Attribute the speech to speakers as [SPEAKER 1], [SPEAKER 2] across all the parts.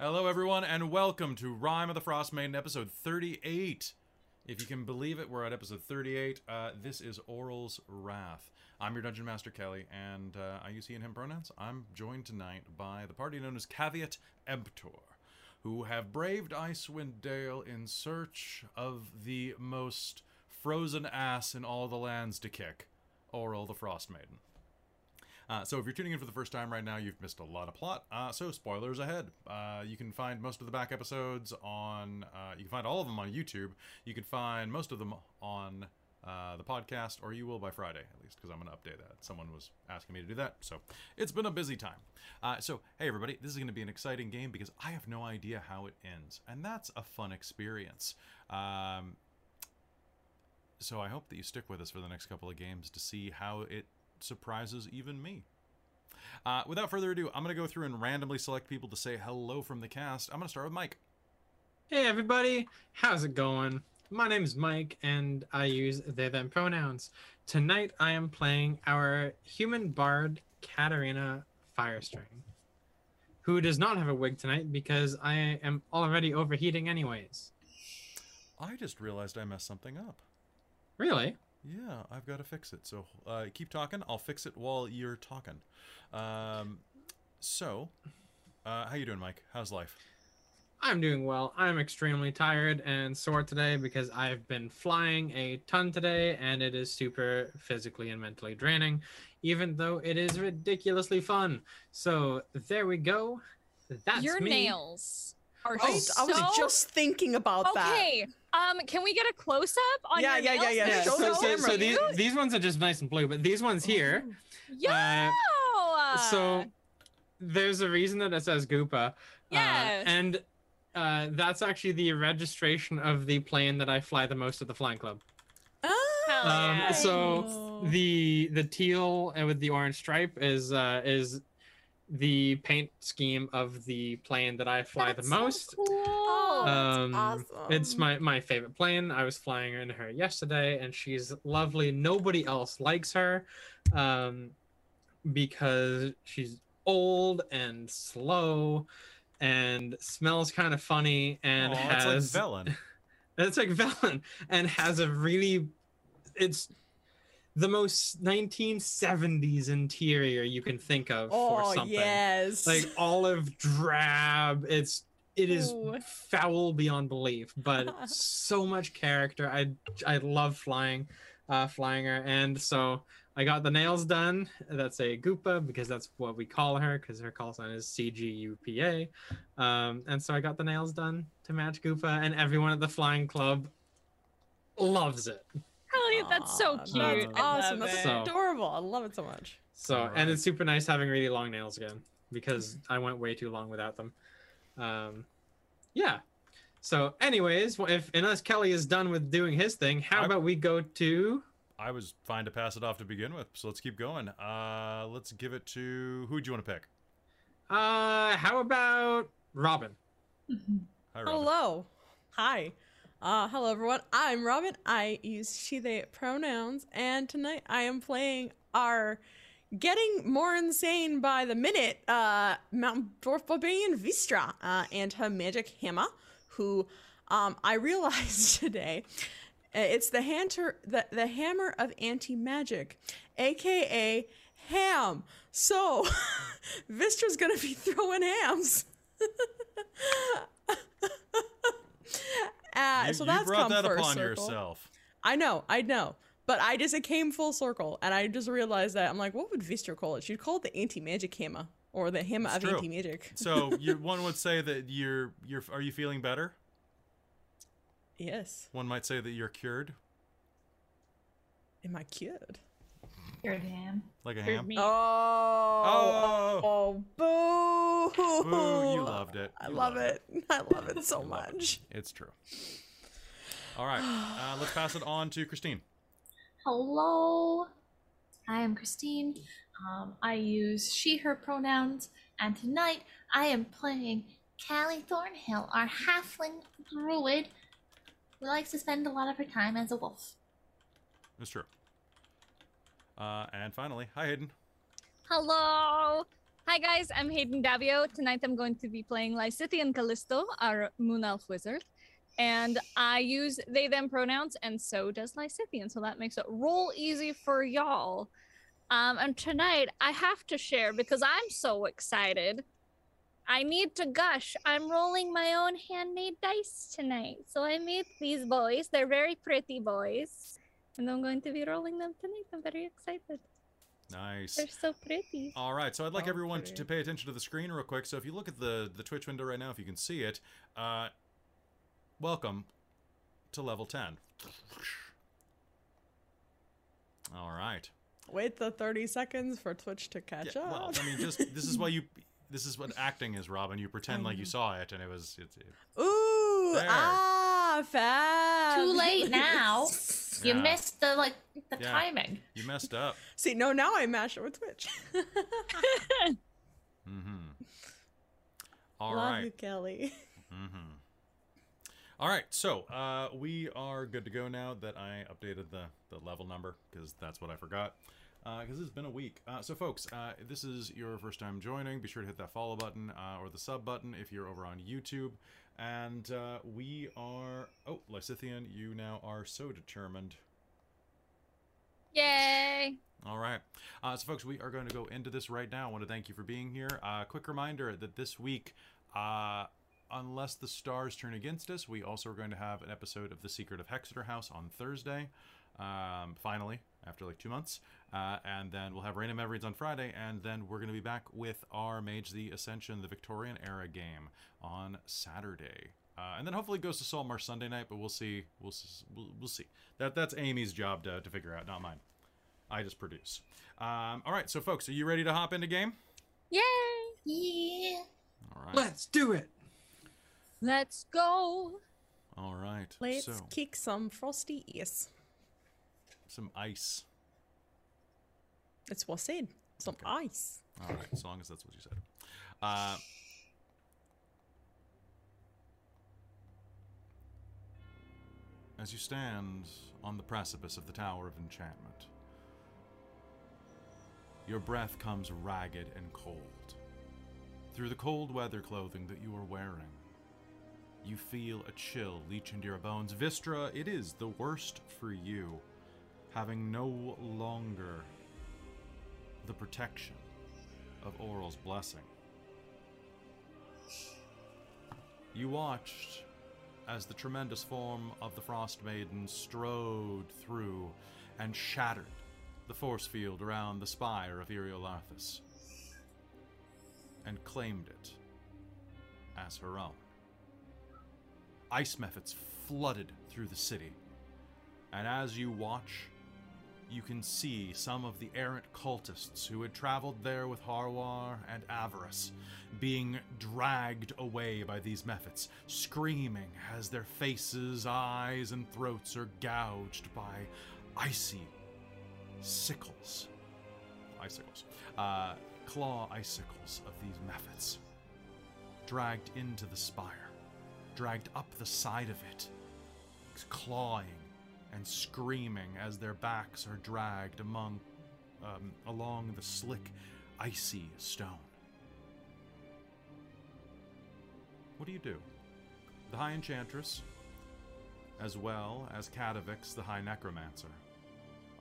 [SPEAKER 1] Hello, everyone, and welcome to Rhyme of the Frost Maiden, episode 38. If you can believe it, we're at episode 38. Uh, this is Oral's Wrath. I'm your Dungeon Master, Kelly, and uh, I use he and him pronouns. I'm joined tonight by the party known as Caveat Emptor, who have braved Icewind Dale in search of the most frozen ass in all the lands to kick, Oral the Frost Maiden. Uh, so if you're tuning in for the first time right now, you've missed a lot of plot. Uh, so spoilers ahead. Uh, you can find most of the back episodes on. Uh, you can find all of them on YouTube. You can find most of them on uh, the podcast, or you will by Friday at least, because I'm going to update that. Someone was asking me to do that, so it's been a busy time. Uh, so hey everybody, this is going to be an exciting game because I have no idea how it ends, and that's a fun experience. Um, so I hope that you stick with us for the next couple of games to see how it surprises even me. Uh, without further ado, I'm going to go through and randomly select people to say hello from the cast. I'm going to start with Mike.
[SPEAKER 2] Hey everybody, how's it going? My name is Mike and I use they them pronouns. Tonight I am playing our human bard Katarina Firestring, who does not have a wig tonight because I am already overheating anyways.
[SPEAKER 1] I just realized I messed something up.
[SPEAKER 2] Really?
[SPEAKER 1] Yeah, I've got to fix it. So uh, keep talking. I'll fix it while you're talking. Um, so, uh, how you doing, Mike? How's life?
[SPEAKER 2] I'm doing well. I'm extremely tired and sore today because I've been flying a ton today and it is super physically and mentally draining, even though it is ridiculously fun. So there we go. That's
[SPEAKER 3] Your
[SPEAKER 2] me.
[SPEAKER 3] nails are
[SPEAKER 4] Oh, I,
[SPEAKER 3] Oh, so
[SPEAKER 4] I was just thinking about that.
[SPEAKER 3] okay. Um, can we get a close up on
[SPEAKER 4] Yeah,
[SPEAKER 3] your
[SPEAKER 4] yeah, yeah,
[SPEAKER 3] nails?
[SPEAKER 4] yeah,
[SPEAKER 2] Yeah,
[SPEAKER 3] They're
[SPEAKER 4] Show
[SPEAKER 2] so,
[SPEAKER 4] the
[SPEAKER 2] so,
[SPEAKER 4] camera,
[SPEAKER 2] so these,
[SPEAKER 3] cute.
[SPEAKER 2] these ones are just nice and blue, but these ones here.
[SPEAKER 3] Yo!
[SPEAKER 2] Uh,
[SPEAKER 3] Uh.
[SPEAKER 2] so there's a reason that it says Goopa.
[SPEAKER 3] Yes.
[SPEAKER 2] Uh, and uh, that's actually the registration of the plane that I fly the most at the flying club.
[SPEAKER 4] Ah,
[SPEAKER 3] Hell
[SPEAKER 2] Um,
[SPEAKER 3] yeah.
[SPEAKER 2] So
[SPEAKER 4] Nice.
[SPEAKER 2] the the teal and with the orange stripe is uh, is the paint scheme of the plane that I fly
[SPEAKER 3] That's
[SPEAKER 2] the most.
[SPEAKER 3] So cool.
[SPEAKER 4] that's
[SPEAKER 2] um,
[SPEAKER 4] awesome.
[SPEAKER 2] It's my my favorite plane. I was flying in her yesterday, and she's lovely. Nobody else likes her, um, because she's old and slow, and smells kind of funny, and
[SPEAKER 1] Aw,
[SPEAKER 2] has
[SPEAKER 1] it's like Velen.
[SPEAKER 2] it's like Velen and has a really it's the most 1970s interior you can think of for
[SPEAKER 4] oh
[SPEAKER 2] something.
[SPEAKER 4] yes.
[SPEAKER 2] Like olive drab. It's it is
[SPEAKER 3] Ooh.
[SPEAKER 2] foul beyond belief, but so much character. I I love flying uh flying her and so I got the nails done. That's a Goopa because that's what we call her because her call sign is CGUPA. Um, and so I got the nails done to match Goopa, and everyone at the flying club loves it.
[SPEAKER 3] Hell yeah, that's so
[SPEAKER 4] Aw,
[SPEAKER 3] cute.
[SPEAKER 2] that's
[SPEAKER 3] I love
[SPEAKER 4] awesome. That's
[SPEAKER 3] it.
[SPEAKER 2] So-
[SPEAKER 4] adorable. I love it so much.
[SPEAKER 2] So,
[SPEAKER 1] Alright.
[SPEAKER 2] and it's super nice having really long nails again because I went way too long without them. Um, yeah. So, anyways, wh- if unless Kelly is done with doing his thing, how
[SPEAKER 1] I-
[SPEAKER 2] about we go to?
[SPEAKER 1] I was fine to pass it off to begin with, so let's keep going. Uh, let's give it to who do you want to pick?
[SPEAKER 2] Uh, how about Robin?
[SPEAKER 1] Hi, Robin.
[SPEAKER 4] Hello. Hi. Uh, hello, everyone. I'm Robin. I use she, they pronouns. And tonight I am playing our Getting More Insane by the Minute uh, Mountain Dwarf Barbarian Vistra uh, and her magic hammer, who um, I realized today. uh, It's the, hanter, the, the hammer of anti magic, aka ham. So, Vistra's gonna be throwing hams. Uh,
[SPEAKER 1] You,
[SPEAKER 4] so
[SPEAKER 1] you
[SPEAKER 4] that's
[SPEAKER 1] brought
[SPEAKER 4] come
[SPEAKER 1] that
[SPEAKER 4] first
[SPEAKER 1] upon
[SPEAKER 4] circle.
[SPEAKER 1] yourself.
[SPEAKER 4] I know, I know. But I just it came full circle and I just realized that I'm like, what would Vistra call it? She'd call it the anti magic hammer or the hammer
[SPEAKER 1] It's
[SPEAKER 4] of
[SPEAKER 1] true.
[SPEAKER 4] anti magic.
[SPEAKER 1] So you, one would say that you're you're are you feeling better?
[SPEAKER 4] Yes.
[SPEAKER 1] One might say that you're cured,
[SPEAKER 4] Am I cured?
[SPEAKER 5] Your ham.
[SPEAKER 1] like a
[SPEAKER 3] You're
[SPEAKER 1] ham.
[SPEAKER 3] me.
[SPEAKER 4] Oh,
[SPEAKER 1] Oh,
[SPEAKER 4] oh, boo!
[SPEAKER 1] Boo, you loved it.
[SPEAKER 4] I
[SPEAKER 1] You
[SPEAKER 4] love
[SPEAKER 1] loved
[SPEAKER 4] it. I love it so
[SPEAKER 1] You love it.
[SPEAKER 4] much.
[SPEAKER 1] It's true. All right, uh, let's pass it on to Christine.
[SPEAKER 5] Hello. I am Christine. Um, I use she, her pronouns, and tonight I am playing Callie Thornhill, our halfling druid who likes to spend a lot of her time as a wolf.
[SPEAKER 1] It's true. Uh, and finally, hi Hayden.
[SPEAKER 3] Hello. Hi guys, I'm Hayden Davio. Tonight I'm going to be playing Lysithian Callisto, our Moon Elf wizard. And I use they them pronouns, and so does Lysithian. So that makes it roll easy for y'all. Um, and tonight I have to share because I'm so excited. I need to gush. I'm rolling my own handmade dice tonight. So I made these boys. They're very pretty boys. And I'm going to be rolling them tonight. I'm very excited.
[SPEAKER 1] Nice.
[SPEAKER 3] They're so pretty.
[SPEAKER 1] All right, so I'd like everyone to,
[SPEAKER 3] Okay.
[SPEAKER 1] to pay attention to the screen real quick. So if you look at the the Twitch window right now, if you can see it, uh, welcome to level ten. All right.
[SPEAKER 4] Wait the 30 seconds for Twitch to catch
[SPEAKER 1] Yeah,
[SPEAKER 4] up.
[SPEAKER 1] well, I mean, just this is why you. This is what acting is, Robin. You pretend like you
[SPEAKER 4] know.
[SPEAKER 1] saw it, and it was. It, it,
[SPEAKER 4] Ooh,
[SPEAKER 1] There.
[SPEAKER 4] ah, fab.
[SPEAKER 5] Too late now. You
[SPEAKER 1] Yeah.
[SPEAKER 5] missed the like the
[SPEAKER 1] Yeah.
[SPEAKER 5] timing.
[SPEAKER 1] you messed up.
[SPEAKER 4] See, no, now I mash it with Twitch.
[SPEAKER 1] Mm-hmm. All
[SPEAKER 4] Love
[SPEAKER 1] right.
[SPEAKER 4] you, Kelly.
[SPEAKER 1] Mm-hmm. All right, so uh, we are good to go now that I updated the, the level number because that's what I forgot. Because it's been a week. Uh, so, folks, uh, if this is your first time joining. Be sure to hit that follow button uh, or the sub button if you're over on YouTube. And uh, we are. Oh, Lysithian, you now are so determined.
[SPEAKER 3] Yay!
[SPEAKER 1] All right. Uh, so, folks, we are going to go into this right now. I want to thank you for being here. Uh, quick reminder that this week, uh, unless the stars turn against us, we also are going to have an episode of The Secret of Hexeter House on Thursday, um, finally, after like two months. Uh, and then we'll have Random Evereads on Friday. And then we're going to be back with our Mage the Ascension, the Victorian Era game on Saturday. Uh, and then hopefully Ghost of Solmar Sunday night, but we'll see. We'll, s- we'll, we'll see. That That's Amy's job to, to figure out, not mine. I just produce. Um, all right, so folks, are you ready to hop into game?
[SPEAKER 3] Yay!
[SPEAKER 5] Yeah.
[SPEAKER 1] All right.
[SPEAKER 2] Let's do it.
[SPEAKER 3] Let's go!
[SPEAKER 1] All right.
[SPEAKER 4] Let's
[SPEAKER 1] so,
[SPEAKER 4] kick some frosty ears.
[SPEAKER 1] some ice.
[SPEAKER 4] It's what's in. Some
[SPEAKER 1] Okay.
[SPEAKER 4] ice.
[SPEAKER 1] All right, as long as that's what you said. Uh, as you stand on the precipice of the Tower of Enchantment, your breath comes ragged and cold. Through the cold weather clothing that you are wearing, you feel a chill leach into your bones. Vistra, it is the worst for you, having no longer the protection of Oral's blessing. You watched as the tremendous form of the Frost Maiden strode through and shattered the force field around the spire of Eriolarthus and claimed it as her own. Ice methods flooded through the city, and as you watch, you can see some of the errant cultists who had traveled there with Harwar and Avarice being dragged away by these methods, screaming as their faces, eyes, and throats are gouged by icy sickles. Icicles. Uh, claw icicles of these methods. Dragged into the spire, dragged up the side of it clawing and screaming as their backs are dragged among um, along the slick, icy stone. What do you do? The High Enchantress, as well as Cadavix, the High Necromancer,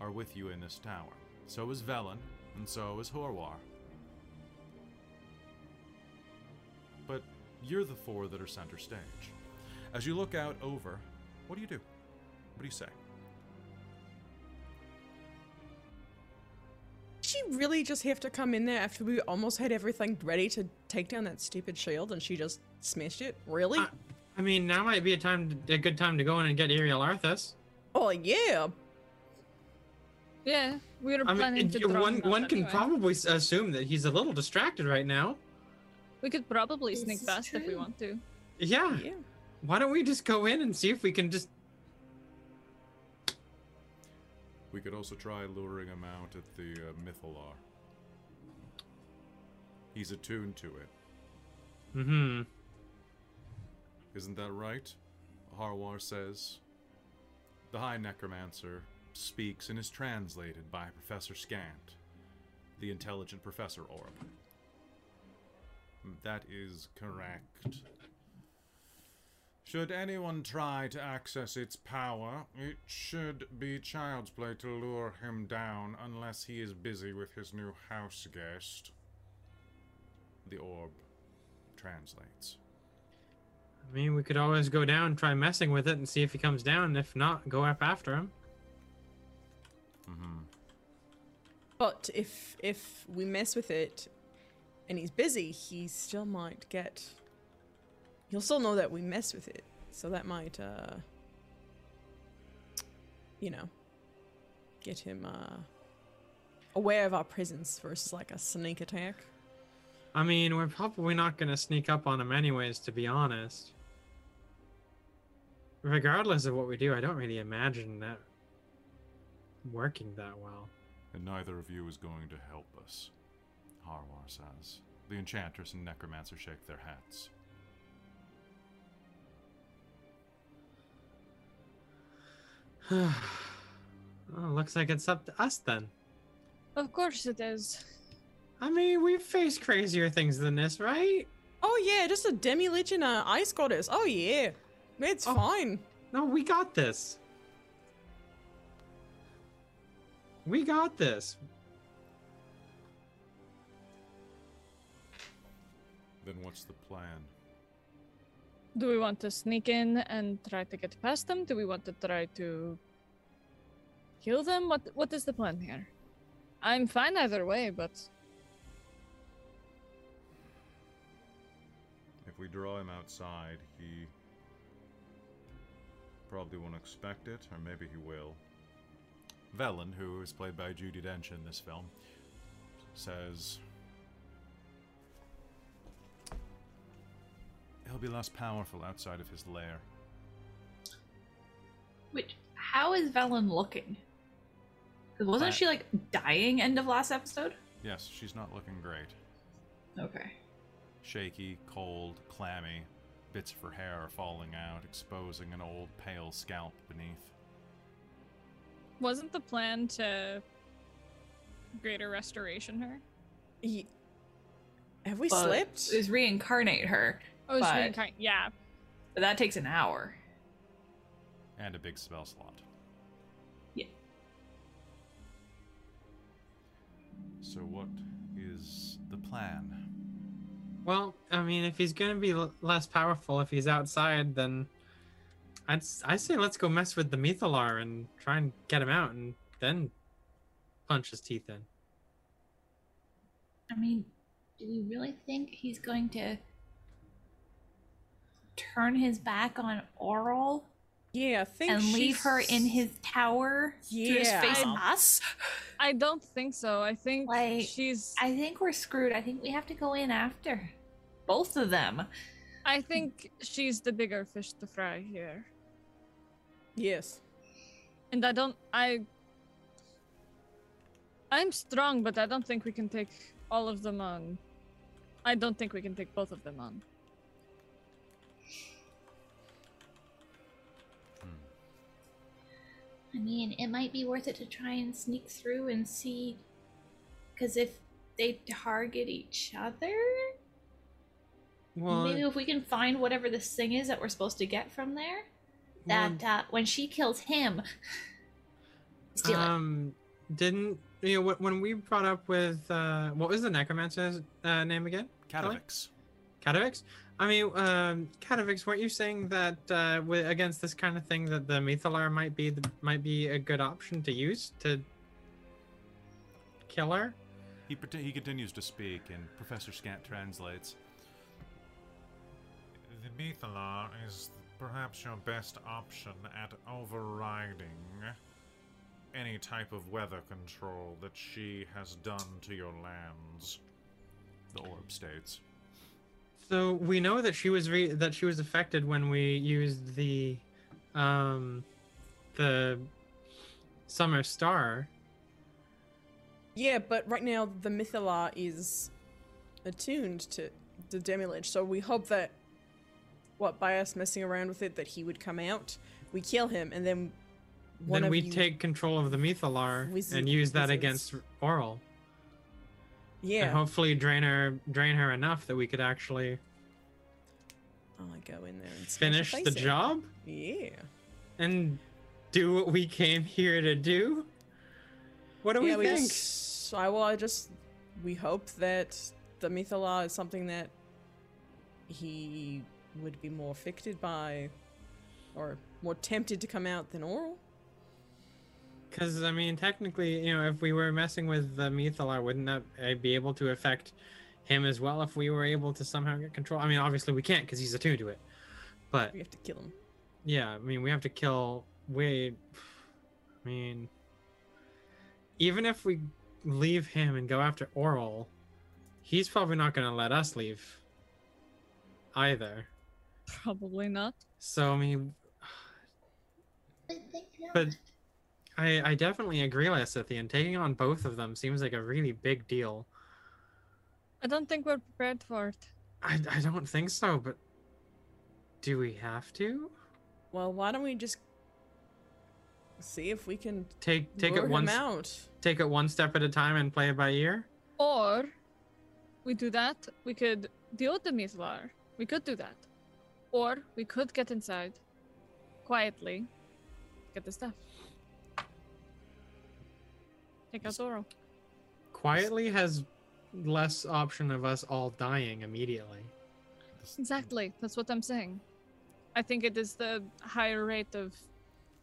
[SPEAKER 1] are with you in this tower. So is Velen, and so is Horwar. But you're the four that are center stage. As you look out over, what do you do? What do you say?
[SPEAKER 4] Did she really just have to come in there after we almost had everything ready to take down that stupid shield and she just smashed it? Really?
[SPEAKER 1] Ah.
[SPEAKER 2] I, I mean, now might be a time, to, a good time to go in and get Ariel Arthas.
[SPEAKER 4] oh, yeah.
[SPEAKER 3] Yeah, we were
[SPEAKER 2] I
[SPEAKER 3] planning
[SPEAKER 2] mean,
[SPEAKER 3] to
[SPEAKER 2] it-
[SPEAKER 3] throw
[SPEAKER 2] one
[SPEAKER 3] him out
[SPEAKER 2] one can
[SPEAKER 3] anyway.
[SPEAKER 2] probably s- assume that he's a little distracted right now.
[SPEAKER 3] We could probably
[SPEAKER 5] This
[SPEAKER 3] sneak
[SPEAKER 5] is
[SPEAKER 3] past if we
[SPEAKER 5] true.
[SPEAKER 3] want to.
[SPEAKER 2] Yeah.
[SPEAKER 4] Yeah.
[SPEAKER 2] Why don't we just go in and see if we can just?
[SPEAKER 1] We could also try luring him out at the uh, Mythalar. He's attuned to it.
[SPEAKER 2] Hmm.
[SPEAKER 1] Isn't that right? Harwar says. The High Necromancer speaks and is translated by Professor Scant, the intelligent Professor Orb. That is correct. Should anyone try to access its power, it should be child's play to lure him down unless he is busy with his new house guest. The orb translates.
[SPEAKER 2] I mean, we could always go down, try messing with it, and see if he comes down. If not, go up after him.
[SPEAKER 1] hmm
[SPEAKER 4] But if if we mess with it and he's busy, he still might get he'll still know that we mess with it. So that might uh you know get him uh aware of our presence versus like a sneak attack.
[SPEAKER 2] I mean, we're probably not going to sneak up on him, anyways, to be honest. Regardless of what we do, I don't really imagine that working that well.
[SPEAKER 1] And neither of you is going to help us, Harwar says. The enchantress and necromancer shake their hats.
[SPEAKER 2] Well, Oh, looks like it's up to us then.
[SPEAKER 3] Of course it is.
[SPEAKER 2] I mean, we've faced crazier things than this, right?
[SPEAKER 4] Oh yeah, just a demi lich and a ice goddess. Oh yeah. It's
[SPEAKER 2] Oh.
[SPEAKER 4] fine.
[SPEAKER 2] No, we got this. We got this.
[SPEAKER 1] Then what's the plan?
[SPEAKER 3] Do we want to sneak in and try to get past them? Do we want to try to kill them? What what is the plan here? I'm fine either way, but
[SPEAKER 1] If we draw him outside, he probably won't expect it, or maybe he will. Velen, who is played by Judy Dench in this film, says he'll be less powerful outside of his lair.
[SPEAKER 5] Which, how is Velen looking? 'Cause wasn't
[SPEAKER 1] Uh,
[SPEAKER 5] she like dying end of last episode?
[SPEAKER 1] Yes, she's not looking great.
[SPEAKER 5] Okay.
[SPEAKER 1] Shaky, cold, clammy, bits of her hair are falling out, exposing an old pale scalp beneath.
[SPEAKER 3] wasn't the plan to greater restoration her?
[SPEAKER 4] Ye- have we
[SPEAKER 5] But
[SPEAKER 4] slept?
[SPEAKER 5] Is reincarnate her,
[SPEAKER 3] Oh,
[SPEAKER 5] But-
[SPEAKER 3] she kind yeah.
[SPEAKER 5] but that takes an hour.
[SPEAKER 1] And a big spell slot.
[SPEAKER 5] Yeah.
[SPEAKER 1] So, what is the plan?
[SPEAKER 2] Well, I mean, if he's gonna be l- less powerful if he's outside, then I'd s- I say let's go mess with the Methalar and try and get him out, and then punch his teeth in.
[SPEAKER 5] I mean, do we really think he's going to turn his back on Oral
[SPEAKER 4] yeah, I think
[SPEAKER 5] and leave her
[SPEAKER 4] she's-
[SPEAKER 5] in his tower to just
[SPEAKER 4] Yeah.
[SPEAKER 5] face
[SPEAKER 4] I-
[SPEAKER 5] us?
[SPEAKER 3] I don't think so. I think
[SPEAKER 5] Like,
[SPEAKER 3] she's
[SPEAKER 5] I think we're screwed. I think we have to go in after both of them.
[SPEAKER 3] I think she's the bigger fish to fry here.
[SPEAKER 4] Yes.
[SPEAKER 3] And I don't I I'm strong, but I don't think we can take all of them on. I don't think we can take both of them on.
[SPEAKER 5] I mean, it might be worth it to try and sneak through and see. Because if they target each other,
[SPEAKER 2] Well,
[SPEAKER 5] maybe if we can find whatever this thing is that we're supposed to get from there, that uh, when she kills him, steal it.
[SPEAKER 2] um, didn't you know wh- when we brought up with uh, what was the necromancer's uh, name again? Kelly?
[SPEAKER 1] Catavix.
[SPEAKER 2] Katavix? I mean, um, Katavix, weren't you saying that uh, wi- against this kind of thing that the Methalar might be the, might be a good option to use to kill her?
[SPEAKER 1] He, prote- he continues to speak, and Professor Scant translates. The Methalar is perhaps your best option at overriding any type of weather control that she has done to your lands. The orb states.
[SPEAKER 2] So we know that she was re- that she was affected when we used the um, the summer star.
[SPEAKER 4] Yeah, but right now the Mythalar is attuned to the Demilich, so we hope that what by us messing around with it that he would come out, we kill him, and then one
[SPEAKER 2] then
[SPEAKER 4] of
[SPEAKER 2] we
[SPEAKER 4] you-
[SPEAKER 2] take control of the Methalar
[SPEAKER 4] Wizard-
[SPEAKER 2] and use that
[SPEAKER 4] wizards.
[SPEAKER 2] against Oral. and
[SPEAKER 4] Yeah.
[SPEAKER 2] hopefully drain her drain her enough that we could actually
[SPEAKER 4] I'll Oh, go in there and smash
[SPEAKER 2] finish
[SPEAKER 4] her
[SPEAKER 2] the
[SPEAKER 4] face in.
[SPEAKER 2] job
[SPEAKER 4] Yeah.
[SPEAKER 2] and do what we came here to do. What do
[SPEAKER 4] yeah,
[SPEAKER 2] we, think?
[SPEAKER 4] just- I well, I just we hope that the Mythala is something that he would be more affected by, or more tempted to come out than Oral.
[SPEAKER 2] Because I mean, technically, you know, if we were messing with the Mythalar, wouldn't that uh, be able to affect him as well? If we were able to somehow get control, I mean, obviously we can't because he's attuned to it. But
[SPEAKER 4] We have to kill him.
[SPEAKER 2] yeah, I mean, we have to kill. We, I mean, even if we leave him and go after Oral, he's probably not going to let us leave either.
[SPEAKER 3] Probably not.
[SPEAKER 2] So I mean, But I, I definitely agree, Lysithian. Taking on both of them seems like a really big deal.
[SPEAKER 3] I don't think we're prepared for it.
[SPEAKER 2] I, I don't think so, but do we have to
[SPEAKER 4] Well, why don't we just see if we can
[SPEAKER 2] take take
[SPEAKER 4] lure
[SPEAKER 2] it one
[SPEAKER 4] him
[SPEAKER 2] s-
[SPEAKER 4] out?
[SPEAKER 2] take it one step at a time and play it by ear?
[SPEAKER 3] Or we do that, we could deal with the Mithlar. We could do that. Or we could get inside quietly, get the stuff. Take out Zoro.
[SPEAKER 2] Quietly has less option of us all dying immediately.
[SPEAKER 3] Exactly. That's what I'm saying. I think it is the higher rate of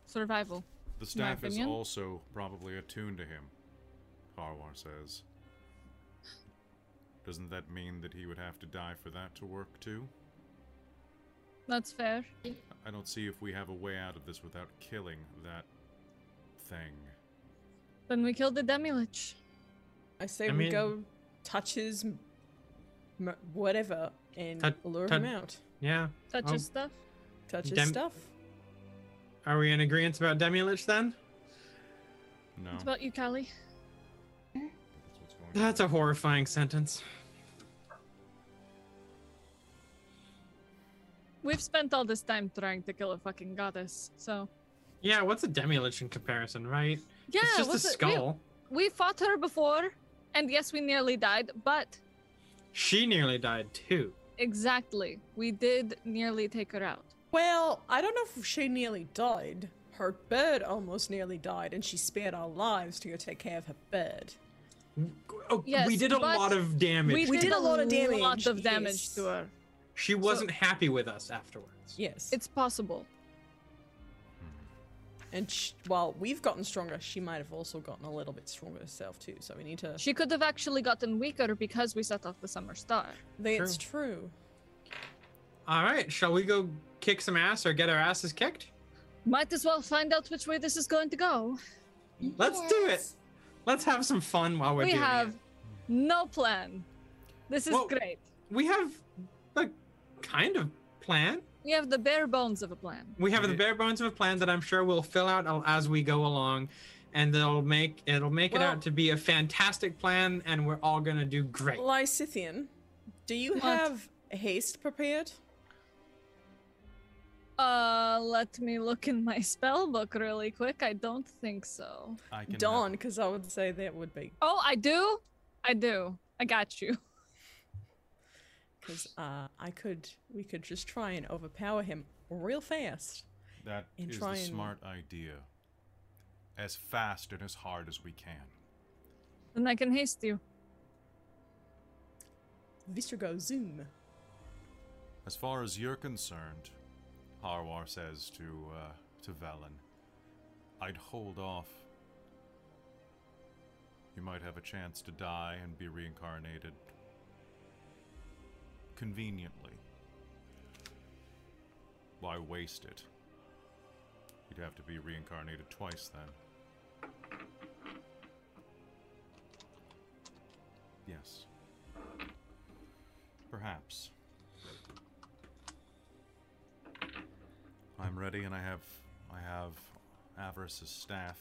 [SPEAKER 3] survival.
[SPEAKER 1] The staff is
[SPEAKER 3] opinion.
[SPEAKER 1] also probably attuned to him, Harwar says. Doesn't that mean that he would have to die for that to work too?
[SPEAKER 3] That's fair.
[SPEAKER 1] I don't see if we have a way out of this without killing that thing.
[SPEAKER 3] Then we killed the Demilich.
[SPEAKER 4] I say
[SPEAKER 2] I
[SPEAKER 4] we
[SPEAKER 2] mean-
[SPEAKER 4] go touch his m- m- whatever and
[SPEAKER 2] Tou-
[SPEAKER 4] lure
[SPEAKER 2] tou-
[SPEAKER 4] him out.
[SPEAKER 2] Yeah.
[SPEAKER 3] Such
[SPEAKER 2] Oh.
[SPEAKER 3] as stuff.
[SPEAKER 4] Touch his
[SPEAKER 2] Dem-
[SPEAKER 4] stuff.
[SPEAKER 2] Are we in agreement about Demilich then?
[SPEAKER 1] No.
[SPEAKER 3] What about you, Callie?
[SPEAKER 1] That's what's going
[SPEAKER 2] That's
[SPEAKER 1] on.
[SPEAKER 2] a horrifying sentence.
[SPEAKER 3] We've spent all this time trying to kill a fucking goddess, so.
[SPEAKER 2] Yeah, what's a Demilich in comparison, right?
[SPEAKER 3] Yeah,
[SPEAKER 2] it's just a
[SPEAKER 3] what's it- we-
[SPEAKER 2] skull.
[SPEAKER 3] we fought her before, and yes, we nearly died, but
[SPEAKER 2] She nearly died too.
[SPEAKER 3] exactly, we did nearly take her out.
[SPEAKER 4] Well, I don't know if she nearly died. Her bird almost nearly died, and she spared our lives to go take care of her bird.
[SPEAKER 2] Oh,
[SPEAKER 3] Yes,
[SPEAKER 2] we did a
[SPEAKER 3] but
[SPEAKER 2] lot of damage.
[SPEAKER 4] We did a lot of damage,
[SPEAKER 3] lot of damage
[SPEAKER 4] yes.
[SPEAKER 3] to her.
[SPEAKER 2] She wasn't happy with us afterwards.
[SPEAKER 4] Yes.
[SPEAKER 3] It's possible.
[SPEAKER 4] and sh while we've gotten stronger, she might have also gotten a little bit stronger herself, too. So we need to.
[SPEAKER 3] She could have actually gotten weaker because we set off the summer star.
[SPEAKER 4] That's true.
[SPEAKER 2] All right, shall we go kick some ass or get our asses kicked?
[SPEAKER 3] Might as well find out which way this is going to go.
[SPEAKER 2] Let's do it. Let's have some fun while we're
[SPEAKER 3] we
[SPEAKER 2] doing
[SPEAKER 3] have
[SPEAKER 2] it.
[SPEAKER 3] no plan. This is
[SPEAKER 2] Well-
[SPEAKER 3] great.
[SPEAKER 2] We have a kind of plan.
[SPEAKER 3] We have the bare bones of a plan.
[SPEAKER 2] We have the
[SPEAKER 1] Yeah.
[SPEAKER 2] bare bones of a plan that I'm sure we'll fill out al- as we go along, and it'll make it'll make it
[SPEAKER 4] Well-
[SPEAKER 2] out to be a fantastic plan, and we're all gonna do great.
[SPEAKER 4] Lysithian, do you
[SPEAKER 3] What?
[SPEAKER 4] have haste prepared?
[SPEAKER 3] Uh, let me look in my spell book really quick. I don't think so.
[SPEAKER 1] I can
[SPEAKER 4] Dawn, because I would say that would be.
[SPEAKER 3] Oh, I do? I do. I got you.
[SPEAKER 4] Because uh, I could. We could just try and overpower him real fast.
[SPEAKER 1] have- That
[SPEAKER 4] and
[SPEAKER 1] is
[SPEAKER 4] try
[SPEAKER 1] the
[SPEAKER 4] and-
[SPEAKER 1] smart idea. As fast and as hard as we can.
[SPEAKER 3] Then I can haste you.
[SPEAKER 4] Vistrago Zoom.
[SPEAKER 1] As far as you're concerned, Harwar says to uh, to Valen, I'd hold off. You might have a chance to die and be reincarnated conveniently. Why waste it? You'd have to be reincarnated twice then. Yes. Perhaps. I'm ready, and I have I have Avarice's staff.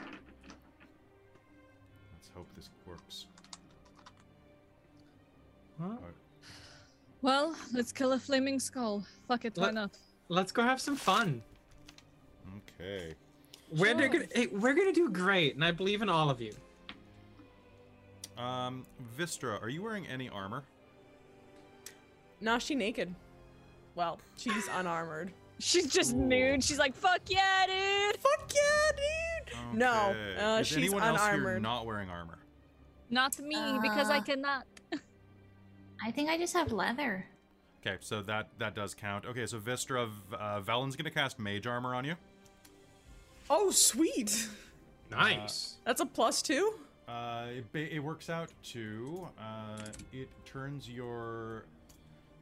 [SPEAKER 1] Let's hope this works.
[SPEAKER 2] Huh?
[SPEAKER 1] Alright.
[SPEAKER 3] Well, let's kill a flaming skull. Fuck it, why
[SPEAKER 2] Let-
[SPEAKER 3] not?
[SPEAKER 2] Let's go have some fun.
[SPEAKER 1] Okay.
[SPEAKER 2] We're
[SPEAKER 3] Sure.
[SPEAKER 2] gonna hey, we're gonna do great, and I believe in all of you.
[SPEAKER 1] Um, Vistra, are you wearing any armor?
[SPEAKER 4] Nah, she naked. Well, she's unarmored.
[SPEAKER 3] She's just nude. She's like, fuck yeah, dude.
[SPEAKER 4] Fuck yeah, dude! No,
[SPEAKER 1] Okay.
[SPEAKER 4] uh,
[SPEAKER 1] Is
[SPEAKER 4] she's
[SPEAKER 1] anyone else here
[SPEAKER 4] unarmored.
[SPEAKER 1] not wearing armor?
[SPEAKER 3] Not me, because I
[SPEAKER 5] Uh.
[SPEAKER 3] cannot.
[SPEAKER 5] I think I just have leather.
[SPEAKER 1] Okay, so that that does count. Okay, so Vistra, v- uh, Valen's gonna cast mage armor on you.
[SPEAKER 4] Oh, sweet!
[SPEAKER 2] Nice.
[SPEAKER 4] That's a plus two?
[SPEAKER 1] Uh, it, ba- it works out to uh, it turns your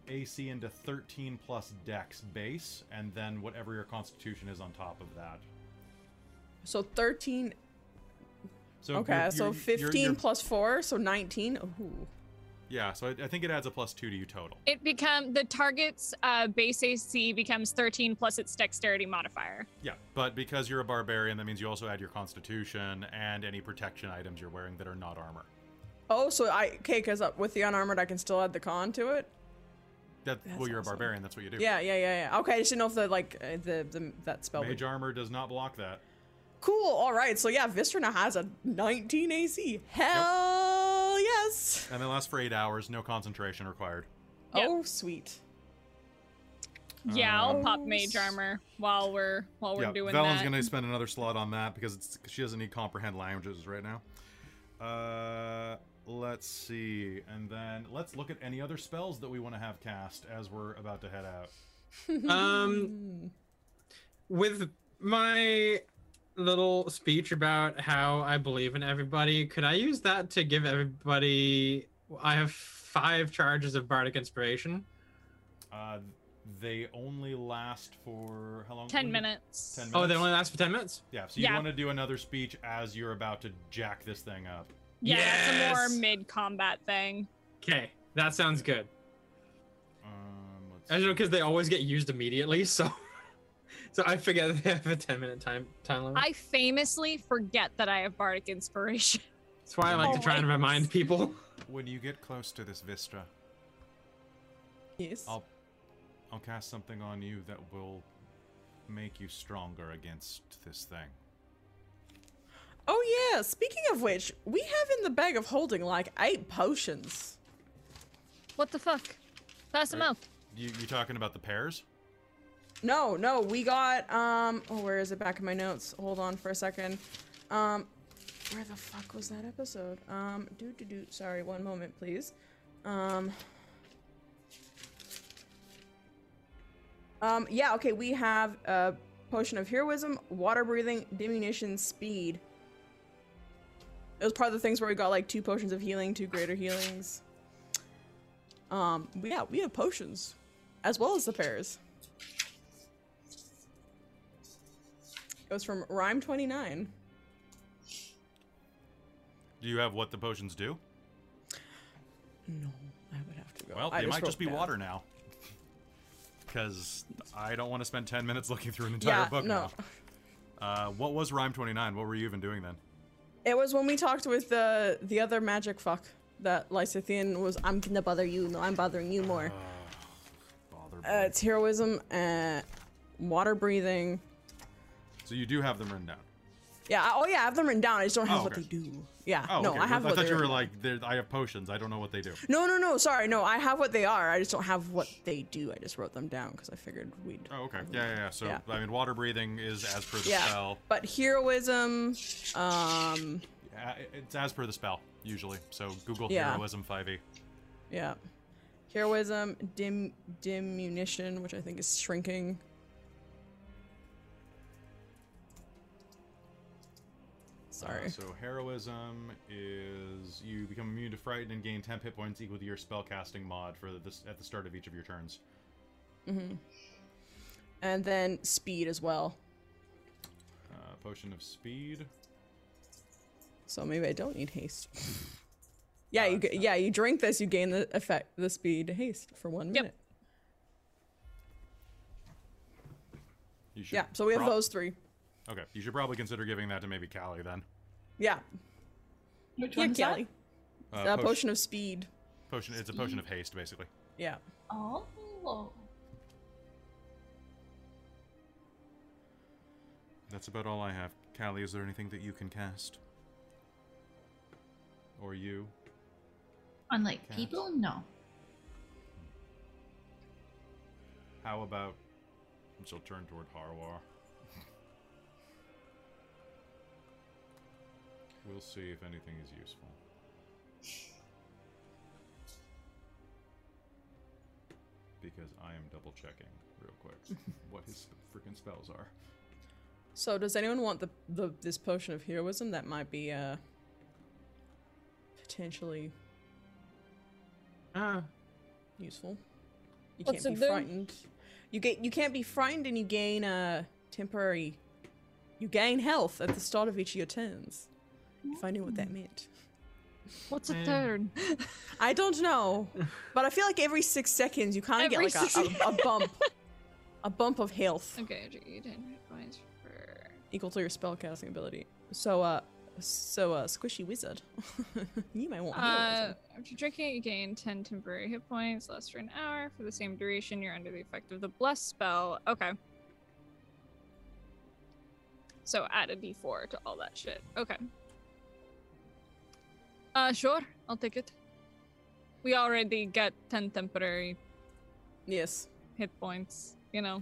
[SPEAKER 1] AC into 13 plus Dex base, and then whatever your Constitution is on top of that.
[SPEAKER 4] So 13.
[SPEAKER 1] So
[SPEAKER 4] Okay,
[SPEAKER 1] your-
[SPEAKER 4] so
[SPEAKER 1] your-
[SPEAKER 4] 15
[SPEAKER 1] your- your-
[SPEAKER 4] plus 4, so 19. Ooh.
[SPEAKER 1] Yeah, so I, I think it adds a plus two to you total.
[SPEAKER 3] It become the target's uh, base AC becomes 13 plus its dexterity modifier.
[SPEAKER 1] Yeah, but because you're a barbarian, that means you also add your Constitution and any protection items you're wearing that are not armor.
[SPEAKER 4] Oh, so I. Okay, because with the unarmored, I can still add the con to it?
[SPEAKER 1] That
[SPEAKER 4] That's
[SPEAKER 1] well, you're
[SPEAKER 4] awesome.
[SPEAKER 1] a barbarian. That's what you do.
[SPEAKER 4] Yeah, yeah, yeah, yeah. Okay, I just didn't know if the, like, uh, the, the that spell would
[SPEAKER 1] Mage armor does not block that.
[SPEAKER 4] Cool. All right. So yeah, Vistrina has a 19 AC. Hell yes.
[SPEAKER 1] And they last for eight hours, no concentration required.
[SPEAKER 3] Yep.
[SPEAKER 4] Oh sweet.
[SPEAKER 3] Yeah, I'll
[SPEAKER 1] Um,
[SPEAKER 3] pop mage armor while we're while we're
[SPEAKER 1] yeah,
[SPEAKER 3] doing
[SPEAKER 1] Valen's
[SPEAKER 3] that.
[SPEAKER 1] gonna spend another slot on that because it's, she doesn't need comprehend languages right now. Uh, let's see, and then let's look at any other spells that we want to have cast as we're about to head out.
[SPEAKER 4] Mm.
[SPEAKER 2] Um, with my little speech about how I believe in everybody, could I use that to give everybody? I have five charges of bardic inspiration.
[SPEAKER 1] Uh, they only last for how long?
[SPEAKER 3] 10
[SPEAKER 1] When did-
[SPEAKER 3] minutes.
[SPEAKER 1] 10
[SPEAKER 2] Oh, they
[SPEAKER 1] Minutes?
[SPEAKER 2] only last for ten minutes.
[SPEAKER 1] Yeah, so you
[SPEAKER 3] Yeah.
[SPEAKER 1] want to do another speech as you're about to jack this thing up.
[SPEAKER 3] Yeah, it's a
[SPEAKER 2] Yes!
[SPEAKER 3] more mid combat thing.
[SPEAKER 2] Okay, that sounds good.
[SPEAKER 1] Um, let's
[SPEAKER 2] I don't know
[SPEAKER 1] see.
[SPEAKER 2] because they always get used immediately, so so I forget they have a ten minute time time limit.
[SPEAKER 3] I famously forget that I have bardic inspiration.
[SPEAKER 2] That's why I like to try and
[SPEAKER 3] Always.
[SPEAKER 2] remind people.
[SPEAKER 1] when you get close to this Vistra,
[SPEAKER 4] yes.
[SPEAKER 1] I'll I'll cast something on you that will make you stronger against this thing.
[SPEAKER 4] Oh yeah. Speaking of which, we have in the bag of holding like eight potions.
[SPEAKER 3] What the fuck? Pass them
[SPEAKER 1] Right.
[SPEAKER 3] out.
[SPEAKER 1] You you talking about the pears?
[SPEAKER 4] No, no, we got um. Oh, where is it? Back in my notes. Hold on for a second. Um, where the fuck was that episode? Um, do do do. Sorry, one moment, please. Um. Um. Yeah. Okay. We have a potion of heroism, water breathing, diminution speed. It was part of the things where we got like two potions of healing, two greater healings. Um. Yeah, we have potions, as well as the pairs. It was from Rhyme 29.
[SPEAKER 1] Do you have what the potions do?
[SPEAKER 4] No, I would have to go.
[SPEAKER 1] Well,
[SPEAKER 4] I
[SPEAKER 1] they might
[SPEAKER 4] wrote
[SPEAKER 1] just be
[SPEAKER 4] down.
[SPEAKER 1] water now. Because I don't want to spend 10 minutes looking through an entire
[SPEAKER 4] Yeah,
[SPEAKER 1] book
[SPEAKER 4] no.
[SPEAKER 1] now. Uh, what was Rhyme 29? What were you even doing then?
[SPEAKER 4] It was when we talked with the the other magic fuck that Lysithian was. I'm gonna bother you. No, I'm bothering you more.
[SPEAKER 1] Bother.
[SPEAKER 4] Uh,
[SPEAKER 1] me.
[SPEAKER 4] it's heroism, uh, water breathing.
[SPEAKER 1] so you do have them written down.
[SPEAKER 4] Yeah. I, oh yeah, I have them written down. I just don't have
[SPEAKER 1] Oh,
[SPEAKER 4] what
[SPEAKER 1] okay.
[SPEAKER 4] they do. Yeah.
[SPEAKER 1] Oh,
[SPEAKER 4] no,
[SPEAKER 1] okay.
[SPEAKER 4] I have.
[SPEAKER 1] I
[SPEAKER 4] what
[SPEAKER 1] thought
[SPEAKER 4] they
[SPEAKER 1] you were
[SPEAKER 4] written down.
[SPEAKER 1] like, "There- I have potions. I don't know what they do.
[SPEAKER 4] No, no, no. Sorry, no. I have what they are. I just don't have what they do. I just wrote them down because I figured we'd.
[SPEAKER 1] Oh, okay.
[SPEAKER 4] have them.
[SPEAKER 1] Yeah, yeah, yeah. So,
[SPEAKER 4] Yeah.
[SPEAKER 1] I mean, water breathing is as per the
[SPEAKER 4] Yeah.
[SPEAKER 1] spell.
[SPEAKER 4] But heroism, um,
[SPEAKER 1] Uh, it's as per the spell, usually. So, Google
[SPEAKER 4] Yeah.
[SPEAKER 1] Heroism E. 5e.
[SPEAKER 4] Yeah. Heroism, dim diminution, which I think is shrinking. Sorry.
[SPEAKER 1] Uh, so heroism is you become immune to fright and gain 10 hit points equal to your spellcasting mod for this at the start of each of your turns.
[SPEAKER 4] and then speed as well.
[SPEAKER 1] Uh, potion of speed.
[SPEAKER 4] So maybe I don't need haste. yeah,
[SPEAKER 1] Uh,
[SPEAKER 4] you g- yeah, you drink this, you gain the effect the speed haste for 1
[SPEAKER 3] Yep.
[SPEAKER 4] minute.
[SPEAKER 1] You should
[SPEAKER 4] Yeah, so we have
[SPEAKER 1] prob-
[SPEAKER 4] those three.
[SPEAKER 1] Okay, you should probably consider giving that to maybe Callie then.
[SPEAKER 4] Yeah.
[SPEAKER 5] Which
[SPEAKER 4] Yeah,
[SPEAKER 5] one's that?
[SPEAKER 4] Kelly.
[SPEAKER 1] Uh,
[SPEAKER 4] Uh,
[SPEAKER 1] potion,
[SPEAKER 4] potion of speed.
[SPEAKER 1] potion- It's a potion of haste, basically.
[SPEAKER 4] Yeah.
[SPEAKER 5] Oh.
[SPEAKER 1] That's about all I have. Callie, is there anything that you can cast? Or you?
[SPEAKER 5] Unlike
[SPEAKER 1] Cat.
[SPEAKER 5] people, no.
[SPEAKER 1] How about and she'll turn toward Harwar. we'll see if anything is useful. Because I am double checking real quick what his freaking spells are.
[SPEAKER 4] So does anyone want the, the this potion of heroism that might be uh potentially
[SPEAKER 2] Ah,
[SPEAKER 4] useful? You
[SPEAKER 3] What's
[SPEAKER 4] can't
[SPEAKER 3] it
[SPEAKER 4] be
[SPEAKER 3] do?
[SPEAKER 4] frightened. You get you can't be frightened and you gain uh temporary you gain health at the start of each of your turns. If I knew what
[SPEAKER 3] Hmm.
[SPEAKER 4] that meant.
[SPEAKER 3] What's a
[SPEAKER 1] Eh.
[SPEAKER 3] turn?
[SPEAKER 4] I don't know. But I feel like every six seconds you kinda
[SPEAKER 3] Every
[SPEAKER 4] get like
[SPEAKER 3] six-
[SPEAKER 4] a, a, a bump. a bump of health.
[SPEAKER 3] okay, you didn't hit points for.
[SPEAKER 4] equal to your spellcasting ability. So, uh, so, uh, squishy wizard, you might want.
[SPEAKER 3] Uh,
[SPEAKER 4] heroism.
[SPEAKER 3] after drinking it, you gain 10 temporary hit points, lasts for an hour. For the same duration, you're under the effect of the Bless spell. Okay. So add a d4 to all that shit. Okay. Uh, sure. I'll take it. We already get 10 temporary
[SPEAKER 4] yes,
[SPEAKER 3] hit points, you know,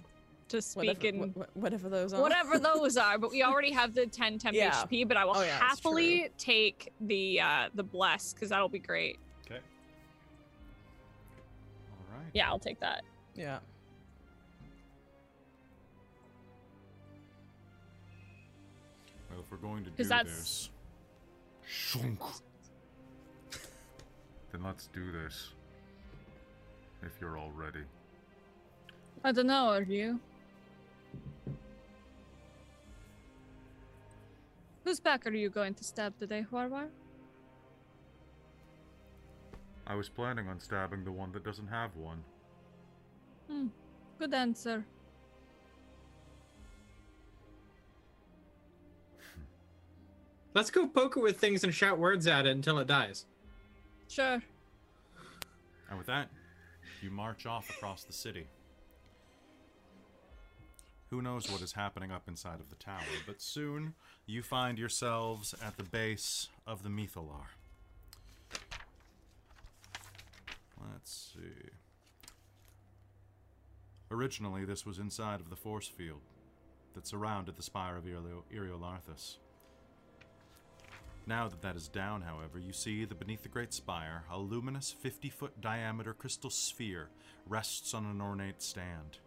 [SPEAKER 3] to
[SPEAKER 4] whatever,
[SPEAKER 3] speak in
[SPEAKER 4] wha- wha- whatever those are.
[SPEAKER 3] whatever those are, but we already have the 10 temp
[SPEAKER 4] Yeah.
[SPEAKER 3] HP, but I will
[SPEAKER 4] Oh, yeah, that's
[SPEAKER 3] happily take the uh the bless cuz that'll be great.
[SPEAKER 1] Okay. All right.
[SPEAKER 3] Yeah, I'll take that.
[SPEAKER 4] Yeah.
[SPEAKER 1] Well, if we're going to do
[SPEAKER 3] 'Cause that's-
[SPEAKER 1] this, Shunk. then let's do this. If you're all ready.
[SPEAKER 3] I don't know, are you? Whose back are you going to stab today, Warwar?
[SPEAKER 1] I was planning on stabbing the one that doesn't have one.
[SPEAKER 3] Hmm. Good answer.
[SPEAKER 2] let's go poke it with things and shout words at it until it dies.
[SPEAKER 3] Sure.
[SPEAKER 1] And with that, you march off across the city. Who knows what is happening up inside of the tower, but soon you find yourselves at the base of the Mithalar. Let's see. Originally, this was inside of the force field that surrounded the spire of Irio- Iriolarthus. Now that that is down, however, you see that beneath the great spire, a luminous 50 foot diameter crystal sphere rests on an ornate stand.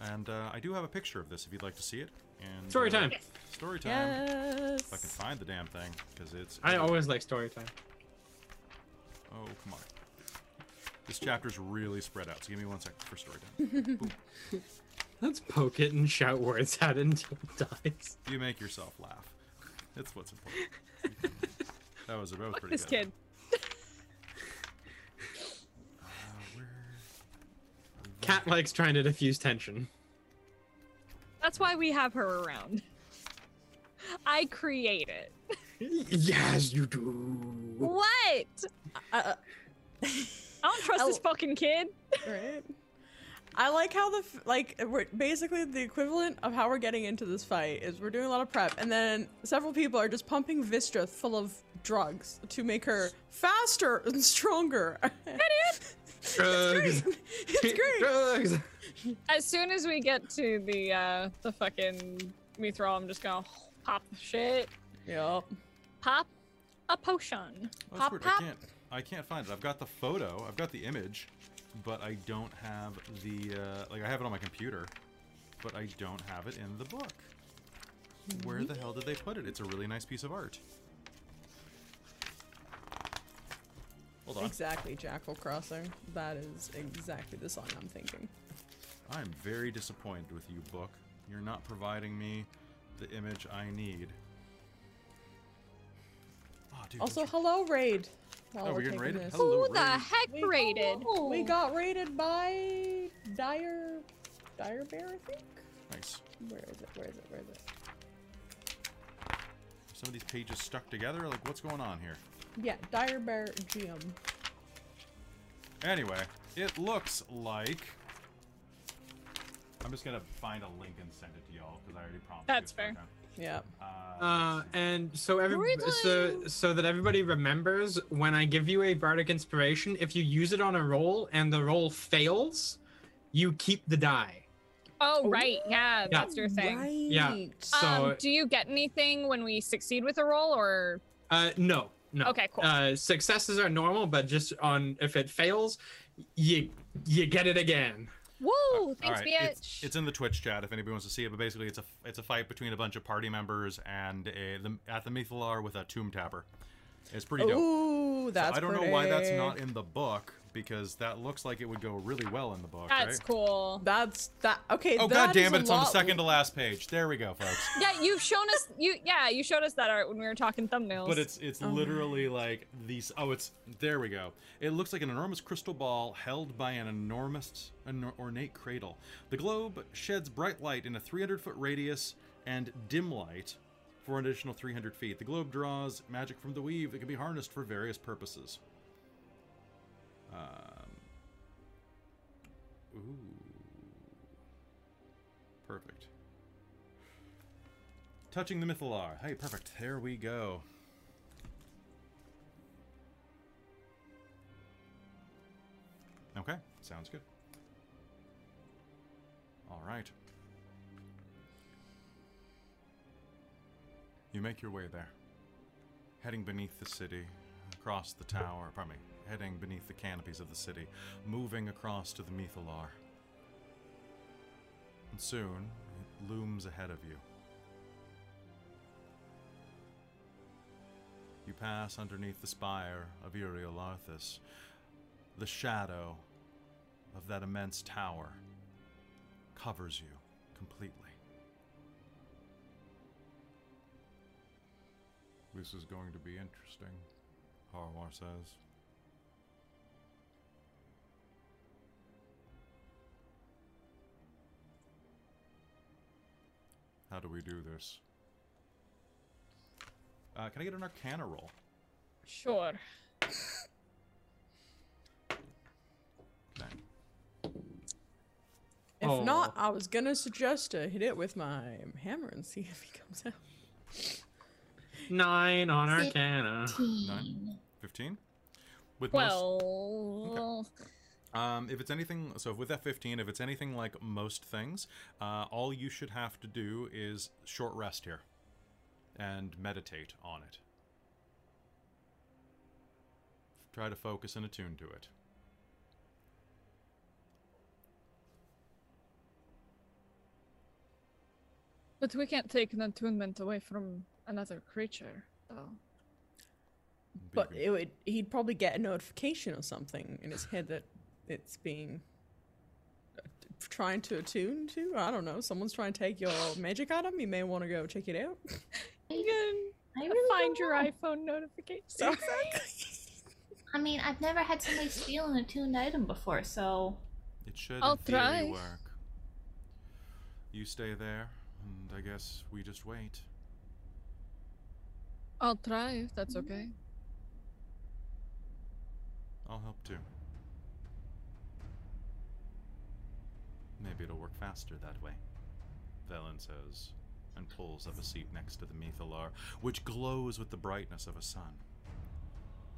[SPEAKER 1] And uh, I do have a picture of this if you'd like to see it. And,
[SPEAKER 2] Story
[SPEAKER 1] uh,
[SPEAKER 2] time.
[SPEAKER 1] Story time. If I can
[SPEAKER 4] Yes.
[SPEAKER 1] find the damn thing, because it's.
[SPEAKER 2] I always like story time.
[SPEAKER 1] Oh, come on. This chapter's really spread out, so give me one second for story time.
[SPEAKER 2] Let's poke it and shout words at it until it dies.
[SPEAKER 1] you make yourself laugh. That's what's important. that was, that was pretty
[SPEAKER 3] This
[SPEAKER 1] good.
[SPEAKER 3] kid.
[SPEAKER 1] Uh, where-
[SPEAKER 2] Cat likes trying to diffuse tension.
[SPEAKER 3] That's why we have her around. I create it.
[SPEAKER 2] Yes, you do.
[SPEAKER 3] What?
[SPEAKER 4] Uh,
[SPEAKER 3] I don't trust this
[SPEAKER 4] I'll-
[SPEAKER 3] fucking kid.
[SPEAKER 4] right. I like how the f- like we're basically the equivalent of how we're getting into this fight is we're doing a lot of prep and then several people are just pumping Vistra full of drugs to make her faster and stronger.
[SPEAKER 2] Drugs.
[SPEAKER 4] it's great.
[SPEAKER 2] Drugs.
[SPEAKER 3] As soon as we get to the uh the fucking Mithral, I'm just gonna pop the shit.
[SPEAKER 4] Yep.
[SPEAKER 3] Pop a potion.
[SPEAKER 1] Oh, that's
[SPEAKER 4] Pop,
[SPEAKER 1] weird.
[SPEAKER 4] pop.
[SPEAKER 1] I can't. I can't find it. I've got the photo. I've got the image, but I don't have the. Uh, like I have it on my computer, but I don't have it in the book. Where the hell did they put it? It's a really nice piece of art. Hold on.
[SPEAKER 4] Exactly, Jackal Crossing. That is exactly the song I'm thinking.
[SPEAKER 1] I'm very disappointed with you, book. You're not providing me the image I need. Oh, dude.
[SPEAKER 4] Also,
[SPEAKER 1] that's-
[SPEAKER 4] hello, Raid. While
[SPEAKER 1] Oh, we're
[SPEAKER 4] we're
[SPEAKER 1] getting
[SPEAKER 4] taking
[SPEAKER 1] raided?
[SPEAKER 4] this.
[SPEAKER 1] Hello.
[SPEAKER 3] Who
[SPEAKER 1] Lord.
[SPEAKER 3] the heck
[SPEAKER 4] We-
[SPEAKER 3] raided?
[SPEAKER 4] We got raided by Dire, Dire Bear, I think.
[SPEAKER 1] nice.
[SPEAKER 4] Where is it? Where is it? Where is it?
[SPEAKER 1] Some of these pages stuck together. Like, what's going on here?
[SPEAKER 4] Yeah, Dire Bear GM.
[SPEAKER 1] Anyway, it looks like I'm just gonna find a link and send it to y'all because I already promised.
[SPEAKER 3] That's
[SPEAKER 1] you it's
[SPEAKER 3] fair.
[SPEAKER 4] Yeah.
[SPEAKER 1] not done. Uh,
[SPEAKER 2] Uh,
[SPEAKER 1] let's see.
[SPEAKER 2] and so every
[SPEAKER 3] Story
[SPEAKER 2] so so that everybody remembers when I give you a bardic inspiration, if you use it on a roll and the roll fails, you keep the die.
[SPEAKER 3] Oh,
[SPEAKER 4] Oh,
[SPEAKER 3] right. Yeah, that's your thing.
[SPEAKER 4] Right.
[SPEAKER 2] Yeah. So-
[SPEAKER 3] Um, do you get anything when we succeed with a roll or
[SPEAKER 2] Uh, no, no.
[SPEAKER 3] Okay, cool.
[SPEAKER 2] Uh, successes are normal, but just on if it fails, you you get it again.
[SPEAKER 3] Whoa,
[SPEAKER 1] All
[SPEAKER 3] thanks,
[SPEAKER 1] right,
[SPEAKER 3] bitch.
[SPEAKER 1] It's, it's in the Twitch chat if anybody wants to see it. But basically, it's a it's a fight between a bunch of party members and a, the, at the Mythalar with a tomb tapper. It's pretty dope.
[SPEAKER 4] Ooh,
[SPEAKER 1] So
[SPEAKER 4] that's
[SPEAKER 1] I don't know why that's
[SPEAKER 4] pretty.
[SPEAKER 1] not in the book because that looks like it would go really well in the book.
[SPEAKER 3] That's
[SPEAKER 1] right?
[SPEAKER 3] cool.
[SPEAKER 4] That's that. Okay.
[SPEAKER 1] Oh
[SPEAKER 4] that
[SPEAKER 1] god
[SPEAKER 4] is
[SPEAKER 1] damn
[SPEAKER 4] a
[SPEAKER 1] it! It's on the
[SPEAKER 4] lot-
[SPEAKER 1] second to last page. There we go, folks.
[SPEAKER 3] Yeah, you've shown us you yeah, you showed us that art when we were talking thumbnails.
[SPEAKER 1] But it's it's literally like these. Oh, it's there we go. It looks like an enormous crystal ball held by an enormous an ornate cradle. The globe sheds bright light in a 300 foot radius and dim light for an additional 300 feet. The globe draws magic from the weave that can be harnessed for various purposes. Um, ooh, perfect. Touching the Mythalar. Hey, perfect. There we go. Okay, sounds good. All right. You make your way there, heading beneath the city, across the tower, pardon me, heading beneath the canopies of the city, moving across to the Mythalar. And soon, it looms ahead of you. You pass underneath the spire of Uriel Arthas, the shadow of that immense tower covers you completely. This is going to be interesting, Harwar says. How do we do this? Uh, can I get an Arcana roll?
[SPEAKER 3] sure.
[SPEAKER 1] Okay.
[SPEAKER 4] If
[SPEAKER 2] Oh.
[SPEAKER 4] not, I was gonna suggest to hit it with my hammer and see if he comes out.
[SPEAKER 2] Nine on
[SPEAKER 5] Six.
[SPEAKER 2] Arcana.
[SPEAKER 5] Teen.
[SPEAKER 1] 15? With most-
[SPEAKER 3] Well,
[SPEAKER 1] Um, if it's anything, so with F15, if it's anything like most things, uh, all you should have to do is short rest here and meditate on it. Try to focus and attune to it.
[SPEAKER 3] but we can't take an attunement away from another creature, though.
[SPEAKER 4] But
[SPEAKER 1] BB.
[SPEAKER 4] it would, he'd probably get a notification or something in his head that it's being uh, trying to attune to. I don't know. Someone's trying to take your magic item. You may want to go check it out.
[SPEAKER 5] I really
[SPEAKER 3] find
[SPEAKER 5] don't
[SPEAKER 3] your
[SPEAKER 5] know.
[SPEAKER 3] iPhone notification.
[SPEAKER 5] I mean, I've never had somebody steal an attuned item before, so
[SPEAKER 1] It should
[SPEAKER 3] I'll
[SPEAKER 1] in theory
[SPEAKER 3] try.
[SPEAKER 1] work. You stay there, and I guess we just wait.
[SPEAKER 3] I'll try if that's okay.
[SPEAKER 1] I'll help too. Maybe it'll work faster that way. Velen says, and pulls up a seat next to the Methalar, which glows with the brightness of a sun.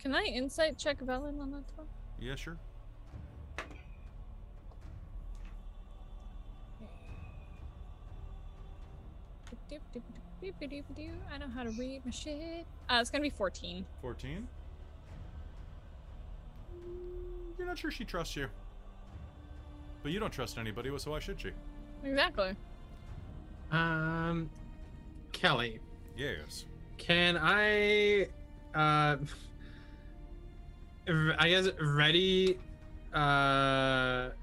[SPEAKER 3] Can I insight check Velen on that one?
[SPEAKER 1] Yeah, sure.
[SPEAKER 3] I know how to read my shit. Uh, it's gonna be 14.
[SPEAKER 1] 14? You're not sure she trusts you. But you don't trust anybody, so why should she?
[SPEAKER 3] Exactly.
[SPEAKER 2] Um, Kelly,
[SPEAKER 1] Yes.
[SPEAKER 2] Can I, uh, r- I guess ready, uh,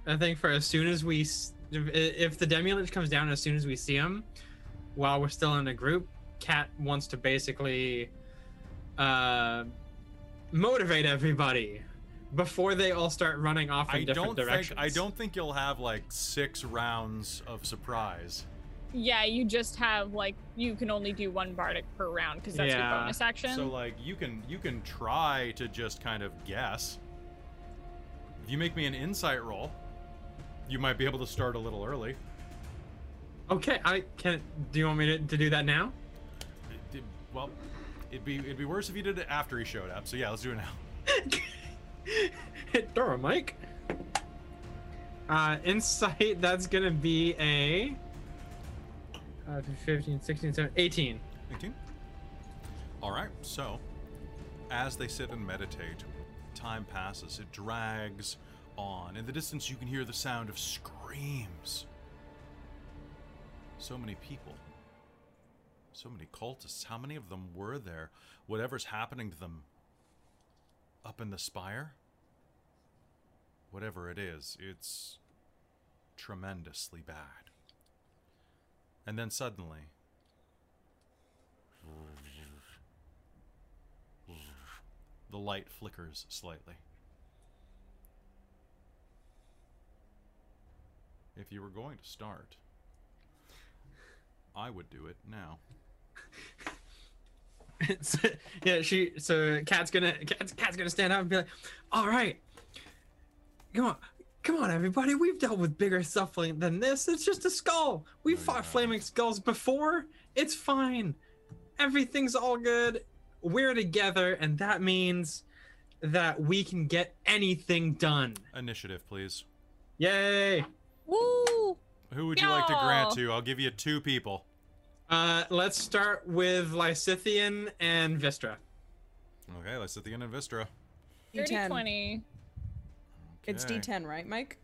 [SPEAKER 2] I think for as soon as we, s- if, if the Demilich comes down as soon as we see him, while we're still in a group, Cat wants to basically, uh, motivate everybody before they all start running off in
[SPEAKER 1] I
[SPEAKER 2] different
[SPEAKER 1] don't
[SPEAKER 2] directions.
[SPEAKER 1] think I don't think you'll have like six rounds of surprise.
[SPEAKER 3] Yeah, you just have like you can only do one bardic per round because that's your
[SPEAKER 2] Yeah.
[SPEAKER 3] bonus action.
[SPEAKER 1] So like you can you can try to just kind of guess. If you make me an insight roll, you might be able to start a little early.
[SPEAKER 2] Okay, I can. Do you want me to, to do that now?
[SPEAKER 1] It- it- well, it'd be it'd be worse if you did it after he showed up. So yeah, let's do it now.
[SPEAKER 2] Hit Dora, Mike. Uh, insight, that's gonna be a. Uh, 15, 16, 17, 18.
[SPEAKER 1] 18. All right, so as they sit and meditate, time passes. It drags on. In the distance, you can hear the sound of screams. So many people. So many cultists. How many of them were there? Whatever's happening to them up in the spire? Whatever it is, it's tremendously bad. And then suddenly, The light flickers slightly. If you were going to start, I would do it now.
[SPEAKER 2] So- yeah, she. So Cat's gonna Cat's, Cat's gonna stand up and be like, "All right, come on, come on, everybody. We've dealt with bigger stuff like- than this. It's just a skull. We
[SPEAKER 1] No, you
[SPEAKER 2] fought
[SPEAKER 1] haven't.
[SPEAKER 2] flaming skulls before. It's fine. Everything's all good. We're together, and that means that we can get anything done.
[SPEAKER 1] Initiative, please.
[SPEAKER 2] Yay!
[SPEAKER 3] Woo!
[SPEAKER 1] Who would you like to grant
[SPEAKER 3] No.
[SPEAKER 1] to? I'll give you two people.
[SPEAKER 2] Uh, let's start with Lysithian and Vistra.
[SPEAKER 1] Okay, let's at the end of Vistra.
[SPEAKER 3] Dirty
[SPEAKER 4] D10.
[SPEAKER 3] 20.
[SPEAKER 4] It's
[SPEAKER 1] Okay.
[SPEAKER 4] D10, right, Mike?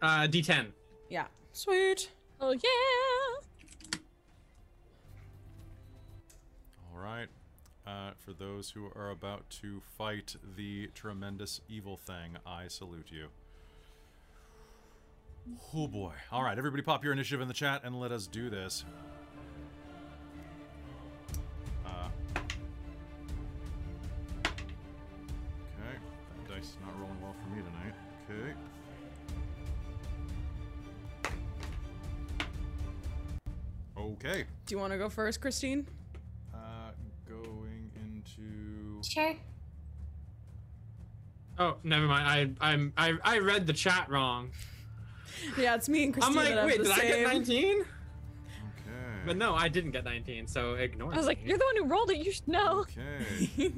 [SPEAKER 2] Uh, D10.
[SPEAKER 4] Yeah. Sweet.
[SPEAKER 3] Oh yeah!
[SPEAKER 1] All right. Uh, for those who are about to fight the tremendous evil thing, I salute you. Oh boy. All right, everybody pop your initiative in the chat and let us do this. Uh, okay. That dice is not rolling well for me tonight. Okay. Okay.
[SPEAKER 4] Do you want to go first, Christine?
[SPEAKER 1] Uh, going into.
[SPEAKER 5] Sure.
[SPEAKER 2] Oh, never mind. I I'm, I I read the chat wrong.
[SPEAKER 4] Yeah, it's me and
[SPEAKER 2] I'm
[SPEAKER 4] Christine.
[SPEAKER 2] like,
[SPEAKER 4] that have
[SPEAKER 2] wait,
[SPEAKER 4] the
[SPEAKER 2] did I get
[SPEAKER 4] same-
[SPEAKER 2] 19?
[SPEAKER 1] Okay.
[SPEAKER 2] But no, I didn't get 19, so ignore
[SPEAKER 3] I was like,
[SPEAKER 2] me.
[SPEAKER 3] you're the one who rolled it. You should know.
[SPEAKER 1] Okay.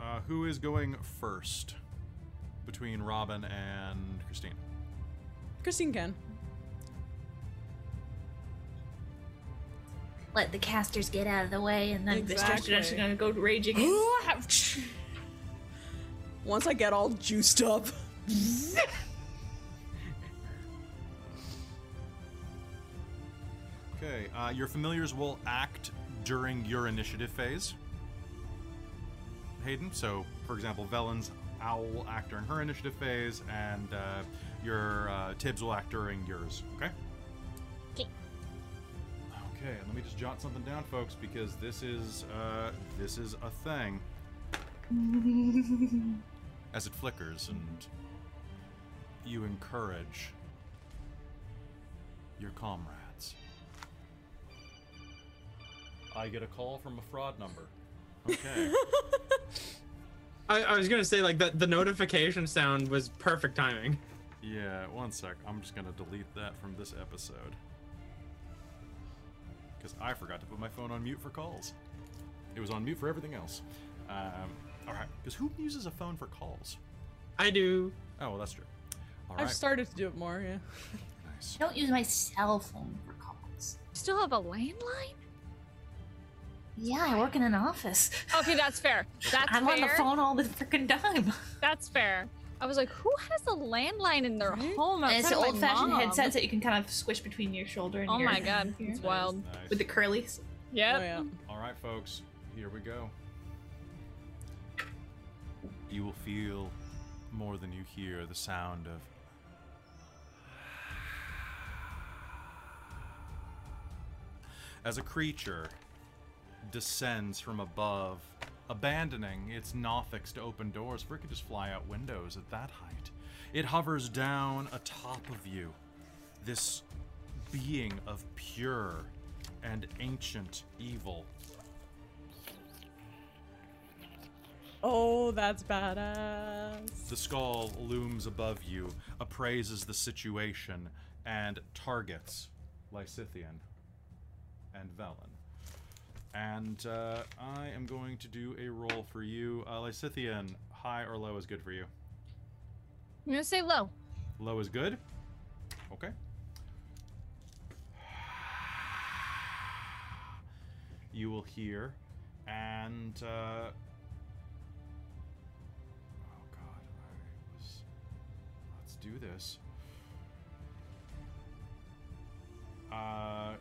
[SPEAKER 1] uh, who is going first between Robin and Christine?
[SPEAKER 4] Christine can.
[SPEAKER 5] Let the casters get out of the way, and then Mr.
[SPEAKER 4] Exactly.
[SPEAKER 5] Strudge is gonna go raging. and-
[SPEAKER 4] Once I get all juiced up.
[SPEAKER 1] Okay. Uh, your familiars will act during your initiative phase. Hayden. So, for example, Velen's owl will act during her initiative phase, and uh, your uh, Tibbs will act during yours. Okay.
[SPEAKER 3] 'Kay.
[SPEAKER 1] Okay. and Let me just jot something down, folks, because this is uh, this is a thing. As it flickers, and you encourage your comrades. I get a call from a fraud number. Okay.
[SPEAKER 2] I, I was gonna say like that the notification sound was perfect timing.
[SPEAKER 1] Yeah, one sec. I'm just gonna delete that from this episode. Because I forgot to put my phone on mute for calls. It was on mute for everything else. Um, Alright, because who uses a phone for calls?
[SPEAKER 2] I do.
[SPEAKER 1] Oh, well, that's true. Alright,
[SPEAKER 4] I've started to do it more, yeah.
[SPEAKER 1] nice.
[SPEAKER 5] Don't use my cell phone for calls.
[SPEAKER 3] You still have a landline?
[SPEAKER 5] Yeah, I work in an office.
[SPEAKER 3] Okay, that's fair. That's
[SPEAKER 5] I'm
[SPEAKER 3] fair.
[SPEAKER 5] on the phone all the freaking time.
[SPEAKER 3] That's fair. I was like, who has a landline in their
[SPEAKER 4] Right?
[SPEAKER 3] home?
[SPEAKER 5] And it's
[SPEAKER 3] outside of
[SPEAKER 5] an
[SPEAKER 3] my
[SPEAKER 5] old fashioned
[SPEAKER 3] mom?
[SPEAKER 5] headset that you can kind of squish between your shoulder and
[SPEAKER 3] Oh
[SPEAKER 5] your
[SPEAKER 3] my god,
[SPEAKER 5] your-
[SPEAKER 3] it's wild.
[SPEAKER 5] With the
[SPEAKER 1] Nice.
[SPEAKER 5] curlies.
[SPEAKER 3] Yep.
[SPEAKER 4] Oh, yeah.
[SPEAKER 1] Alright, folks, here we go. You will feel more than you hear the sound of as a creature descends from above, abandoning its nothix to open doors, for it could just fly out windows at that height. It hovers down atop of you, this being of pure and ancient evil.
[SPEAKER 4] Oh, that's badass.
[SPEAKER 1] The skull looms above you, appraises the situation, and targets Lysithian, and Velen. And uh, I am going to do a roll for you. Uh, Lysithian, high or low is good for you.
[SPEAKER 3] I'm gonna say low.
[SPEAKER 1] Low is good. Okay. You will hear, and uh, oh god, I was. Let's do this. Uh,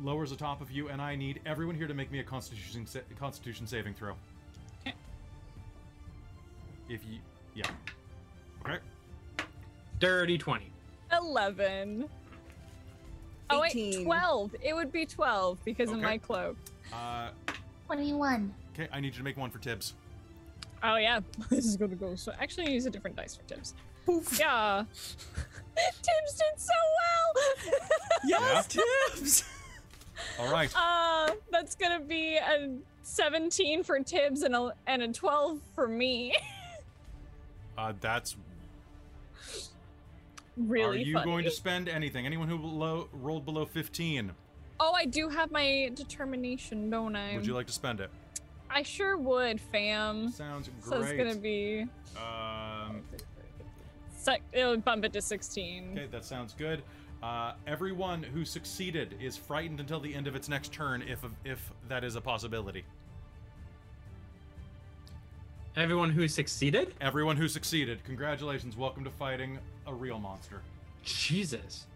[SPEAKER 1] lowers the top of you, and I need everyone here to make me a Constitution sa- Constitution saving throw.
[SPEAKER 3] Okay.
[SPEAKER 1] If you, yeah. Okay.
[SPEAKER 2] Dirty 20.
[SPEAKER 3] 11. Oh, wait,
[SPEAKER 4] 18.
[SPEAKER 3] 12. It would be 12 because of
[SPEAKER 1] Okay.
[SPEAKER 3] my cloak.
[SPEAKER 1] Uh,
[SPEAKER 5] 21.
[SPEAKER 1] okay, I need you to make one for Tibbs.
[SPEAKER 3] Oh, yeah. this is gonna go so. Actually, use a different dice for Tibbs. Yeah. Tibbs did so well!
[SPEAKER 4] Yes, tips.
[SPEAKER 1] All right.
[SPEAKER 3] uh, that's gonna be a 17 for Tibbs and a, and a 12 for me.
[SPEAKER 1] Uh, that's.
[SPEAKER 3] really
[SPEAKER 1] are you
[SPEAKER 3] funny.
[SPEAKER 1] going to spend anything? Anyone who below, rolled below 15,
[SPEAKER 3] Oh, I do have my determination, don't I?
[SPEAKER 1] would you like to spend it?
[SPEAKER 3] I sure would, fam.
[SPEAKER 1] Sounds great.
[SPEAKER 3] So it's gonna be.
[SPEAKER 1] um,
[SPEAKER 3] Sec- it'll bump it to 16.
[SPEAKER 1] okay, that sounds good. Uh, everyone who succeeded is frightened until the end of its next turn, if if that is a possibility.
[SPEAKER 2] Everyone who succeeded?
[SPEAKER 1] Everyone who succeeded, congratulations. Welcome to fighting a real monster.
[SPEAKER 2] Jesus.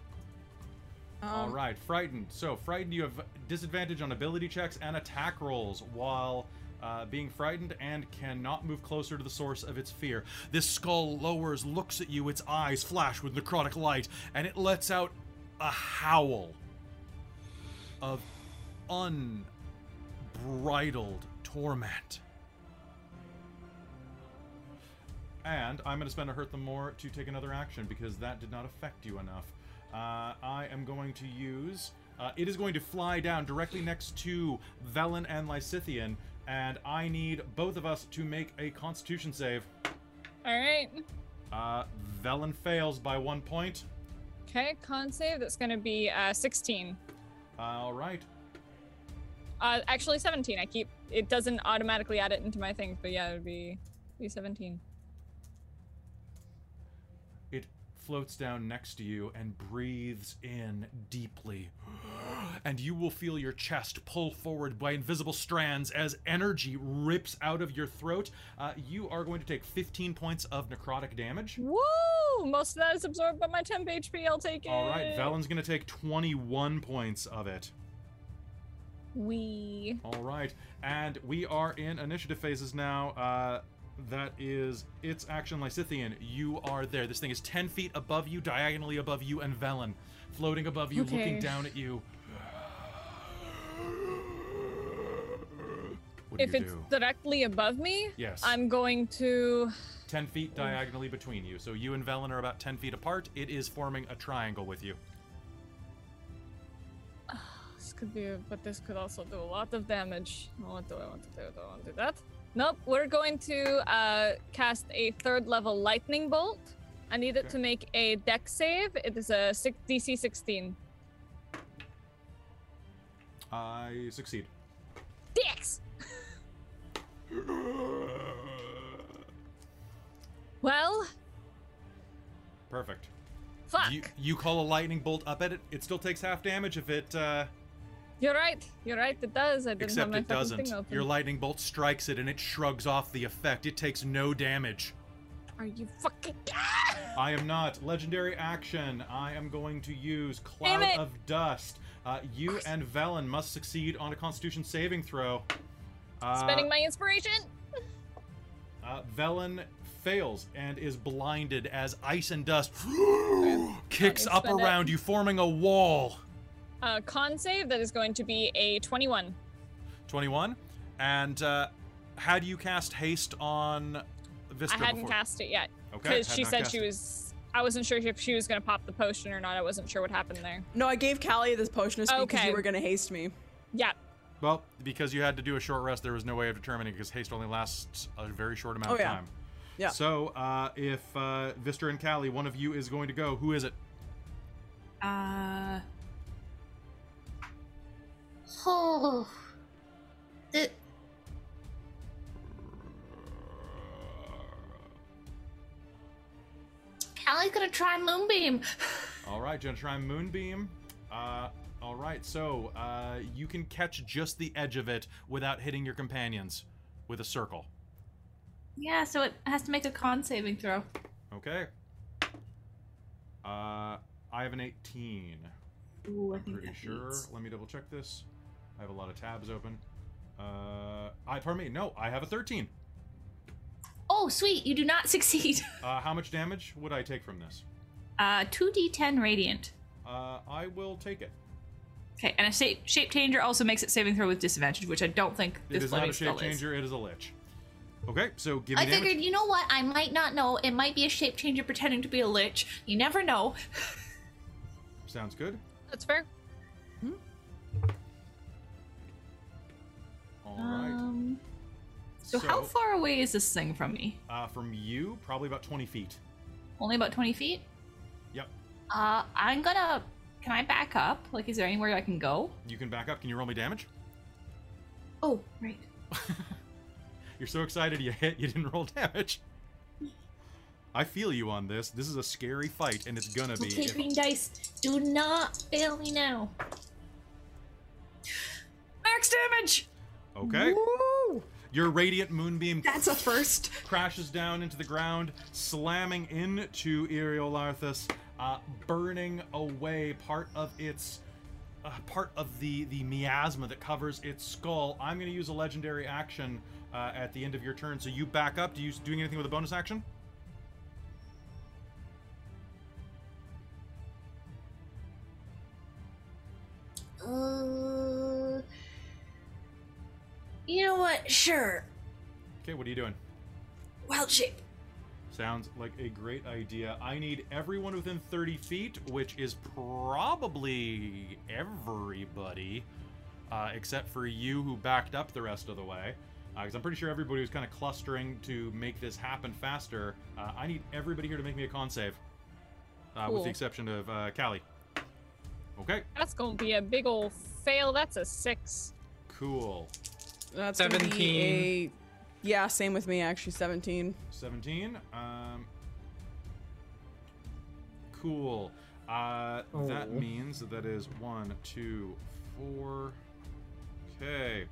[SPEAKER 1] All right, frightened. So frightened, you have disadvantage on ability checks and attack rolls while uh, being frightened, and cannot move closer to the source of its fear. This skull lowers, looks at you. Its eyes flash with necrotic light, and it lets out a howl of unbridled torment. And I'm going to spend a hurt them more to take another action because that did not affect you enough. Uh, I am going to use. Uh, it is going to fly down directly next to Velen and Lysithian, and I need both of us to make a Constitution save.
[SPEAKER 3] All right.
[SPEAKER 1] Uh, Velen fails by one point.
[SPEAKER 3] Okay, con save. That's gonna be uh, 16.
[SPEAKER 1] All right.
[SPEAKER 3] Uh, actually, 17. I keep it doesn't automatically add it into my things, but yeah, it would be be 17.
[SPEAKER 1] It floats down next to you and breathes in deeply. And you will feel your chest pull forward by invisible strands as energy rips out of your throat. Uh, you are going to take 15 points of necrotic damage.
[SPEAKER 3] Woo! Most of that is absorbed by my temp HP. I'll take it.
[SPEAKER 1] All right, Valen's going to take 21 points of it.
[SPEAKER 3] We.
[SPEAKER 1] All right, and we are in initiative phases now. Uh, that is its action, Lysithian. You are there. This thing is 10 feet above you, diagonally above you, and Velen floating above you, looking
[SPEAKER 3] Okay.
[SPEAKER 1] down at you. What do
[SPEAKER 3] If
[SPEAKER 1] you
[SPEAKER 3] it's
[SPEAKER 1] do?
[SPEAKER 3] directly above me,
[SPEAKER 1] yes,
[SPEAKER 3] I'm going to.
[SPEAKER 1] 10 feet diagonally between you. So you and Velen are about 10 feet apart. It is forming a triangle with you.
[SPEAKER 3] This could be, but this could also do a lot of damage. Oh, What do I want to do? Do I want to do that? Nope. We're going to uh, cast a third level lightning bolt. I need it
[SPEAKER 1] Okay.
[SPEAKER 3] to make a deck save. It is a six, DC 16.
[SPEAKER 1] I succeed.
[SPEAKER 3] Dicks. Well,
[SPEAKER 1] Perfect.
[SPEAKER 3] fuck.
[SPEAKER 1] You, you call a lightning bolt up at it. It still takes half damage if it. Uh,
[SPEAKER 3] You... are right. You're right. It does. I didn't have
[SPEAKER 1] Except
[SPEAKER 3] my
[SPEAKER 1] it
[SPEAKER 3] fucking
[SPEAKER 1] doesn't.
[SPEAKER 3] thing open.
[SPEAKER 1] Your lightning bolt strikes it and it shrugs off the effect. It takes no damage.
[SPEAKER 3] Are you fucking?
[SPEAKER 1] I am not. Legendary action. I am going to use
[SPEAKER 3] Damn
[SPEAKER 1] Cloud
[SPEAKER 3] it.
[SPEAKER 1] of Dust. Uh, you and Velen must succeed on a Constitution saving throw. Uh,
[SPEAKER 3] Spending my inspiration.
[SPEAKER 1] uh, Velen fails and is blinded as ice and dust kicks
[SPEAKER 3] I'll
[SPEAKER 1] up
[SPEAKER 3] spend it.
[SPEAKER 1] around you, forming a wall.
[SPEAKER 3] Uh, con save. That is going to be a 21.
[SPEAKER 1] 21. And uh, had you cast haste on Vistra
[SPEAKER 3] I hadn't
[SPEAKER 1] before?
[SPEAKER 3] cast it yet.
[SPEAKER 1] Okay.
[SPEAKER 3] because
[SPEAKER 1] had
[SPEAKER 3] she
[SPEAKER 1] not
[SPEAKER 3] said
[SPEAKER 1] cast
[SPEAKER 3] she
[SPEAKER 1] it.
[SPEAKER 3] was. I wasn't sure if she was gonna pop the potion or not. I wasn't sure what happened there.
[SPEAKER 4] No, I gave Callie this potion to speak because
[SPEAKER 3] Okay.
[SPEAKER 4] you were gonna haste me.
[SPEAKER 3] Yeah.
[SPEAKER 1] Well, because you had to do a short rest, there was no way of determining because haste only lasts a very short amount
[SPEAKER 4] Oh,
[SPEAKER 1] of
[SPEAKER 4] yeah.
[SPEAKER 1] time.
[SPEAKER 4] Yeah.
[SPEAKER 1] So, uh, if uh, Vistra and Callie, one of you is going to go, who is it?
[SPEAKER 6] Uh,
[SPEAKER 5] Oh, the, Callie's gonna try Moonbeam.
[SPEAKER 1] All right, gonna try Moonbeam. Uh, all right, so uh, you can catch just the edge of it without hitting your companions with a circle.
[SPEAKER 5] Yeah, so it has to make a con saving throw.
[SPEAKER 1] Okay. Uh, I have an 18.
[SPEAKER 5] Ooh, I
[SPEAKER 1] I'm
[SPEAKER 5] think
[SPEAKER 1] pretty
[SPEAKER 5] that
[SPEAKER 1] sure.
[SPEAKER 5] beats.
[SPEAKER 1] Let me double check this. I have a lot of tabs open. Uh, I pardon me. No, I have a 13.
[SPEAKER 5] Oh, sweet! You do not succeed.
[SPEAKER 1] Uh, how much damage would I take from this?
[SPEAKER 5] Uh, two d10 radiant.
[SPEAKER 1] Uh, I will take it.
[SPEAKER 5] Okay, and a shape, shape changer also makes it saving throw with disadvantage, which I don't think
[SPEAKER 1] It
[SPEAKER 5] this
[SPEAKER 1] is not
[SPEAKER 5] living
[SPEAKER 1] a shape
[SPEAKER 5] spell is.
[SPEAKER 1] changer. It is a lich. Okay, so give me
[SPEAKER 5] I
[SPEAKER 1] damage.
[SPEAKER 5] figured, you know what? I might not know. It might be a shape changer pretending to be a lich. You never know.
[SPEAKER 1] Sounds good.
[SPEAKER 3] That's fair.
[SPEAKER 1] All right.
[SPEAKER 5] Um, so, how far away is this thing from me?
[SPEAKER 1] Uh, from you, probably about 20 feet.
[SPEAKER 5] Only about twenty feet.
[SPEAKER 1] Yep.
[SPEAKER 5] Uh, I'm gonna. Can I back up? Like, is there anywhere I can go?
[SPEAKER 1] You can back up. Can you roll me damage?
[SPEAKER 5] Oh, right.
[SPEAKER 1] You're so excited you hit, you didn't roll damage. I feel you on this. This is a scary fight, and it's gonna be.
[SPEAKER 5] Okay,
[SPEAKER 1] if-
[SPEAKER 5] green dice, do not fail me now. Max damage.
[SPEAKER 1] okay.
[SPEAKER 4] Woo!
[SPEAKER 1] Your radiant moonbeam
[SPEAKER 4] That's a first.
[SPEAKER 1] crashes down into the ground, slamming into Eriolarthus, uh, burning away part of its. Uh, part of the the miasma that covers its skull. I'm going to use a legendary action uh, at the end of your turn. So you back up. Do you doing anything with a bonus action?
[SPEAKER 5] Uh, you know what? Sure.
[SPEAKER 1] Okay, what are you doing?
[SPEAKER 5] Wild shape.
[SPEAKER 1] Sounds like a great idea. I need everyone within 30 feet, which is probably everybody, uh, except for you who backed up the rest of the way. Because I'm pretty sure everybody was kind of clustering to make this happen faster. Uh, I need everybody here to make me a con save, uh, with
[SPEAKER 4] Cool.
[SPEAKER 1] the exception of uh, Callie. Okay,
[SPEAKER 3] That's gonna be a big old fail. That's a six.
[SPEAKER 1] cool.
[SPEAKER 4] That's gonna be
[SPEAKER 2] 17.
[SPEAKER 4] a- yeah, same with me actually. Seventeen.
[SPEAKER 1] 17. Um, cool. Uh, That
[SPEAKER 2] Oh.
[SPEAKER 1] means that is one, two, four. Okay.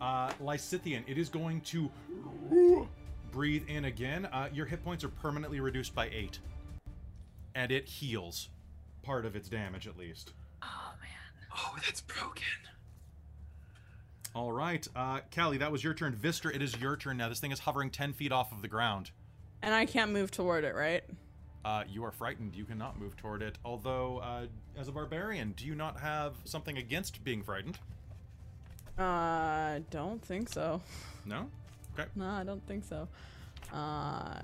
[SPEAKER 1] Uh, Lysithian, it is going to breathe in again. Uh, your hit points are permanently reduced by eight, and it heals part of its damage at least.
[SPEAKER 2] Oh, that's broken.
[SPEAKER 1] All right, uh, Callie, that was your turn. Vister, it is your turn now. This thing is hovering ten feet off of the ground.
[SPEAKER 4] And I can't move toward it, right?
[SPEAKER 1] Uh, you are frightened. You cannot move toward it. Although, uh, as a barbarian, do you not have something against being frightened?
[SPEAKER 4] Uh, don't think so.
[SPEAKER 1] No? Okay.
[SPEAKER 4] No, I don't think so. Uh.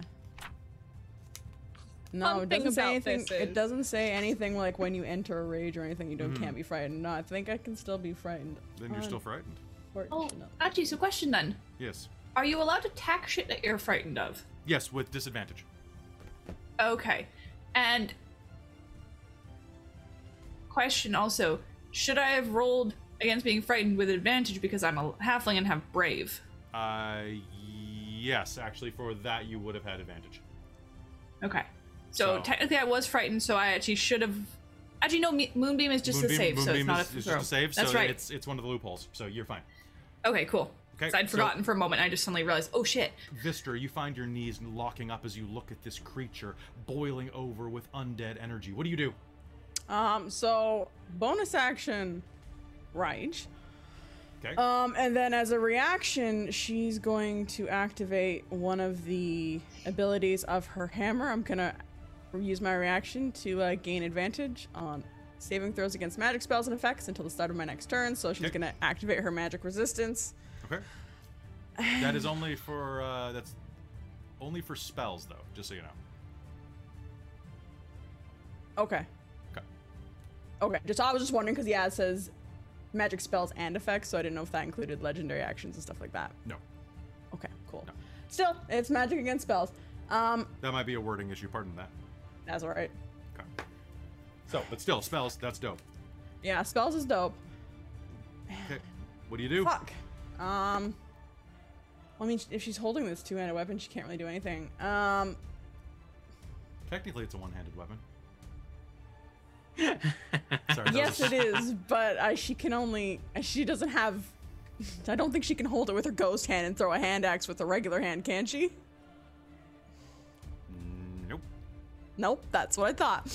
[SPEAKER 4] No,
[SPEAKER 3] Fun
[SPEAKER 4] it
[SPEAKER 3] thing
[SPEAKER 4] doesn't say
[SPEAKER 3] about
[SPEAKER 4] anything.
[SPEAKER 3] this
[SPEAKER 4] It
[SPEAKER 3] is-
[SPEAKER 4] doesn't say anything like when you enter a rage or anything. You don't
[SPEAKER 1] Mhm.
[SPEAKER 4] can't be frightened. No, I think I can still be frightened.
[SPEAKER 1] Then you're
[SPEAKER 5] Uh.
[SPEAKER 1] still frightened.
[SPEAKER 5] Oh,
[SPEAKER 4] Unfortunately.
[SPEAKER 5] Archie, so question then.
[SPEAKER 1] Yes.
[SPEAKER 5] Are you allowed to attack shit that you're frightened of?
[SPEAKER 1] Yes, with disadvantage.
[SPEAKER 5] Okay. And question also, should I have rolled against being frightened with advantage because I'm a halfling and have brave?
[SPEAKER 1] Uh, yes, actually, for that you would have had advantage.
[SPEAKER 5] Okay. So,
[SPEAKER 1] So-
[SPEAKER 5] technically I was frightened, so I actually should have Actually no, Me- moonbeam is just a save, so it's
[SPEAKER 1] Moonbeam
[SPEAKER 5] not
[SPEAKER 1] is,
[SPEAKER 5] a
[SPEAKER 1] is
[SPEAKER 5] throw.
[SPEAKER 1] just a save,
[SPEAKER 5] That's
[SPEAKER 1] so
[SPEAKER 5] right.
[SPEAKER 1] it's, it's one of the loopholes, so you're fine.
[SPEAKER 5] Okay, cool.
[SPEAKER 1] Okay,
[SPEAKER 5] 'Cause I'd
[SPEAKER 1] so-
[SPEAKER 5] forgotten for a moment. I just suddenly realized, oh shit.
[SPEAKER 1] Vister, you find your knees locking up as you look at this creature boiling over with undead energy. What do you do?
[SPEAKER 4] Um, so bonus action, rage.
[SPEAKER 1] Okay.
[SPEAKER 5] Uh,
[SPEAKER 4] Um, and then as a reaction, she's going to activate one of the abilities of her hammer. I'm gonna use my reaction to uh, gain advantage on saving throws against magic spells and effects until the start of my next turn. So she's
[SPEAKER 1] Okay.
[SPEAKER 4] gonna activate her magic resistance.
[SPEAKER 1] Okay. That is only for uh, that's only for spells though, just so you know.
[SPEAKER 4] Okay.
[SPEAKER 1] Okay.
[SPEAKER 4] Okay. Just I was just wondering because yeah, it says magic spells and effects, so I didn't know if that included legendary actions and stuff like that.
[SPEAKER 1] No.
[SPEAKER 4] Okay, cool.
[SPEAKER 1] No.
[SPEAKER 4] Still, it's magic against spells. Um,
[SPEAKER 1] That might be a wording issue, pardon that.
[SPEAKER 4] that's all right.
[SPEAKER 1] Okay. So, but still, spells, that's dope.
[SPEAKER 4] Yeah, spells is dope.
[SPEAKER 1] Okay. What do you do?
[SPEAKER 4] Fuck. Um. Well, I mean, if she's holding this two-handed weapon, she can't really do anything. Um.
[SPEAKER 1] Technically, it's a one-handed weapon.
[SPEAKER 2] Sorry.
[SPEAKER 1] Sorry. that
[SPEAKER 4] Yes,
[SPEAKER 1] was a-
[SPEAKER 4] it is, but uh, she can only. She doesn't have. I don't think she can hold it with her ghost hand and throw a hand axe with a regular hand, can she?
[SPEAKER 1] Nope.
[SPEAKER 4] Nope, that's what I thought.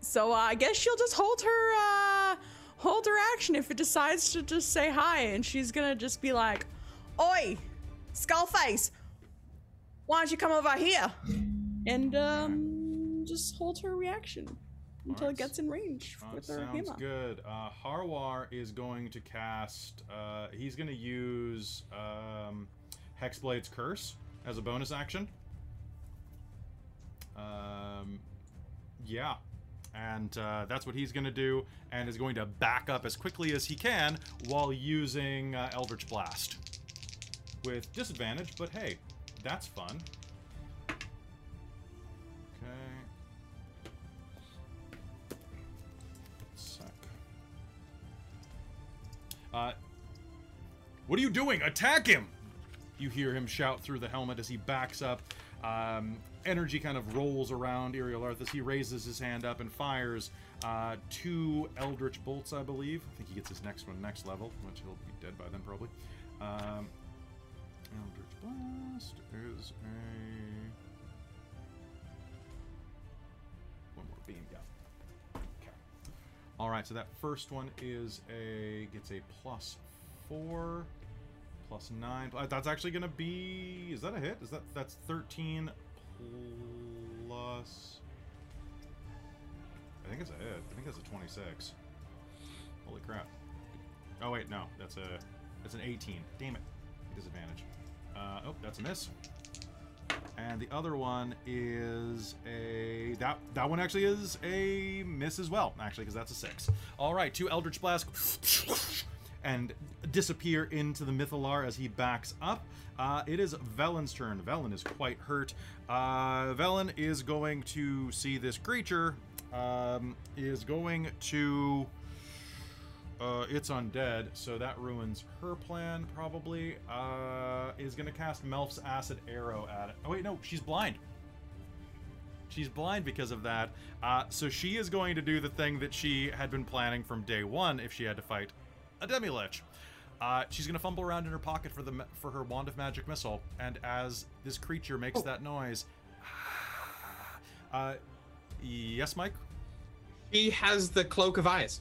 [SPEAKER 4] So uh, I guess she'll just hold her uh, hold her action if it decides to just say hi, and she's gonna just be like, "Oi, Skullface, why don't you come over here?" And um, just hold her reaction until
[SPEAKER 1] Alright.
[SPEAKER 4] it gets in range
[SPEAKER 1] That
[SPEAKER 4] with her
[SPEAKER 1] sounds
[SPEAKER 4] hammer.
[SPEAKER 1] good. Uh, Harwar is going to cast. Uh, he's going to use um, Hexblade's Curse as a bonus action. Um, yeah, and uh, that's what he's going to do, and is going to back up as quickly as he can while using uh, Eldritch Blast with disadvantage. But hey, that's fun. Okay. Suck. Uh, what are you doing? Attack him! You hear him shout through the helmet as he backs up. Um, energy kind of rolls around Ariel Earth as he raises his hand up and fires uh, two Eldritch bolts, I believe. I think he gets his next one next level, which he'll be dead by then probably. Um, Eldritch Blast is a. One more beam, yeah. Okay. All right, so that first one is a gets a plus four, plus nine. Uh, That's actually gonna be. Is that a hit? Is that that's thirteen plus? I think it's a hit. I think that's a twenty-six. Holy crap! Oh wait, no, that's a that's an eighteen. Damn it, disadvantage. Uh, oh, that's a miss. And the other one is a that that one actually is a miss as well, actually, because that's a six. All right, two Eldritch Blast and disappear into the Mythalar as he backs up. Uh, it is Velen's turn. Velen is quite hurt. Uh, Velen is going to see this creature. Um, is going to. Uh, it's undead, so that ruins her plan, probably. Uh, is going to cast Melf's Acid Arrow at it. Oh, wait, no, she's blind. She's blind because of that. Uh, so she is going to do the thing that she had been planning from day one if she had to fight a demi lich. Uh, she's going to fumble around in her pocket for the ma- for her wand of magic missile, and as this creature makes
[SPEAKER 2] Oh.
[SPEAKER 1] that noise, uh, yes, Mike.
[SPEAKER 2] She has the cloak of eyes.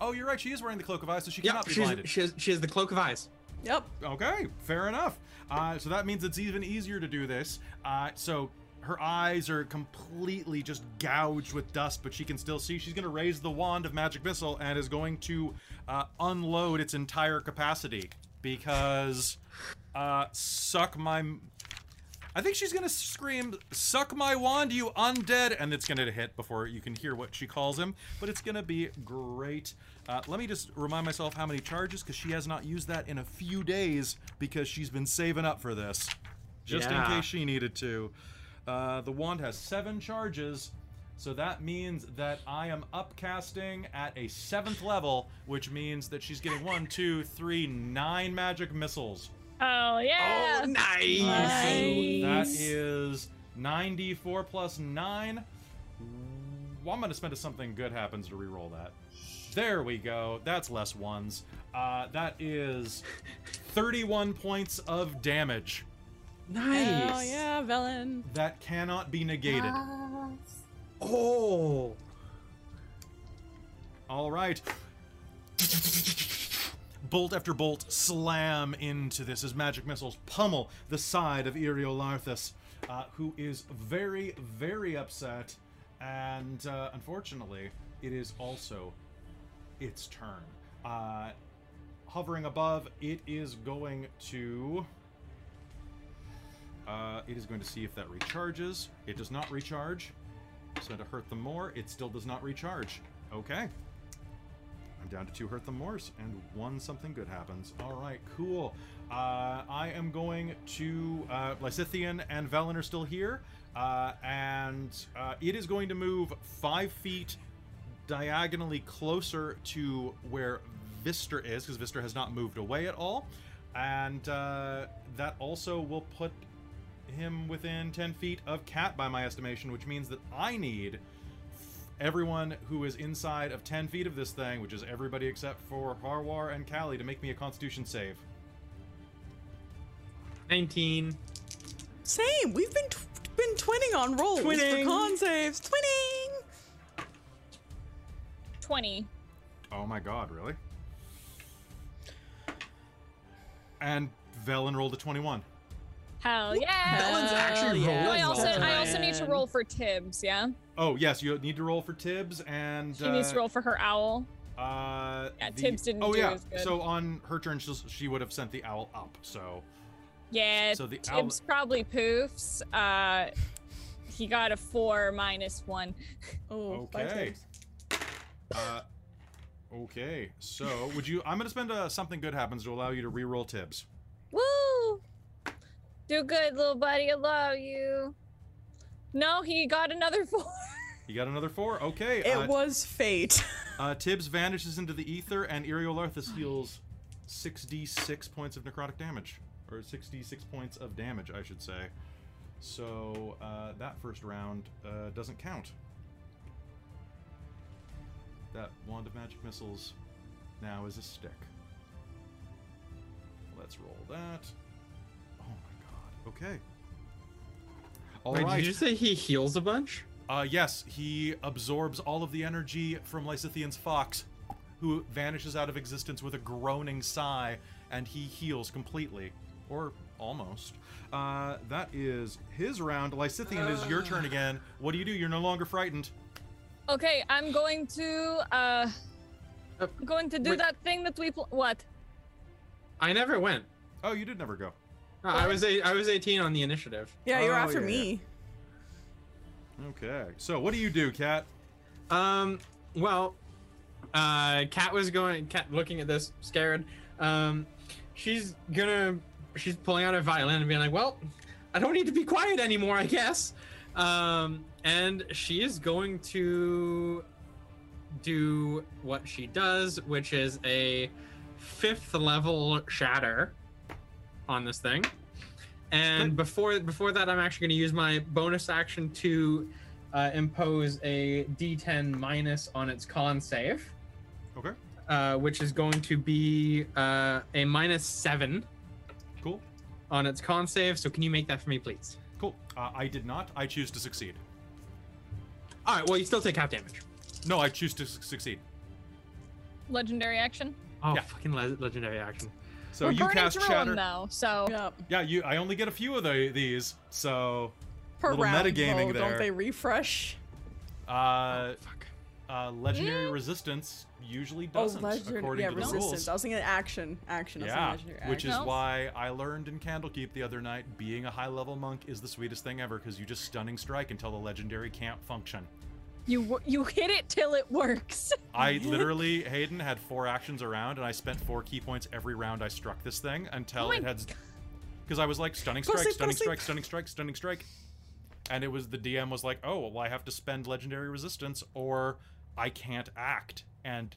[SPEAKER 1] Oh, you're right. She is wearing the cloak of ice, so she
[SPEAKER 2] Yeah,
[SPEAKER 1] cannot be
[SPEAKER 2] she's,
[SPEAKER 1] blinded.
[SPEAKER 2] she has, she has the cloak of eyes.
[SPEAKER 4] Yep. Oh,
[SPEAKER 1] Okay, fair enough. Uh, so that means it's even easier to do this. Uh, so her eyes are completely just gouged with dust, but she can still see. She's going to raise the wand of magic missile and is going to uh, unload its entire capacity because uh, suck my. I think she's gonna scream, "Suck my wand, you undead!" and it's gonna hit before you can hear what she calls him. But it's gonna be great. Uh, let me just remind myself how many charges, because she has not used that in a few days because she's been saving up for this, just in
[SPEAKER 2] Yeah.
[SPEAKER 1] case she needed to. Uh, the wand has seven charges, so that means that I am upcasting at a seventh level, which means that she's getting one, two, three, nine magic missiles.
[SPEAKER 3] Oh yeah.
[SPEAKER 2] Oh, nice.
[SPEAKER 4] Nice.
[SPEAKER 1] That is 94 plus 9. Well, I'm going to spend if something good happens to reroll that. There we go. That's less ones. Uh, that is 31 points of damage.
[SPEAKER 2] Nice.
[SPEAKER 4] Oh yeah, Velen.
[SPEAKER 1] That cannot be negated.
[SPEAKER 5] Yes.
[SPEAKER 2] Oh.
[SPEAKER 1] All right. Bolt after bolt slam into this as magic missiles pummel the side of Eriolarthus, uh, who is very, very upset. And uh, unfortunately, it is also its turn. Uh, hovering above, it is going to. Uh, it is going to see if that recharges. It does not recharge. So to hurt them more, it still does not recharge. Okay. I'm down to two hurt them mores, and one something good happens. All right, cool. Uh, I am going to uh, Lysithian and Velen are still here, uh, and uh, it is going to move five feet diagonally closer to where Vister is, because Vister has not moved away at all. And uh, that also will put him within 10 feet of Cat by my estimation, which means that I need everyone who is inside of 10 feet of this thing, which is everybody except for Harwar and Callie, to make me a constitution save.
[SPEAKER 2] 19.
[SPEAKER 4] Same. We've been tw- been twinning on rolls
[SPEAKER 2] Twinning.
[SPEAKER 4] for con saves. Twinning.
[SPEAKER 3] 20.
[SPEAKER 1] Oh my god, really? And Velen rolled a 21.
[SPEAKER 3] Hell yeah.
[SPEAKER 4] Velen's actually
[SPEAKER 2] Hell yeah.
[SPEAKER 4] rolling
[SPEAKER 3] I also
[SPEAKER 4] well
[SPEAKER 3] I also need to
[SPEAKER 4] tonight.
[SPEAKER 3] roll for Tibbs, yeah?
[SPEAKER 1] Oh, yes, you need to roll for Tibbs and.
[SPEAKER 3] She needs
[SPEAKER 1] uh,
[SPEAKER 3] to roll for her owl.
[SPEAKER 1] Uh,
[SPEAKER 3] Yeah, Tibbs didn't
[SPEAKER 1] Oh
[SPEAKER 3] do
[SPEAKER 1] yeah.
[SPEAKER 3] as good.
[SPEAKER 1] So on her turn, she she would have sent the owl up. So
[SPEAKER 3] Yeah,
[SPEAKER 1] so the owl.
[SPEAKER 3] Tibbs probably poofs. Uh he got a four minus one.
[SPEAKER 4] Oh, five
[SPEAKER 1] Okay.
[SPEAKER 4] times.
[SPEAKER 1] Uh, okay. So would you? I'm gonna spend uh something good happens to allow you to re-roll Tibbs.
[SPEAKER 3] Woo! Do good, little buddy. I love you. No, he got another four.
[SPEAKER 1] You got another four. Okay.
[SPEAKER 4] It
[SPEAKER 1] uh,
[SPEAKER 4] was fate.
[SPEAKER 1] uh, Tibbs vanishes into the ether, and Eriolarthus heals 6d6 points of necrotic damage, or 6d6 points of damage, I should say. So uh, that first round uh, doesn't count. That wand of magic missiles now is a stick. Let's roll that. Oh my god. Okay. All right.
[SPEAKER 2] Wait, did you say he heals a bunch?
[SPEAKER 1] Uh, yes, he absorbs all of the energy from Lysithian's fox, who vanishes out of existence with a groaning sigh, and he heals completely. Or almost. Uh, that is his round. Lysithian, it is your turn
[SPEAKER 3] Uh.
[SPEAKER 1] again. What do you do? You're no longer frightened.
[SPEAKER 3] Okay, I'm going to uh
[SPEAKER 2] Uh,
[SPEAKER 3] I'm going to do
[SPEAKER 2] wait.
[SPEAKER 3] that thing that we pl- what?
[SPEAKER 2] I never went.
[SPEAKER 1] Oh, you did never go.
[SPEAKER 2] No, I was eight, I was 18 on the initiative.
[SPEAKER 4] Yeah, you're
[SPEAKER 1] Oh,
[SPEAKER 4] after
[SPEAKER 1] yeah,
[SPEAKER 4] me.
[SPEAKER 1] Okay. So, what do you do, Cat?
[SPEAKER 2] Um, well, uh, Kat was going, Kat looking at this, scared. Um, she's gonna, she's pulling out her violin and being like, well, I don't need to be quiet anymore, I guess. Um, and she is going to do what she does, which is a fifth level shatter on this thing. And before before that, I'm actually going to use my bonus action to uh, impose a d10 minus on its con save,
[SPEAKER 1] Okay.
[SPEAKER 2] uh, which is going to be uh, a minus seven
[SPEAKER 1] Cool.
[SPEAKER 2] on its con save. So, can you make that for me, please?
[SPEAKER 1] Cool. Uh, I did not. I choose to succeed.
[SPEAKER 2] All right. Well, you still take half damage.
[SPEAKER 1] No, I choose to su- succeed.
[SPEAKER 3] Legendary action.
[SPEAKER 2] Oh,
[SPEAKER 1] Yeah.
[SPEAKER 2] fucking le- legendary action.
[SPEAKER 1] So
[SPEAKER 3] We're
[SPEAKER 1] you
[SPEAKER 3] burning
[SPEAKER 1] cast
[SPEAKER 3] through
[SPEAKER 1] Shatter.
[SPEAKER 3] them though, so
[SPEAKER 4] Yep.
[SPEAKER 1] Yeah, you. I only get a few of the, these, so
[SPEAKER 4] Per
[SPEAKER 1] Little
[SPEAKER 4] round,
[SPEAKER 1] metagaming
[SPEAKER 4] though,
[SPEAKER 1] there.
[SPEAKER 4] don't they refresh?
[SPEAKER 1] uh,
[SPEAKER 2] Fuck.
[SPEAKER 1] Uh, legendary resistance usually doesn't,
[SPEAKER 4] Oh, legendary-
[SPEAKER 1] according
[SPEAKER 4] yeah,
[SPEAKER 1] to the
[SPEAKER 4] resistance.
[SPEAKER 1] rules.
[SPEAKER 4] I was thinking action, action. I was thinking
[SPEAKER 1] Yeah,
[SPEAKER 4] legendary
[SPEAKER 1] which
[SPEAKER 4] action.
[SPEAKER 1] is
[SPEAKER 3] No.
[SPEAKER 1] why I learned in Candlekeep the other night, being a high-level monk is the sweetest thing ever because you just stunning strike until the legendary can't function.
[SPEAKER 3] you w- you hit it till it works.
[SPEAKER 1] I literally, Hayden had four actions around, and I spent four key points every round I struck this thing until
[SPEAKER 3] Oh my
[SPEAKER 1] it had, because I was like stunning
[SPEAKER 4] Pussy,
[SPEAKER 1] strike, stunning
[SPEAKER 4] pussy.
[SPEAKER 1] strike, stunning strike, stunning strike, and it was the DM was like, oh well, I have to spend legendary resistance or I can't act, and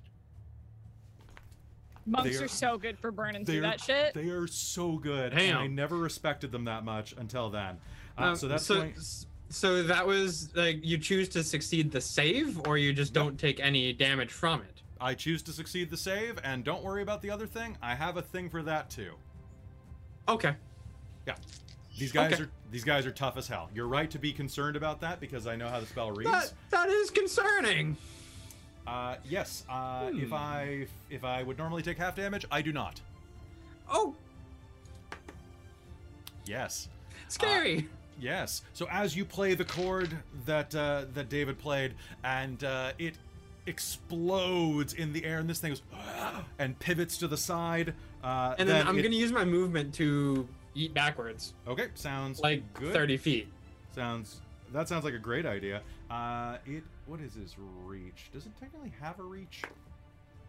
[SPEAKER 3] Monks
[SPEAKER 1] They're-
[SPEAKER 3] are so good for burning through
[SPEAKER 1] They're-
[SPEAKER 3] that shit.
[SPEAKER 1] They are so good. And
[SPEAKER 2] Damn.
[SPEAKER 1] I never respected them that much until then. Uh,
[SPEAKER 2] Um,
[SPEAKER 1] so that's
[SPEAKER 2] so,
[SPEAKER 1] going-
[SPEAKER 2] so that was like you choose to succeed the save, or you just don't take any damage from it.
[SPEAKER 1] I choose to succeed the save, and don't worry about the other thing. I have a thing for that too.
[SPEAKER 2] Okay.
[SPEAKER 1] These guys
[SPEAKER 2] Okay.
[SPEAKER 1] are these guys are tough as hell. You're right to be concerned about that because I know how the spell
[SPEAKER 2] That
[SPEAKER 1] reads.
[SPEAKER 2] that is concerning.
[SPEAKER 1] Uh, yes, uh,
[SPEAKER 2] Hmm.
[SPEAKER 1] if I if I would normally take half damage, I do not.
[SPEAKER 2] Oh,
[SPEAKER 1] Yes.
[SPEAKER 2] scary.
[SPEAKER 1] Uh, Yes. So as you play the chord that uh, that David played, and uh, it explodes in the air, and this thing goes and pivots to the side. Uh,
[SPEAKER 2] and then I'm
[SPEAKER 1] it-
[SPEAKER 2] gonna use my movement to eat backwards,
[SPEAKER 1] Okay, sounds
[SPEAKER 2] like
[SPEAKER 1] good.
[SPEAKER 2] 30 feet.
[SPEAKER 1] Sounds that sounds like a great idea. Uh, it what is its reach? Does it technically have a reach?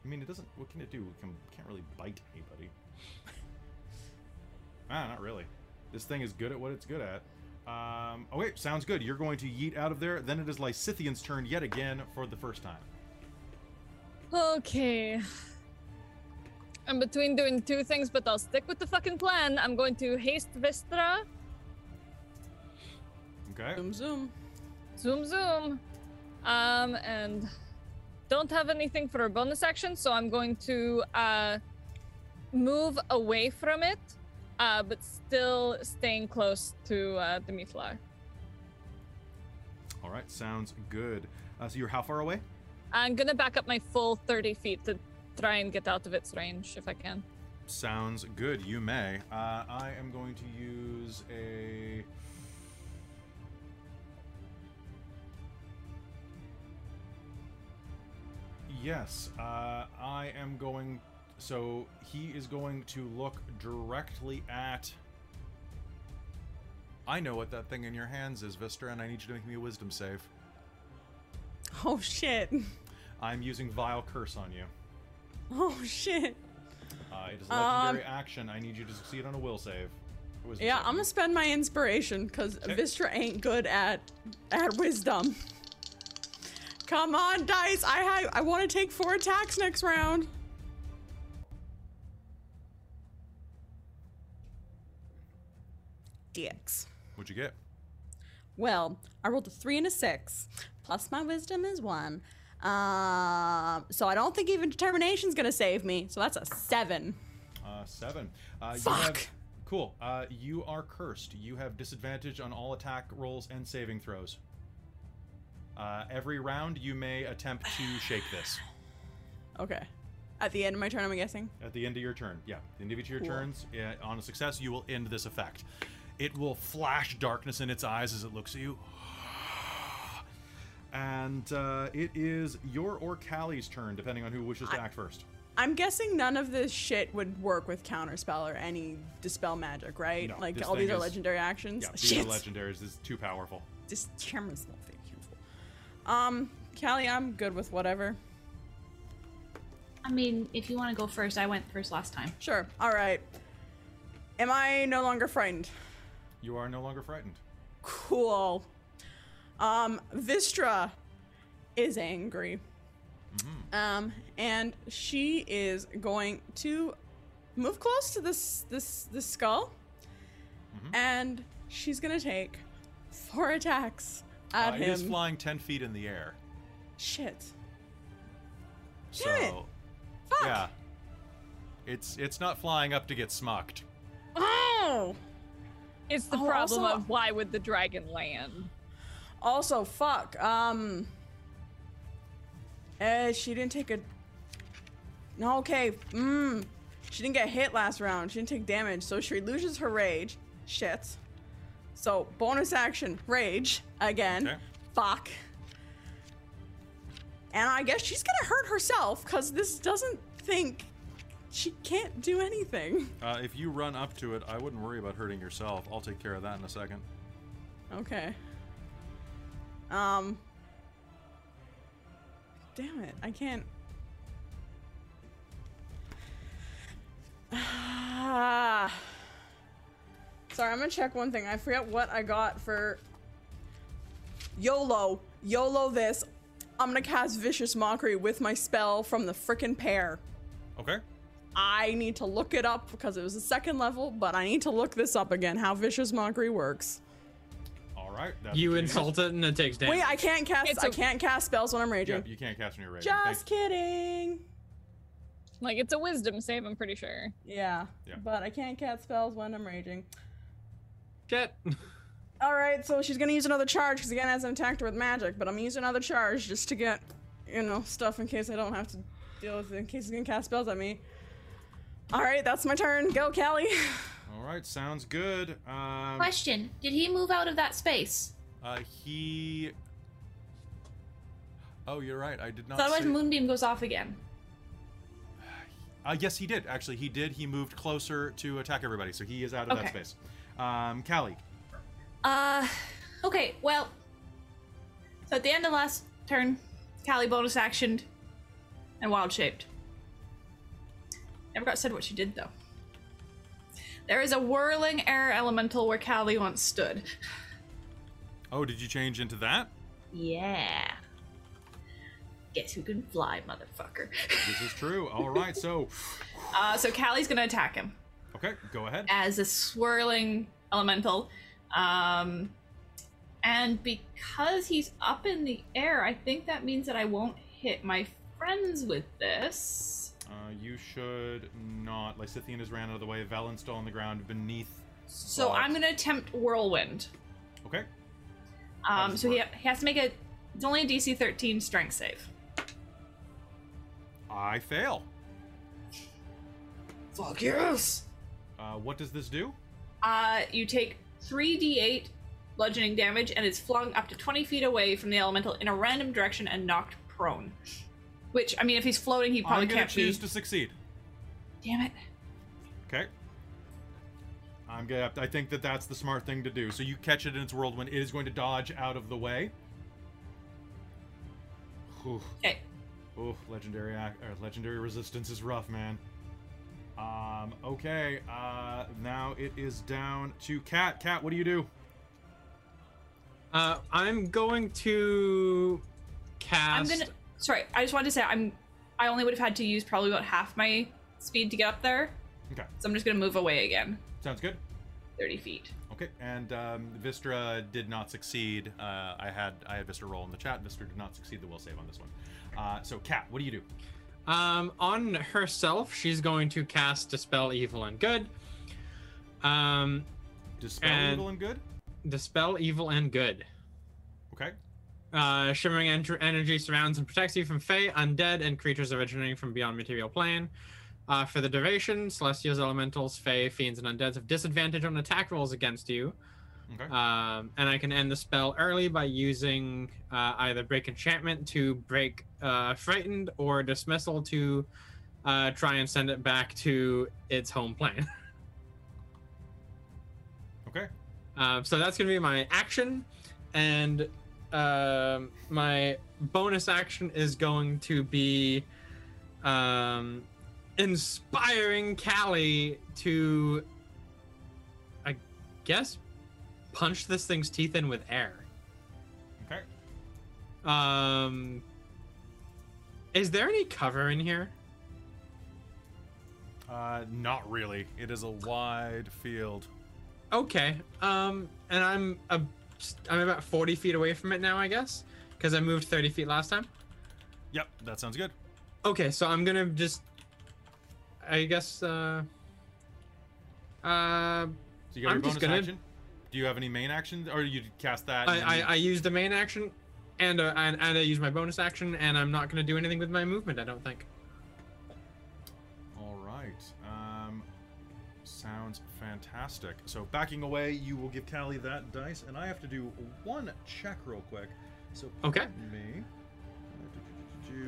[SPEAKER 1] I mean, it doesn't. What can it do? It can, can't really bite anybody. ah, not really. This thing is good at what it's good at. Um, oh wait, sounds good. You're going to yeet out of there. Then it is Lysithian's turn yet again for the first time.
[SPEAKER 3] Okay. I'm between doing two things, but I'll stick with the fucking plan. I'm going to haste Vistra,
[SPEAKER 1] Okay.
[SPEAKER 4] Zoom, zoom.
[SPEAKER 3] zoom, zoom, um, and don't have anything for a bonus action, so I'm going to uh, move away from it, uh, but still staying close to uh, the Meatflower.
[SPEAKER 1] All right. Sounds good. Uh, so you're how far away?
[SPEAKER 3] I'm gonna back up my full 30 feet to try and get out of its range if I can.
[SPEAKER 1] Sounds good. You may. Uh, I am going to use a. Yes, uh, I am going. So he is going to look directly at. I know what that thing in your hands is, Vistra, and I need you to make me a wisdom save.
[SPEAKER 4] Oh shit.
[SPEAKER 1] I'm using Vile Curse on you.
[SPEAKER 4] Oh shit.
[SPEAKER 1] Uh, it is a
[SPEAKER 4] Um,
[SPEAKER 1] legendary action. I need you to succeed on a will save. A wisdom
[SPEAKER 4] Yeah,
[SPEAKER 1] save.
[SPEAKER 4] I'm gonna spend my inspiration because Vistra ain't good at at wisdom. Come on, dice. I ha- I want to take four attacks next round. Dx.
[SPEAKER 1] What'd you get?
[SPEAKER 4] Well, I rolled a three and a six, plus my wisdom is one. Um, so I don't think even determination's gonna save me. So that's a seven.
[SPEAKER 1] Uh, seven. Uh, You have,
[SPEAKER 4] Fuck.
[SPEAKER 1] cool. Uh, you are cursed. You have disadvantage on all attack rolls and saving throws. Uh, every round, you may attempt to shake this.
[SPEAKER 4] Okay. At the end of my turn, I'm guessing.
[SPEAKER 1] At the end of your turn, yeah, the end of your
[SPEAKER 4] Cool.
[SPEAKER 1] turns, yeah, on a success, you will end this effect. It will flash darkness in its eyes as it looks at you. And uh, it is your or Callie's turn, depending on who wishes to act first.
[SPEAKER 4] I'm guessing none of this shit would work with counterspell or any dispel magic, right?
[SPEAKER 1] No,
[SPEAKER 4] like
[SPEAKER 1] this
[SPEAKER 4] all these
[SPEAKER 1] thing
[SPEAKER 4] are
[SPEAKER 1] is-
[SPEAKER 4] legendary actions.
[SPEAKER 1] Yeah, these
[SPEAKER 4] shit.
[SPEAKER 1] are legendaries. This is too powerful.
[SPEAKER 4] This camera's not very careful. Um, Callie, I'm good with whatever.
[SPEAKER 5] I mean, if you want to go first, I went first last time.
[SPEAKER 4] Sure. All right. Am I no longer frightened?
[SPEAKER 1] You are no longer frightened.
[SPEAKER 4] Cool. Um, Vistra is angry. Um, and she is going to move close to this this this skull, and she's gonna take four attacks at
[SPEAKER 1] Uh, It
[SPEAKER 4] him.
[SPEAKER 1] is flying 10 feet in the air.
[SPEAKER 4] Shit.
[SPEAKER 1] So,
[SPEAKER 4] Damn it. Fuck.
[SPEAKER 1] yeah. It's it's not flying up to get smocked.
[SPEAKER 4] Oh.
[SPEAKER 3] It's the
[SPEAKER 4] Oh,
[SPEAKER 3] problem
[SPEAKER 4] also-
[SPEAKER 3] of why would the dragon land?
[SPEAKER 4] Also, fuck. Um. Eh, she didn't take a. No, okay. Mmm. She didn't get hit last round. She didn't take damage, so she loses her rage. Shit. So bonus action, rage again.
[SPEAKER 1] Okay.
[SPEAKER 4] Fuck. And I guess she's gonna hurt herself because this doesn't think she can't do anything.
[SPEAKER 1] Uh, if you run up to it, I wouldn't worry about hurting yourself. I'll take care of that in a second.
[SPEAKER 4] Okay. Um. Damn it! I can't. Ah. Sorry, I'm gonna check one thing. I forget what I got for. YOLO, YOLO this. I'm gonna cast Vicious Mockery with my spell from the frickin' pair.
[SPEAKER 1] Okay.
[SPEAKER 4] I need to look it up because it was a second level, but I need to look this up again how Vicious Mockery works.
[SPEAKER 1] All right. That's
[SPEAKER 2] You
[SPEAKER 1] what need.
[SPEAKER 2] insult it and it takes damage.
[SPEAKER 4] Wait, I can't cast.
[SPEAKER 3] It's
[SPEAKER 4] I
[SPEAKER 3] a-
[SPEAKER 4] can't cast spells when I'm
[SPEAKER 1] Yeah,
[SPEAKER 4] raging.
[SPEAKER 1] you can't cast on your rage.
[SPEAKER 4] Just kidding.
[SPEAKER 3] Like it's a wisdom save, I'm pretty sure.
[SPEAKER 4] Yeah,
[SPEAKER 1] Yeah.
[SPEAKER 4] but I can't cast spells when I'm raging.
[SPEAKER 2] Shit.
[SPEAKER 4] All right, so she's gonna use another charge because again, I haven't attacked her with magic, but I'm gonna use another charge just to get, you know, stuff in case I don't have to deal with it. In case he's gonna cast spells at me. All right, that's my turn. Go, Callie.
[SPEAKER 1] All right. Sounds good. Um,
[SPEAKER 5] Question Did he move out of that space?
[SPEAKER 1] uh, he. Oh, you're right. I did not.
[SPEAKER 5] Otherwise,
[SPEAKER 1] say-
[SPEAKER 5] Moonbeam goes off again.
[SPEAKER 1] Uh, yes, he did. Actually, he did. He moved closer to attack everybody, so he is out of that
[SPEAKER 5] Okay.
[SPEAKER 1] space. Um, Callie.
[SPEAKER 5] Uh, okay, well. So at the end of last turn, Callie bonus actioned and wild shaped. Never got said what she did, though. There is a whirling air elemental where Callie once stood.
[SPEAKER 1] Oh, did you change into that?
[SPEAKER 5] Yeah. Guess who can fly, motherfucker?
[SPEAKER 1] This is true. All right, so
[SPEAKER 6] Uh, so Callie's gonna attack him
[SPEAKER 1] okay, go ahead.
[SPEAKER 6] as a swirling elemental. Um, and because he's up in the air, I think that means that I won't hit my friends with this.
[SPEAKER 1] Uh, you should not. Lysithian has ran out of the way. Valen's still on the ground beneath.
[SPEAKER 6] So
[SPEAKER 1] Right.
[SPEAKER 6] I'm gonna attempt whirlwind.
[SPEAKER 1] Okay, How
[SPEAKER 6] Um,
[SPEAKER 1] does it
[SPEAKER 6] so he,
[SPEAKER 1] work?
[SPEAKER 6] he has to make a. It's only a DC 13 strength save.
[SPEAKER 1] I fail.
[SPEAKER 6] Fuck yes.
[SPEAKER 1] Uh, what does this do?
[SPEAKER 6] Uh, you take 3d8 bludgeoning damage and is flung up to 20 feet away from the elemental in a random direction and knocked prone. Which, I mean, if he's floating, he probably
[SPEAKER 1] I'm gonna
[SPEAKER 6] can't be.
[SPEAKER 1] choose to succeed.
[SPEAKER 6] Damn it.
[SPEAKER 1] Okay. I'm gonna. I think that that's the smart thing to do. So you catch it in its whirlwind. It is going to dodge out of the way. Whew.
[SPEAKER 6] Okay.
[SPEAKER 1] Oh, legendary ac- or legendary resistance is rough, man. Um. Okay. Uh. Now it is down to cat. Cat, what do you do?
[SPEAKER 2] Uh, I'm going to
[SPEAKER 6] I'm
[SPEAKER 2] cast.
[SPEAKER 6] gonna. Sorry, I just wanted to say I'm. I only would have had to use probably about half my speed to get up there.
[SPEAKER 1] Okay.
[SPEAKER 6] So I'm just gonna move away again,
[SPEAKER 1] Sounds good.
[SPEAKER 6] 30 feet.
[SPEAKER 1] Okay, and um, Vistra did not succeed. Uh, I had I had Vistra roll in the chat. Vistra did not succeed the will save on this one. Uh, so, Cat, what do you do?
[SPEAKER 2] Um, on herself, she's going to cast Dispel Evil and Good. Um,
[SPEAKER 1] Dispel
[SPEAKER 2] And-
[SPEAKER 1] evil and good.
[SPEAKER 2] Dispel Evil and Good.
[SPEAKER 1] Okay.
[SPEAKER 2] Uh, shimmering en- energy surrounds and protects you from Fey, undead, and creatures originating from beyond material plane. Uh, for the duration, Celestials, Elementals, Fey, Fiends, and Undeads have disadvantage on attack rolls against you.
[SPEAKER 1] Okay.
[SPEAKER 2] Um, and I can end the spell early by using uh, either Break Enchantment to break uh, Frightened or Dismissal to uh, try and send it back to its home plane.
[SPEAKER 1] Okay.
[SPEAKER 2] Um, so that's going to be my action. And um, my bonus action is going to be um, inspiring Callie to, I guess, punch this thing's teeth in with air.
[SPEAKER 1] Okay.
[SPEAKER 2] Um, is there any cover in here?
[SPEAKER 1] Uh, not really. It is a wide field.
[SPEAKER 2] Okay. Um, and I'm a, I'm about forty feet away from it now, I guess, because I moved thirty feet last time.
[SPEAKER 1] Yep, that sounds good.
[SPEAKER 2] Okay, so I'm gonna just, I guess, uh, uh, I,
[SPEAKER 1] So you got
[SPEAKER 2] I'm
[SPEAKER 1] your
[SPEAKER 2] just
[SPEAKER 1] bonus
[SPEAKER 2] gonna-
[SPEAKER 1] action. Do you have any main action, or you cast that? and
[SPEAKER 2] I,
[SPEAKER 1] then-
[SPEAKER 2] I use the main action, and, uh, and and I use my bonus action, and I'm not gonna do anything with my movement. I don't think.
[SPEAKER 1] All right. Um, sounds fantastic. So backing away, you will give Callie that dice, and I have to do one check real quick. So
[SPEAKER 2] Okay.
[SPEAKER 1] pardon me.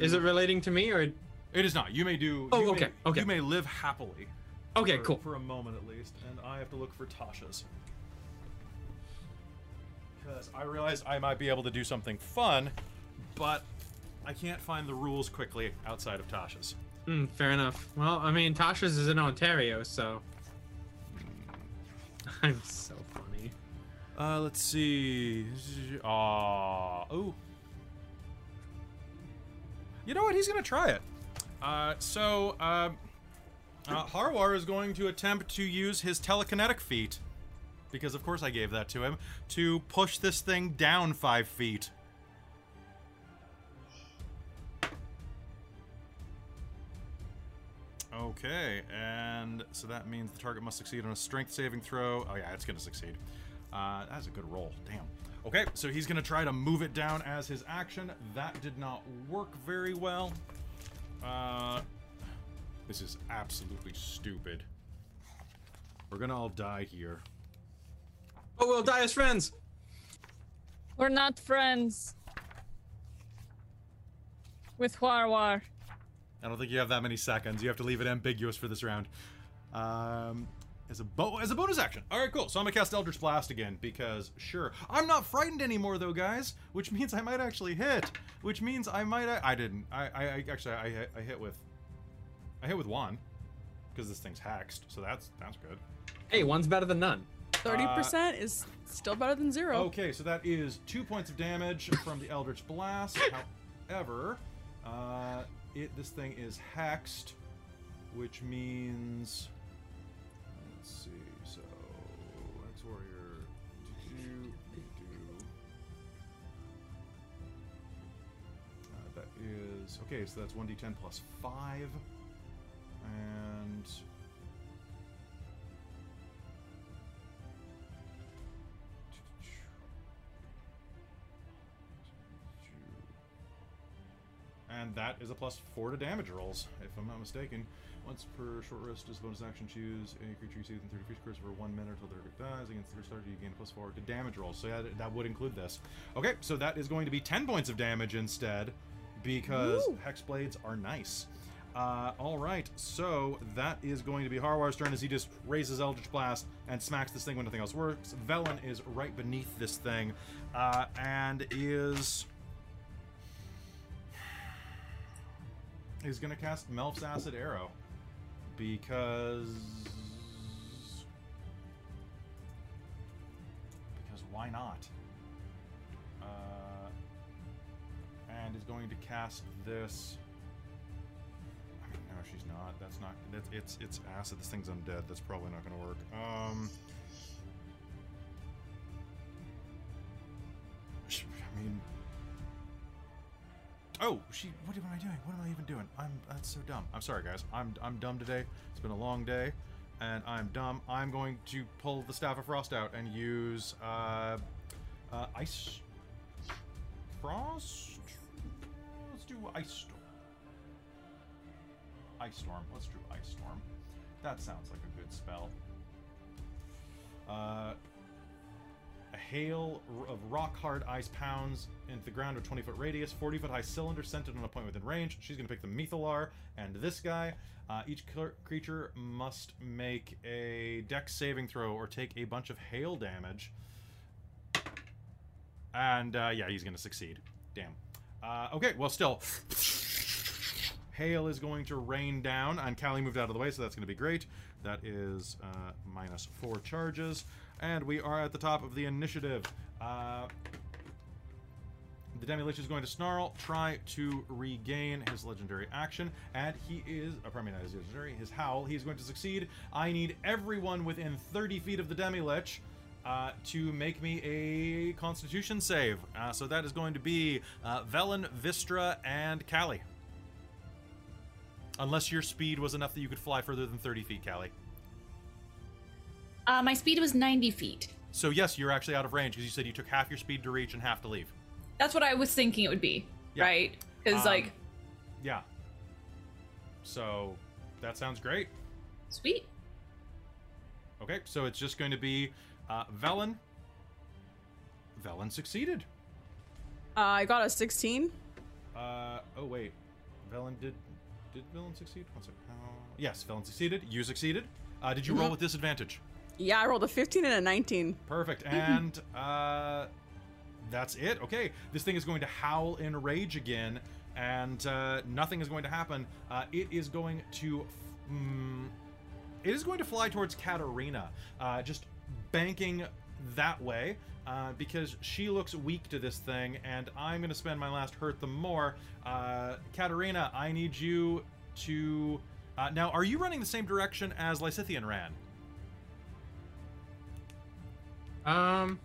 [SPEAKER 2] Is it relating to me or?
[SPEAKER 1] It is not. You may do.
[SPEAKER 2] Oh,
[SPEAKER 1] you
[SPEAKER 2] okay,
[SPEAKER 1] May,
[SPEAKER 2] okay.
[SPEAKER 1] You may live happily.
[SPEAKER 2] Okay,
[SPEAKER 1] for,
[SPEAKER 2] cool.
[SPEAKER 1] For a moment at least, and I have to look for Tasha's. Because I realized I might be able to do something fun, but I can't find the rules quickly outside of Tasha's.
[SPEAKER 2] Mm, fair enough. Well, I mean, Tasha's is in Ontario, so. I'm so funny.
[SPEAKER 1] Uh, let's see. Ah, oh. You know what? He's gonna try it. Uh, so um, uh, Harwar is going to attempt to use his telekinetic feat, because of course I gave that to him to push this thing down five feet. Okay, and so that means the target must succeed on a strength saving throw. Oh, yeah, it's going to succeed. Uh, that's a good roll. Damn. Okay, so he's going to try to move it down as his action. That did not work very well. Uh, this is absolutely stupid. We're going to all die here.
[SPEAKER 2] Oh, we'll die as friends.
[SPEAKER 3] We're not friends. With Warwar.
[SPEAKER 1] I don't think you have that many seconds. You have to leave it ambiguous for this round. Um, as a bo- as a bonus action. All right, cool. So I'm gonna cast Eldritch Blast again because sure, I'm not frightened anymore though, guys. Which means I might actually hit. Which means I might. I, I didn't. I, I, I actually I hit, I hit with I hit with one because this thing's hexed. So that's that's good.
[SPEAKER 2] Hey, one's better than none.
[SPEAKER 4] 30% is still better than zero.
[SPEAKER 1] Okay, so that is two points of damage from the Eldritch Blast. However, Uh, it this thing is hexed, which means let's see. So Hex Warrior do do. Uh, that is okay. So that's one d10 plus five, and And that is a plus four to damage rolls, if I'm not mistaken. Once per short rest, as a bonus action, choose a creature you see within 30 feet of yours for one minute until the target dies. Against the first target, you gain a plus four to damage rolls. So yeah, that- that would include this. Okay, so that is going to be 10 points of damage instead, because
[SPEAKER 4] Woo!
[SPEAKER 1] hex blades are nice. Uh, all right, so that is going to be Harwar's turn as he just raises Eldritch Blast and smacks this thing when nothing else works. Velen is right beneath this thing, uh, and is is going to cast Melf's Acid Arrow because because why not? Uh, and is going to cast this. I mean, no, she's not. That's not. That's it's it's acid. This thing's undead. That's probably not going to work. Um. sh- I mean. Oh, she. What am I doing? What am I even doing? I'm. That's so dumb. I'm sorry, guys. I'm. I'm dumb today. It's been a long day, and I'm dumb. I'm going to pull the staff of frost out and use uh, uh ice frost. Let's do ice storm. Ice storm. Let's do ice storm. That sounds like a good spell. Uh, a hail r- of rock hard ice pounds into the ground with 20 foot radius, 40 foot high cylinder centered on a point within range. She's going to pick the Methalar and this guy. Uh, each cr- creature must make a dex saving throw or take a bunch of hail damage. And uh, yeah, he's going to succeed. Damn. Uh, okay, well, still. Hail is going to rain down, and Callie moved out of the way, so that's going to be great. That is uh, minus four charges. And we are at the top of the initiative. Uh, the Demi Lich is going to snarl, try to regain his legendary action, and he is, uh, pardon me, not his legendary, his howl. He's going to succeed. I need everyone within 30 feet of the Demi Lich uh, to make me a Constitution save. Uh, so that is going to be uh, Velen, Vistra, and Callie. Unless your speed was enough that you could fly further than 30 feet, Callie.
[SPEAKER 6] Uh, my speed was 90 feet.
[SPEAKER 1] So yes, you're actually out of range because you said you took half your speed to reach and half to leave.
[SPEAKER 6] That's what I was thinking it would be,
[SPEAKER 1] Yeah.
[SPEAKER 6] right? Because
[SPEAKER 1] Um,
[SPEAKER 6] like,
[SPEAKER 1] Yeah. So that sounds great.
[SPEAKER 6] sweet.
[SPEAKER 1] Okay, so it's just going to be uh, Velen. Velen succeeded.
[SPEAKER 4] Uh, I got a 16.
[SPEAKER 1] Uh, oh wait, Velen did did Velen succeed? One second. Uh, yes, Velen succeeded. You succeeded. Uh, did you roll with disadvantage?
[SPEAKER 4] Yeah, I rolled a 15 and a 19.
[SPEAKER 1] Perfect. And uh, that's it. Okay, this thing is going to howl in rage again, and uh, nothing is going to happen. Uh, it is going to. f- Mm, it is going to fly towards Katarina, uh, just banking that way uh, because she looks weak to this thing, and I'm going to spend my last hurt them more. Uh, Katarina, I need you to. Uh, now, are you running the same direction as Lysithian ran?
[SPEAKER 2] Um,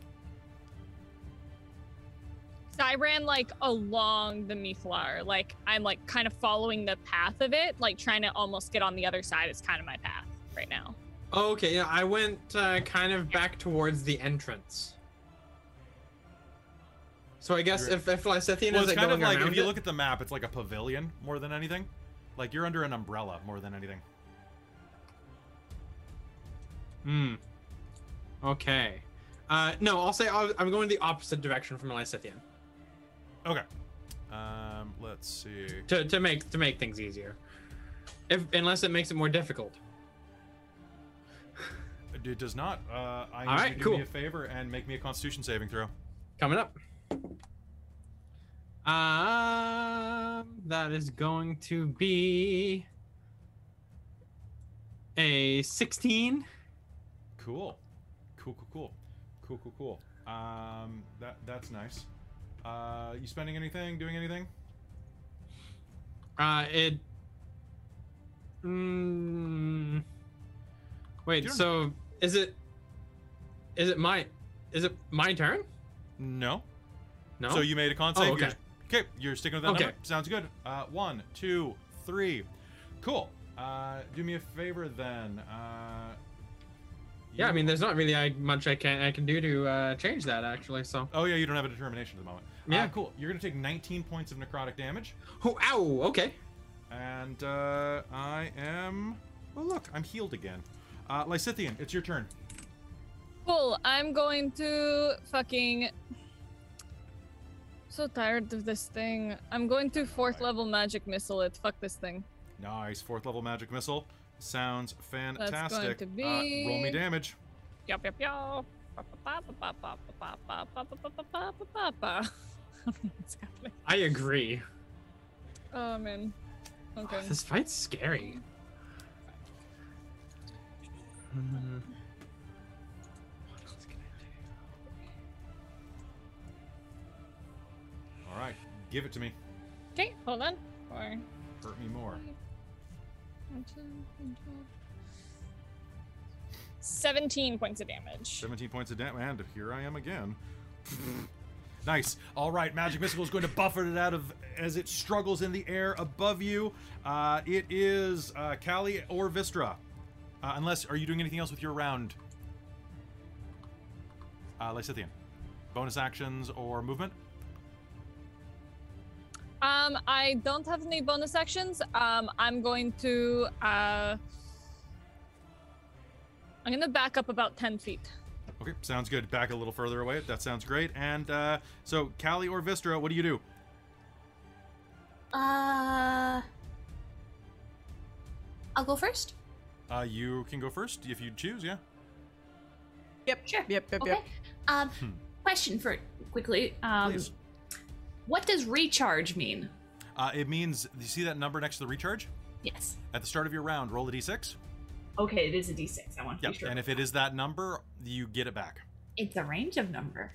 [SPEAKER 3] So I ran like along the Miflar. Like I'm like kind of following the path of it, like trying to almost get on the other side. It's kind of my path right now.
[SPEAKER 2] Oh, okay, yeah, I went uh, kind of back towards the entrance. So I guess
[SPEAKER 1] You're-
[SPEAKER 2] if, if Lysithian
[SPEAKER 1] well,
[SPEAKER 2] is
[SPEAKER 1] it's
[SPEAKER 2] like
[SPEAKER 1] kind of
[SPEAKER 2] going
[SPEAKER 1] like
[SPEAKER 2] around
[SPEAKER 1] if you
[SPEAKER 2] it-
[SPEAKER 1] look at the map, it's like a pavilion more than anything. Like you're under an umbrella more than anything.
[SPEAKER 2] Hmm. Okay. Uh, no, I'll say I'll, I'm going the opposite direction from Lysithian
[SPEAKER 1] Okay. Um, let's see.
[SPEAKER 2] to, to make to make things easier. If unless it makes it more difficult.
[SPEAKER 1] It does not. Uh, I need
[SPEAKER 2] All
[SPEAKER 1] you
[SPEAKER 2] right,
[SPEAKER 1] to do
[SPEAKER 2] cool.
[SPEAKER 1] me a favor and make me a Constitution saving throw.
[SPEAKER 2] Coming up. Um, that is going to be a 16.
[SPEAKER 1] Cool. Cool. Cool. Cool. Cool. Cool. Cool. Um, that that's nice. Uh, you spending anything? Doing anything?
[SPEAKER 2] Uh, it. Mm, wait.
[SPEAKER 1] You're-
[SPEAKER 2] So is it? Is it my? Is it my turn?
[SPEAKER 1] No.
[SPEAKER 2] No.
[SPEAKER 1] So you made a con
[SPEAKER 2] Oh,
[SPEAKER 1] save.
[SPEAKER 2] okay.
[SPEAKER 1] You're, okay, you're sticking with that
[SPEAKER 2] Okay.
[SPEAKER 1] number. Sounds good. Uh, one, two, three. Cool. Uh, do me a favor then. Uh,
[SPEAKER 2] yeah. I
[SPEAKER 1] you-
[SPEAKER 2] mean, there's not really I, much I can I can do to uh, change that actually. So.
[SPEAKER 1] Oh yeah, you don't have a determination at the moment.
[SPEAKER 2] Yeah.
[SPEAKER 1] Uh, cool. You're gonna take 19 points of necrotic damage,
[SPEAKER 2] Oh, ow. Okay.
[SPEAKER 1] and uh, I am. Oh look, I'm healed again. Uh, Lysithian, it's your turn.
[SPEAKER 3] Cool. I'm going to fucking. So tired of this thing. I'm going to fourth level magic missile it. Fuck this thing.
[SPEAKER 1] Nice, fourth level magic missile. Sounds fantastic.
[SPEAKER 3] to
[SPEAKER 1] Uh, roll me
[SPEAKER 3] be-
[SPEAKER 1] damage.
[SPEAKER 3] Yup, yup, yup. What's happening?
[SPEAKER 2] I agree.
[SPEAKER 3] Oh man. Okay.
[SPEAKER 2] This fight's scary. Mm. What else can I do?
[SPEAKER 1] All right, give it to me.
[SPEAKER 3] Okay, hold on. Four.
[SPEAKER 1] Hurt me more.
[SPEAKER 3] one, two, one, two. 17 points of damage.
[SPEAKER 1] 17 points of damage, and here I am again. nice. All right, Magic Missile is going to buffet it out of as it struggles in the air above you. Uh, it is uh, Callie or Vistra. Uh, unless, are you doing anything else with your round? Uh, Lysithian. Bonus actions or movement?
[SPEAKER 3] Um, I don't have any bonus actions. Um, I'm going to uh, I'm gonna back up about ten feet.
[SPEAKER 1] Okay, sounds good. Back a little further away. That sounds great. And uh, so, Callie or Vistra, what do you do?
[SPEAKER 5] Uh, I'll go first.
[SPEAKER 1] Uh, you can go first if you choose, yeah?
[SPEAKER 4] Yep.
[SPEAKER 5] Sure.
[SPEAKER 4] Yep. Yep.
[SPEAKER 5] Okay.
[SPEAKER 4] Yep.
[SPEAKER 5] Um, question for quickly. Um,
[SPEAKER 1] Please.
[SPEAKER 5] what does recharge mean?
[SPEAKER 1] Uh, it means, you see that number next to the recharge?
[SPEAKER 5] Yes.
[SPEAKER 1] At the start of your round, roll a d6.
[SPEAKER 5] Okay, it is a d6. I want
[SPEAKER 1] Yep. And if it is that number, you get it back.
[SPEAKER 5] it's a range of number.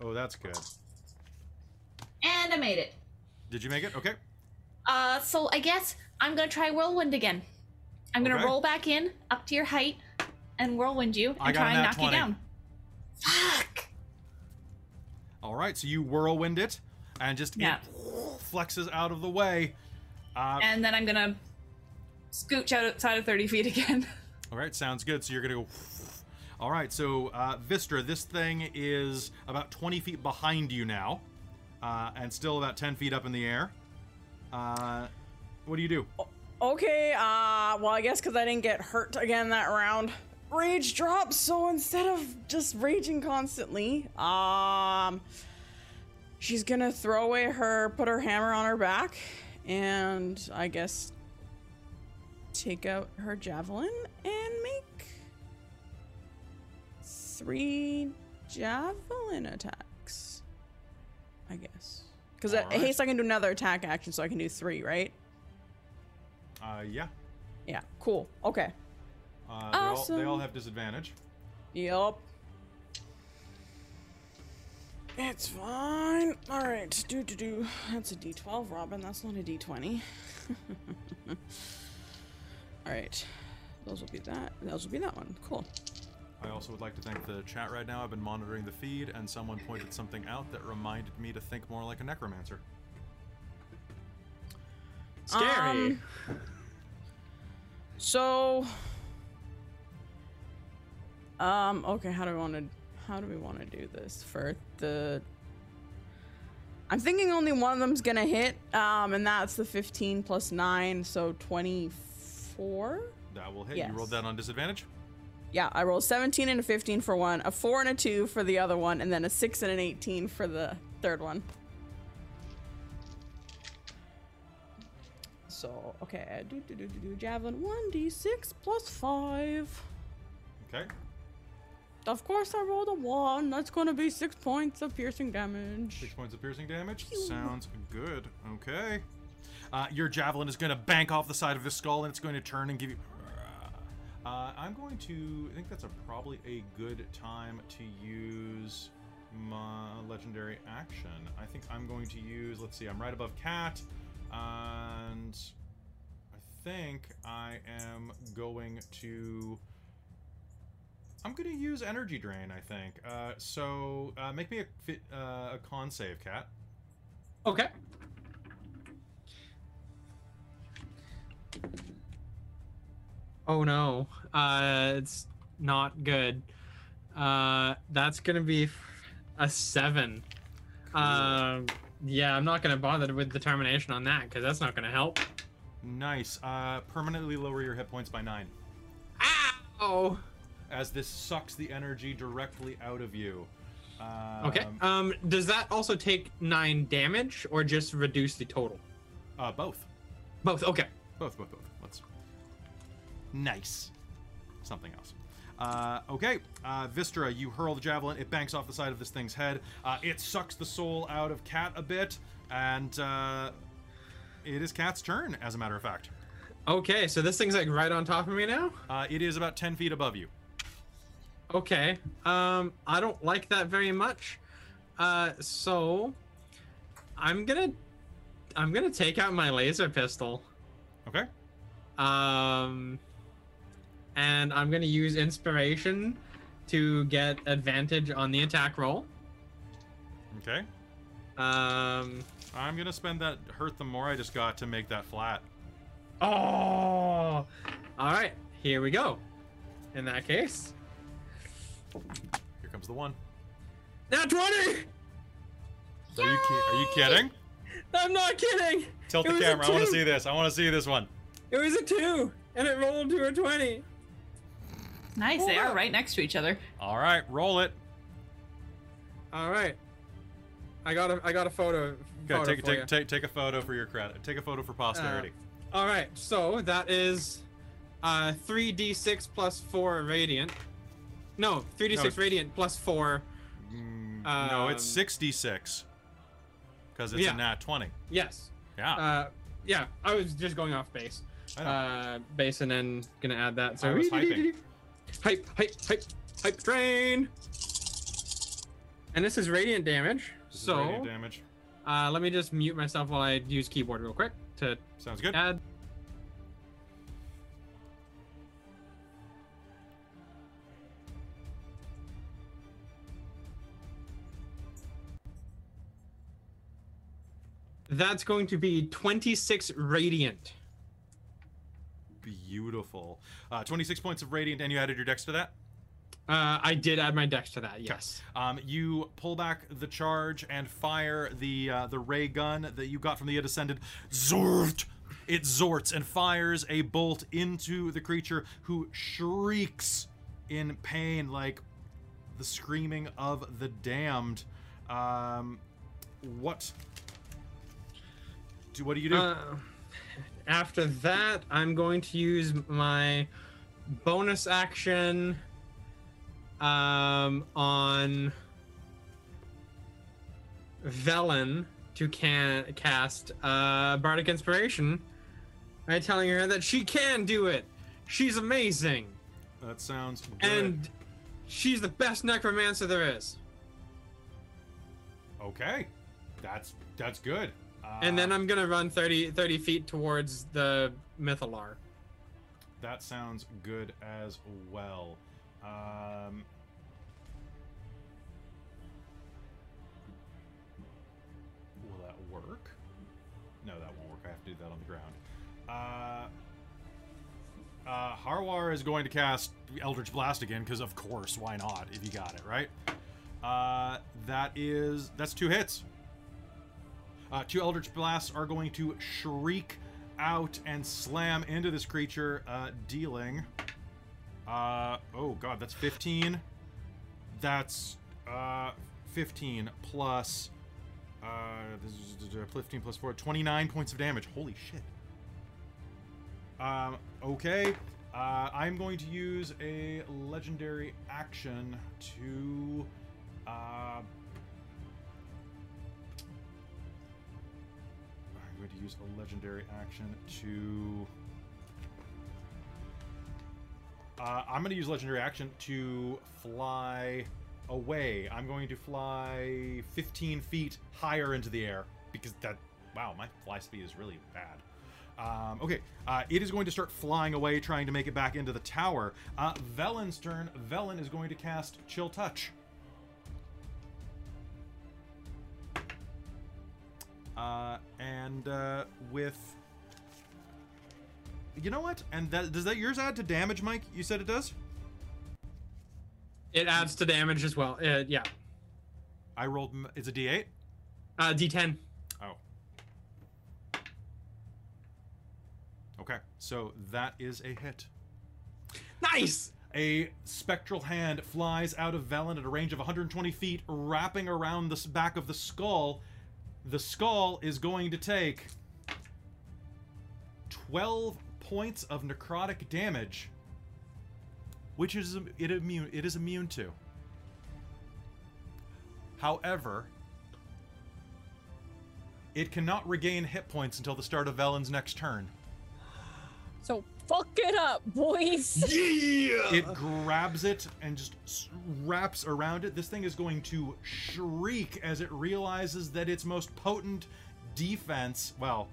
[SPEAKER 1] Oh, that's good.
[SPEAKER 5] And I made it.
[SPEAKER 1] Did you make it? Okay.
[SPEAKER 5] Uh, so I guess I'm gonna try whirlwind again. I'm gonna
[SPEAKER 1] Okay.
[SPEAKER 5] roll back in, up to your height, and whirlwind you, and
[SPEAKER 1] I got
[SPEAKER 5] try
[SPEAKER 1] a
[SPEAKER 5] and
[SPEAKER 1] nat
[SPEAKER 5] knock
[SPEAKER 1] 20.
[SPEAKER 5] you down. Fuck.
[SPEAKER 1] All right. So you whirlwind it, and just
[SPEAKER 6] Yeah.
[SPEAKER 1] it flexes out of the way. Uh,
[SPEAKER 6] And then I'm gonna scooch outside of 30 feet again.
[SPEAKER 1] all right. Sounds good. So you're gonna go. All right. So uh, Vistra, this thing is about 20 feet behind you now, uh, and still about 10 feet up in the air. Uh, what do you do?
[SPEAKER 4] Okay, uh, well, I guess because I didn't get hurt again that round. Rage drops, so instead of just raging constantly, um, she's gonna throw away her, put her hammer on her back, and I guess take out her javelin and make three javelin attacks. I guess. Because at
[SPEAKER 1] Alright.
[SPEAKER 4] haste, I can do another attack action, so I can do three, right?
[SPEAKER 1] Uh, yeah.
[SPEAKER 4] Yeah, cool. Okay.
[SPEAKER 1] Uh, they, all, they all
[SPEAKER 4] Awesome.
[SPEAKER 1] have disadvantage.
[SPEAKER 4] Yep. It's fine. All right. Do do do. That's a D12, Robin. That's not a D20. All right. Those will be that. Those will be that one. Cool.
[SPEAKER 1] I also would like to thank the chat right now. I've been monitoring the feed, and someone pointed something out that reminded me to think more like a necromancer.
[SPEAKER 2] Scary.
[SPEAKER 4] Um, So, um, okay, how do we want to how do we want to do this for the? I'm thinking only one of them's gonna hit, um, and that's the 15 plus nine, so 24.
[SPEAKER 1] That will hit. You
[SPEAKER 4] Yes.
[SPEAKER 1] rolled that on disadvantage.
[SPEAKER 4] Yeah, I rolled 17 and a 15 for one, a four and a two for the other one, and then a six and an 18 for the third one. So okay, do do do do do javelin one d six plus five.
[SPEAKER 1] Okay.
[SPEAKER 4] Of course, I rolled a one. That's gonna be six points of piercing damage.
[SPEAKER 1] Six points of piercing damage. Sounds good. Okay. Uh, your javelin is going to bank off the side of the skull, and it's going to turn and give you. Uh, I'm going to. I think that's a, probably a good time to use my legendary action. I think I'm going to use. Let's see. I'm right above cat. and I think I am going to. I'm gonna use energy drain. I think. Uh, so uh, make me a fit, uh, a con save, cat.
[SPEAKER 2] Okay. Oh no, uh, it's not good. Uh, that's gonna be a seven. Um, yeah, I'm not gonna bother with determination on that because that's not gonna help.
[SPEAKER 1] Nice. Uh, permanently lower your hit points by nine.
[SPEAKER 2] Ow!
[SPEAKER 1] as this sucks the energy directly out of you. Um,
[SPEAKER 2] Okay. Um, does that also take nine damage or just reduce the total?
[SPEAKER 1] Uh, both.
[SPEAKER 2] Both. Okay.
[SPEAKER 1] Both, both, both. Let's. Nice. Something else. Uh, okay, uh, Vistra, you hurl the javelin. It banks off the side of this thing's head. Uh, it sucks the soul out of Cat a bit, and uh, it is Cat's turn, as a matter of fact.
[SPEAKER 2] Okay. So this thing's like right on top of me now.
[SPEAKER 1] Uh, it is about 10 feet above you.
[SPEAKER 2] Okay. Um, I don't like that very much. Uh, so I'm gonna, I'm gonna take out my laser pistol.
[SPEAKER 1] Okay?
[SPEAKER 2] Um, and I'm gonna use inspiration to get advantage on the attack roll.
[SPEAKER 1] Okay.
[SPEAKER 2] Um,
[SPEAKER 1] I'm going to spend that hurt the more I just got to make that flat.
[SPEAKER 2] oh, all right, here we go. In that case,
[SPEAKER 1] Here comes the one.
[SPEAKER 2] now twenty.
[SPEAKER 1] Are you, ki- are you kidding?
[SPEAKER 2] I'm not kidding.
[SPEAKER 1] Tilt
[SPEAKER 2] It
[SPEAKER 1] the
[SPEAKER 2] was a
[SPEAKER 1] camera. I want to
[SPEAKER 2] two.
[SPEAKER 1] see this. I want to see this one.
[SPEAKER 2] It was a two, and it rolled to a twenty.
[SPEAKER 6] Nice. They are right next to each other.
[SPEAKER 1] All right, roll it.
[SPEAKER 2] All right, I got a, I got a photo.
[SPEAKER 1] Okay,
[SPEAKER 2] photo
[SPEAKER 1] take,
[SPEAKER 2] for Uh,
[SPEAKER 1] take,
[SPEAKER 2] ya.
[SPEAKER 1] take, take a photo for your credit. Take a photo for posterity.
[SPEAKER 2] All right, so that is uh 3d6 plus 4 radiant. No, 3d6
[SPEAKER 1] No.
[SPEAKER 2] radiant plus 4.
[SPEAKER 1] Mm, no, it's
[SPEAKER 2] um,
[SPEAKER 1] 66 because it's
[SPEAKER 2] yeah.
[SPEAKER 1] a nat 20.
[SPEAKER 2] Yes.
[SPEAKER 1] Yeah,
[SPEAKER 2] Uh yeah, I was just going off base.
[SPEAKER 1] Ah. I know.
[SPEAKER 2] Uh base and then gonna add that. So
[SPEAKER 1] I was hyping.
[SPEAKER 2] hype, hype, hype, hype train. And this is radiant damage.
[SPEAKER 1] This is
[SPEAKER 2] so
[SPEAKER 1] radiant damage
[SPEAKER 2] uh let me just mute myself while I use keyboard real quick to
[SPEAKER 1] sounds good.
[SPEAKER 2] add That's going to be 26 radiant.
[SPEAKER 1] Beautiful. Uh, 26 points of radiant, and you added your dex to that.
[SPEAKER 2] Uh, I did add my dex to that, yes.
[SPEAKER 1] Um, you pull back the charge and fire the uh, the ray gun that you got from the descended. Zort. It zorts and fires a bolt into the creature, who shrieks in pain like the screaming of the damned. Um, what? Do what do you do?
[SPEAKER 2] Uh, after that, I'm going to use my bonus action um, on Velen to can- cast uh, Bardic Inspiration by telling her that she can do it. She's amazing,
[SPEAKER 1] that sounds good.
[SPEAKER 2] and she's the best necromancer there is.
[SPEAKER 1] okay. That's that's good. Uh,
[SPEAKER 2] And then I'm gonna run 30, 30 feet towards the Mythalar.
[SPEAKER 1] That sounds good as well. Um, will that work? No, that won't work. I have to do that on the ground. Uh, uh, Harwar is going to cast Eldritch Blast again because, of course, why not? If you got it right. Uh, that is that's two hits. Uh, two Eldritch Blasts are going to shriek out and slam into this creature, uh, dealing. Uh, oh god, that's 15. That's uh, 15 plus. Uh, this is 15 plus 4, 29 points of damage. Holy shit. Um, okay. Uh, I'm going to use a legendary action to. Uh, I'm going to use a legendary action to. Uh, I'm going to use legendary action to fly away. I'm going to fly 15 feet higher into the air because that Wow, my fly speed is really bad. Um, okay, uh, it is going to start flying away, trying to make it back into the tower. Uh, Velen's turn. Velen is going to cast Chill Touch. Uh, and uh, with. You know what? And that, does that yours add to damage, Mike? You said it does?
[SPEAKER 2] It adds to damage as well. Uh, yeah.
[SPEAKER 1] I rolled. m- It's a d8?
[SPEAKER 2] Uh, D10.
[SPEAKER 1] Oh. Okay, so that is a hit.
[SPEAKER 2] Nice.
[SPEAKER 1] A spectral hand flies out of Velen at a range of 120 feet, wrapping around the s- back of the skull. The skull is going to take 12 points of necrotic damage, which is im- it immune it is immune to. However, it cannot regain hit points until the start of Velen's next turn.
[SPEAKER 3] So fuck it up, boys.
[SPEAKER 2] Yeah.
[SPEAKER 1] It grabs it and just s- wraps around it. This thing is going to shriek as it realizes that its most potent defense, well,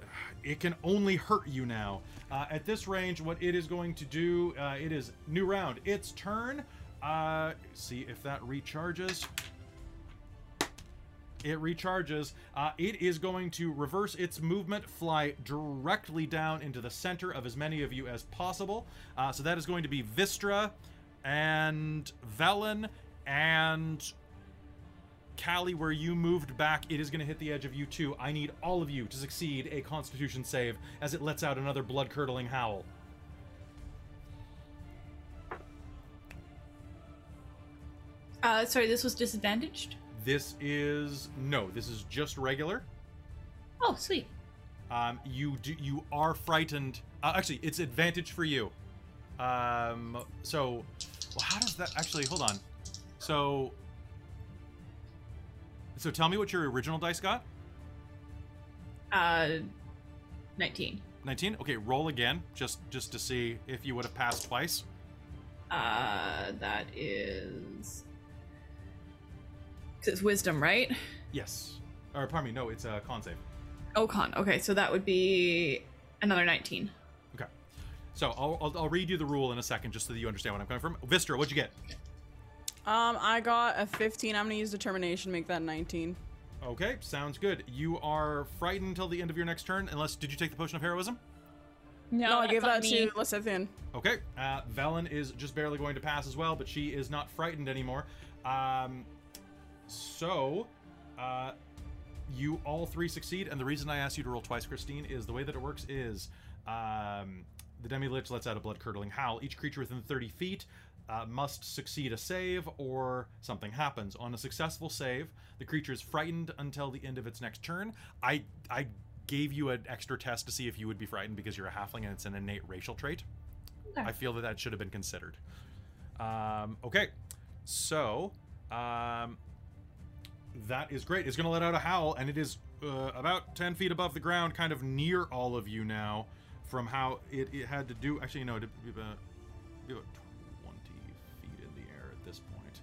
[SPEAKER 1] it can only hurt you now. Uh, at this range, what it is going to do, uh, it is new round, its turn. Uh, see if that recharges. It recharges. Uh, it is going to reverse its movement, fly directly down into the center of as many of you as possible. Uh, so that is going to be Vistra and Velen and Callie, where you moved back. It is going to hit the edge of you too. I need all of you to succeed a Constitution save as it lets out another blood curdling howl.
[SPEAKER 6] Uh, sorry, this was disadvantaged.
[SPEAKER 1] This is no. This is just regular.
[SPEAKER 5] Oh, sweet.
[SPEAKER 1] Um, you do, you are frightened. Uh, actually, it's advantage for you. Um, so, well, how does that actually? Hold on. So, so tell me what your original dice got.
[SPEAKER 6] Uh, 19.
[SPEAKER 1] 19. Okay, roll again, just just to see if you would have passed twice.
[SPEAKER 6] Uh, that is. 'cause it's wisdom, right?
[SPEAKER 1] Yes. Or pardon me, no, it's a con save.
[SPEAKER 6] Oh, con. Okay, so that would be another 19.
[SPEAKER 1] Okay. So I'll, I'll I'll read you the rule in a second, just so that you understand what I'm coming from. Vistra, what'd you get?
[SPEAKER 4] Um, I got a 15. I'm gonna use determination, make that 19.
[SPEAKER 1] Okay, sounds good. You are frightened until the end of your next turn, unless did you take the potion of heroism?
[SPEAKER 4] No, I
[SPEAKER 3] that's
[SPEAKER 4] gave
[SPEAKER 3] on
[SPEAKER 4] that
[SPEAKER 3] me.
[SPEAKER 4] to Lesithian.
[SPEAKER 1] Okay. Uh, Velen is just barely going to pass as well, but she is not frightened anymore. Um, so, uh, you all three succeed, and the reason I asked you to roll twice, Christine, is the way that it works is um, the demi lich lets out a blood curdling howl. Each creature within 30 feet. Uh, must succeed a save or something happens. On a successful save, the creature is frightened until the end of its next turn. I I gave you an extra test to see if you would be frightened because you're a halfling and it's an innate racial trait. I feel that that should have been considered. Um, okay, so um, that is great. It's going to let out a howl, and it is uh, about 10 feet above the ground, kind of near all of you now from how it, it had to do. Actually, no, it'd be about, be about 20 feet in the air at this point.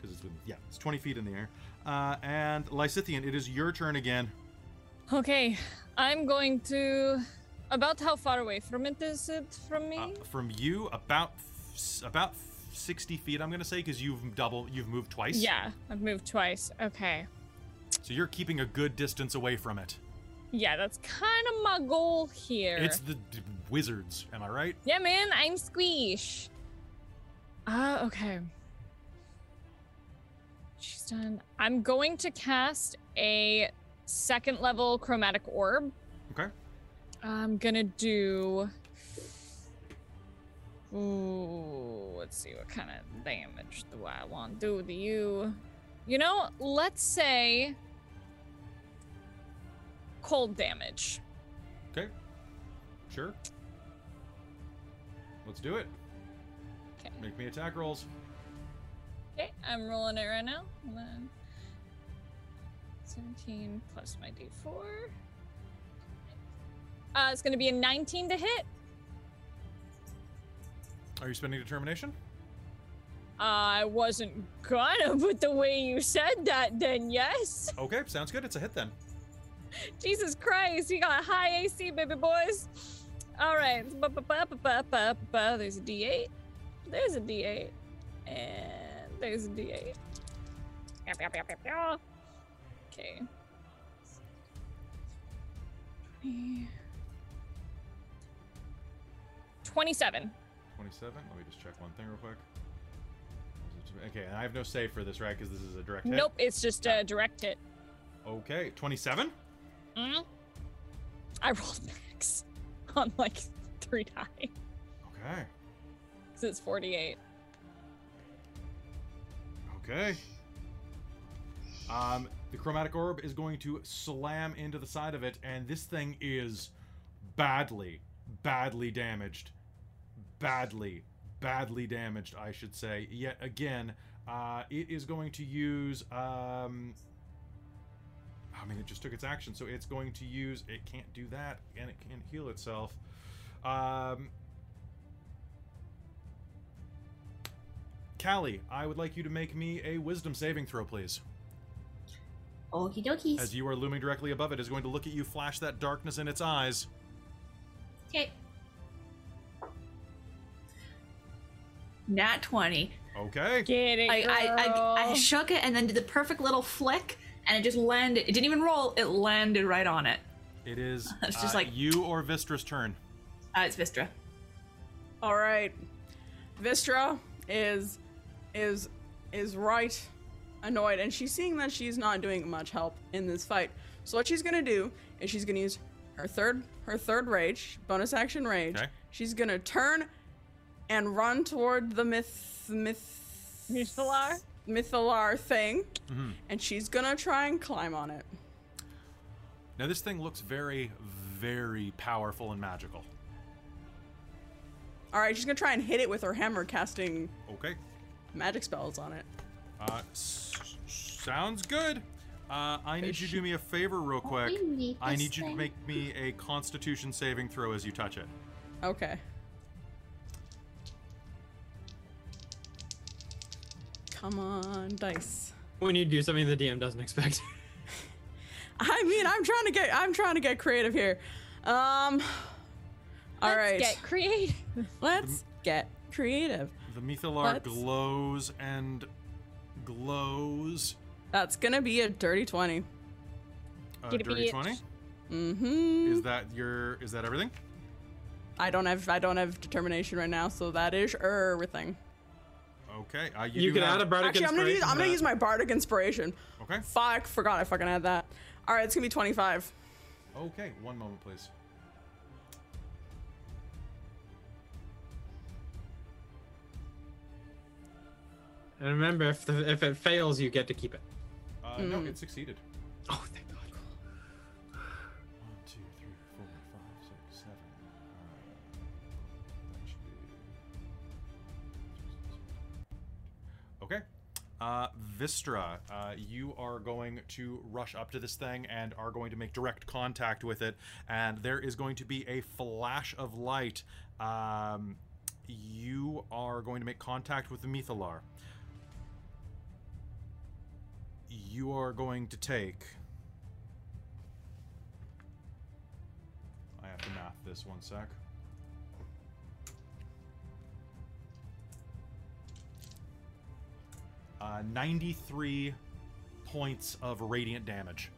[SPEAKER 1] Because it's, within- yeah, it's 20 feet in the air. Uh, and Lysithian, it is your turn again.
[SPEAKER 3] Okay, I'm going to. About how far away from it is it from me?
[SPEAKER 1] Uh, from you, about f- about 60 feet, I'm going to say, because you've double, you've moved twice.
[SPEAKER 3] yeah, I've moved twice. Okay.
[SPEAKER 1] So you're keeping a good distance away from it.
[SPEAKER 3] Yeah, that's kind of my goal here.
[SPEAKER 1] It's the d- wizards, am I right?
[SPEAKER 3] Yeah, man, I'm squeesh. Ah, okay. She's done. I'm going to cast a second level chromatic orb.
[SPEAKER 1] Okay.
[SPEAKER 3] I'm gonna do. Ooh, let's see what kind of damage do I want to do to you. You know, let's say cold damage.
[SPEAKER 1] Okay. Sure. Let's do it.
[SPEAKER 3] 'Kay.
[SPEAKER 1] Make me attack rolls.
[SPEAKER 3] Okay, I'm rolling it right now. Hold on. 17 plus my d4. Uh, it's going to be a 19 to hit.
[SPEAKER 1] Are you spending determination?
[SPEAKER 3] I wasn't gonna, but the way you said that, then yes.
[SPEAKER 1] Okay, sounds good. It's a hit then.
[SPEAKER 7] Jesus Christ, you got high AC, baby boys. All right. ba- ba- ba- ba- ba- ba- ba. There's a D8. There's a D8. And there's a D8. Yap, yap, yap, yap, yap. Okay. 27.
[SPEAKER 1] 27. Let me just check one thing real quick. Okay, and I have no save for this, right? Because this is a direct hit.
[SPEAKER 7] Nope, it's just uh, direct hit.
[SPEAKER 1] Okay, 27?
[SPEAKER 7] Mm. I rolled max on like three die.
[SPEAKER 1] Okay.
[SPEAKER 7] Because it's 48.
[SPEAKER 1] Okay. Um, the chromatic orb is going to slam into the side of it, and this thing is badly, badly damaged. Badly, badly damaged, I should say. Yet again, uh, it is going to use. Um, I mean, it just took its action, so it's going to use. It can't do that, and it can't heal itself. Um, Callie, I would like you to make me a wisdom saving throw, please.
[SPEAKER 5] Okie dokies.
[SPEAKER 1] As you are looming directly above it, is going to look at you, flash that darkness in its eyes.
[SPEAKER 5] okay.
[SPEAKER 6] Nat 20.
[SPEAKER 1] Okay.
[SPEAKER 7] Get it,
[SPEAKER 6] I, I, I, I
[SPEAKER 7] girl.
[SPEAKER 6] shook it and then did the perfect little flick and it just landed. It didn't even roll, it landed right on it.
[SPEAKER 1] It is
[SPEAKER 6] It's just
[SPEAKER 1] uh,
[SPEAKER 6] like-
[SPEAKER 1] you or Vistra's turn.
[SPEAKER 6] Uh, it's Vistra.
[SPEAKER 4] All right. Vistra is is is right annoyed and she's seeing that she's not doing much help in this fight. So what she's going to do is she's going to use her third her third rage, bonus action rage.
[SPEAKER 1] Okay.
[SPEAKER 4] She's going to turn and run toward the myth myth
[SPEAKER 7] Mythalar?
[SPEAKER 4] mythalar thing
[SPEAKER 1] Mhm.
[SPEAKER 4] and she's going to try and climb on it.
[SPEAKER 1] Now, this thing looks very, very powerful and magical.
[SPEAKER 4] All right, she's going to try and hit it with her hammer casting
[SPEAKER 1] Okay.
[SPEAKER 4] magic spells on it.
[SPEAKER 1] Uh, s- sounds good. Uh, I need you to do me a favor real quick.
[SPEAKER 5] we Oh, need
[SPEAKER 1] I
[SPEAKER 5] this
[SPEAKER 1] need you to
[SPEAKER 5] thing.
[SPEAKER 1] make me a constitution saving throw as you touch it.
[SPEAKER 4] Okay. Come on, dice.
[SPEAKER 2] When you do something the DM doesn't expect.
[SPEAKER 4] I mean, I'm trying to get I'm trying to get creative here. Um All
[SPEAKER 7] Let's
[SPEAKER 4] right.
[SPEAKER 7] Get creative.
[SPEAKER 4] Let's get creative.
[SPEAKER 1] The Methalar
[SPEAKER 4] Let's-
[SPEAKER 1] glows and glows.
[SPEAKER 4] That's going to be a dirty 20.
[SPEAKER 1] Uh,
[SPEAKER 7] Get a
[SPEAKER 1] dirty
[SPEAKER 7] bitch.
[SPEAKER 1] twenty.
[SPEAKER 4] Mhm.
[SPEAKER 1] Is that your? Is that everything?
[SPEAKER 4] I don't have I don't have determination right now, so that is everything.
[SPEAKER 1] Okay. Uh, you
[SPEAKER 2] You
[SPEAKER 1] do
[SPEAKER 2] can
[SPEAKER 1] have-
[SPEAKER 2] add a bardic
[SPEAKER 4] Actually, I'm going to use
[SPEAKER 2] inspiration
[SPEAKER 4] I'm going to
[SPEAKER 2] that.
[SPEAKER 4] use my bardic inspiration.
[SPEAKER 1] Okay.
[SPEAKER 4] Fuck, forgot I fucking had that. All right, it's going to be 25.
[SPEAKER 1] Okay. One moment, please.
[SPEAKER 2] And remember, if the, if it fails, you get to keep it.
[SPEAKER 1] Uh, No, it succeeded.
[SPEAKER 2] Oh, thank God.
[SPEAKER 1] One, two, three, four, five, six, seven. Uh, that should be- Okay. Uh, Vistra, uh, you are going to rush up to this thing and are going to make direct contact with it. And there is going to be a flash of light. Um, you are going to make contact with the Methalar. You are going to take. I have to math this one sec. Uh, 93 points of radiant damage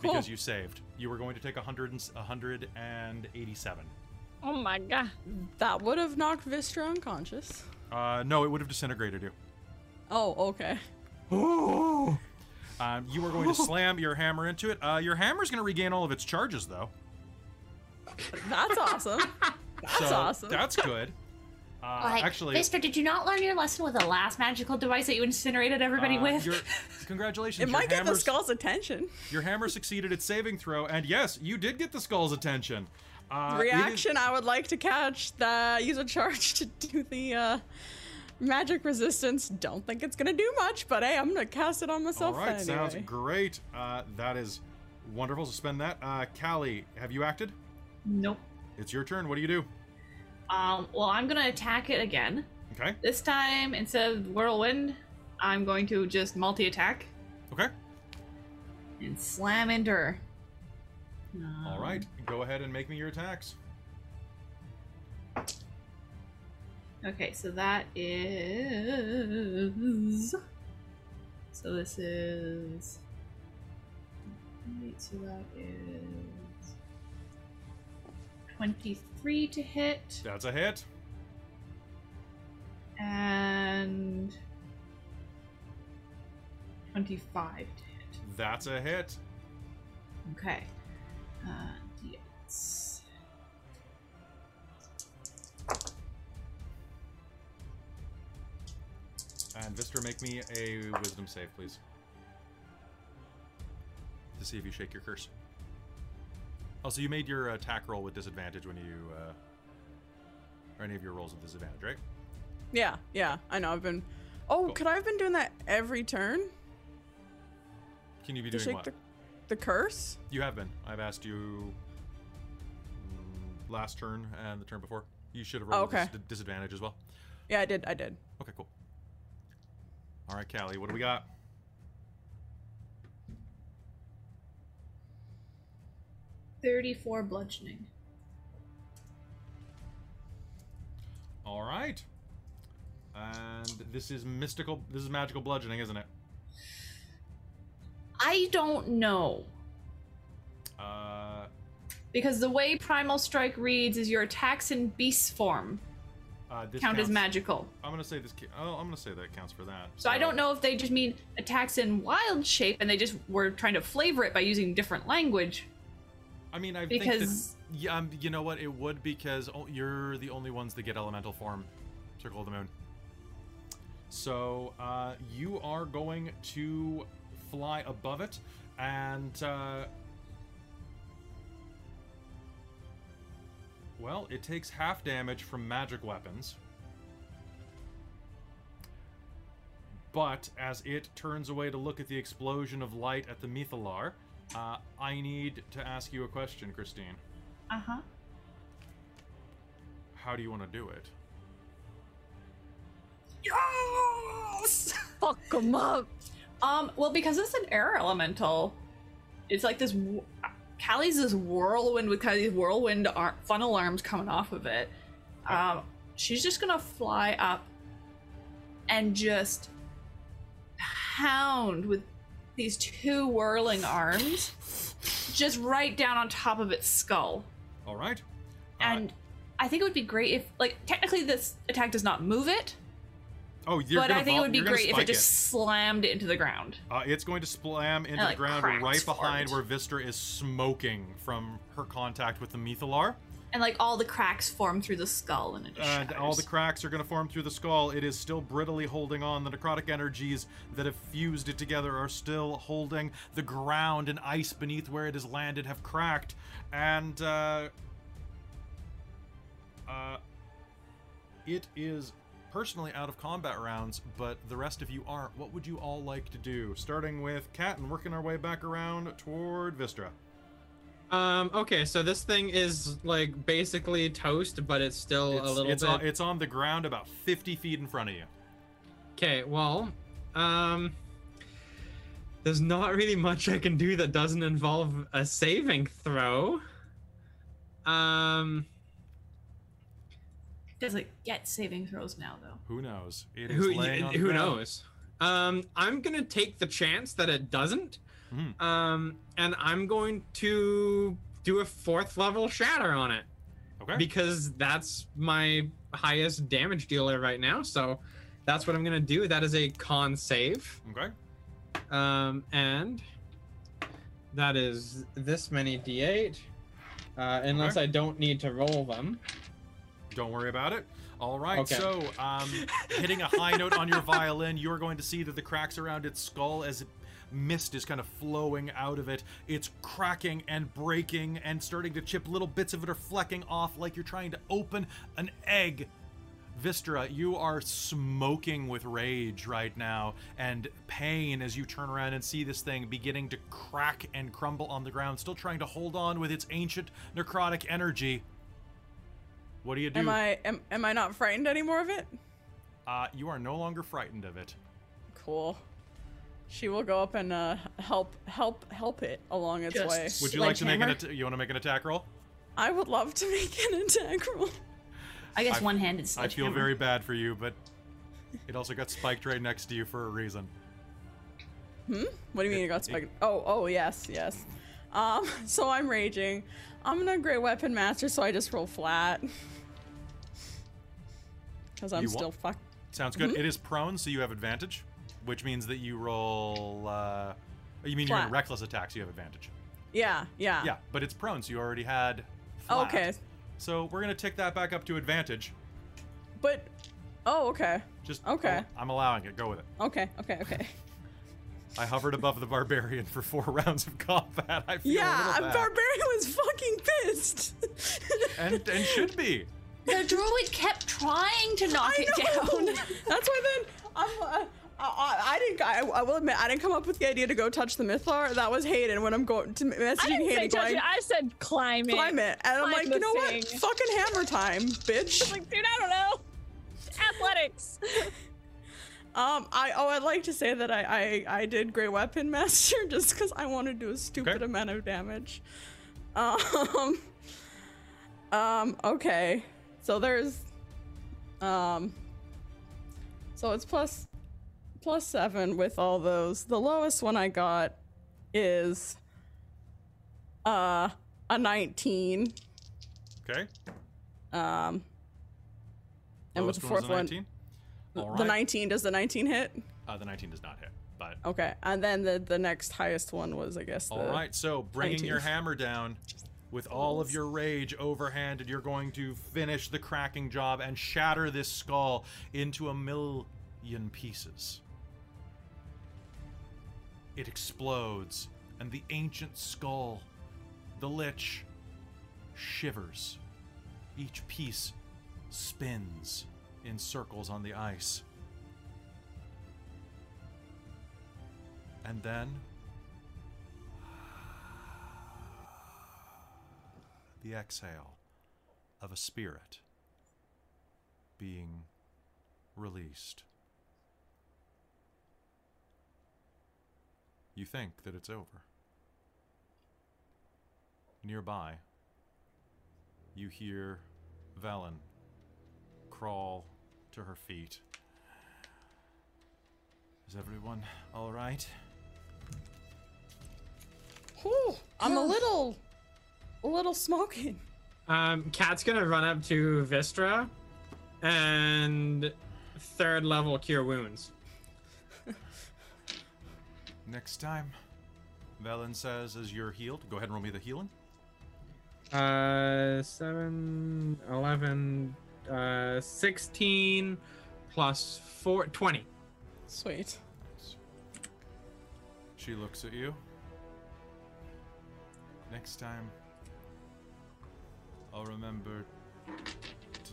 [SPEAKER 1] because
[SPEAKER 4] Cool.
[SPEAKER 1] you saved. You were going to take 100 and, s- 187.
[SPEAKER 7] Oh my god.
[SPEAKER 4] That would have knocked Vistra unconscious.
[SPEAKER 1] Uh, no, it would have disintegrated you.
[SPEAKER 4] Oh, okay.
[SPEAKER 2] Oh!
[SPEAKER 1] Um, you are going to slam your hammer into it. Uh, your hammer's going to regain all of its charges, though.
[SPEAKER 4] That's awesome. That's
[SPEAKER 1] so
[SPEAKER 4] awesome.
[SPEAKER 1] That's good. Uh,
[SPEAKER 5] like,
[SPEAKER 1] actually,
[SPEAKER 5] Mister, did you not learn your lesson with the last magical device that you incinerated everybody
[SPEAKER 1] uh,
[SPEAKER 5] with?
[SPEAKER 1] your- congratulations.
[SPEAKER 4] it
[SPEAKER 1] your
[SPEAKER 4] might get the
[SPEAKER 1] hammer's-
[SPEAKER 4] skull's attention.
[SPEAKER 1] Your hammer succeeded its saving throw, and yes, you did get the skull's attention. Uh, it is-
[SPEAKER 4] Reaction I would like to catch the use a charge to do the uh, magic resistance. Don't think it's gonna do much, but hey, I'm gonna cast it on
[SPEAKER 1] All
[SPEAKER 4] myself.
[SPEAKER 1] right,
[SPEAKER 4] anyway.
[SPEAKER 1] sounds great. Uh, that is wonderful. So spend that. Uh, Callie, have you acted?
[SPEAKER 6] Nope.
[SPEAKER 1] It's your turn. What do you do?
[SPEAKER 6] Um, well, I'm gonna attack it again.
[SPEAKER 1] Okay.
[SPEAKER 6] This time, instead of whirlwind, I'm going to just multi attack
[SPEAKER 1] Okay.
[SPEAKER 6] and slam into her.
[SPEAKER 1] All
[SPEAKER 6] Um,
[SPEAKER 1] right, go ahead and make me your attacks.
[SPEAKER 6] Okay, so that is. So this is. Wait, so that is. 23 to hit,
[SPEAKER 1] That's a hit.
[SPEAKER 6] and. 25 to hit.
[SPEAKER 1] That's a hit.
[SPEAKER 6] Okay. Uh, d8s.
[SPEAKER 1] And Vistor, make me a wisdom save, please. To see if you shake your curse. Also, you made your attack roll with disadvantage when you. Uh, or any of your rolls with disadvantage, right?
[SPEAKER 4] Yeah, yeah, I know. I've been. Oh,
[SPEAKER 1] Cool.
[SPEAKER 4] could I have been doing that every turn
[SPEAKER 1] Can you be
[SPEAKER 4] to
[SPEAKER 1] doing
[SPEAKER 4] shake
[SPEAKER 1] what?
[SPEAKER 4] the, the curse?
[SPEAKER 1] You have been. I've asked you mm, last turn and the turn before. You should have
[SPEAKER 6] Oh,
[SPEAKER 1] rolled with
[SPEAKER 4] okay.
[SPEAKER 1] dis- disadvantage as well.
[SPEAKER 4] Yeah, I did. I did.
[SPEAKER 1] Okay, cool. All right, Callie, what do we got?
[SPEAKER 6] Thirty-four bludgeoning.
[SPEAKER 1] All right. And this is mystical. This is magical bludgeoning, isn't it?
[SPEAKER 6] I don't know.
[SPEAKER 1] Uh,
[SPEAKER 6] Because the way Primal Strike reads is your attacks in beast form
[SPEAKER 1] uh, this
[SPEAKER 6] count as
[SPEAKER 1] counts-
[SPEAKER 6] magical.
[SPEAKER 1] I'm gonna say this. ca- Oh, I'm gonna say that counts for that.
[SPEAKER 6] So I don't know if they just mean attacks in wild shape and they just were trying to flavor it by using different language.
[SPEAKER 1] I mean, I
[SPEAKER 6] Because-
[SPEAKER 1] think that, yeah, um, you know what? It would because o- you're the only ones that get elemental form, Circle of the Moon. So uh, you are going to fly above it, and uh, well, it takes half damage from magic weapons. But as it turns away to look at the explosion of light at the Mithalar, uh, I need to ask you a question, Christine.
[SPEAKER 6] Uh huh.
[SPEAKER 1] How do you want to do it?
[SPEAKER 6] Yes!
[SPEAKER 7] Fuck him up.
[SPEAKER 6] Um, well, because it's an air elemental, it's like this. wh- Callie's this whirlwind with kind of these whirlwind ar- funnel arms coming off of it. Um, she's just gonna fly up and just pound with these two whirling arms, just right down on top of its skull.
[SPEAKER 1] All right.
[SPEAKER 6] And I think it would be great if, like, technically this attack does not move it,
[SPEAKER 1] uh, oh, you're
[SPEAKER 6] but
[SPEAKER 1] gonna
[SPEAKER 6] I
[SPEAKER 1] vol-
[SPEAKER 6] think it would be
[SPEAKER 1] you're gonna
[SPEAKER 6] great if
[SPEAKER 1] spike
[SPEAKER 6] it just slammed it into the ground.
[SPEAKER 1] Uh, it's going to splam into the
[SPEAKER 6] like,
[SPEAKER 1] ground
[SPEAKER 6] cracks
[SPEAKER 1] right behind where
[SPEAKER 6] formed.
[SPEAKER 1] Vistra is smoking from her contact with the Mithalar,
[SPEAKER 6] and like all the cracks form through the skull and it just
[SPEAKER 1] and
[SPEAKER 6] shatters.
[SPEAKER 1] all the cracks are going to form through the skull. It is still brittly holding on. The necrotic energies that have fused it together are still holding. The ground and ice beneath where it has landed have cracked, and uh, uh, it is personally out of combat rounds, but the rest of you aren't. What would you all like to do? Starting with Cat and working our way back around toward Vistra.
[SPEAKER 2] Um, okay, so this thing is like basically toast, but it's still
[SPEAKER 1] It's,
[SPEAKER 2] a little
[SPEAKER 1] it's
[SPEAKER 2] bit.
[SPEAKER 1] On, it's on the ground about 50 feet in front of you.
[SPEAKER 2] Okay, well, um, there's not really much I can do that doesn't involve a saving throw. Um,
[SPEAKER 6] does like get saving throws now though
[SPEAKER 1] Who knows? It is
[SPEAKER 2] who
[SPEAKER 1] laying on the
[SPEAKER 2] who
[SPEAKER 1] ground.
[SPEAKER 2] knows? Um, I'm gonna take the chance that it doesn't.
[SPEAKER 1] Mhm.
[SPEAKER 2] Um, and I'm going to do a fourth level shatter on it.
[SPEAKER 1] Okay.
[SPEAKER 2] because that's my highest damage dealer right now. So that's what I'm gonna do. That is a con save,
[SPEAKER 1] okay.
[SPEAKER 2] um, and that is this many d8, uh, unless
[SPEAKER 1] Okay.
[SPEAKER 2] I don't need to roll them.
[SPEAKER 1] Don't worry about it. All right.
[SPEAKER 2] Okay.
[SPEAKER 1] So, um, hitting a high note on your violin, you're going to see that the cracks around its skull as it mist is kind of flowing out of it it's cracking and breaking and starting to chip little bits of it are flecking off like you're trying to open an egg Vistra, you are smoking with rage right now and pain as you turn around and see this thing beginning to crack and crumble on the ground, still trying to hold on with its ancient necrotic energy. What do you do?
[SPEAKER 4] Am I am, am I not frightened anymore of it?
[SPEAKER 1] Uh, you are no longer frightened of it.
[SPEAKER 4] Cool. She will go up and uh, help help help it along its
[SPEAKER 6] Just
[SPEAKER 4] way.
[SPEAKER 6] s-
[SPEAKER 1] Would you like to make an
[SPEAKER 6] Sledgehammer.
[SPEAKER 1] att- you want to make an attack roll?
[SPEAKER 4] I would love to make an attack roll.
[SPEAKER 6] I guess
[SPEAKER 1] I-
[SPEAKER 6] one-handed
[SPEAKER 1] I feel
[SPEAKER 6] sledgehammer.
[SPEAKER 1] very bad for you, but it also got spiked right next to you for a reason.
[SPEAKER 4] What do you mean
[SPEAKER 1] It-
[SPEAKER 4] it got
[SPEAKER 1] it-
[SPEAKER 4] spiked? Oh, oh yes, yes. Um, so I'm raging. I'm gonna great weapon master, so I just roll flat. Cause I'm
[SPEAKER 1] You wa-
[SPEAKER 4] still fucked.
[SPEAKER 1] Sounds
[SPEAKER 4] Mm-hmm.
[SPEAKER 1] good. It is prone, so you have advantage, which means that you roll. Uh, you mean you're in
[SPEAKER 4] Flat.
[SPEAKER 1] reckless attacks, you have advantage.
[SPEAKER 4] Yeah, yeah.
[SPEAKER 1] Yeah, but it's prone, so you already had. Flat.
[SPEAKER 4] Okay,
[SPEAKER 1] So we're gonna tick that back up to advantage.
[SPEAKER 4] but oh, okay,
[SPEAKER 1] Just oh,
[SPEAKER 4] Okay.
[SPEAKER 1] I'm allowing it. Go with it.
[SPEAKER 4] okay, okay, okay.
[SPEAKER 1] I hovered above the barbarian for four rounds of combat. I feel
[SPEAKER 4] Yeah,
[SPEAKER 1] a
[SPEAKER 4] I'm-
[SPEAKER 1] little bad.
[SPEAKER 4] Barbarian was fucking pissed.
[SPEAKER 1] and and should be.
[SPEAKER 5] The druid kept trying to knock it down.
[SPEAKER 4] That's why then I'm. Uh, I, I I didn't. I, I will admit I didn't come up with the idea to go touch the mythlar. That was Hayden when I'm going to messaging
[SPEAKER 7] I didn't say
[SPEAKER 4] Hayden
[SPEAKER 7] touch
[SPEAKER 4] going
[SPEAKER 7] it. I said climb it.
[SPEAKER 4] climb it, and I'm
[SPEAKER 7] Climb
[SPEAKER 4] like,
[SPEAKER 7] the
[SPEAKER 4] you know
[SPEAKER 7] thing.
[SPEAKER 4] what? Fucking hammer time, bitch.
[SPEAKER 7] Like, dude, I don't know. Athletics.
[SPEAKER 4] Um, I oh, I'd like to say that I I, I did Great Weapon Master just because I want to do a stupid
[SPEAKER 1] Okay.
[SPEAKER 4] amount of damage. Um, um, okay, so there's, um, so it's plus plus seven with all those. The lowest one I got is uh a nineteen.
[SPEAKER 1] Okay.
[SPEAKER 4] Um, and with
[SPEAKER 1] Lowest
[SPEAKER 4] the
[SPEAKER 1] one's
[SPEAKER 4] fourth
[SPEAKER 1] a
[SPEAKER 4] one,
[SPEAKER 1] 19? All right.
[SPEAKER 4] the nineteen does the nineteen hit?
[SPEAKER 1] Uh, the 19 does not hit, but
[SPEAKER 4] Okay, and then the the next highest one was, I guess. The,
[SPEAKER 1] All right, so bringing your
[SPEAKER 4] 19.
[SPEAKER 1] hammer down with all of your rage overhanded, you're going to finish the cracking job and shatter this skull into a million pieces. It explodes, and the ancient skull, the Lich, shivers. Each piece spins in circles on the ice. And then the exhale of a spirit being released. You think that it's over. Nearby, you hear Valen crawl to her feet. Is everyone all right?
[SPEAKER 4] Whew, I'm a little, a little smoking.
[SPEAKER 2] Um, Cat's gonna run up to Vistra and third level cure wounds.
[SPEAKER 1] Next time, Valen says, as you're healed, go ahead and roll me the healing.
[SPEAKER 2] Uh, 7, 11, uh, 16 plus 4, 20.
[SPEAKER 4] Sweet.
[SPEAKER 1] She looks at you. Next time, I'll remember to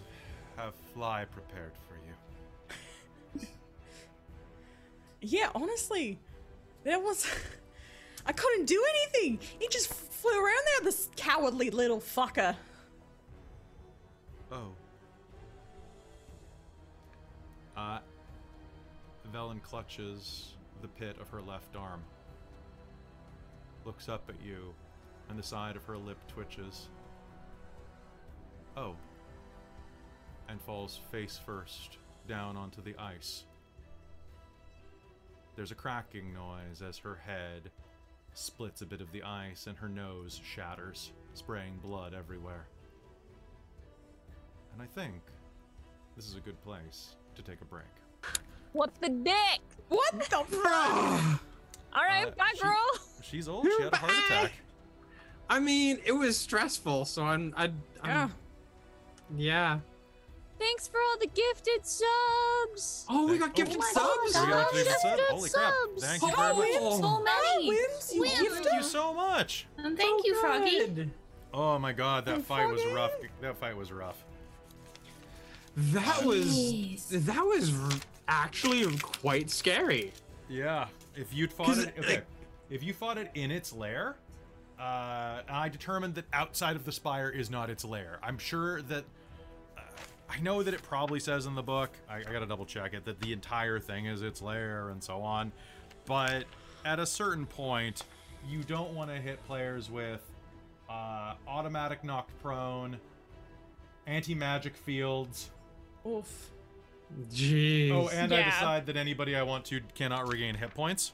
[SPEAKER 1] have fly prepared for you.
[SPEAKER 4] Yeah, honestly, that was. I couldn't do anything. He just flew around there, this cowardly little fucker.
[SPEAKER 1] Oh. Uh, Velen clutches the pit of her left arm, looks up at you, and the side of her lip twitches. Oh. And falls face first down onto the ice. There's a cracking noise as her head splits a bit of the ice and her nose shatters, spraying blood everywhere. And I think this is a good place to take a break.
[SPEAKER 7] What the dick?
[SPEAKER 4] What the fuck?
[SPEAKER 5] Ah!
[SPEAKER 7] All right,
[SPEAKER 1] Uh,
[SPEAKER 7] bye,
[SPEAKER 1] she-
[SPEAKER 7] girl.
[SPEAKER 1] She's old. She had a heart attack.
[SPEAKER 2] I mean, it was stressful, so I'm. I,
[SPEAKER 4] Yeah.
[SPEAKER 2] I'm yeah.
[SPEAKER 7] Thanks for all the gifted subs.
[SPEAKER 2] Oh, we
[SPEAKER 1] Thank-
[SPEAKER 2] got gifted
[SPEAKER 5] oh
[SPEAKER 2] subs!
[SPEAKER 5] my
[SPEAKER 1] We got activated
[SPEAKER 5] Subs,
[SPEAKER 1] sub.
[SPEAKER 7] subs,
[SPEAKER 1] Holy crap!
[SPEAKER 7] subs.
[SPEAKER 1] Thank you very much.
[SPEAKER 4] Oh,
[SPEAKER 5] So many.
[SPEAKER 4] Whims, you
[SPEAKER 5] Whims.
[SPEAKER 4] gifted?
[SPEAKER 1] Thank you so much.
[SPEAKER 5] And thank you, Froggy.
[SPEAKER 2] Good.
[SPEAKER 1] Oh my God, that
[SPEAKER 4] I'm
[SPEAKER 1] fight was
[SPEAKER 4] fucking-
[SPEAKER 1] rough. That fight was rough.
[SPEAKER 2] That was
[SPEAKER 5] Jeez.
[SPEAKER 2] that was r- actually quite scary.
[SPEAKER 1] Yeah. If you'd fought
[SPEAKER 2] 'Cause
[SPEAKER 1] it,
[SPEAKER 2] it-
[SPEAKER 1] okay.
[SPEAKER 2] like-
[SPEAKER 1] If you fought it in its lair, uh, I determined that outside of the spire is not its lair. I'm sure that. uh, I know that it probably says in the book, I, I gotta double check it, that the entire thing is its lair and so on. but at a certain point, you don't want to hit players with uh, automatic knock prone, anti magic fields.
[SPEAKER 4] Oof.
[SPEAKER 2] Jeez.
[SPEAKER 1] Oh, and I
[SPEAKER 7] Yeah.
[SPEAKER 1] decide that anybody I want to cannot regain hit points.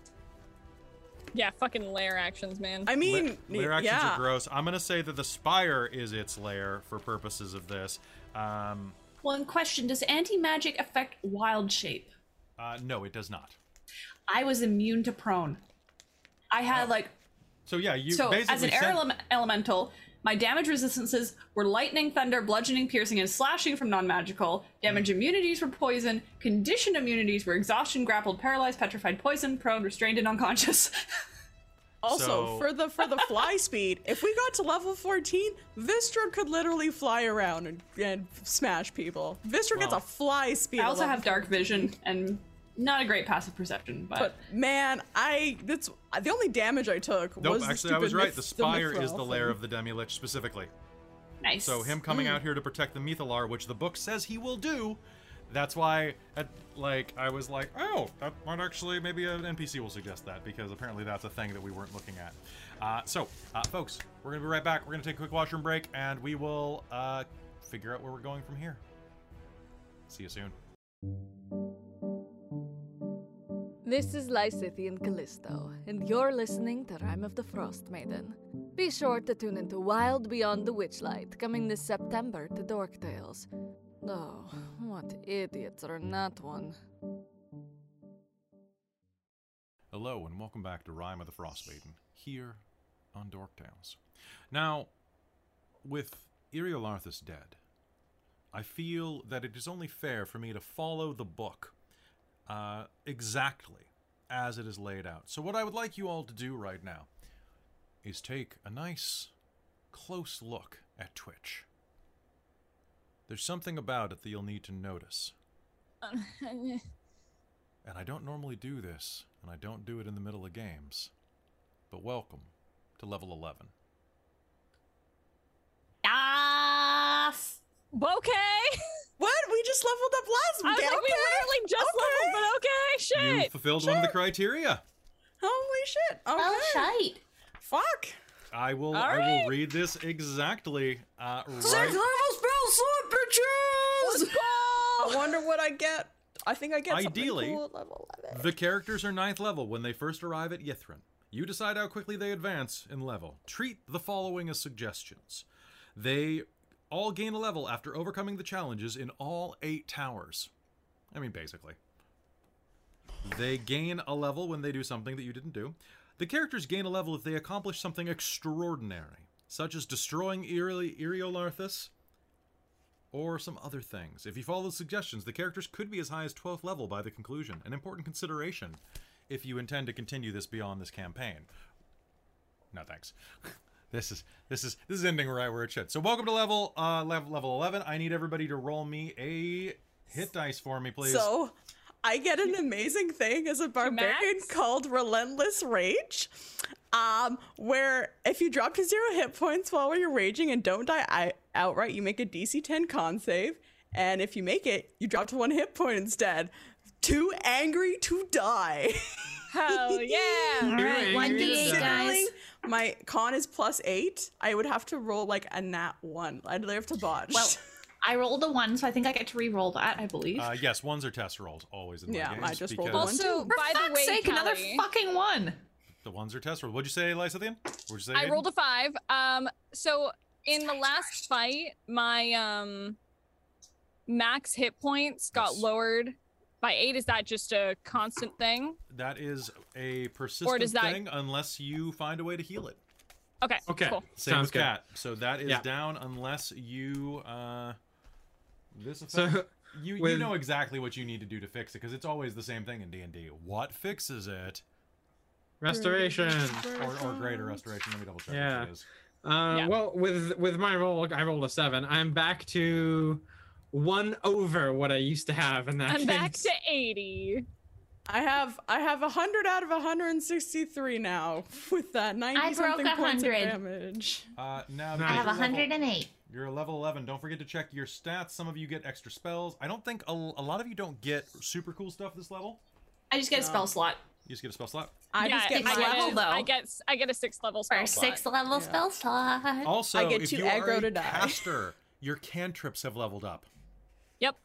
[SPEAKER 7] Yeah, fucking lair actions, man.
[SPEAKER 4] I
[SPEAKER 1] La-
[SPEAKER 4] mean,
[SPEAKER 1] lair actions
[SPEAKER 4] yeah.
[SPEAKER 1] are gross. I'm gonna say that the spire is its lair for purposes of this. Um,
[SPEAKER 6] One question Does anti magic affect wild shape?
[SPEAKER 1] uh, no, it does not.
[SPEAKER 6] I was immune to prone. I had like
[SPEAKER 1] So yeah, you
[SPEAKER 6] so
[SPEAKER 1] basically
[SPEAKER 6] as an air
[SPEAKER 1] sent-
[SPEAKER 6] elem- elemental, my damage resistances were lightning, thunder, bludgeoning, piercing, and slashing from non-magical. Damage immunities were poison. Condition immunities were exhaustion, grappled, paralyzed, petrified, poison, prone, restrained, and unconscious.
[SPEAKER 1] So-
[SPEAKER 4] Also, for the for the fly speed, if we got to level 14, Vistra could literally fly around and, and smash people. Vistra gets
[SPEAKER 1] Well-
[SPEAKER 4] a fly speed.
[SPEAKER 6] I
[SPEAKER 4] at
[SPEAKER 6] also
[SPEAKER 4] level
[SPEAKER 6] have dark vision and not a great passive perception, but,
[SPEAKER 4] But man, I that's the only damage I took
[SPEAKER 1] Nope,
[SPEAKER 4] was the
[SPEAKER 1] actually, I
[SPEAKER 4] stupid
[SPEAKER 1] was right.
[SPEAKER 4] myth-
[SPEAKER 1] The spire is
[SPEAKER 4] mithril
[SPEAKER 1] the lair
[SPEAKER 4] thing.
[SPEAKER 1] of the demi lich specifically.
[SPEAKER 6] nice.
[SPEAKER 1] So him coming out here to protect the Mithalar, which the book says he will do. That's why, at, like, I was like, oh, that might actually maybe an NPC will suggest that because apparently that's a thing that we weren't looking at. Uh, so, uh, folks, we're gonna be right back. We're gonna take a quick washroom break, and we will uh, figure out where we're going from here. See you soon.
[SPEAKER 8] This is Lysithian Callisto, and you're listening to Rhyme of the Frost Maiden. Be sure to tune into Wild Beyond the Witchlight coming this September to Dork Tales. Oh, what idiots are in that one.
[SPEAKER 1] Hello, and welcome back to Rhyme of the Frostmaiden, here on Dork Tales. Now, with Iriolarthus dead, I feel that it is only fair for me to follow the book uh, exactly as it is laid out. So, what I would like you all to do right now is take a nice, close look at Twitch. There's something about it that you'll need to notice. And I don't normally do this, and I don't do it in the middle of games. But welcome to level 11.
[SPEAKER 5] Uh,
[SPEAKER 6] Yes!
[SPEAKER 7] okay.
[SPEAKER 4] What? We just leveled up last
[SPEAKER 7] I was
[SPEAKER 4] week.
[SPEAKER 7] like, we
[SPEAKER 4] okay.
[SPEAKER 7] literally just leveled, but okay, shit.
[SPEAKER 1] You fulfilled one of the criteria.
[SPEAKER 4] Holy shit. Okay.
[SPEAKER 5] Oh, shite.
[SPEAKER 4] Fuck.
[SPEAKER 1] I will
[SPEAKER 7] All
[SPEAKER 1] I will
[SPEAKER 7] right.
[SPEAKER 1] read this exactly uh,
[SPEAKER 4] Six
[SPEAKER 1] right.
[SPEAKER 4] level spell slot, bitches! I wonder what I get. I think I get
[SPEAKER 1] Ideally,
[SPEAKER 4] something cool at level 11.
[SPEAKER 1] The characters are ninth level when they first arrive at Yithrin. You decide how quickly they advance in level. Treat the following as suggestions. They all gain a level after overcoming the challenges in all eight towers. I mean, basically. They gain a level when they do something that you didn't do. The characters gain a level if they accomplish something extraordinary, such as destroying Iri- Iriolarthus or some other things. If you follow the suggestions, the characters could be as high as 12th level by the conclusion, an important consideration if you intend to continue this beyond this campaign. No thanks. This is this is this is ending right where it should. So welcome to level uh level level 11. I need everybody to roll me a hit dice for me, please.
[SPEAKER 4] So, I get an amazing thing as a barbarian
[SPEAKER 7] Max?
[SPEAKER 4] called Relentless Rage. Um, where if you drop to zero hit points while you're raging and don't die I- outright, you make a DC 10 con save. And if you make it, you drop to one hit point instead. Too angry to die.
[SPEAKER 7] Hell yeah.
[SPEAKER 5] All right,
[SPEAKER 2] Doing good
[SPEAKER 5] 1d8,
[SPEAKER 2] stuff.
[SPEAKER 5] guys.
[SPEAKER 4] Considering My con is plus eight. I would have to roll like a nat one. I'd have to botch.
[SPEAKER 5] Well, I rolled a one, so I think I get to re-roll that. I believe.
[SPEAKER 1] Uh, yes, ones are test rolls always in my
[SPEAKER 4] Yeah,
[SPEAKER 1] games.
[SPEAKER 4] I just rolled
[SPEAKER 1] because
[SPEAKER 4] one.
[SPEAKER 7] also,
[SPEAKER 5] For
[SPEAKER 7] by the
[SPEAKER 5] fuck's
[SPEAKER 7] way,
[SPEAKER 5] sake, another
[SPEAKER 7] Callie,
[SPEAKER 5] fucking one.
[SPEAKER 1] The ones are test rolls. What'd you say, Lysithian? What'd you say?
[SPEAKER 7] I
[SPEAKER 1] Aiden?
[SPEAKER 7] rolled a five. Um, so in the last fight, my um max hit points got
[SPEAKER 1] Yes.
[SPEAKER 7] lowered by eight. Is that just a constant thing?
[SPEAKER 1] That is a persistent
[SPEAKER 7] that-
[SPEAKER 1] thing unless you find a way to heal it.
[SPEAKER 7] Okay.
[SPEAKER 2] Okay.
[SPEAKER 7] Cool.
[SPEAKER 1] Same
[SPEAKER 2] Sounds
[SPEAKER 1] with
[SPEAKER 2] good.
[SPEAKER 1] cat. So that is
[SPEAKER 2] Yeah.
[SPEAKER 1] down unless you uh this
[SPEAKER 2] So,
[SPEAKER 1] effect, you you
[SPEAKER 2] with-
[SPEAKER 1] know exactly what you need to do to fix it because it's always the same thing in D&D. What fixes it?
[SPEAKER 2] restoration.
[SPEAKER 1] Or, or greater restoration. Let me double check.
[SPEAKER 2] Yeah.
[SPEAKER 1] What it is.
[SPEAKER 2] Uh,
[SPEAKER 7] Yeah.
[SPEAKER 2] Well, with with my roll, I rolled a seven. I'm back to one over what I used to have in that.
[SPEAKER 7] I'm back
[SPEAKER 2] case.
[SPEAKER 7] to 80.
[SPEAKER 4] I have I have hundred out of hundred and sixty three now with that ninety
[SPEAKER 5] I broke
[SPEAKER 4] something points of
[SPEAKER 5] 100.
[SPEAKER 4] damage.
[SPEAKER 1] Uh, now
[SPEAKER 2] I
[SPEAKER 5] I
[SPEAKER 1] because
[SPEAKER 5] have
[SPEAKER 2] have
[SPEAKER 1] you're level-
[SPEAKER 5] 108.
[SPEAKER 1] You're a level 11. Don't forget to check your stats. Some of you get extra spells. I don't think a, a lot of you don't get super cool stuff this level.
[SPEAKER 6] I just get a spell slot.
[SPEAKER 1] You just get a spell slot.
[SPEAKER 4] I
[SPEAKER 7] Yeah,
[SPEAKER 4] just get
[SPEAKER 5] I
[SPEAKER 4] my
[SPEAKER 5] get
[SPEAKER 4] level.
[SPEAKER 5] it. though.
[SPEAKER 7] I get I get a six level spell.
[SPEAKER 5] For
[SPEAKER 7] slot.
[SPEAKER 5] six level
[SPEAKER 4] Yeah.
[SPEAKER 5] spell slot.
[SPEAKER 1] Also,
[SPEAKER 4] get
[SPEAKER 1] if
[SPEAKER 4] too
[SPEAKER 1] you
[SPEAKER 4] aggro
[SPEAKER 1] are
[SPEAKER 4] to
[SPEAKER 1] a
[SPEAKER 4] die.
[SPEAKER 1] caster, your cantrips have leveled up.
[SPEAKER 7] Yep.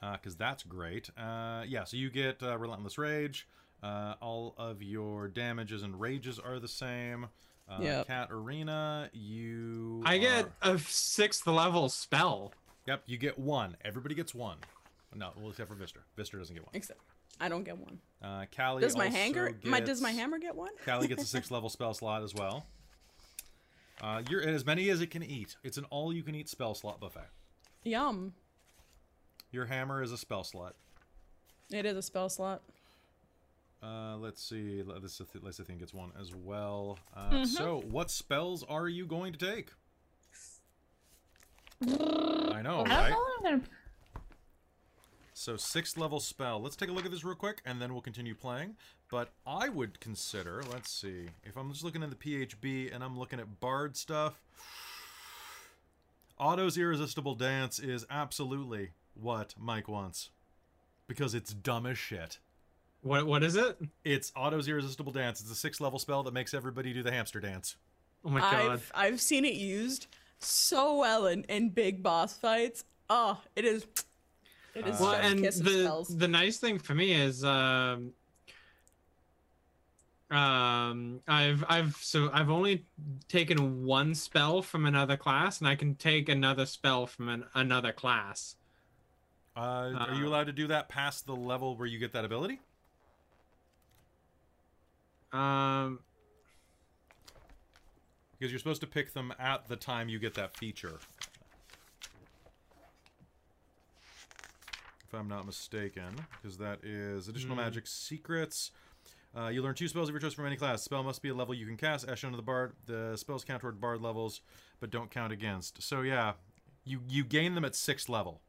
[SPEAKER 1] because that's great. Uh, yeah, so you get uh, Relentless Rage. Uh, all of your damages and rages are the same. Uh,
[SPEAKER 4] Yep.
[SPEAKER 1] Cat Arena, you.
[SPEAKER 2] I get
[SPEAKER 1] are-
[SPEAKER 2] a sixth level spell.
[SPEAKER 1] Yep, you get one. Everybody gets one. No, well, except for Vister. Vister doesn't get one.
[SPEAKER 4] Except I don't get one.
[SPEAKER 1] Uh, Callie
[SPEAKER 4] Does my
[SPEAKER 1] also
[SPEAKER 4] hanger? My, does my
[SPEAKER 1] gets-
[SPEAKER 4] hammer get one?
[SPEAKER 1] Callie gets a six level spell slot as well. Uh, you're at as many as it can eat. It's an all you can eat spell slot buffet.
[SPEAKER 4] Yum.
[SPEAKER 1] Your hammer is a spell slot.
[SPEAKER 4] It is a spell slot.
[SPEAKER 2] Oh
[SPEAKER 1] Uh, let's see. Le- This Lysith- Lysithian gets one as well. Uh,
[SPEAKER 5] Mm-hmm.
[SPEAKER 1] So, what spells are you going to take? I know,
[SPEAKER 5] I don't
[SPEAKER 1] right?
[SPEAKER 5] know what I'm gonna.
[SPEAKER 1] So, sixth level spell. Let's take a look at this real quick, and then we'll continue playing. But I would consider. Let's see. If I'm just looking at the PHB and I'm looking at Bard stuff, Otto's irresistible dance is absolutely what Mike wants, because it's dumb as shit.
[SPEAKER 2] What what is it?
[SPEAKER 1] It's Otto's Irresistible Dance. It's a six level spell that makes everybody do the hamster dance.
[SPEAKER 2] Oh my god.
[SPEAKER 4] I've I've seen it used so well in, in big boss fights. Oh, it is. It is
[SPEAKER 2] Well,
[SPEAKER 4] such a
[SPEAKER 2] and
[SPEAKER 4] kiss of
[SPEAKER 2] the
[SPEAKER 4] spells.
[SPEAKER 2] the nice thing for me is um um I've I've so I've only taken one spell from another class and I can take another spell from an, another class.
[SPEAKER 1] Uh, are you
[SPEAKER 2] Uh.
[SPEAKER 1] allowed to do that past the level where you get that ability?
[SPEAKER 2] Um
[SPEAKER 1] Because you're supposed to pick them at the time you get that feature. If I'm not mistaken, because that is additional
[SPEAKER 2] Hmm.
[SPEAKER 1] magic secrets. Uh, you learn two spells of your choice from any class. Spell must be a level you can cast. Ash under the bard. The spells count toward bard levels, but don't count against. So yeah, you you gain them at sixth level.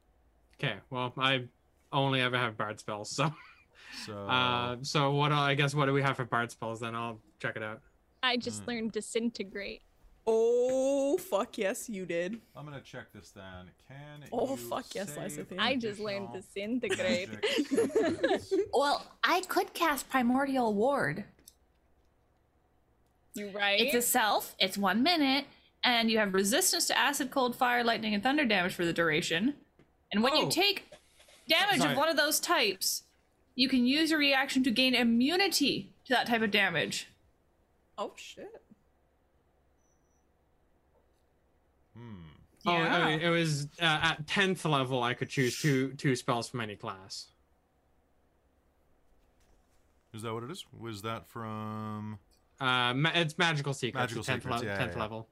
[SPEAKER 2] okay, well I only ever have bard spells, so
[SPEAKER 1] So
[SPEAKER 2] uh so what do- I guess what do we have for bard spells then? I'll check it out.
[SPEAKER 7] I just learned disintegrate.
[SPEAKER 4] oh fuck yes, you did.
[SPEAKER 1] I'm gonna check this then. Can
[SPEAKER 4] Oh,
[SPEAKER 1] you
[SPEAKER 4] fuck yes,
[SPEAKER 1] save
[SPEAKER 4] Lysithian.
[SPEAKER 7] I just learned
[SPEAKER 1] additional
[SPEAKER 7] disintegrate.
[SPEAKER 1] magic secrets?
[SPEAKER 5] Well, I could cast Primordial Ward.
[SPEAKER 7] you right?
[SPEAKER 6] It's a self, it's one minute, and you have resistance to acid, cold, fire, lightning, and thunder damage for the duration. And when
[SPEAKER 2] Oh.
[SPEAKER 6] you take damage
[SPEAKER 2] Sorry.
[SPEAKER 6] of one of those types, you can use your reaction to gain immunity to that type of damage.
[SPEAKER 4] Oh shit.
[SPEAKER 2] Oh, I mean, it was uh, at 10th level I could choose two two spells from any class.
[SPEAKER 1] Is that what it is? Was that from?
[SPEAKER 2] Uh, ma- it's magical secrets.
[SPEAKER 1] Magical
[SPEAKER 2] Magical tenth
[SPEAKER 1] Secrets,
[SPEAKER 2] le-
[SPEAKER 1] yeah,
[SPEAKER 2] tenth
[SPEAKER 1] yeah.
[SPEAKER 2] level.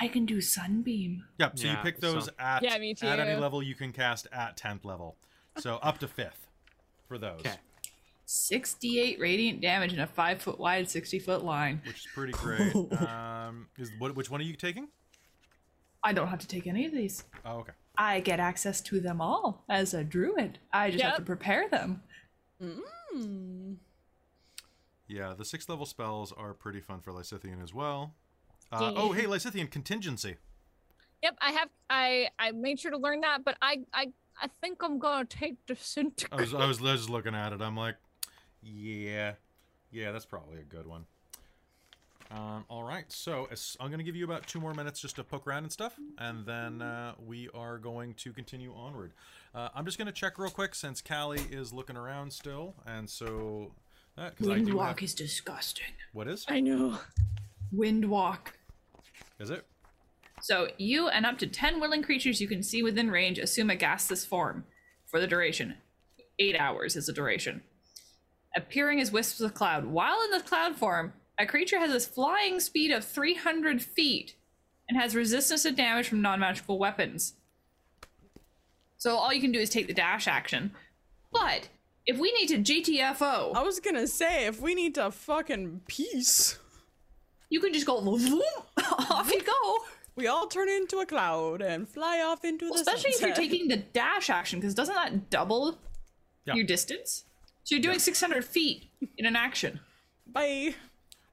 [SPEAKER 6] I can do sunbeam.
[SPEAKER 1] Yep. So you
[SPEAKER 2] Yeah,
[SPEAKER 1] pick those
[SPEAKER 2] so-
[SPEAKER 1] at
[SPEAKER 7] Yeah, me
[SPEAKER 1] at any
[SPEAKER 7] too.
[SPEAKER 1] level you can cast at tenth level, so up to fifth for those,
[SPEAKER 2] Okay.
[SPEAKER 6] 68 radiant damage in a 5 foot wide, 60 foot line.
[SPEAKER 1] which is pretty great. um, is what? Which one are you taking?
[SPEAKER 6] I don't have to take any of these.
[SPEAKER 1] Oh, okay.
[SPEAKER 6] I get access to them all as a druid. I just
[SPEAKER 7] Yep.
[SPEAKER 6] have to prepare them.
[SPEAKER 4] Mm.
[SPEAKER 1] Yeah, the sixth level spells are pretty fun for Lysithian as well. Uh, oh, hey, Lysithian contingency.
[SPEAKER 7] Yep, I have. I I made sure to learn that, but I I I think I'm gonna take
[SPEAKER 1] I
[SPEAKER 7] disintegrate.
[SPEAKER 1] was, I was just looking at it. I'm like, yeah, yeah, that's probably a good one. Um, all right, so as, I'm going to give you about two more minutes just to poke around and stuff, and then uh, we are going to continue onward. Uh, I'm just going to check real quick since Callie is looking around still, and so that because I do have,
[SPEAKER 6] Windwalk is disgusting.
[SPEAKER 1] what is
[SPEAKER 7] I know.
[SPEAKER 6] Windwalk.
[SPEAKER 1] is it?
[SPEAKER 6] So you and up to 10 willing creatures you can see within range assume a gaseous form for the duration. Eight hours is the duration. Appearing as wisps of cloud. While in the cloud form, a creature has a flying speed of 300 feet and has resistance to damage from non magical weapons. So all you can do is take the dash action. But if we need to GTFO,
[SPEAKER 4] I was gonna say if we need to fucking peace,
[SPEAKER 6] you can just go vroom, off you go.
[SPEAKER 4] we all turn into a cloud and fly off into the
[SPEAKER 6] Especially if you're
[SPEAKER 4] sunset.
[SPEAKER 6] taking the dash action, because doesn't that double
[SPEAKER 1] Yeah.
[SPEAKER 6] your distance? So you're doing 600 feet in an action.
[SPEAKER 4] Bye.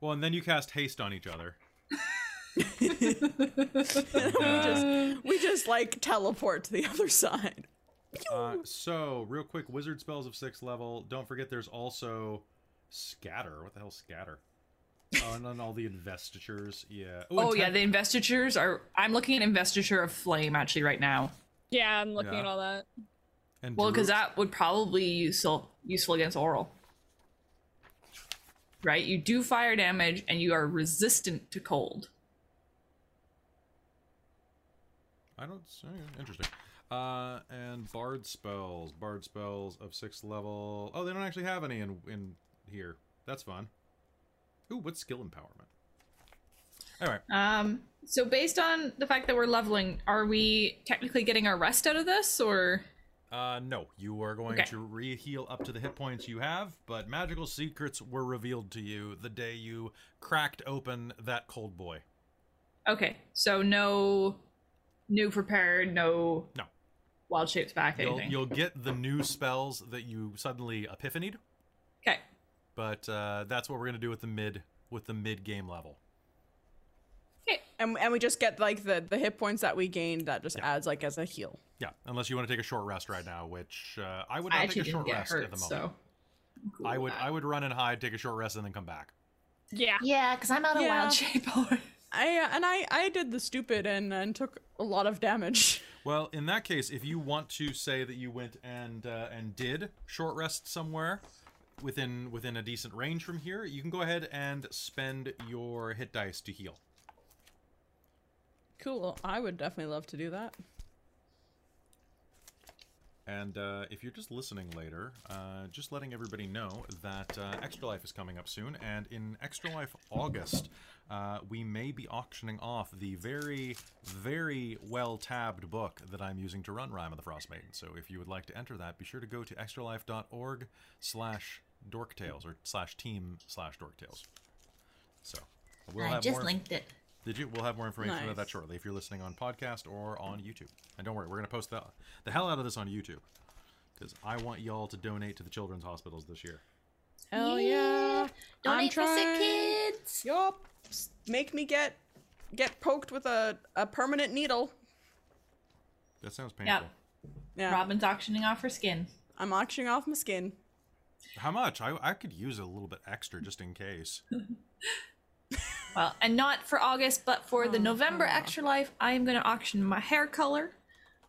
[SPEAKER 1] Well, and then you cast haste on each other. uh,
[SPEAKER 4] We just like teleport to the other side.
[SPEAKER 1] Uh, so, real quick, wizard spells of sixth level. Don't forget, there's also scatter. What the hell, scatter? oh, and then all the investitures. Yeah. Ooh, and
[SPEAKER 6] Oh yeah,
[SPEAKER 1] Temp-
[SPEAKER 6] the investitures are. I'm looking at investiture of flame actually right now.
[SPEAKER 7] Yeah, I'm looking
[SPEAKER 1] Yeah.
[SPEAKER 7] at all that.
[SPEAKER 1] and
[SPEAKER 6] Well, because
[SPEAKER 1] Dru-
[SPEAKER 6] that would probably be useful useful against oral. Right, you do fire damage and you are resistant to cold.
[SPEAKER 1] I don't. see interesting. Uh, and bard spells. Bard spells of sixth level. Oh, they don't actually have any in in here. That's fun. Ooh, what's skill empowerment? Anyway,
[SPEAKER 6] Um, so based on the fact that we're leveling, are we technically getting our rest out of this, or
[SPEAKER 1] uh, no, you are going
[SPEAKER 6] Okay.
[SPEAKER 1] to re-heal up to the hit points you have, but magical secrets were revealed to you the day you cracked open that cold boy.
[SPEAKER 6] okay? So no new prepared, no
[SPEAKER 1] No.
[SPEAKER 6] wild shapes back,
[SPEAKER 1] You'll,
[SPEAKER 6] anything.
[SPEAKER 1] you'll get the new spells that you suddenly epiphanied,
[SPEAKER 6] Okay,
[SPEAKER 1] but uh, that's what we're gonna do with the mid with the mid game level.
[SPEAKER 4] And, and we just get like the, the hit points that we gained that just
[SPEAKER 1] Yeah.
[SPEAKER 4] adds like as a heal.
[SPEAKER 1] Yeah, unless you want to take a short rest right now, which uh, I would
[SPEAKER 6] I
[SPEAKER 1] not take
[SPEAKER 6] actually
[SPEAKER 1] a short
[SPEAKER 6] didn't get
[SPEAKER 1] rest
[SPEAKER 6] hurt,
[SPEAKER 1] at the moment.
[SPEAKER 6] so I'm cool
[SPEAKER 1] I
[SPEAKER 6] with
[SPEAKER 1] would
[SPEAKER 6] that.
[SPEAKER 1] I would run and hide, take a short rest, and then come back.
[SPEAKER 7] Yeah.
[SPEAKER 5] Yeah, because I'm out of
[SPEAKER 4] Yeah.
[SPEAKER 5] wild shape already.
[SPEAKER 4] I uh, and I I did the stupid and and took a lot of damage.
[SPEAKER 1] Well, in that case, if you want to say that you went and uh, and did short rest somewhere within within a decent range from here, you can go ahead and spend your hit dice to heal.
[SPEAKER 4] Cool. I would definitely love to do that.
[SPEAKER 1] And uh, if you're just listening later, uh, just letting everybody know that uh, Extra Life is coming up soon. And in Extra Life August, uh, we may be auctioning off the very, very well tabbed book that I'm using to run Rhyme of the Frost Maiden. So if you would like to enter that, be sure to go to extralife.org slash dorktales or slash team slash dorktales. So we'll
[SPEAKER 5] I
[SPEAKER 1] have
[SPEAKER 5] just
[SPEAKER 1] more.
[SPEAKER 5] linked it.
[SPEAKER 1] Did you? We'll have more information about that
[SPEAKER 4] Nice.
[SPEAKER 1] shortly if you're listening on podcast or on YouTube. And don't worry, we're going to post the, the hell out of this on YouTube because I want y'all to donate to the children's hospitals this year.
[SPEAKER 4] Hell yeah.
[SPEAKER 5] Yeah. Donate for sick
[SPEAKER 4] trying.
[SPEAKER 5] kids.
[SPEAKER 4] Yup. S- Make me get get poked with a, a permanent needle.
[SPEAKER 1] That sounds
[SPEAKER 6] Yeah,
[SPEAKER 1] painful.
[SPEAKER 4] Yeah.
[SPEAKER 6] Robin's auctioning off her skin.
[SPEAKER 4] I'm auctioning off my skin.
[SPEAKER 1] How much? I, I could use a little bit extra just in case.
[SPEAKER 6] Well, and not for August, but for the
[SPEAKER 4] Oh,
[SPEAKER 6] November
[SPEAKER 4] oh.
[SPEAKER 6] Extra Life, I am going to auction my hair color.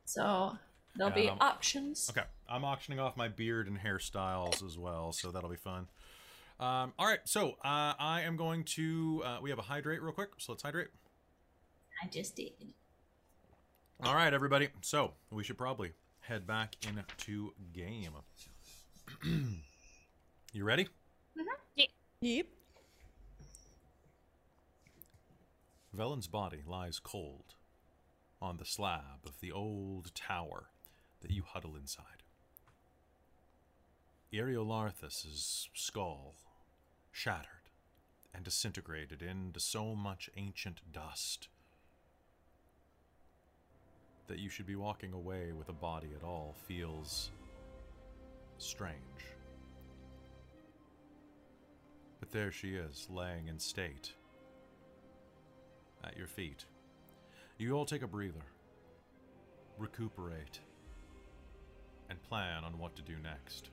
[SPEAKER 6] So there'll be
[SPEAKER 1] Um,
[SPEAKER 6] options.
[SPEAKER 1] Okay, I'm auctioning off my beard and hairstyles as well, so that'll be fun. Um, all right, so uh, I am going to. Uh, we have a hydrate real quick, so let's hydrate.
[SPEAKER 5] I just did.
[SPEAKER 1] All right, everybody. So we should probably head back into game. you ready?
[SPEAKER 4] Yep.
[SPEAKER 1] Velen's body lies cold on the slab of the old tower that you huddle inside. Eriolarthus's skull shattered and disintegrated into so much ancient dust that you should be walking away with a body at all feels strange. But there she is, laying in state at your feet. You all take a breather, recuperate, and plan on what to do next.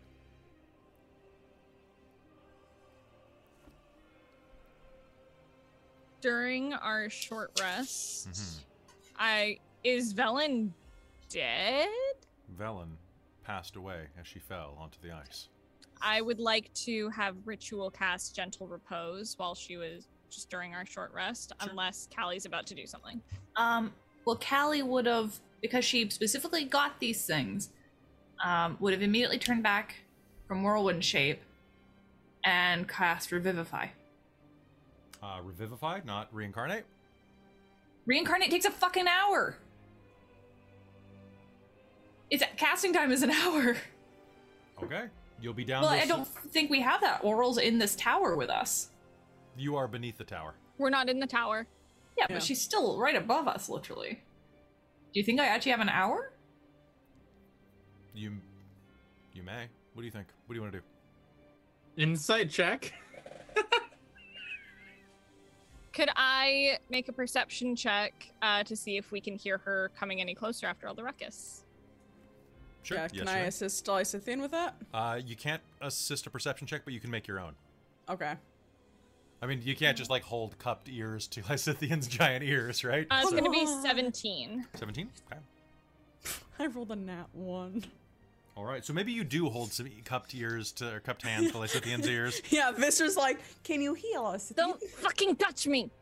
[SPEAKER 7] During our short rest, I is Velen dead?
[SPEAKER 1] Velen passed away as she fell onto the ice.
[SPEAKER 7] I would like to have ritual cast gentle repose while she was just during our short rest, unless Callie's about to do something.
[SPEAKER 6] Um, well, Callie would have, because she specifically got these things, um, would have immediately turned back from whirlwind shape and cast Revivify.
[SPEAKER 1] Uh, revivify, not reincarnate.
[SPEAKER 6] Reincarnate takes a fucking hour. It's casting time is an hour.
[SPEAKER 1] Okay. You'll be down.
[SPEAKER 6] well,
[SPEAKER 1] this-
[SPEAKER 6] I don't think we have that. Oral's in this tower with us.
[SPEAKER 1] You are beneath the tower.
[SPEAKER 7] We're not in the tower.
[SPEAKER 6] Yeah,
[SPEAKER 4] Yeah.
[SPEAKER 6] but she's still right above us, literally. Do you think I actually have an hour?
[SPEAKER 1] You, you may. What do you think? What do you want to do?
[SPEAKER 2] Insight check.
[SPEAKER 7] Could I make a perception check uh, to see if we can hear her coming any closer after all the ruckus?
[SPEAKER 1] Sure.
[SPEAKER 4] Yeah,
[SPEAKER 1] yes,
[SPEAKER 4] can I
[SPEAKER 1] sure.
[SPEAKER 4] assist Lysithian with that?
[SPEAKER 1] Uh, you can't assist a perception check, but you can make your own.
[SPEAKER 4] Okay.
[SPEAKER 1] I mean, you can't just like hold cupped ears to Lysithian's giant ears, right?
[SPEAKER 6] Um,
[SPEAKER 3] Uh, it's
[SPEAKER 1] So-
[SPEAKER 3] going to be
[SPEAKER 4] on.
[SPEAKER 3] 17.
[SPEAKER 1] 17? Okay.
[SPEAKER 4] I rolled a nat one.
[SPEAKER 1] All right. So maybe you do hold some cupped ears to, or cupped hands to Lysithian's ears.
[SPEAKER 4] Yeah, Viser's like, can you heal us?
[SPEAKER 3] Don't fucking touch me.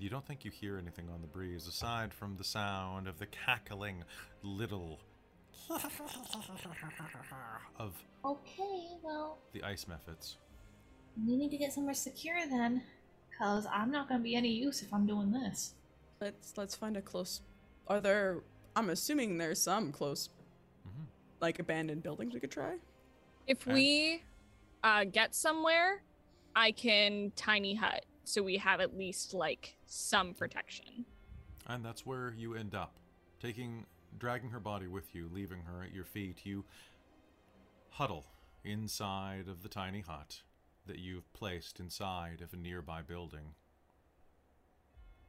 [SPEAKER 1] You don't think you hear anything on the breeze aside from the sound of the cackling little of
[SPEAKER 5] Okay, well,
[SPEAKER 1] the ice methods.
[SPEAKER 5] we need to get somewhere secure then, because I'm not going to be any use if I'm doing this.
[SPEAKER 4] Let's let's find a close. Are there? I'm assuming there's some close,
[SPEAKER 1] Mhm.
[SPEAKER 4] like abandoned buildings we could try.
[SPEAKER 3] If
[SPEAKER 1] Okay.
[SPEAKER 3] we uh, get somewhere, I can tiny hut so we have at least like some protection.
[SPEAKER 1] And that's where you end up, taking, dragging her body with you, leaving her at your feet. You huddle inside of the tiny hut that you've placed inside of a nearby building.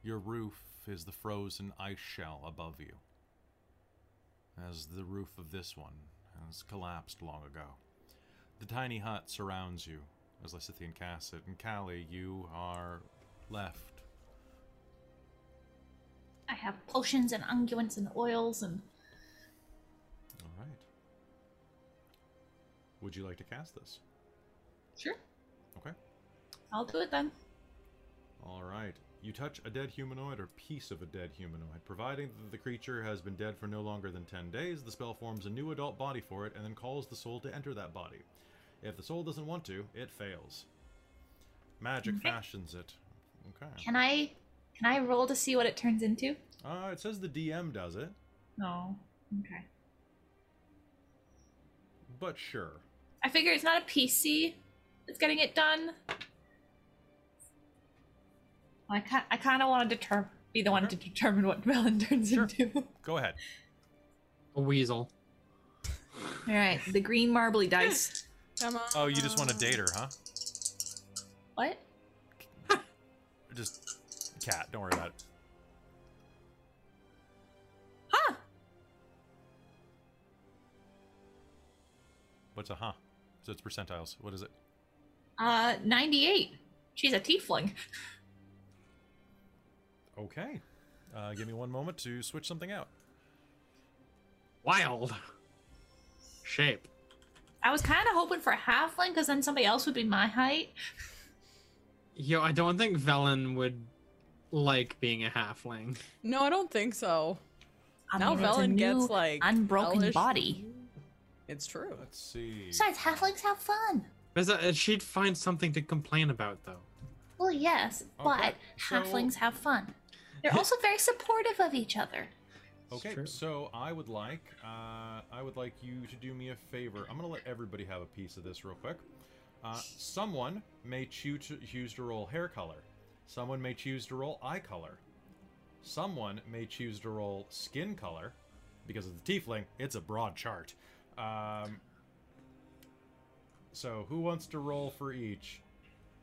[SPEAKER 1] Your roof is the frozen ice shell above you, as the roof of this one has collapsed long ago. The tiny hut surrounds you, as Lysithian Casset and Callie, you are left
[SPEAKER 5] I have potions and unguents and oils and
[SPEAKER 1] All right. Would you like to cast this?
[SPEAKER 5] sure,
[SPEAKER 1] Okay.
[SPEAKER 5] I'll do it then.
[SPEAKER 1] All right. You touch a dead humanoid or piece of a dead humanoid. Providing that the creature has been dead for no longer than 10 days, the spell forms a new adult body for it and then calls the soul to enter that body. If the soul doesn't want to, it fails. Magic fashions it. Okay.
[SPEAKER 5] Can I can I roll to see what it turns into?
[SPEAKER 1] Uh, it says the DM does it,
[SPEAKER 5] No. Okay.
[SPEAKER 1] but sure.
[SPEAKER 5] I figure it's not a PC that's getting it done. I kind I kind of want to deter- be the one to determine what Melon turns into. All
[SPEAKER 1] Go ahead.
[SPEAKER 2] A weasel.
[SPEAKER 5] right, the green marbly dice.
[SPEAKER 4] Come on.
[SPEAKER 1] Oh, you just want to
[SPEAKER 4] Um,
[SPEAKER 1] date her, huh?
[SPEAKER 5] what?
[SPEAKER 1] Just cat. Don't worry about it.
[SPEAKER 5] Huh?
[SPEAKER 1] What's a huh? So it's percentiles. What is it?
[SPEAKER 5] Uh, ninety-eight. She's a tiefling.
[SPEAKER 1] Okay. Uh, give me one moment to switch something out.
[SPEAKER 2] Wild. Shape.
[SPEAKER 5] I was kind of hoping for a halfling because then somebody else would be my height.
[SPEAKER 2] Yo, I don't think Velen would like being a halfling.
[SPEAKER 4] No, I don't think so.
[SPEAKER 5] I
[SPEAKER 4] Now
[SPEAKER 5] mean, it's a
[SPEAKER 4] Velen gets,
[SPEAKER 5] new
[SPEAKER 4] like,
[SPEAKER 5] unbroken
[SPEAKER 4] elvish-
[SPEAKER 5] body.
[SPEAKER 4] It's true.
[SPEAKER 1] Let's see.
[SPEAKER 5] Besides, halflings have fun.
[SPEAKER 2] Is that- uh, she'd find something to complain about, though.
[SPEAKER 5] Well, yes, but
[SPEAKER 1] so-
[SPEAKER 5] halflings have fun. They're also very supportive of each other.
[SPEAKER 1] Okay,
[SPEAKER 2] Sure.
[SPEAKER 1] so I would like uh, I would like you to do me a favor. I'm gonna let everybody have a piece of this real quick. Uh, someone may choose to, choose to roll hair color. Someone may choose to roll eye color. Someone may choose to roll skin color. Because of the tiefling, it's a broad chart. Um, so who wants to roll for each?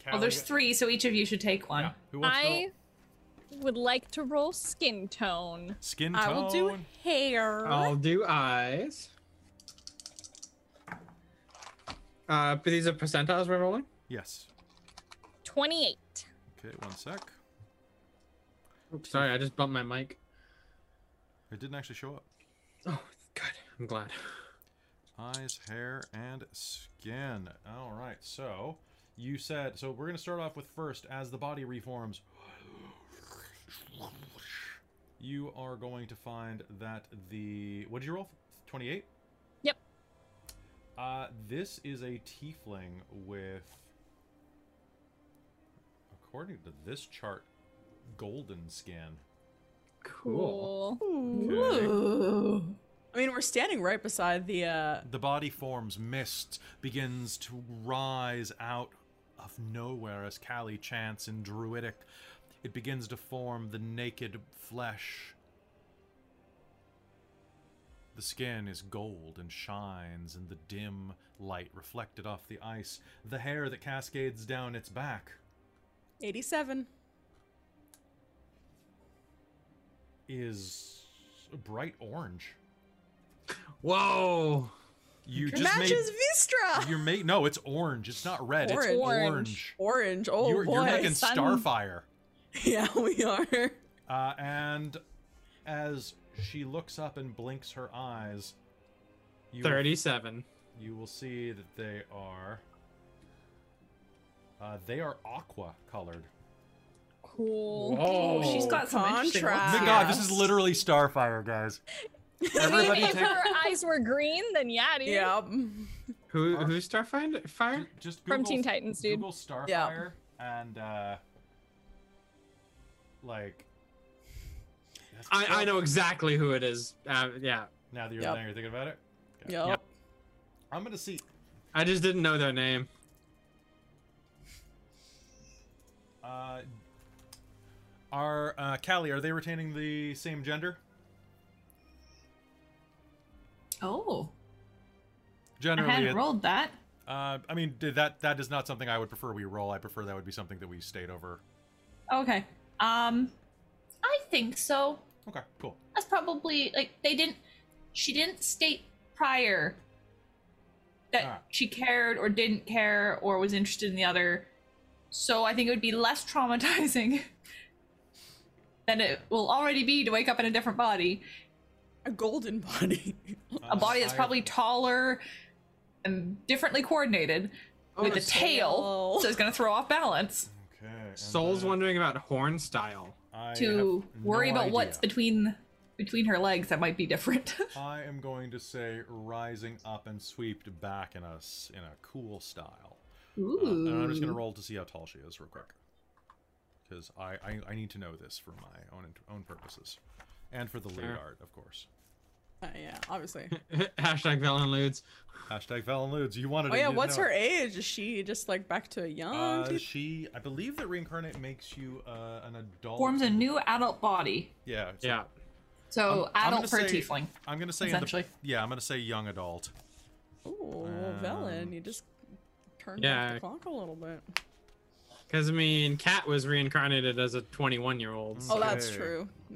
[SPEAKER 6] Oh,
[SPEAKER 5] Well, there's
[SPEAKER 1] Callie-
[SPEAKER 5] three, so each of you should take one.
[SPEAKER 1] Yeah, who wants to roll?
[SPEAKER 3] I would like to roll skin tone.
[SPEAKER 1] Skin tone.
[SPEAKER 4] I will do hair.
[SPEAKER 2] I'll do eyes. Uh, but these are percentiles we're rolling.
[SPEAKER 1] Yes.
[SPEAKER 3] 28.
[SPEAKER 1] Okay, one sec.
[SPEAKER 2] Oops, sorry, I just bumped my mic.
[SPEAKER 1] It didn't actually show up.
[SPEAKER 2] Oh, good. I'm glad.
[SPEAKER 1] Eyes, hair, and skin. All right. So you said. So we're gonna start off with first as the body reforms. You are going to find that the what did you roll? Twenty-eight.
[SPEAKER 3] Yep.
[SPEAKER 1] Uh, this is a tiefling with, according to this chart, golden skin.
[SPEAKER 2] Cool.
[SPEAKER 1] Okay.
[SPEAKER 5] Oh.
[SPEAKER 4] I mean, we're standing right beside the. uh
[SPEAKER 1] The body forms mist, begins to rise out of nowhere as Kali chants in Druidic. It begins to form the naked flesh. The skin is gold and shines in the dim light reflected off the ice, the hair that cascades down its back.
[SPEAKER 4] 87.
[SPEAKER 1] is bright orange.
[SPEAKER 2] Whoa!
[SPEAKER 1] You
[SPEAKER 4] It
[SPEAKER 1] just made
[SPEAKER 4] matches Vistra.
[SPEAKER 1] your mate. No, it's orange. It's not red. It's
[SPEAKER 4] Orange.
[SPEAKER 1] orange.
[SPEAKER 4] Orange. Oh
[SPEAKER 1] you're,
[SPEAKER 4] boy.
[SPEAKER 1] you're making
[SPEAKER 6] Sun-
[SPEAKER 1] Starfire.
[SPEAKER 4] yeah, we are.
[SPEAKER 1] Uh, and as she looks up and blinks her eyes, you will-
[SPEAKER 2] Thirty-seven.
[SPEAKER 1] you will see that they are uh, they are aqua colored.
[SPEAKER 7] Cool.
[SPEAKER 2] Whoa!
[SPEAKER 6] she's got some interesting looks.
[SPEAKER 7] Ah.
[SPEAKER 1] Oh my god, this is literally Starfire, guys. Everybody
[SPEAKER 7] if
[SPEAKER 1] take
[SPEAKER 7] her eyes were green, then yeah, dude.
[SPEAKER 4] Yeah.
[SPEAKER 2] Who who's Starfinder?
[SPEAKER 1] ju-
[SPEAKER 2] Fire?
[SPEAKER 1] just Google,
[SPEAKER 7] From Teen Titans, dude.
[SPEAKER 1] Google Starfire
[SPEAKER 4] Yeah.
[SPEAKER 1] and uh like that's
[SPEAKER 2] I I
[SPEAKER 1] cool.
[SPEAKER 2] know exactly who it is. Uh, yeah,
[SPEAKER 1] Now that you're,
[SPEAKER 4] Yep.
[SPEAKER 1] now you're thinking about it,
[SPEAKER 4] Yup.
[SPEAKER 1] I'm gonna see.
[SPEAKER 2] I just didn't know their name.
[SPEAKER 1] Uh, are uh, Callie? Are they retaining the same gender?
[SPEAKER 6] Oh, I
[SPEAKER 1] Generally,
[SPEAKER 6] hadn't
[SPEAKER 1] it-
[SPEAKER 6] rolled that.
[SPEAKER 1] uh, I mean, did that that is not something I would prefer we roll. I prefer that would be something that we stayed over.
[SPEAKER 6] Okay. Um,
[SPEAKER 5] I think so.
[SPEAKER 1] Okay, cool.
[SPEAKER 5] That's probably like they didn't.
[SPEAKER 6] she didn't state prior that
[SPEAKER 1] Ah.
[SPEAKER 6] she cared or didn't care or was interested in the other. So I think it would be less traumatizing than it will already be to wake up in a different body.
[SPEAKER 4] A golden body.
[SPEAKER 1] Uh,
[SPEAKER 6] A body that's
[SPEAKER 1] I-
[SPEAKER 6] probably taller and differently coordinated
[SPEAKER 4] Oh,
[SPEAKER 6] with a tail.
[SPEAKER 4] tail.
[SPEAKER 6] So it's going to throw off balance
[SPEAKER 1] Okay. and uh,
[SPEAKER 2] Soul's
[SPEAKER 1] then
[SPEAKER 2] wondering about horn style.
[SPEAKER 1] I
[SPEAKER 6] to
[SPEAKER 1] have no
[SPEAKER 6] worry about what's
[SPEAKER 1] idea.
[SPEAKER 6] between between her legs that might be different.
[SPEAKER 1] I am going to say rising up and sweeped back in a s- in a cool style. Uh, and I'm just gonna roll to see how tall she is real quick, because I, I I need to know this for my own int- own purposes, and for the lead
[SPEAKER 2] Fair.
[SPEAKER 1] art, of course.
[SPEAKER 4] Uh, yeah, obviously.
[SPEAKER 2] Hashtag Velen Ludes.
[SPEAKER 1] Hashtag Fallon Ludes. You wanted.
[SPEAKER 4] Oh
[SPEAKER 1] to
[SPEAKER 4] yeah,
[SPEAKER 1] know
[SPEAKER 4] what's
[SPEAKER 1] it.
[SPEAKER 4] her age? Is she just like back to a young?
[SPEAKER 1] Uh,
[SPEAKER 4] teen-
[SPEAKER 1] she, I believe that reincarnate makes you uh, an adult.
[SPEAKER 6] Forms a new adult body.
[SPEAKER 1] Yeah. it's
[SPEAKER 2] Yeah.
[SPEAKER 6] So
[SPEAKER 1] I'm
[SPEAKER 6] adult for
[SPEAKER 1] gonna
[SPEAKER 6] a
[SPEAKER 1] say-
[SPEAKER 6] tiefling.
[SPEAKER 1] like- I'm gonna say in the-
[SPEAKER 6] Essentially.
[SPEAKER 1] yeah, I'm gonna say young adult.
[SPEAKER 4] Ooh,
[SPEAKER 1] Um,
[SPEAKER 4] Velen, you just turned off
[SPEAKER 2] yeah.
[SPEAKER 4] the clock a little bit.
[SPEAKER 2] Because I mean, Cat was reincarnated as a 21-year-old.
[SPEAKER 4] Oh, that's
[SPEAKER 1] Okay.
[SPEAKER 4] true.
[SPEAKER 1] Uh,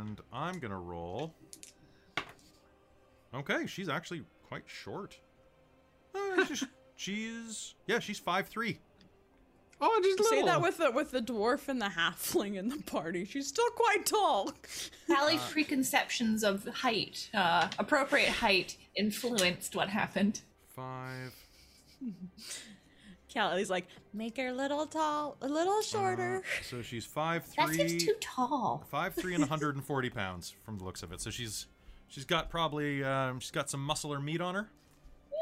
[SPEAKER 1] And I'm gonna roll. Okay, she's actually quite short. Uh, she's, she's yeah, she's five three.
[SPEAKER 2] Oh, just little.
[SPEAKER 4] Say that with the with the dwarf and the halfling in the party. She's still quite tall.
[SPEAKER 2] uh,
[SPEAKER 6] Valley preconceptions of height, uh, appropriate height, influenced what happened.
[SPEAKER 1] Five.
[SPEAKER 4] Callie's like, make her a little tall, a little shorter.
[SPEAKER 1] uh, so she's five
[SPEAKER 6] That seems
[SPEAKER 1] three.
[SPEAKER 6] too tall.
[SPEAKER 1] Five three and 140 pounds from the looks of it. So she's she's got probably um, she's got some muscle or meat on her.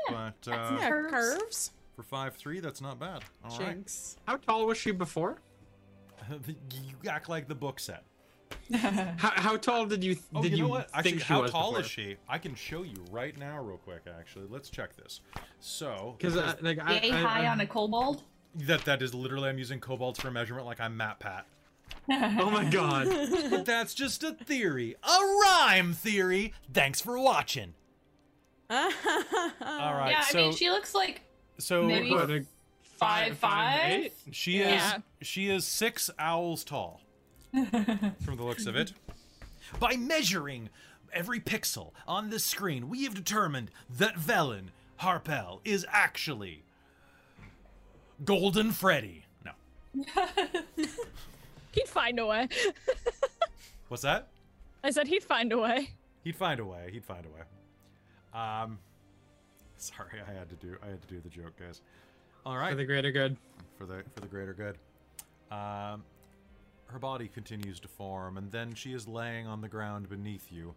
[SPEAKER 1] Yeah, but uh,
[SPEAKER 4] yeah,
[SPEAKER 6] curves.
[SPEAKER 4] curves.
[SPEAKER 1] for five three, that's not bad. All right.
[SPEAKER 4] Jinx.
[SPEAKER 2] How tall was she before?
[SPEAKER 1] you act like the book set.
[SPEAKER 2] How, how tall did you th-
[SPEAKER 1] Oh,
[SPEAKER 2] did
[SPEAKER 1] you
[SPEAKER 2] you,
[SPEAKER 1] know what? Actually,
[SPEAKER 2] think she
[SPEAKER 1] how
[SPEAKER 2] was
[SPEAKER 1] tall
[SPEAKER 2] before?
[SPEAKER 1] is she? I can show you right now, real quick. Actually, let's check this. So,
[SPEAKER 2] Because uh, like I,
[SPEAKER 6] Yay,
[SPEAKER 2] I,
[SPEAKER 6] high
[SPEAKER 2] I-
[SPEAKER 6] on a kobold.
[SPEAKER 1] that that is literally I'm using cobalt for measurement, like I'm Matt Pat.
[SPEAKER 2] oh my god,
[SPEAKER 1] But that's just a theory, a rhyme theory. Thanks for watching. All right,
[SPEAKER 6] Uh, yeah, I
[SPEAKER 1] so
[SPEAKER 6] mean, she looks like
[SPEAKER 1] so
[SPEAKER 6] maybe-
[SPEAKER 1] her-
[SPEAKER 2] what a
[SPEAKER 6] five five.
[SPEAKER 2] eight?
[SPEAKER 1] she
[SPEAKER 6] Yeah.
[SPEAKER 1] is she is six owls tall, from the looks of it. By measuring every pixel on this screen, we have determined that Velen Harpel is actually Golden Freddy. No,
[SPEAKER 7] He'd find a way.
[SPEAKER 1] what's that?
[SPEAKER 7] I said he'd find a way.
[SPEAKER 1] He'd find a way. He'd find a way. Um, sorry, I had to do. I had to do the joke, guys. All right,
[SPEAKER 2] for the greater good.
[SPEAKER 1] for the for the greater good. Um, her body continues to form, and then she is laying on the ground beneath you,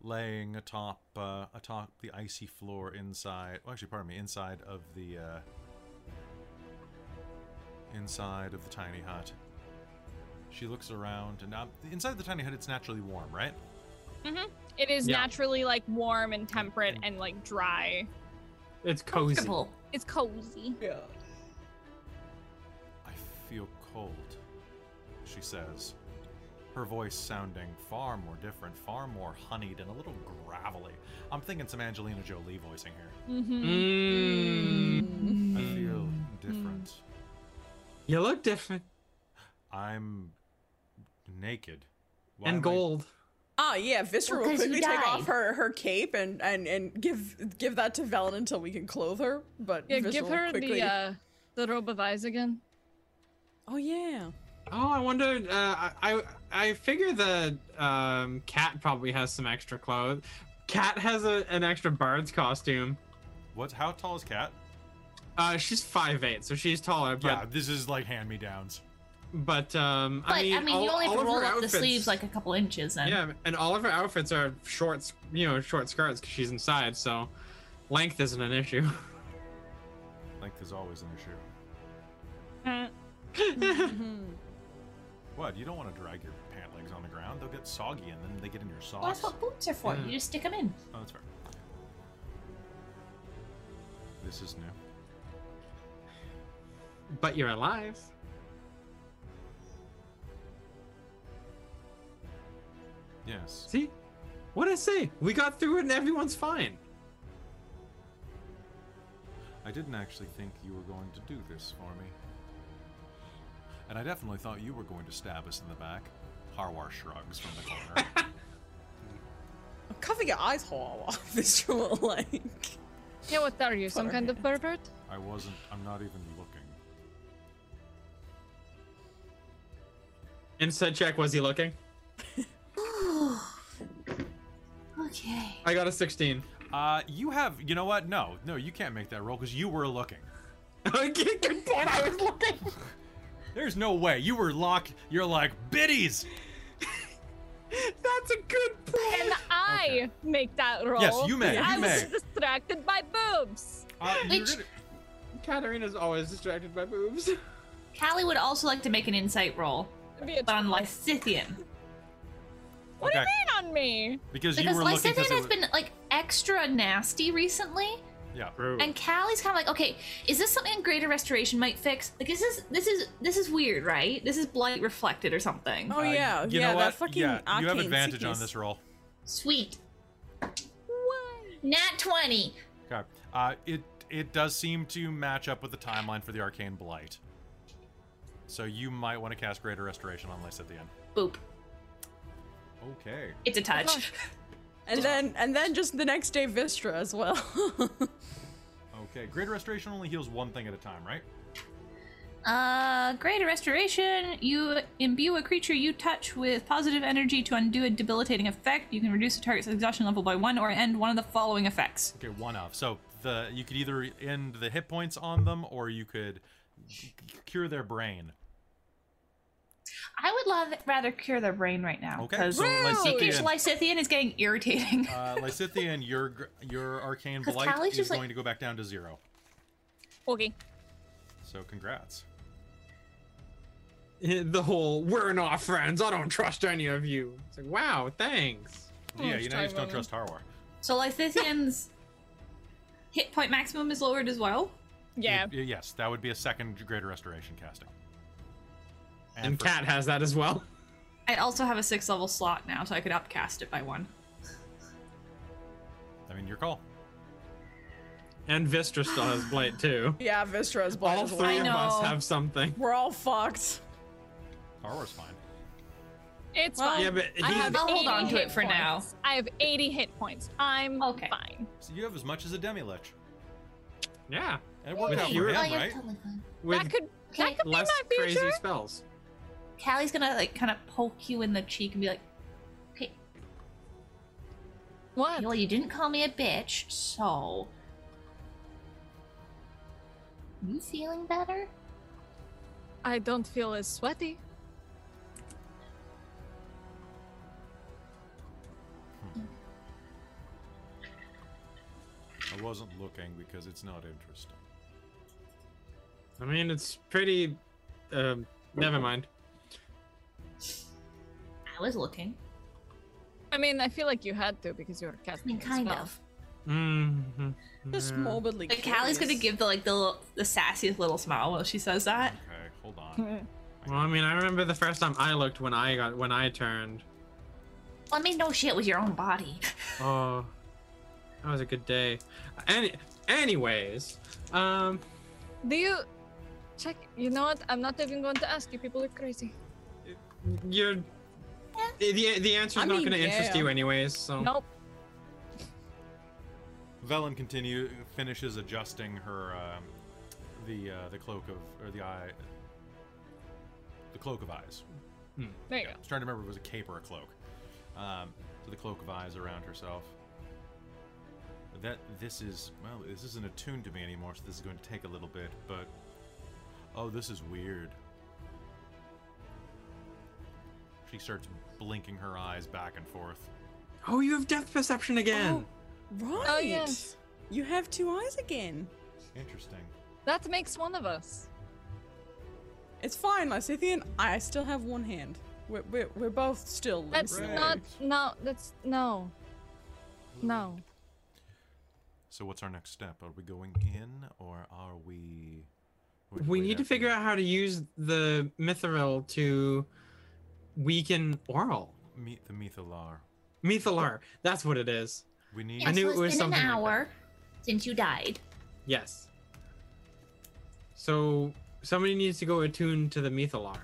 [SPEAKER 1] laying atop uh, atop the icy floor inside. Well, actually, pardon me, inside of the uh, inside of the tiny hut. She looks around, and uh, inside the tiny hut, it's naturally warm, right?
[SPEAKER 7] It is
[SPEAKER 2] Yeah.
[SPEAKER 7] naturally like warm and temperate and like dry.
[SPEAKER 2] It's cozy.
[SPEAKER 6] Simple.
[SPEAKER 7] It's cozy.
[SPEAKER 4] Yeah.
[SPEAKER 1] I feel cold, she says, her voice sounding far more different, far more honeyed, and a little gravelly. I'm thinking some Angelina Jolie voicing here.
[SPEAKER 7] Mm-hmm.
[SPEAKER 2] Mm.
[SPEAKER 1] I feel different.
[SPEAKER 2] You look different
[SPEAKER 1] I'm naked. Why
[SPEAKER 2] and
[SPEAKER 1] am I-
[SPEAKER 2] gold.
[SPEAKER 4] Ah, yeah, Viscera will
[SPEAKER 6] 'cause you
[SPEAKER 4] quickly take off
[SPEAKER 6] died.
[SPEAKER 4] her, her cape and, and, and give give that to Velen until we can clothe her. But
[SPEAKER 3] Yeah,
[SPEAKER 4] Viscera
[SPEAKER 3] give
[SPEAKER 4] will
[SPEAKER 3] her
[SPEAKER 4] quickly...
[SPEAKER 3] the uh, the robe of eyes again.
[SPEAKER 4] Oh yeah.
[SPEAKER 2] Oh, I wonder. Uh, I I- I figure the um, cat probably has some extra clothes. Cat has a, an extra bard's costume.
[SPEAKER 1] What's how tall is Cat?
[SPEAKER 2] Uh, she's five eight, so she's taller. But
[SPEAKER 1] Yeah, this is like hand me downs.
[SPEAKER 2] but um,
[SPEAKER 6] But
[SPEAKER 2] I mean, all,
[SPEAKER 6] you only have
[SPEAKER 2] all
[SPEAKER 6] to
[SPEAKER 2] of
[SPEAKER 6] roll
[SPEAKER 2] her
[SPEAKER 6] up
[SPEAKER 2] outfits,
[SPEAKER 6] the sleeves like a couple inches. And
[SPEAKER 2] yeah, and all of her outfits are short, you know, short skirts because she's inside, so length isn't an issue.
[SPEAKER 1] Length is always an issue.
[SPEAKER 4] Mhm.
[SPEAKER 1] What? You don't want to drag your pant legs on the ground. They'll get soggy and then they get in your
[SPEAKER 6] Well,
[SPEAKER 1] socks.
[SPEAKER 6] that's what boots are for.
[SPEAKER 2] Yeah.
[SPEAKER 6] You just stick them in.
[SPEAKER 1] Oh, that's fair. This is new.
[SPEAKER 2] but you're alive.
[SPEAKER 1] Yes.
[SPEAKER 2] See, what would I say? We got through it, and everyone's fine.
[SPEAKER 1] I didn't actually think you were going to do this for me. And I definitely thought you were going to stab us in the back. Harwar shrugs from the corner.
[SPEAKER 4] I'm covering your eyes, Hawa. Viscera will like.
[SPEAKER 3] Yeah, what are you? Some
[SPEAKER 4] Fuck.
[SPEAKER 3] kind of pervert?
[SPEAKER 1] I wasn't. I'm not even looking.
[SPEAKER 2] Instead check. Was he looking?
[SPEAKER 6] Okay.
[SPEAKER 2] I got a sixteen.
[SPEAKER 1] Uh, you have. You know what? No, no, you can't make that roll because you were looking.
[SPEAKER 2] Good point. I was looking.
[SPEAKER 1] There's no way. You were locked. You're like biddies.
[SPEAKER 2] That's a good point.
[SPEAKER 3] Can I make that roll?
[SPEAKER 1] Yes, you may.
[SPEAKER 3] I
[SPEAKER 1] You
[SPEAKER 3] was
[SPEAKER 1] may.
[SPEAKER 3] distracted by boobs.
[SPEAKER 1] Uh, you're
[SPEAKER 6] Which-
[SPEAKER 1] gonna-
[SPEAKER 2] Katarina's always distracted by boobs.
[SPEAKER 6] Callie would also like to make an insight roll,
[SPEAKER 3] Be a
[SPEAKER 6] but on Lysithian.
[SPEAKER 3] What
[SPEAKER 1] Okay.
[SPEAKER 3] do you mean on me?
[SPEAKER 1] Because, you
[SPEAKER 6] Because
[SPEAKER 1] were looking. 'cause
[SPEAKER 6] Lysithian
[SPEAKER 1] it
[SPEAKER 6] has
[SPEAKER 1] was-
[SPEAKER 6] been like extra nasty recently.
[SPEAKER 1] Yeah.
[SPEAKER 6] And Callie's kind of like, okay, is this something Greater Restoration might fix? Like, is this this is this is weird, right? This is blight reflected or something.
[SPEAKER 4] Oh yeah,
[SPEAKER 1] Uh, You
[SPEAKER 4] yeah.
[SPEAKER 1] know
[SPEAKER 4] that
[SPEAKER 1] what?
[SPEAKER 4] fucking
[SPEAKER 1] yeah,
[SPEAKER 4] arcane
[SPEAKER 1] you have advantage on
[SPEAKER 4] sickness.
[SPEAKER 1] this roll.
[SPEAKER 6] Sweet. Nat twenty.
[SPEAKER 1] Okay. Uh, it it does seem to match up with the timeline for the arcane blight. So you might want to cast greater restoration on Lys at the end.
[SPEAKER 6] Boop.
[SPEAKER 1] Okay.
[SPEAKER 6] It's a touch.
[SPEAKER 4] And then and then just the next day, Vistra as well.
[SPEAKER 1] Okay. Greater restoration only heals one thing at a time, right?
[SPEAKER 6] Uh, Greater Restoration. You imbue a creature you touch with positive energy to undo a debilitating effect. You can reduce the target's exhaustion level by one or end one of the following effects.
[SPEAKER 1] Okay, one off. So the you could either end the hit points on them or you could c- cure their brain.
[SPEAKER 6] I would love rather cure their brain right now
[SPEAKER 1] Okay,
[SPEAKER 6] because
[SPEAKER 1] so
[SPEAKER 6] each
[SPEAKER 1] Lysithian,
[SPEAKER 6] Lysithian is getting irritating.
[SPEAKER 1] uh, Lysithian, your gr- your arcane
[SPEAKER 6] 'Cause
[SPEAKER 1] blight
[SPEAKER 6] Callie's
[SPEAKER 1] is
[SPEAKER 6] just like-
[SPEAKER 1] going to go back down to zero.
[SPEAKER 3] Okay.
[SPEAKER 1] So congrats.
[SPEAKER 2] the whole "we're not friends. I don't trust any of you." It's like, wow, thanks.
[SPEAKER 6] Hmm.
[SPEAKER 1] yeah, you
[SPEAKER 3] just
[SPEAKER 1] know you just
[SPEAKER 3] try
[SPEAKER 1] don't trust Harwar.
[SPEAKER 6] so Lysithian's hit point maximum is lowered as well.
[SPEAKER 3] Yeah.
[SPEAKER 1] Y- y- yes, that would be a second greater restoration casting.
[SPEAKER 2] And
[SPEAKER 1] for-
[SPEAKER 2] Cat has that as well.
[SPEAKER 6] I also have a six level slot now, so I could upcast it by one.
[SPEAKER 1] I mean, your call.
[SPEAKER 2] And Vistra still has blight too.
[SPEAKER 4] yeah, Vistra as well.
[SPEAKER 2] All
[SPEAKER 4] as well.
[SPEAKER 2] three of us
[SPEAKER 6] know.
[SPEAKER 2] have something.
[SPEAKER 4] We're all fucked.
[SPEAKER 1] Harwar's fine.
[SPEAKER 3] It's
[SPEAKER 4] Well,
[SPEAKER 3] fine.
[SPEAKER 2] Yeah, but he,
[SPEAKER 3] I have
[SPEAKER 6] I'll hold
[SPEAKER 3] 80
[SPEAKER 6] on to it
[SPEAKER 3] hit
[SPEAKER 6] for now.
[SPEAKER 3] points. I have 80 hit points. I'm
[SPEAKER 6] Okay.
[SPEAKER 3] fine.
[SPEAKER 1] So you have as much as a demi lich.
[SPEAKER 2] yeah,
[SPEAKER 1] And it worked
[SPEAKER 2] With
[SPEAKER 1] out for
[SPEAKER 2] your-
[SPEAKER 1] him,
[SPEAKER 2] Oh,
[SPEAKER 1] right?
[SPEAKER 2] with
[SPEAKER 3] that could
[SPEAKER 6] Okay.
[SPEAKER 3] that could be
[SPEAKER 2] less
[SPEAKER 3] my future.
[SPEAKER 2] crazy spells.
[SPEAKER 6] Callie's gonna like kind of poke you in the cheek and be like, "Okay,
[SPEAKER 3] What?
[SPEAKER 6] well, you didn't call me a bitch, so you feeling better?
[SPEAKER 3] I don't feel as sweaty.
[SPEAKER 1] I wasn't looking because it's not interesting.
[SPEAKER 2] I mean, it's pretty. Um, never mind.
[SPEAKER 6] I was looking.
[SPEAKER 3] I mean, I feel like you had to because you were
[SPEAKER 6] I
[SPEAKER 3] casting.
[SPEAKER 6] mean,
[SPEAKER 3] as
[SPEAKER 6] kind
[SPEAKER 3] well.
[SPEAKER 6] of.
[SPEAKER 2] Mm-hmm.
[SPEAKER 4] Just
[SPEAKER 1] Mm.
[SPEAKER 4] morbidly.
[SPEAKER 6] Like Callie's gonna
[SPEAKER 4] curious.
[SPEAKER 6] give the like the little- the sassiest little smile while she says that.
[SPEAKER 1] Okay, hold on.
[SPEAKER 2] Well, I mean, I remember the first time I looked when I got when I turned.
[SPEAKER 6] Well, I mean, no shit with your own body.
[SPEAKER 2] Oh, that was a good day. Any, anyways, um,
[SPEAKER 3] Do you check? You know what? I'm not even going to ask you. People are crazy.
[SPEAKER 2] you're
[SPEAKER 6] Yeah.
[SPEAKER 2] The, the, the answer's
[SPEAKER 4] I
[SPEAKER 2] not
[SPEAKER 4] mean,
[SPEAKER 2] going to interest
[SPEAKER 4] yeah.
[SPEAKER 2] you anyways, so.
[SPEAKER 7] Nope.
[SPEAKER 1] Velen continue finishes adjusting her um, the uh, the cloak of or the eye the cloak of eyes.
[SPEAKER 7] There you
[SPEAKER 1] Yeah,
[SPEAKER 7] go.
[SPEAKER 1] I was trying to remember if it was a cape or a cloak. Um, so the cloak of eyes around herself. That this is well, this isn't attuned to me anymore, so this is going to take a little bit. But oh, this is weird. She starts blinking her eyes back and forth.
[SPEAKER 2] Oh, you have depth perception again.
[SPEAKER 4] Right.
[SPEAKER 7] Oh, yes.
[SPEAKER 4] You have two eyes again.
[SPEAKER 1] Interesting.
[SPEAKER 7] That makes one of us.
[SPEAKER 4] It's fine, Lysithian. I still have one hand. We're, we're, we're both still.
[SPEAKER 7] That's
[SPEAKER 1] Right.
[SPEAKER 4] Lucian.
[SPEAKER 7] not. No, that's. No. No.
[SPEAKER 1] So what's our next step? Are we going in, or are we? or do
[SPEAKER 2] We need to
[SPEAKER 1] have
[SPEAKER 2] figure out how to use the mithril to weaken Oral.
[SPEAKER 1] meet the Mithalar.
[SPEAKER 2] Mithilar, that's what it is.
[SPEAKER 1] We need.
[SPEAKER 2] I knew it was
[SPEAKER 5] it's been an
[SPEAKER 2] something like
[SPEAKER 5] hour since you died.
[SPEAKER 2] Yes. So somebody needs to go attune to the Mithilar.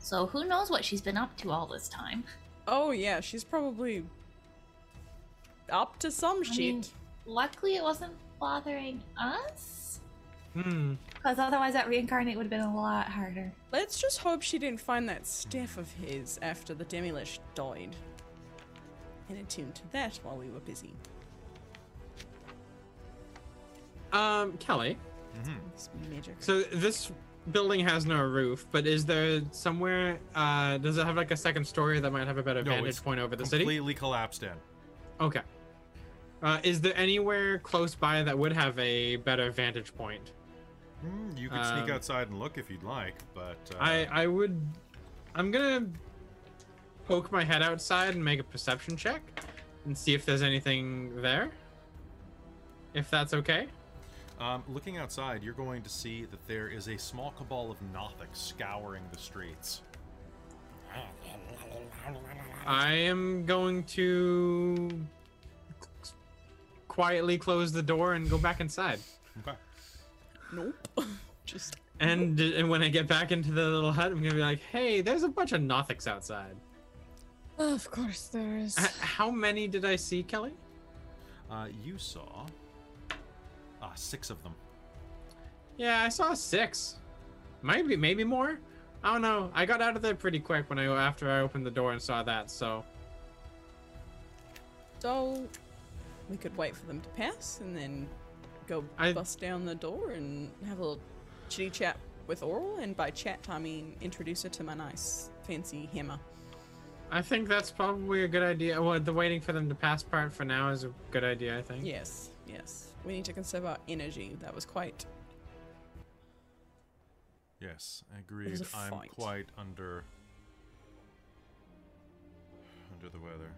[SPEAKER 5] So who knows what she's been up to all this time?
[SPEAKER 4] Oh yeah, she's probably up to some
[SPEAKER 5] I mean,
[SPEAKER 4] shit.
[SPEAKER 5] luckily it wasn't bothering us.
[SPEAKER 2] Hmm.
[SPEAKER 5] Because otherwise, that reincarnate would have been a lot harder.
[SPEAKER 4] Let's just hope she didn't find that staff of his after the Demilich died. And attuned to that while we were busy.
[SPEAKER 2] Um, Kelly.
[SPEAKER 4] This magic.
[SPEAKER 2] So this building has no roof, but is there somewhere? Uh, does it have like a second story that might have a better
[SPEAKER 1] No, it's
[SPEAKER 2] vantage point over the city?
[SPEAKER 1] completely collapsed in.
[SPEAKER 2] Okay. Uh, is there anywhere close by that would have a better vantage point?
[SPEAKER 1] Hmm, you could sneak
[SPEAKER 2] Um,
[SPEAKER 1] outside and look if you'd like, but uh,
[SPEAKER 2] I I would. I'm gonna poke my head outside and make a perception check and see if there's anything there. If that's okay.
[SPEAKER 1] Um, looking outside, you're going to see that there is a small cabal of Nothic scouring the streets.
[SPEAKER 2] I am going to quietly close the door and go back inside.
[SPEAKER 1] Okay.
[SPEAKER 4] Nope. just
[SPEAKER 2] And and when I get back into the little hut, I'm gonna be like, "Hey, there's a bunch of Nothics outside.
[SPEAKER 3] Oh,
[SPEAKER 7] Of course there is.
[SPEAKER 2] H- how many did I see, Kelly?
[SPEAKER 1] Uh, you saw uh, six of them.
[SPEAKER 2] Yeah, I saw six. Maybe maybe more. I don't know. I got out of there pretty quick when I after I opened the door and saw that. So
[SPEAKER 4] so we could wait for them to pass and then go
[SPEAKER 2] I-
[SPEAKER 4] bust down the door and have a little chitty chat with Oral and by chat I mean introduce her to my nice fancy hammer.
[SPEAKER 2] I think that's probably a good idea. Well, the waiting for them to pass part for now is a good idea. I think.
[SPEAKER 4] Yes, yes. We need to conserve our energy. That was quite
[SPEAKER 1] Yes, agreed.
[SPEAKER 4] a
[SPEAKER 1] I'm
[SPEAKER 4] fight.
[SPEAKER 1] quite under under the weather.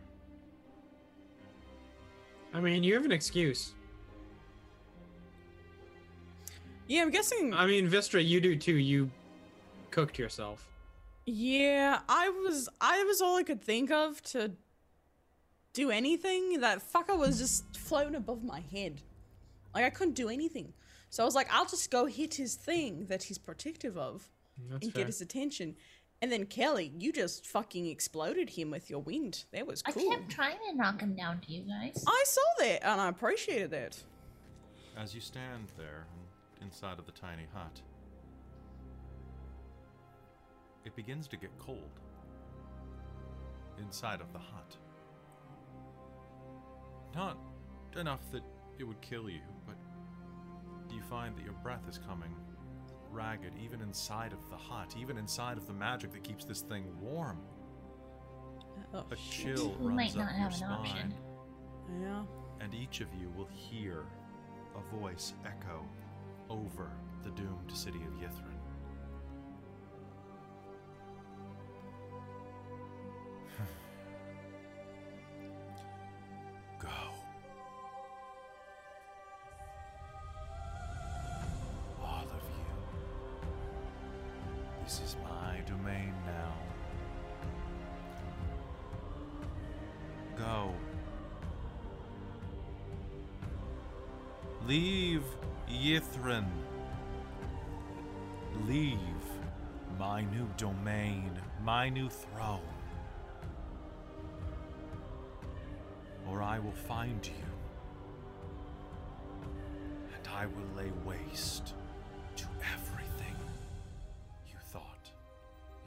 [SPEAKER 2] I mean, you have an excuse.
[SPEAKER 4] Yeah, I'm guessing
[SPEAKER 2] I mean, Vistra, you do too. You cooked yourself.
[SPEAKER 4] Yeah, I was I was all I could think of to do anything. That fucker was just floating above my head. Like I couldn't do anything. So I was like, I'll just go hit his thing that he's protective of
[SPEAKER 2] That's
[SPEAKER 4] and
[SPEAKER 2] fair.
[SPEAKER 4] get his attention. And then Kelly, you just fucking exploded him with your wind. That was
[SPEAKER 5] I
[SPEAKER 4] cool. I,
[SPEAKER 5] kept trying to knock him down to you guys.
[SPEAKER 4] saw that and I appreciated that.
[SPEAKER 1] As you stand there in- inside of the tiny hut, it begins to get cold inside of the hut. Not enough that it would kill you, but you find that your breath is coming ragged, even inside of the hut, even inside of the magic that keeps this thing warm.
[SPEAKER 4] Oh,
[SPEAKER 1] A
[SPEAKER 4] shit.
[SPEAKER 1] chill
[SPEAKER 5] We might
[SPEAKER 1] runs up
[SPEAKER 5] not
[SPEAKER 1] your
[SPEAKER 5] have an option.
[SPEAKER 1] spine
[SPEAKER 4] Yeah.
[SPEAKER 1] and each of you will hear a voice echo over the doomed city of Yithrin. Go. All of you. This is my domain now. Go. Leave Yithrin. Leave my new domain, my new throne. for I will find you, and I will lay waste to everything you thought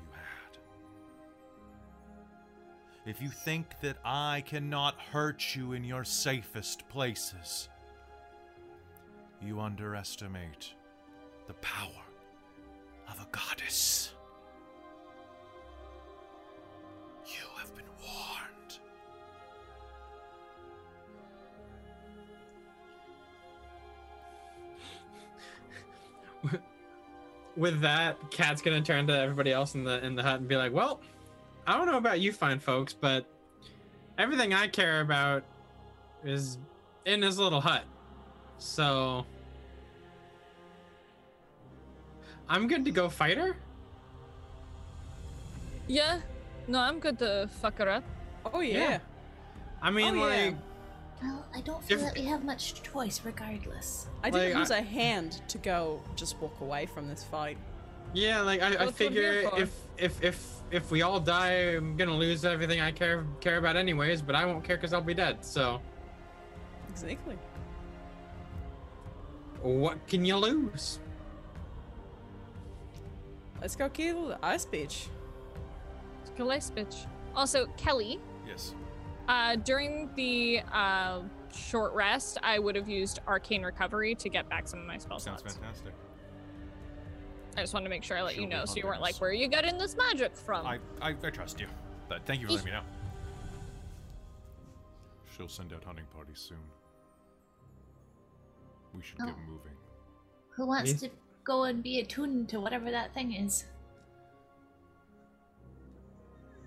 [SPEAKER 1] you had. If you think that I cannot hurt you in your safest places, you underestimate the power of a goddess. You have been warned.
[SPEAKER 2] With that, Cat's gonna turn to everybody else in the in the hut and be like, "Well, I don't know about you, fine folks, but everything I care about is in this little hut. So I'm good to go fight her.
[SPEAKER 3] Yeah. No, I'm good to fuck her up.
[SPEAKER 4] Oh yeah.
[SPEAKER 2] I mean,
[SPEAKER 4] Oh, yeah.
[SPEAKER 2] like,
[SPEAKER 5] Well, I don't feel
[SPEAKER 2] If-
[SPEAKER 5] that we have much choice regardless.
[SPEAKER 4] I didn't
[SPEAKER 2] Like, I-
[SPEAKER 4] use a hand to go just walk away from this fight.
[SPEAKER 2] yeah, like I, I
[SPEAKER 3] That's what we're here
[SPEAKER 2] figure
[SPEAKER 3] for.
[SPEAKER 2] if if if if we all die, I'm gonna lose everything I care care about anyways. But I won't care because I'll be dead. So
[SPEAKER 4] Exactly.
[SPEAKER 2] what can you lose?
[SPEAKER 4] Let's go kill the ice bitch.
[SPEAKER 3] Kill this bitch. Also, Kelly,
[SPEAKER 1] Yes.
[SPEAKER 3] uh, during the uh, short rest, I would have used Arcane Recovery to get back some of my spell
[SPEAKER 1] Sounds
[SPEAKER 3] slots.
[SPEAKER 1] fantastic.
[SPEAKER 3] I just wanted to make sure I let
[SPEAKER 1] She'll
[SPEAKER 3] you
[SPEAKER 1] be
[SPEAKER 3] know so you weren't like,
[SPEAKER 1] hilarious.
[SPEAKER 3] where are you getting this magic from?
[SPEAKER 1] I, I, I trust you. But thank you for letting me know. She'll send out hunting parties soon. We should get
[SPEAKER 5] Oh.
[SPEAKER 1] moving.
[SPEAKER 5] Who wants
[SPEAKER 2] Me?
[SPEAKER 5] to go and be attuned to whatever that thing is?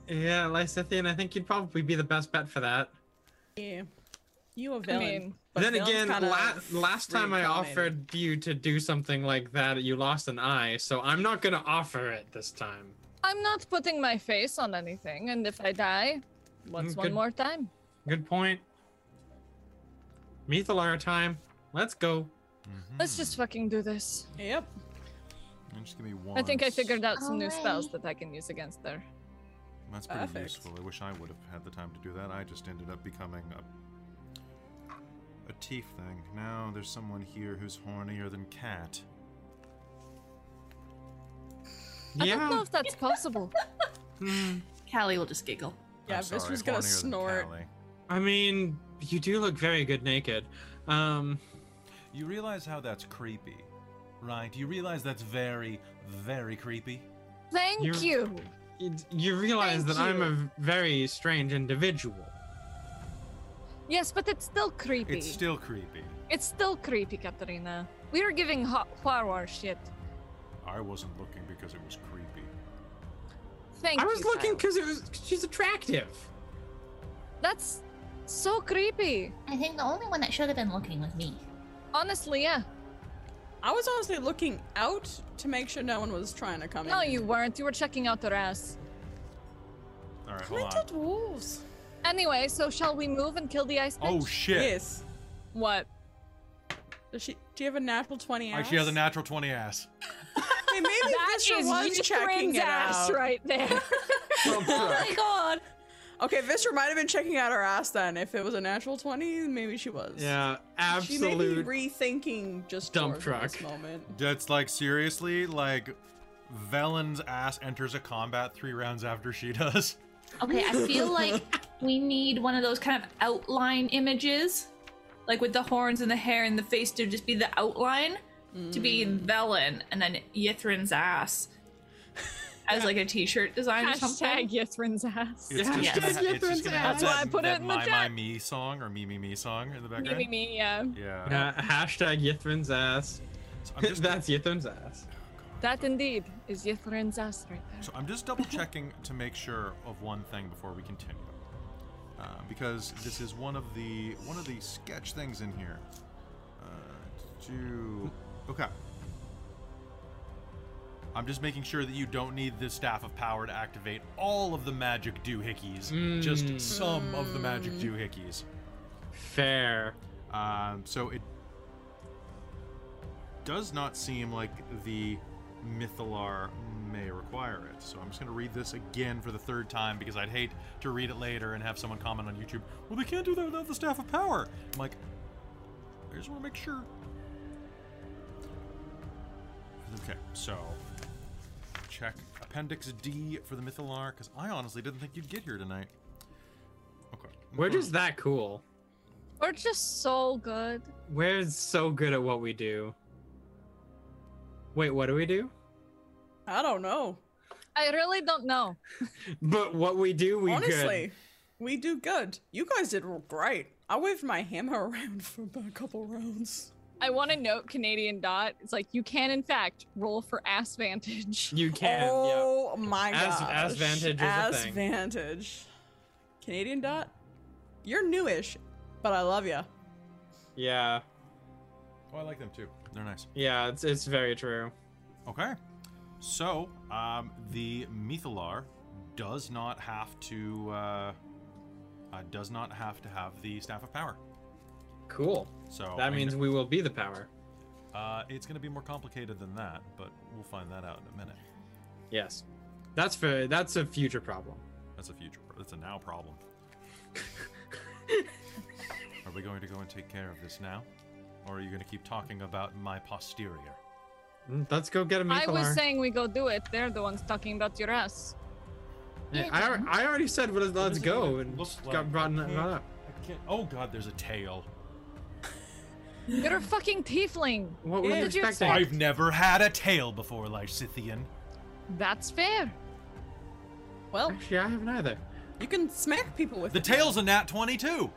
[SPEAKER 2] Yeah, Lysithian, I think you'd probably be the best bet for that.
[SPEAKER 4] Yeah. You a
[SPEAKER 3] I
[SPEAKER 4] villain.
[SPEAKER 3] mean,
[SPEAKER 4] but
[SPEAKER 2] then
[SPEAKER 4] villains
[SPEAKER 2] again,
[SPEAKER 4] kinda
[SPEAKER 2] la- last time I
[SPEAKER 4] reincarnated.
[SPEAKER 2] offered you to do something like that, you lost an eye, so I'm not gonna offer it this time.
[SPEAKER 3] I'm not putting my face on anything, and if I die, what's
[SPEAKER 2] Mm,
[SPEAKER 3] one
[SPEAKER 2] good.
[SPEAKER 3] more time?
[SPEAKER 2] Good point. Methalar time. Let's go.
[SPEAKER 3] Let's just fucking do this.
[SPEAKER 4] Yep.
[SPEAKER 1] And just give me one.
[SPEAKER 3] I think I figured out some new spells
[SPEAKER 5] Alright.
[SPEAKER 3] that I can use against her.
[SPEAKER 1] That's pretty
[SPEAKER 4] Perfect.
[SPEAKER 1] useful. I wish I would have had the time to do that. I just ended up becoming a a teeth thing. Now there's someone here who's hornier than cat.
[SPEAKER 3] I
[SPEAKER 2] yeah.
[SPEAKER 3] don't know if that's possible.
[SPEAKER 2] Hmm.
[SPEAKER 6] Callie will just giggle.
[SPEAKER 4] Yeah,
[SPEAKER 1] I'm
[SPEAKER 4] this
[SPEAKER 1] sorry,
[SPEAKER 4] was gonna
[SPEAKER 1] hornier than
[SPEAKER 4] snort.
[SPEAKER 1] Callie.
[SPEAKER 2] I mean, you do look very good naked. Um,
[SPEAKER 1] You realize how that's creepy, right? You realize that's very, very creepy.
[SPEAKER 3] Thank
[SPEAKER 2] You're-
[SPEAKER 3] you.
[SPEAKER 2] you, you realize
[SPEAKER 3] Thank
[SPEAKER 2] that I'm
[SPEAKER 3] you.
[SPEAKER 2] a very strange individual.
[SPEAKER 3] Yes, but it's still creepy.
[SPEAKER 1] It's still creepy.
[SPEAKER 3] It's still creepy, Katerina. We are giving ho- horror shit.
[SPEAKER 1] I wasn't looking because it was creepy.
[SPEAKER 3] Thank
[SPEAKER 2] I
[SPEAKER 3] you.
[SPEAKER 2] was looking
[SPEAKER 3] Kyle.
[SPEAKER 2] because it was she's attractive.
[SPEAKER 3] That's so creepy.
[SPEAKER 5] I think the only one that should have been looking was me.
[SPEAKER 3] Honestly, yeah.
[SPEAKER 4] I was honestly looking out to make sure no one was trying to come
[SPEAKER 3] No,
[SPEAKER 4] in.
[SPEAKER 3] you weren't. You were checking out her ass.
[SPEAKER 1] All right, hold on.
[SPEAKER 4] Commented wolves.
[SPEAKER 3] Anyway, so shall we move and kill the ice bitch?
[SPEAKER 1] Oh shit!
[SPEAKER 4] Yes.
[SPEAKER 3] What?
[SPEAKER 4] Does she? Do you have a natural twenty? Ass?
[SPEAKER 1] Actually, has a natural twenty ass.
[SPEAKER 4] Hey, maybe
[SPEAKER 3] That
[SPEAKER 4] Vistra
[SPEAKER 3] is
[SPEAKER 4] was checking
[SPEAKER 3] Yitrin's
[SPEAKER 4] it
[SPEAKER 3] ass
[SPEAKER 4] out.
[SPEAKER 3] right there.
[SPEAKER 4] oh my god. Okay, Vistra might have been checking out her ass then. If it was a natural twenty, maybe she was.
[SPEAKER 2] Yeah,
[SPEAKER 4] She may be
[SPEAKER 2] absolute.
[SPEAKER 4] rethinking just
[SPEAKER 2] dump
[SPEAKER 4] dwarves at this
[SPEAKER 2] truck.
[SPEAKER 4] moment.
[SPEAKER 1] That's like seriously, like Velen's ass enters a combat three rounds after she does.
[SPEAKER 5] Okay, I
[SPEAKER 6] feel like we need one of those kind of outline images, like with the horns and the hair and the face to just be the outline, to be Velen and then Yithrin's ass as like a T-shirt design or something.
[SPEAKER 3] Hashtag Yithrin's ass.
[SPEAKER 1] It's
[SPEAKER 2] Yeah.
[SPEAKER 1] just
[SPEAKER 6] Yes.
[SPEAKER 1] gonna, ha- it's just gonna have
[SPEAKER 3] That's why
[SPEAKER 1] that-
[SPEAKER 3] I put it
[SPEAKER 1] that
[SPEAKER 3] in the
[SPEAKER 1] my, my
[SPEAKER 3] chat.
[SPEAKER 1] me song or me me me song in the
[SPEAKER 3] Me,
[SPEAKER 1] background.
[SPEAKER 3] me, me, yeah.
[SPEAKER 1] Yeah.
[SPEAKER 2] Uh, hashtag Yithrin's ass.
[SPEAKER 1] So I'm just,
[SPEAKER 2] That's Yithrin's ass.
[SPEAKER 3] That indeed is Yithrin's ass right there.
[SPEAKER 1] so I'm just double checking to make sure of one thing before we continue, uh, because this is one of the one of the sketch things in here. Uh, to okay. I'm just making sure that you don't need the staff of power to activate all of the magic doohickeys, just
[SPEAKER 2] Mm.
[SPEAKER 1] some of the magic
[SPEAKER 3] Mm.
[SPEAKER 1] doohickeys.
[SPEAKER 2] Fair.
[SPEAKER 1] Um, so it does not seem like the Mythalar may require it. So I'm just going to read this again for the third time because I'd hate to read it later and have someone comment on YouTube, well, they can't do that without the Staff of Power. I'm like, I just want to make sure. Okay, so check Appendix D for the Mythalar because I honestly didn't think you'd get here tonight. Okay. Hmm.
[SPEAKER 2] We're just
[SPEAKER 1] Mm-hmm.
[SPEAKER 2] that cool.
[SPEAKER 3] We're just so good.
[SPEAKER 2] We're so good at what we do. Wait, what do we do?
[SPEAKER 4] I don't know.
[SPEAKER 3] I really don't know.
[SPEAKER 2] But what we do, we
[SPEAKER 4] Honestly, we do good. You guys did great. I waved my hammer around for about a couple rounds.
[SPEAKER 3] I want to note Canadian Dot. It's like you can in fact roll for ass vantage.
[SPEAKER 2] good. You can. yeah.
[SPEAKER 4] oh my
[SPEAKER 2] As-
[SPEAKER 4] gosh.
[SPEAKER 2] as vantage is a
[SPEAKER 4] As
[SPEAKER 2] thing.
[SPEAKER 4] vantage. Canadian dot, you're newish, but I love you.
[SPEAKER 2] Yeah.
[SPEAKER 1] Oh, I like them too. They're nice.
[SPEAKER 2] Yeah. It's it's very true.
[SPEAKER 1] Okay. So, um, the Mythalar does not have to uh, uh, does not have to have the staff of power.
[SPEAKER 2] Cool.
[SPEAKER 1] So I
[SPEAKER 2] that
[SPEAKER 1] mean,
[SPEAKER 2] means we will be the power.
[SPEAKER 1] uh, it's going to be more complicated than that, but we'll find that out in a minute.
[SPEAKER 2] Yes. That's for that's a future problem.
[SPEAKER 1] That's a future. pro- That's a now problem. are we going to go and take care of this now, or are you going to keep talking about my posterior?
[SPEAKER 2] Mm, Let's go get a
[SPEAKER 3] I
[SPEAKER 2] Mythalar.
[SPEAKER 3] was saying we go do it. They're the ones talking about your ass.
[SPEAKER 2] Yeah, Eh, I, al- I already said let's,
[SPEAKER 1] does
[SPEAKER 2] let's
[SPEAKER 1] it
[SPEAKER 2] go
[SPEAKER 1] even
[SPEAKER 2] and
[SPEAKER 1] look
[SPEAKER 2] got
[SPEAKER 1] like?
[SPEAKER 2] brought, in-
[SPEAKER 1] Okay.
[SPEAKER 2] brought up.
[SPEAKER 1] I can't. Oh God, there's a tail.
[SPEAKER 3] You're a fucking tiefling.
[SPEAKER 2] What were you
[SPEAKER 3] did you
[SPEAKER 2] expecting?
[SPEAKER 3] expect?
[SPEAKER 1] I've never had a tail before, Lysithian.
[SPEAKER 3] That's fair.
[SPEAKER 4] Well,
[SPEAKER 2] Actually, I haven't either.
[SPEAKER 4] you can smack people with
[SPEAKER 1] The
[SPEAKER 4] it.
[SPEAKER 1] tail's a nat 22.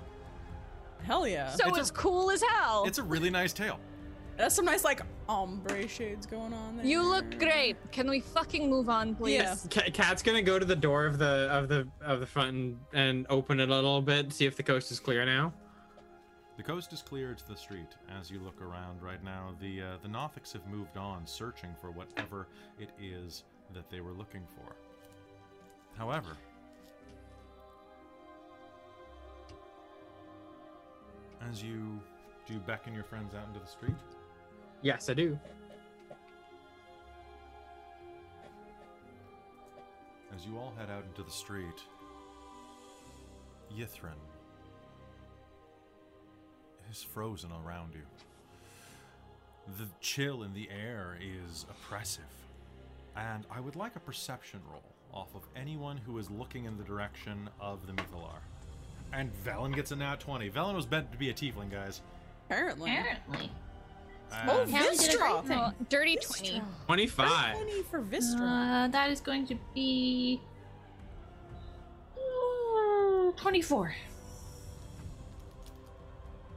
[SPEAKER 4] Hell yeah.
[SPEAKER 3] So
[SPEAKER 1] It's
[SPEAKER 3] it's,
[SPEAKER 1] a-
[SPEAKER 3] cool as hell.
[SPEAKER 1] It's a really nice tail.
[SPEAKER 4] That's some nice like ombre shades going on there.
[SPEAKER 3] You look great. Can we fucking move on, please?
[SPEAKER 4] Yeah.
[SPEAKER 2] Ca- Cat's gonna go to the door of the of the of the front and, and open it a little bit, see if the coast is clear now.
[SPEAKER 1] The coast is clear to the street. As you look around right now, the uh, the Nothics have moved on, searching for whatever it is that they were looking for. However, as you do you beckon your friends out into the street,
[SPEAKER 2] Yes, I do.
[SPEAKER 1] as you all head out into the street, Yithrin is frozen around you. The chill in the air is oppressive. And I would like a perception roll off of anyone who is looking in the direction of the Mythalar. And Velen gets a nat 20. Velen was meant to be a tiefling, guys.
[SPEAKER 4] Apparently.
[SPEAKER 5] Apparently.
[SPEAKER 4] Oh,
[SPEAKER 1] And-
[SPEAKER 5] Callie did a great
[SPEAKER 4] Vistra!
[SPEAKER 5] thing.
[SPEAKER 3] No, dirty
[SPEAKER 4] Vistra.
[SPEAKER 3] 20.
[SPEAKER 2] Twenty
[SPEAKER 4] There's
[SPEAKER 2] five.
[SPEAKER 4] plenty for Vistra.
[SPEAKER 5] Uh, that is going to be Ooh, 24.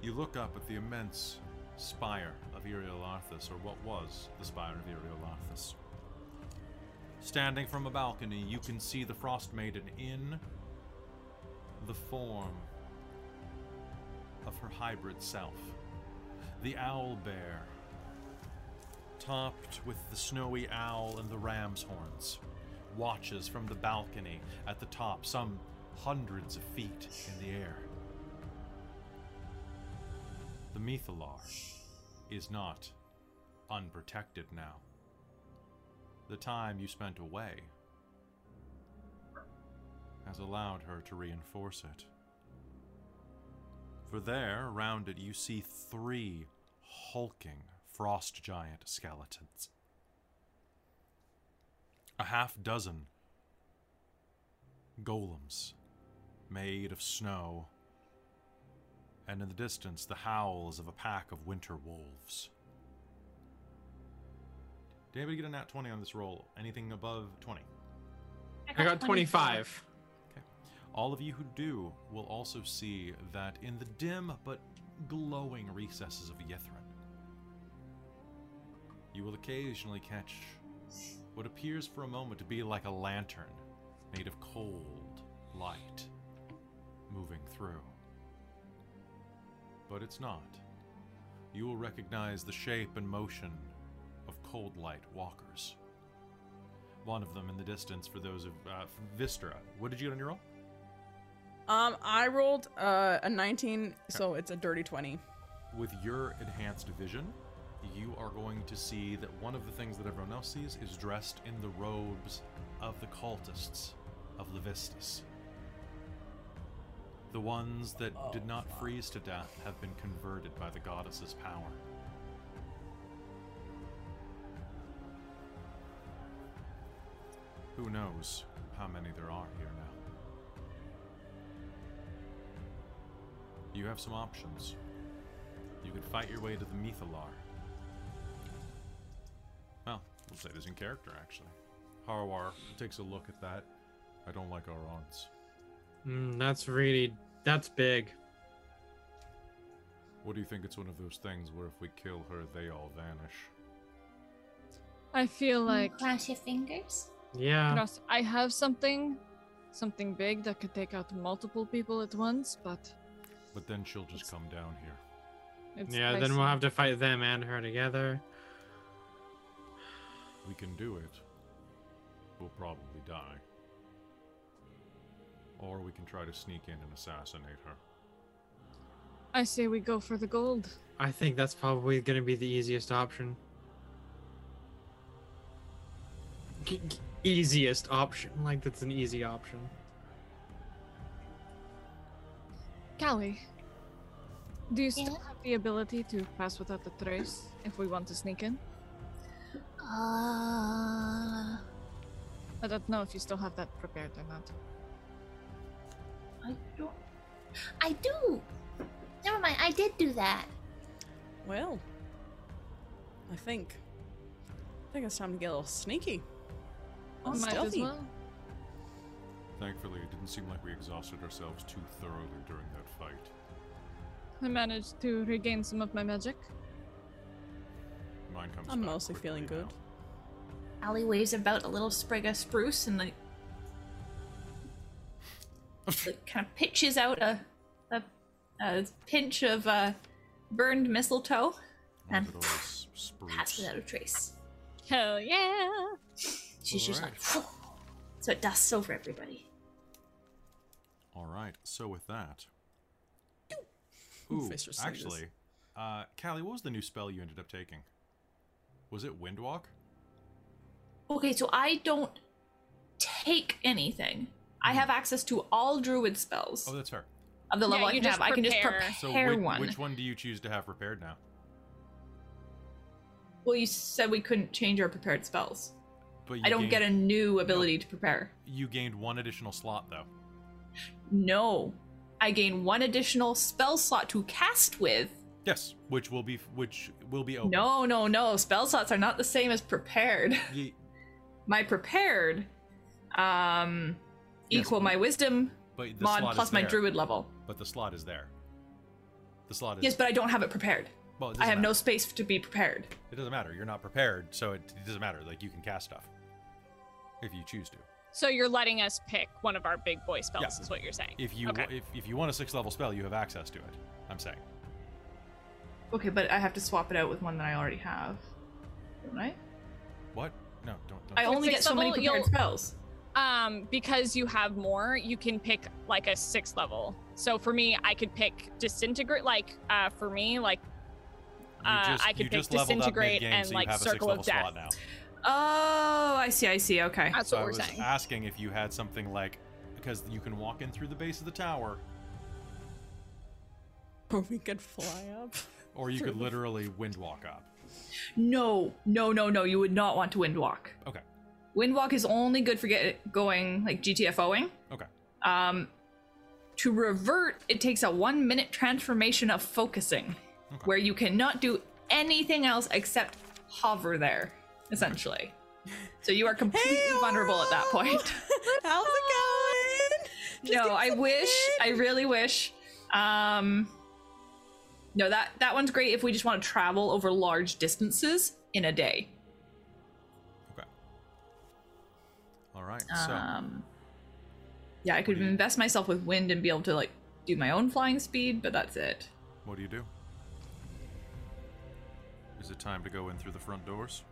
[SPEAKER 1] You look up at the immense spire of Eriolarthus, or what was the spire of Eriolarthus. Standing from a balcony, you can see the Frost Maiden in the form of her hybrid self. The owl bear, topped with the snowy owl and the ram's horns, watches from the balcony at the top, some hundreds of feet in the air. The Mythalar is not unprotected now. The time you spent away has allowed her to reinforce it. For there, around it, you see three hulking frost giant skeletons. A half dozen golems made of snow and in the distance the howls of a pack of winter wolves. Did anybody get a nat 20 on this roll? Anything above 20?
[SPEAKER 2] I got twenty five.
[SPEAKER 1] All of you who do will also see that in the dim but glowing recesses of Yithrin, you will occasionally catch what appears for a moment to be like a lantern made of cold light moving through. But it's not. You will recognize the shape and motion of cold light walkers. One of them in the distance for those of uh, Vistra. What did you get on your roll?
[SPEAKER 4] Um, I rolled uh, a 19, so it's a dirty 20.
[SPEAKER 1] with your enhanced vision, you are going to see that one of the things that everyone else sees is dressed in the robes of the cultists of Levistus. The ones that did not freeze to death have been converted by the goddess's power. Who knows how many there are here now? You have some options. You could fight your way to the Mithalar. Well, we'll say this in character, actually. Harwar takes a look at that. I don't like our odds.
[SPEAKER 2] Mm, that's really that's big.
[SPEAKER 1] What do you think? It's one of those things where if we kill her, they all vanish.
[SPEAKER 7] I
[SPEAKER 5] Mm.
[SPEAKER 7] feel like
[SPEAKER 5] Cross your fingers.
[SPEAKER 2] Yeah.
[SPEAKER 7] Ross, I have something, something big that could take out multiple people at once, but
[SPEAKER 1] But then she'll just come down here.
[SPEAKER 7] it's
[SPEAKER 2] Yeah, then
[SPEAKER 7] pricey.
[SPEAKER 2] we'll have to fight them and her together.
[SPEAKER 1] We can do it. We'll probably die. Or we can try to sneak in and assassinate her.
[SPEAKER 7] I say we go for the gold.
[SPEAKER 2] I think that's probably going to be the easiest option. G- g- easiest option. Like, that's an easy option.
[SPEAKER 7] Callie, do you still
[SPEAKER 5] Yeah?
[SPEAKER 7] have the ability to pass without a trace if we want to sneak in?
[SPEAKER 5] Uh,
[SPEAKER 7] I don't know if you still have that prepared or not.
[SPEAKER 5] I don't. I do. Never mind. I did do that.
[SPEAKER 4] Well, I think. I think it's time to get a little sneaky. A little
[SPEAKER 7] Might as
[SPEAKER 4] Oh, stealthy.
[SPEAKER 7] well.
[SPEAKER 1] Thankfully, it didn't seem like we exhausted ourselves too thoroughly during that fight.
[SPEAKER 7] I managed to regain some of my magic.
[SPEAKER 1] Mine comes
[SPEAKER 4] I'm
[SPEAKER 1] back
[SPEAKER 4] mostly
[SPEAKER 1] quickly
[SPEAKER 4] feeling good.
[SPEAKER 1] now.
[SPEAKER 5] Allie waves about a little sprig of spruce and like,
[SPEAKER 6] It kind of pitches out a, a, a pinch of uh, burned mistletoe.
[SPEAKER 1] Why is
[SPEAKER 5] Um,
[SPEAKER 1] it always spruce?
[SPEAKER 5] pass without a trace.
[SPEAKER 7] Hell yeah!
[SPEAKER 5] She's just like,
[SPEAKER 1] Alright.
[SPEAKER 5] so it dusts over everybody.
[SPEAKER 1] All right. So with that, ooh,
[SPEAKER 4] Fish was saying this.
[SPEAKER 1] actually, uh, Callie, what was the new spell you ended up taking? Was it Windwalk?
[SPEAKER 6] Okay, so I don't take anything. I have access to all druid spells
[SPEAKER 1] Hmm. Oh, that's her.
[SPEAKER 6] of the
[SPEAKER 3] Yeah,
[SPEAKER 6] level I
[SPEAKER 3] you
[SPEAKER 6] can
[SPEAKER 3] just
[SPEAKER 6] have. I can just
[SPEAKER 3] prepare.
[SPEAKER 6] prepare
[SPEAKER 1] So which,
[SPEAKER 6] one.
[SPEAKER 1] which one do you choose to have prepared now?
[SPEAKER 6] Well, you said we couldn't change our prepared spells.
[SPEAKER 1] But you
[SPEAKER 6] I don't
[SPEAKER 1] gained,
[SPEAKER 6] get a new ability to prepare.
[SPEAKER 1] You gained one additional slot though.
[SPEAKER 6] No. I gain one additional spell slot to cast with.
[SPEAKER 1] Yes, which will be which will be open.
[SPEAKER 6] No, no, no. Spell slots are not the same as prepared.
[SPEAKER 1] Ye-
[SPEAKER 6] My prepared um
[SPEAKER 1] Yes,
[SPEAKER 6] equal
[SPEAKER 1] but-
[SPEAKER 6] my wisdom
[SPEAKER 1] but the
[SPEAKER 6] mod
[SPEAKER 1] slot
[SPEAKER 6] plus
[SPEAKER 1] is
[SPEAKER 6] my
[SPEAKER 1] there.
[SPEAKER 6] druid level.
[SPEAKER 1] But the slot is there. The slot is.
[SPEAKER 6] Yes, but I don't have it prepared.
[SPEAKER 1] well, it
[SPEAKER 6] I
[SPEAKER 1] doesn't
[SPEAKER 6] have no
[SPEAKER 1] matter.
[SPEAKER 6] space to be prepared.
[SPEAKER 1] It doesn't matter. You're not prepared, so it, it doesn't matter. Like you can cast stuff if you choose to.
[SPEAKER 3] So you're letting us pick one of our big boy spells,
[SPEAKER 1] Yeah.
[SPEAKER 3] is what you're saying.
[SPEAKER 1] If you
[SPEAKER 3] Okay.
[SPEAKER 1] if, if you want a six level spell, you have access to it. I'm saying.
[SPEAKER 6] Okay, but I have to swap it out with one that I already have. Don't I?
[SPEAKER 1] What? No, don't. don't
[SPEAKER 6] I
[SPEAKER 3] With
[SPEAKER 6] only get
[SPEAKER 3] sixth
[SPEAKER 6] so many
[SPEAKER 3] level,
[SPEAKER 6] prepared
[SPEAKER 3] you'll-
[SPEAKER 6] spells.
[SPEAKER 3] Um, because you have more, you can pick like a sixth level. So for me, I could pick disintegrate. Like uh, for me, like uh,
[SPEAKER 1] you just,
[SPEAKER 3] I could
[SPEAKER 1] you
[SPEAKER 3] pick
[SPEAKER 1] just leveled up
[SPEAKER 3] disintegrate
[SPEAKER 1] mid-game,
[SPEAKER 3] and,
[SPEAKER 1] so you
[SPEAKER 3] like,
[SPEAKER 1] have a
[SPEAKER 3] circle of
[SPEAKER 1] six level slot now.
[SPEAKER 3] death.
[SPEAKER 6] Oh, I see, I see. Okay.
[SPEAKER 3] that's
[SPEAKER 1] so
[SPEAKER 3] what
[SPEAKER 1] I
[SPEAKER 3] we're
[SPEAKER 1] was
[SPEAKER 3] saying.
[SPEAKER 1] asking if you had something like because you can walk in through the base of the tower,
[SPEAKER 4] Or we could fly up.
[SPEAKER 1] or you could literally wind walk up.
[SPEAKER 6] No, no, no, no. You would not want to windwalk.
[SPEAKER 1] Okay.
[SPEAKER 6] Windwalk is only good for get going like GTFOing.
[SPEAKER 1] Okay.
[SPEAKER 6] Um, to revert, it takes a one minute transformation of focusing,
[SPEAKER 1] Okay.
[SPEAKER 6] where you cannot do anything else except hover there, essentially. So you are completely
[SPEAKER 4] Hey,
[SPEAKER 6] vulnerable at that
[SPEAKER 4] Aurora!
[SPEAKER 6] point.
[SPEAKER 4] How's it going? Just
[SPEAKER 6] no,
[SPEAKER 4] give us
[SPEAKER 6] I
[SPEAKER 4] a
[SPEAKER 6] wish. I
[SPEAKER 4] minute.
[SPEAKER 6] really wish. Um, no, that that one's great if we just want to travel over large distances in a day.
[SPEAKER 1] Okay. All right.
[SPEAKER 6] Um, yeah, I could
[SPEAKER 1] do you-
[SPEAKER 6] invest myself with wind and be able to like do my own flying speed, but that's it.
[SPEAKER 1] so, what do you do? Is it time to go in through the front doors?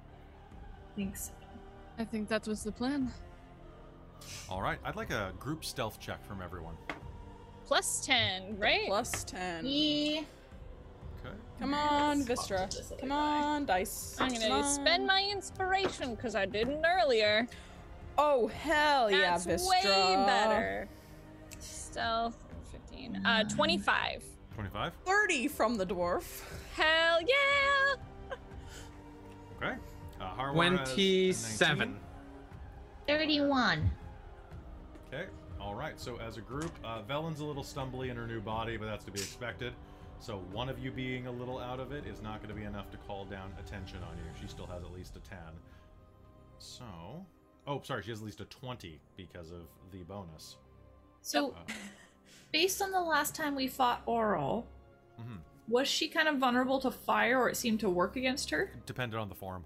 [SPEAKER 6] Thanks.
[SPEAKER 7] I think that was the plan.
[SPEAKER 1] All right. I'd like a group stealth check from everyone.
[SPEAKER 3] Plus 10, right?
[SPEAKER 4] Plus 10.
[SPEAKER 5] Yeah.
[SPEAKER 1] Okay.
[SPEAKER 4] Come on,
[SPEAKER 6] Let's swap
[SPEAKER 4] Vistra.
[SPEAKER 6] to this other
[SPEAKER 4] Come
[SPEAKER 6] guy.
[SPEAKER 4] on, dice.
[SPEAKER 3] I'm gonna
[SPEAKER 4] Come on.
[SPEAKER 3] spend my inspiration because I didn't earlier.
[SPEAKER 4] Oh hell yeah,
[SPEAKER 3] That's
[SPEAKER 4] Vistra.
[SPEAKER 3] way better. Stealth 15. Uh 25.
[SPEAKER 1] 25?
[SPEAKER 4] Thirty from the dwarf.
[SPEAKER 3] Hell yeah!
[SPEAKER 1] Okay. Uh, Harwar has a
[SPEAKER 2] 27.
[SPEAKER 1] 19.
[SPEAKER 5] 31.
[SPEAKER 1] Okay. All right. So as a group, uh, Velen's a little stumbly in her new body, but that's to be expected. So one of you being a little out of it is not going to be enough to call down attention on you. She still has at least a 10. So, oh, sorry, she has at least a 20 because of the bonus.
[SPEAKER 6] So,
[SPEAKER 1] Uh,
[SPEAKER 6] based on the last time we fought Oral,
[SPEAKER 1] Mhm.
[SPEAKER 6] was she kind of vulnerable to fire, or it seemed to work against her?
[SPEAKER 1] depended on the form.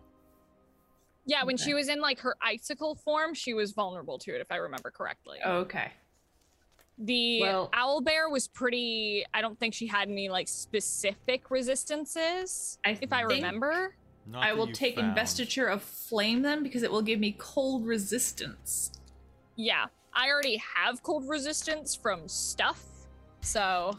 [SPEAKER 3] Yeah, when
[SPEAKER 6] Okay.
[SPEAKER 3] she was in like her icicle form, she was vulnerable to it, if I remember correctly.
[SPEAKER 6] Okay.
[SPEAKER 3] The
[SPEAKER 6] Oh, Well-
[SPEAKER 3] owl bear was pretty. I don't think she had any like specific resistances,
[SPEAKER 6] I
[SPEAKER 3] if I
[SPEAKER 6] think
[SPEAKER 3] remember.
[SPEAKER 1] Not
[SPEAKER 6] I
[SPEAKER 1] that
[SPEAKER 6] will
[SPEAKER 1] you
[SPEAKER 6] take
[SPEAKER 1] found.
[SPEAKER 6] investiture of flame then because it will give me cold resistance.
[SPEAKER 3] Yeah, I already have cold resistance from stuff, so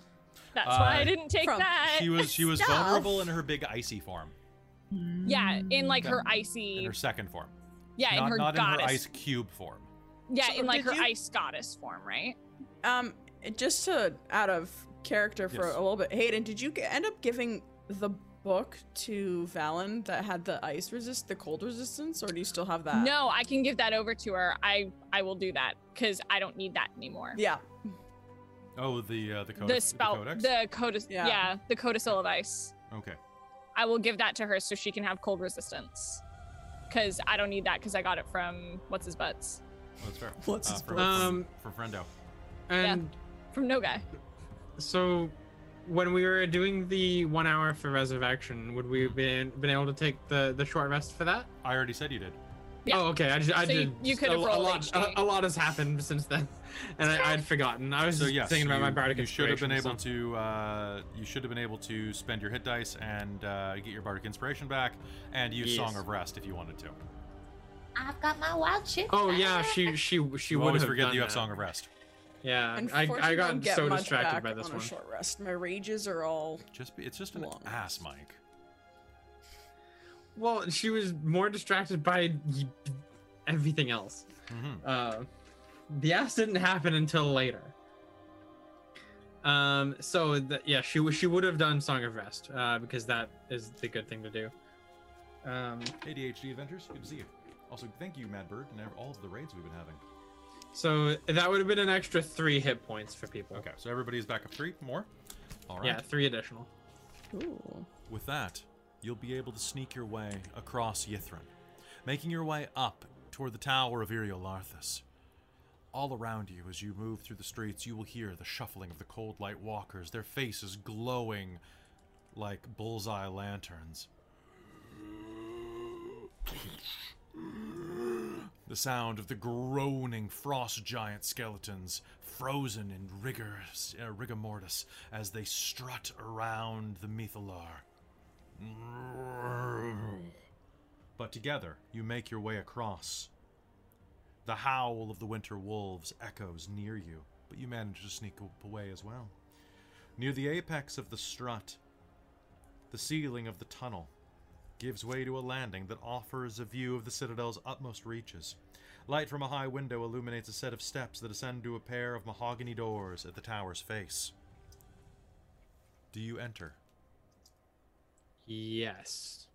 [SPEAKER 3] that's why
[SPEAKER 1] Uh,
[SPEAKER 3] I didn't take
[SPEAKER 4] From-
[SPEAKER 3] that.
[SPEAKER 1] She was she was
[SPEAKER 4] Stuff.
[SPEAKER 1] vulnerable in her big icy form,
[SPEAKER 3] yeah, in like her
[SPEAKER 1] Mm, in
[SPEAKER 3] icy.
[SPEAKER 1] her second form.
[SPEAKER 3] yeah,
[SPEAKER 1] not
[SPEAKER 3] in her
[SPEAKER 1] not
[SPEAKER 3] goddess.
[SPEAKER 1] in her ice cube form.
[SPEAKER 3] Yeah,
[SPEAKER 4] So
[SPEAKER 3] in like
[SPEAKER 4] did
[SPEAKER 3] her
[SPEAKER 4] you-
[SPEAKER 3] ice goddess form, right?
[SPEAKER 4] Um, just to out of character for
[SPEAKER 1] Yes.
[SPEAKER 4] a little bit, Hayden, did you g- end up giving the book to Valen that had the ice resist, the cold resistance, or do you still have that?
[SPEAKER 3] no, I can give that over to her. I I will do that because I don't need that anymore.
[SPEAKER 4] Yeah.
[SPEAKER 1] Oh, the uh, the, codex,
[SPEAKER 3] the spell,
[SPEAKER 1] codex.
[SPEAKER 3] the codis,
[SPEAKER 4] Yeah.
[SPEAKER 3] yeah. the codicil of ice.
[SPEAKER 1] Okay.
[SPEAKER 3] I will give that to her so she can have cold resistance. Cause I don't need that because I got it from what's his butts
[SPEAKER 1] Well, that's fair.
[SPEAKER 4] What's
[SPEAKER 1] uh,
[SPEAKER 4] his
[SPEAKER 1] for,
[SPEAKER 2] Um,
[SPEAKER 1] for Frendo.
[SPEAKER 2] And
[SPEAKER 3] from No Guy.
[SPEAKER 2] so when we were doing the one hour for resurrection, would we have been, been able to take the, the short rest for that?
[SPEAKER 1] I already said you did.
[SPEAKER 3] Yeah.
[SPEAKER 2] Oh, okay. I, just, I
[SPEAKER 3] So you-
[SPEAKER 2] did.
[SPEAKER 3] you
[SPEAKER 2] just
[SPEAKER 3] could
[SPEAKER 2] a,
[SPEAKER 3] have
[SPEAKER 2] a
[SPEAKER 3] rolled
[SPEAKER 2] lot.
[SPEAKER 3] HD.
[SPEAKER 2] A, a lot has happened since then, and I, I'd forgotten. I was
[SPEAKER 1] So
[SPEAKER 2] just
[SPEAKER 1] yes,
[SPEAKER 2] thinking about
[SPEAKER 1] you,
[SPEAKER 2] my bardic
[SPEAKER 1] you should have been
[SPEAKER 2] inspiration,
[SPEAKER 1] able
[SPEAKER 2] so-
[SPEAKER 1] to. Uh, you should have been able to spend your hit dice and uh, get your bardic inspiration back, and use
[SPEAKER 2] Yes.
[SPEAKER 1] Song of Rest if you wanted to.
[SPEAKER 5] I've got my wild chip.
[SPEAKER 2] Oh yeah, she she she
[SPEAKER 1] you
[SPEAKER 2] would
[SPEAKER 1] always
[SPEAKER 2] have
[SPEAKER 1] forget
[SPEAKER 2] done
[SPEAKER 1] that you have
[SPEAKER 2] that.
[SPEAKER 1] Song of Rest.
[SPEAKER 2] Yeah, I,
[SPEAKER 4] Unfortunately,
[SPEAKER 2] I
[SPEAKER 4] don't
[SPEAKER 2] got
[SPEAKER 4] get
[SPEAKER 2] so
[SPEAKER 4] much
[SPEAKER 2] distracted
[SPEAKER 4] back
[SPEAKER 2] by this
[SPEAKER 4] on
[SPEAKER 2] one.
[SPEAKER 4] A short rest. My rages are all.
[SPEAKER 1] Just be, it's just an
[SPEAKER 4] Long
[SPEAKER 1] ass,
[SPEAKER 4] rest.
[SPEAKER 1] Mike.
[SPEAKER 2] Well, she was more distracted by y- everything else.
[SPEAKER 1] Mhm.
[SPEAKER 2] Uh, the ass didn't happen until later. Um. So th- yeah, she w- she would have done Song of Rest, uh, because that is the good thing to do. Um.
[SPEAKER 1] ADHD Adventures, good to see you. Also, thank you, Mad Bird, and ev- all of the raids we've been having.
[SPEAKER 2] So that would have been an extra three hit points for people.
[SPEAKER 1] Okay, so everybody's back up three more. All right.
[SPEAKER 2] Yeah, three additional.
[SPEAKER 4] Ooh.
[SPEAKER 1] With that, you'll be able to sneak your way across Yithrin, making your way up toward the tower of Iriolarthus. All around you, as you move through the streets, you will hear the shuffling of the cold light walkers, their faces glowing like bullseye lanterns. The sound of the groaning frost giant skeletons, frozen in rigor, uh, rigor mortis, as they strut around the Mithalar. But together, you make your way across. The howl of the winter wolves echoes near you, but you manage to sneak up away as well. Near the apex of the strut, the ceiling of the tunnel gives way to a landing that offers a view of the citadel's utmost reaches. Light from a high window illuminates a set of steps that ascend to a pair of mahogany doors at the tower's face. Do you enter?
[SPEAKER 2] Yes.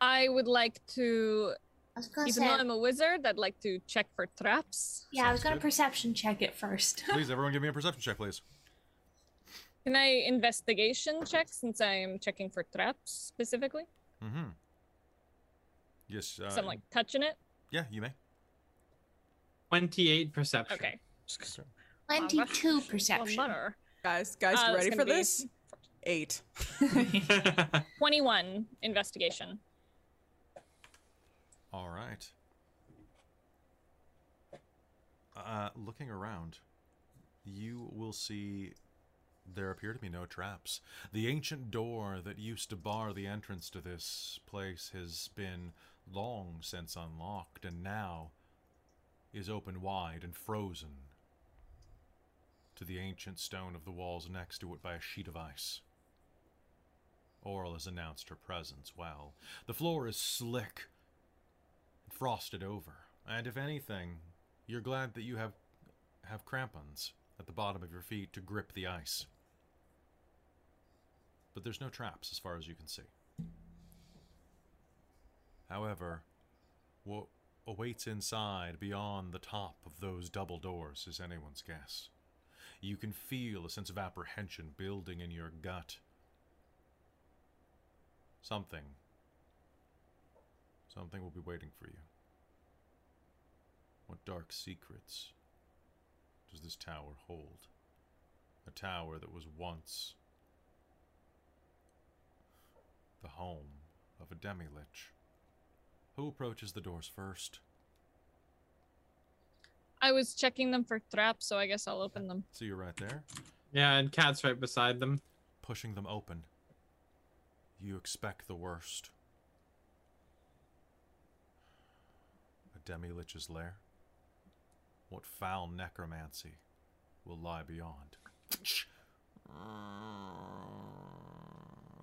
[SPEAKER 3] I would like to,
[SPEAKER 5] I was gonna
[SPEAKER 3] even
[SPEAKER 5] say.
[SPEAKER 3] though I'm a wizard, I'd like to check for traps.
[SPEAKER 5] yeah, I was
[SPEAKER 1] Sounds
[SPEAKER 5] gonna
[SPEAKER 1] good.
[SPEAKER 5] perception check it first.
[SPEAKER 1] Please, everyone, give me a perception check, please.
[SPEAKER 3] Can I investigation check since I am checking for traps specifically?
[SPEAKER 1] Mm-hmm. Yes. Uh,
[SPEAKER 3] so I'm like touching it.
[SPEAKER 1] yeah, you may.
[SPEAKER 2] Twenty-eight perception.
[SPEAKER 3] Okay.
[SPEAKER 5] 22
[SPEAKER 3] Well,
[SPEAKER 5] perception.
[SPEAKER 3] butter.
[SPEAKER 4] Guys, guys,
[SPEAKER 3] Uh, it's
[SPEAKER 4] ready
[SPEAKER 3] gonna
[SPEAKER 4] for
[SPEAKER 3] be
[SPEAKER 4] this? Eight.
[SPEAKER 3] Twenty-one investigation.
[SPEAKER 1] All right. Uh, looking around, you will see there appear to be no traps. The ancient door that used to bar the entrance to this place has been long since unlocked and now is open wide and frozen to the ancient stone of the walls next to it by a sheet of ice. Oral has announced her presence. Well, the floor is slick, frosted over, and if anything, you're glad that you have have crampons at the bottom of your feet to grip the ice. But there's no traps as far as you can see. However, what awaits inside beyond the top of those double doors is anyone's guess. You can feel a sense of apprehension building in your gut. Something. Something will be waiting for you. What dark secrets does this tower hold? A tower that was once the home of a demi lich. Who approaches the doors first?
[SPEAKER 3] I was checking them for traps, so I guess I'll open them.
[SPEAKER 1] So you're right there,
[SPEAKER 2] Yeah, and Cat's right beside them.
[SPEAKER 1] pushing them open. You expect the worst. A demi lich's lair? What foul necromancy will lie beyond?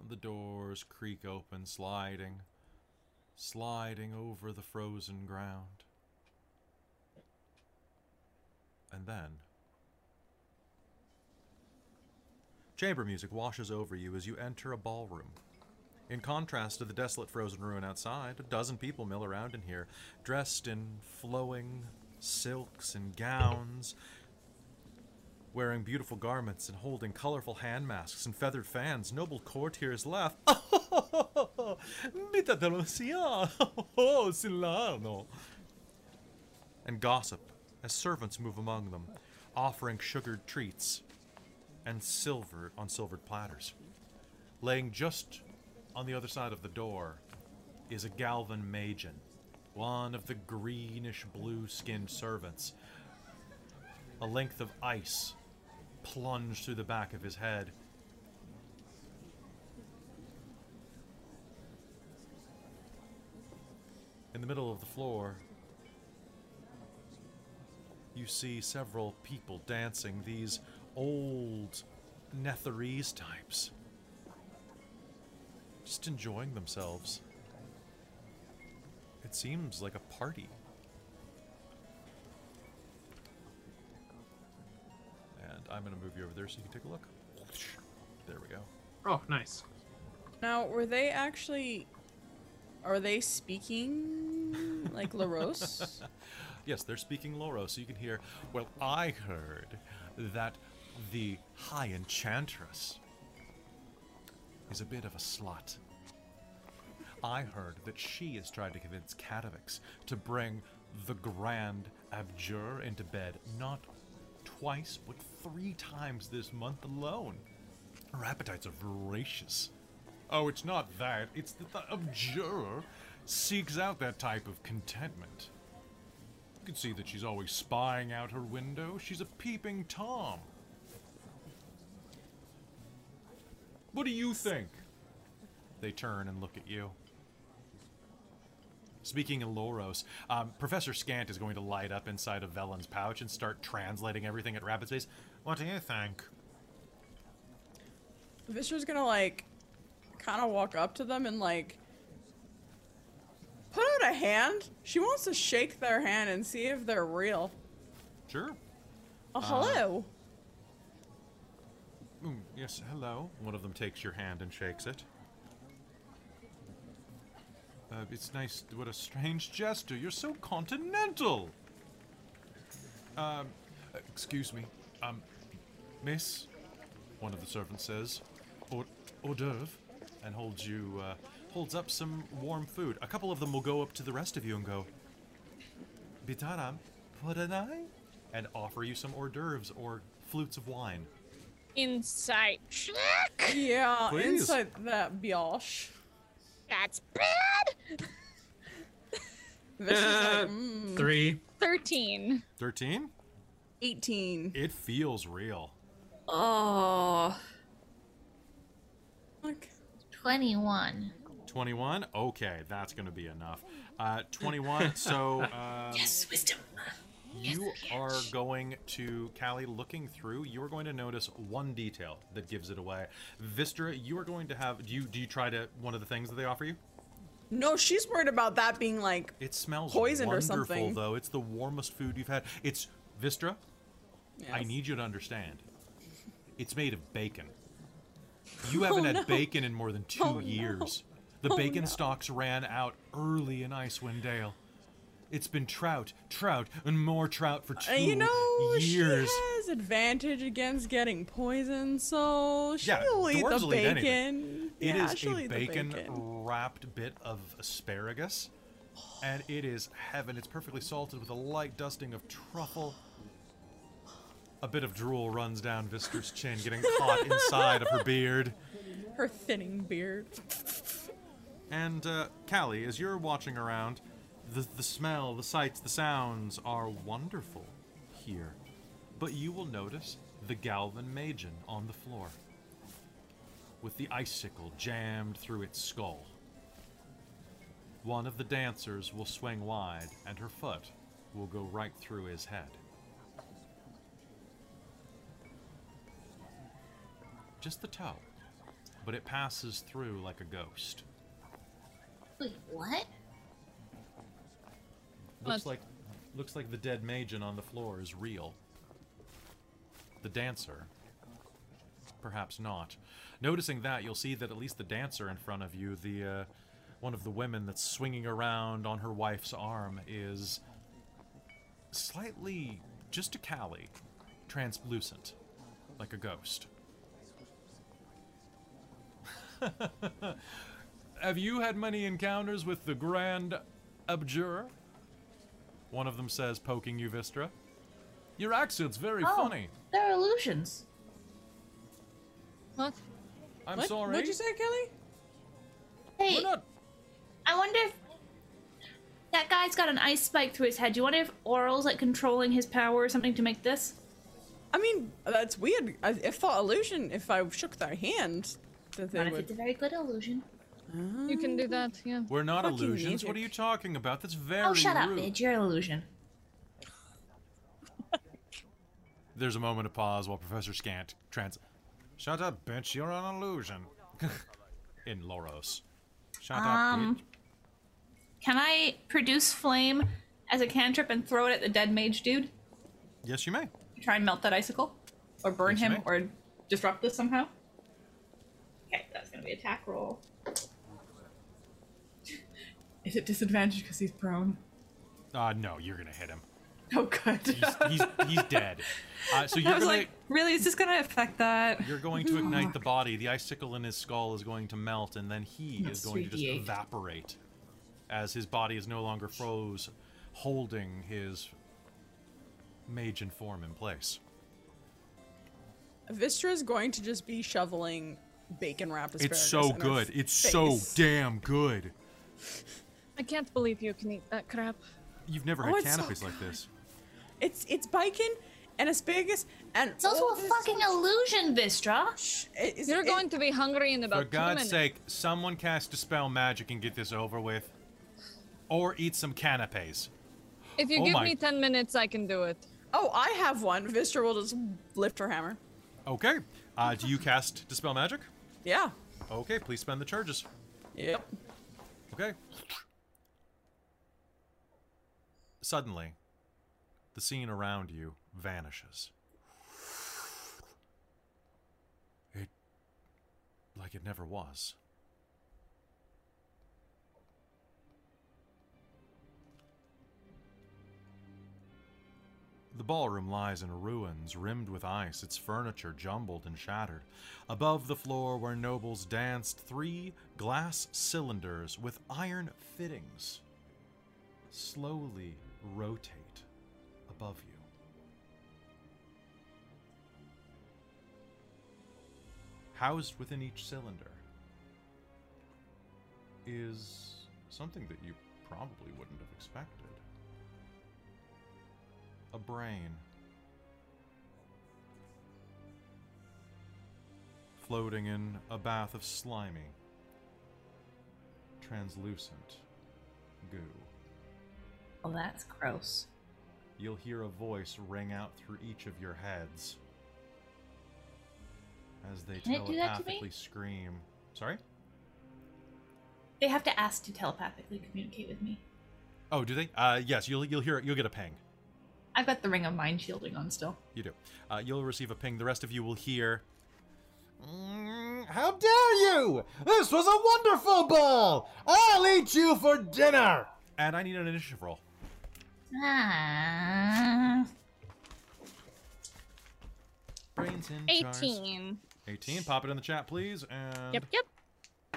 [SPEAKER 1] The doors creak open, sliding, sliding over the frozen ground. And then. Chamber music washes over you as you enter a ballroom. In contrast to the desolate frozen ruin outside, a dozen people mill around in here, dressed in flowing silks and gowns, wearing beautiful garments and holding colorful hand masks and feathered fans. Noble courtiers laugh. Mita Delosia! Oh, Silano! And gossip as servants move among them, offering sugared treats and silver on silvered platters. Laying just on the other side of the door is a Galvan Magen, one of the greenish blue skinned servants. A length of ice plunged through the back of his head. In the middle of the floor, you see several people dancing, these old Netherese types just enjoying themselves. It seems like a party. And I'm going to move you over there so you can take a look. There we go.
[SPEAKER 2] Oh, nice.
[SPEAKER 4] Now, were they actually? Are they speaking like LaRose?
[SPEAKER 1] Yes, they're speaking Loro, so you can hear. Well, I heard that the High Enchantress is a bit of a slut. I heard that she is trying to convince Katavix to bring the Grand Abjure into bed not twice, but three times this month alone. Her appetites are voracious. Oh, it's not that. It's that the Abjurer seeks out that type of contentment. You can see that she's always spying out her window. She's a peeping Tom. What do you think? They turn and look at you. Speaking in Loros, um, Professor Scant is going to light up inside of Velen's pouch and start translating everything at rapid pace. What do you think?
[SPEAKER 4] Viscer's gonna like, kind of walk up to them and like, put out a hand. She wants to shake their hand and see if they're real.
[SPEAKER 1] Sure.
[SPEAKER 4] Oh,
[SPEAKER 1] Uh-huh.
[SPEAKER 4] hello.
[SPEAKER 1] Mm, yes, hello. One of them takes your hand and shakes it. Uh, it's nice. What a strange gesture. You're so continental. Um, uh, excuse me. Um, miss, one of the servants says, hors, hors d'oeuvre, and holds you, uh, holds up some warm food. A couple of them will go up to the rest of you and go, Bitaram, puranai? And offer you some hors d'oeuvres or flutes of wine.
[SPEAKER 3] Insight check.
[SPEAKER 4] Yeah,
[SPEAKER 1] Please.
[SPEAKER 4] inside that biosh.
[SPEAKER 3] That's bad.
[SPEAKER 4] Viscer's like,
[SPEAKER 2] Uh, Three.
[SPEAKER 3] Thirteen.
[SPEAKER 1] 13?
[SPEAKER 4] 18.
[SPEAKER 1] It feels real.
[SPEAKER 6] Oh.
[SPEAKER 4] Look.
[SPEAKER 5] 21.
[SPEAKER 1] 21? Okay, that's going to be enough. Uh, 21, so uh,
[SPEAKER 5] Yes, wisdom.
[SPEAKER 1] you are going to Callie looking through. You are going to notice one detail that gives it away. Vistra, you are going to have. Do you do you try to one of the things that they offer you?
[SPEAKER 4] No, she's worried about that being like
[SPEAKER 1] It smells
[SPEAKER 4] Poisoned or
[SPEAKER 1] wonderful,
[SPEAKER 4] something.
[SPEAKER 1] though. It's the warmest food you've had. It's Vistra. I
[SPEAKER 4] Yes.
[SPEAKER 1] need you to understand. It's made of bacon. You haven't
[SPEAKER 4] Oh,
[SPEAKER 1] had bacon in more than two years. The bacon stocks ran out early in Icewind Dale. It's been trout, trout, and more trout for two
[SPEAKER 4] And Uh, you know,
[SPEAKER 1] years.
[SPEAKER 4] she has advantage against getting poisoned, so
[SPEAKER 1] Yeah,
[SPEAKER 4] she'll eat
[SPEAKER 1] dwarves
[SPEAKER 4] the
[SPEAKER 1] will eat anything.
[SPEAKER 4] bacon.
[SPEAKER 1] It
[SPEAKER 4] yeah,
[SPEAKER 1] is
[SPEAKER 4] she'll
[SPEAKER 1] a
[SPEAKER 4] eat
[SPEAKER 1] bacon,
[SPEAKER 4] the bacon.
[SPEAKER 1] wrapped bit of asparagus, and it is heaven. It's perfectly salted with a light dusting of truffle. A bit of drool runs down Vister's chin, getting caught inside of her beard. Oh.
[SPEAKER 4] Her thinning beard.
[SPEAKER 1] And uh, Callie, as you're watching around, the, the smell, the sights, the sounds are wonderful here. But you will notice the Galvan Magen on the floor, with the icicle jammed through its skull. One of the dancers will swing wide, and her foot will go right through his head. Just the toe, but it passes through like a ghost.
[SPEAKER 5] Wait, what?
[SPEAKER 1] Looks
[SPEAKER 3] Let's-
[SPEAKER 1] like looks like the dead Majin on the floor is real. The dancer. Perhaps not. Noticing that, you'll see that at least the dancer in front of you, the uh, one of the women that's swinging around on her wife's arm, is slightly, just a Callie, translucent, like a ghost. Have you had many encounters with the Grand Abjurer? One of them says, poking you, Vistra. Your accent's very
[SPEAKER 5] Oh.
[SPEAKER 1] funny.
[SPEAKER 5] They're illusions.
[SPEAKER 3] What?
[SPEAKER 1] I'm
[SPEAKER 4] what?
[SPEAKER 1] sorry.
[SPEAKER 4] What'd you say, Kelly?
[SPEAKER 5] Hey,
[SPEAKER 1] We're not.
[SPEAKER 5] I wonder if that guy's got an ice spike through his head. Do you wonder if Oral's like controlling his power or something to make this?
[SPEAKER 4] I mean, that's weird. I, I thought illusion. If I shook their hand, that they
[SPEAKER 5] Not if
[SPEAKER 4] would.
[SPEAKER 5] it's a very good illusion.
[SPEAKER 3] You can do that, yeah.
[SPEAKER 1] We're not
[SPEAKER 4] Fucking
[SPEAKER 1] illusions. What are you
[SPEAKER 4] magic.
[SPEAKER 1] talking about? That's very
[SPEAKER 5] Oh, shut up,
[SPEAKER 1] rude.
[SPEAKER 5] bitch. You're an illusion.
[SPEAKER 1] There's a moment of pause while Professor Scant trans. Shut up, bitch. You're an illusion. In Loros. Shut
[SPEAKER 5] Um,
[SPEAKER 1] up, bitch.
[SPEAKER 6] Can I produce flame as a cantrip and throw it at the dead mage dude?
[SPEAKER 1] Yes, you may.
[SPEAKER 6] Try and melt that icicle? Or burn
[SPEAKER 1] Yes, you
[SPEAKER 6] him?
[SPEAKER 1] may.
[SPEAKER 6] Or disrupt this somehow? Okay, that's gonna be attack roll. Is it disadvantage because he's prone?
[SPEAKER 1] Uh, no, you're gonna hit him.
[SPEAKER 6] Oh, good.
[SPEAKER 1] He's he's, he's dead. Uh, so you're
[SPEAKER 6] I was
[SPEAKER 1] gonna
[SPEAKER 6] like, really? Is this gonna affect that?
[SPEAKER 1] you're going to ignite the body. The icicle in his skull is going to melt, and then he is going to just
[SPEAKER 6] 3d8.
[SPEAKER 1] evaporate, as his body is no longer froze, holding his mage and form in place.
[SPEAKER 4] Vistra's going to just be shoveling bacon wrapped asparagus.
[SPEAKER 1] It's so
[SPEAKER 4] in her
[SPEAKER 1] good. It's so
[SPEAKER 4] face.
[SPEAKER 1] damn good.
[SPEAKER 3] I can't believe you can eat that crap.
[SPEAKER 1] You've never
[SPEAKER 4] Oh,
[SPEAKER 1] had
[SPEAKER 4] it's so
[SPEAKER 1] canopies like this.
[SPEAKER 4] It's it's bacon and asparagus and.
[SPEAKER 5] It's also
[SPEAKER 4] all
[SPEAKER 5] a
[SPEAKER 4] this-
[SPEAKER 5] fucking illusion, Vistra.
[SPEAKER 4] It- it's-
[SPEAKER 3] You're
[SPEAKER 4] it-
[SPEAKER 3] going to be hungry Oh, in
[SPEAKER 1] For
[SPEAKER 3] about two
[SPEAKER 1] God's
[SPEAKER 3] minutes.
[SPEAKER 1] sake, someone cast dispel magic and get this over with, or eat some canapes.
[SPEAKER 3] If you
[SPEAKER 1] Oh
[SPEAKER 3] give
[SPEAKER 1] my-
[SPEAKER 3] me 10 minutes, I can do it.
[SPEAKER 4] Oh, I have one. Vistra will just lift her hammer.
[SPEAKER 1] Okay. Uh, do you cast dispel magic?
[SPEAKER 4] Yeah.
[SPEAKER 1] Okay. Please spend the charges.
[SPEAKER 4] Yep.
[SPEAKER 1] Okay. Suddenly, the scene around you vanishes. It. like it never was. The ballroom lies in ruins, rimmed with ice, its furniture jumbled and shattered. Above the floor where nobles danced, three glass cylinders with iron fittings slowly rotate above you. Housed within each cylinder is something that you probably wouldn't have expected a brain. Floating in a bath of slimy, translucent goo.
[SPEAKER 5] Well, that's Oh, gross.
[SPEAKER 1] you'll hear a voice ring out through each of your heads as they
[SPEAKER 5] Can it do that to me?
[SPEAKER 1] telepathically scream. Sorry?
[SPEAKER 5] They have to ask to telepathically communicate with me.
[SPEAKER 1] Oh, do they? Uh, yes, you'll you'll hear you'll get a ping.
[SPEAKER 5] I've got the ring of mind shielding on still.
[SPEAKER 1] You do. Uh, you'll receive a ping. The rest of you will hear. "Mm, How dare you! This was a wonderful ball. I'll eat you for dinner. And I need an initiative roll.
[SPEAKER 5] Ah.
[SPEAKER 1] Brains in jars.
[SPEAKER 3] 18.
[SPEAKER 1] 18. Pop it in the chat, please. And
[SPEAKER 3] Yep, yep.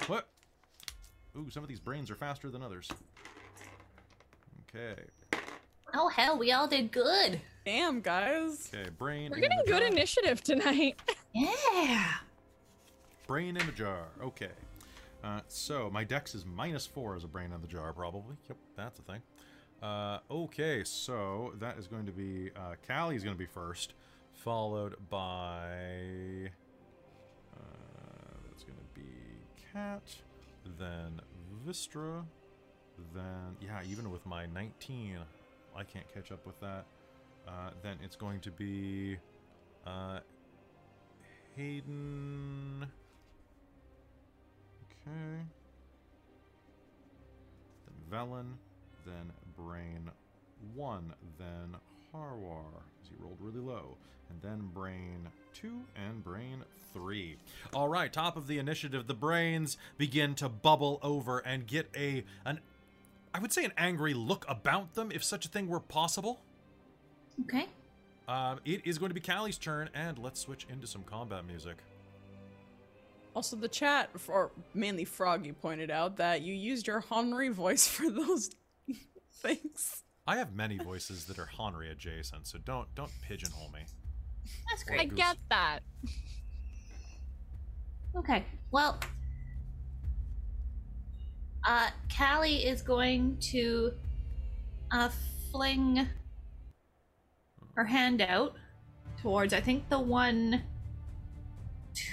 [SPEAKER 1] What? Ooh, some of these brains are faster than others. Okay.
[SPEAKER 5] Oh hell, we all did good.
[SPEAKER 4] Damn, guys.
[SPEAKER 1] Okay. Brain.
[SPEAKER 3] We're
[SPEAKER 1] in
[SPEAKER 3] getting
[SPEAKER 1] the
[SPEAKER 3] good
[SPEAKER 1] jar.
[SPEAKER 3] initiative tonight.
[SPEAKER 5] Yeah.
[SPEAKER 1] Brain in the jar. Okay. Uh, so my dex is minus four as a brain in the jar, probably. Yep, that's a thing. Uh, okay, so that is going to be uh, Callie's going to be first, followed by uh, that's going to be Cat, then Vistra, then yeah, even with my 19, I can't catch up with that. Uh, then it's going to be uh, Hayden. Okay. Then Velen, then Brain 1, then Harwar, because he rolled really low, and then Brain 2 and Brain 3. All right, top of the initiative, the brains begin to bubble over and get a an I would say an angry look about them if such a thing were possible.
[SPEAKER 5] Okay.
[SPEAKER 1] Um, it is going to be Callie's turn, and let's switch into some combat music.
[SPEAKER 4] Also, the chat, or mainly Froggy, pointed out that you used your honorary voice for those things.
[SPEAKER 1] I have many voices that are Honry adjacent, so don't don't pigeonhole me.
[SPEAKER 5] That's
[SPEAKER 1] Or
[SPEAKER 5] great.
[SPEAKER 3] I
[SPEAKER 1] goose.
[SPEAKER 3] get that.
[SPEAKER 5] Okay. Well, uh, Callie is going to uh, fling her hand out towards, I think, the one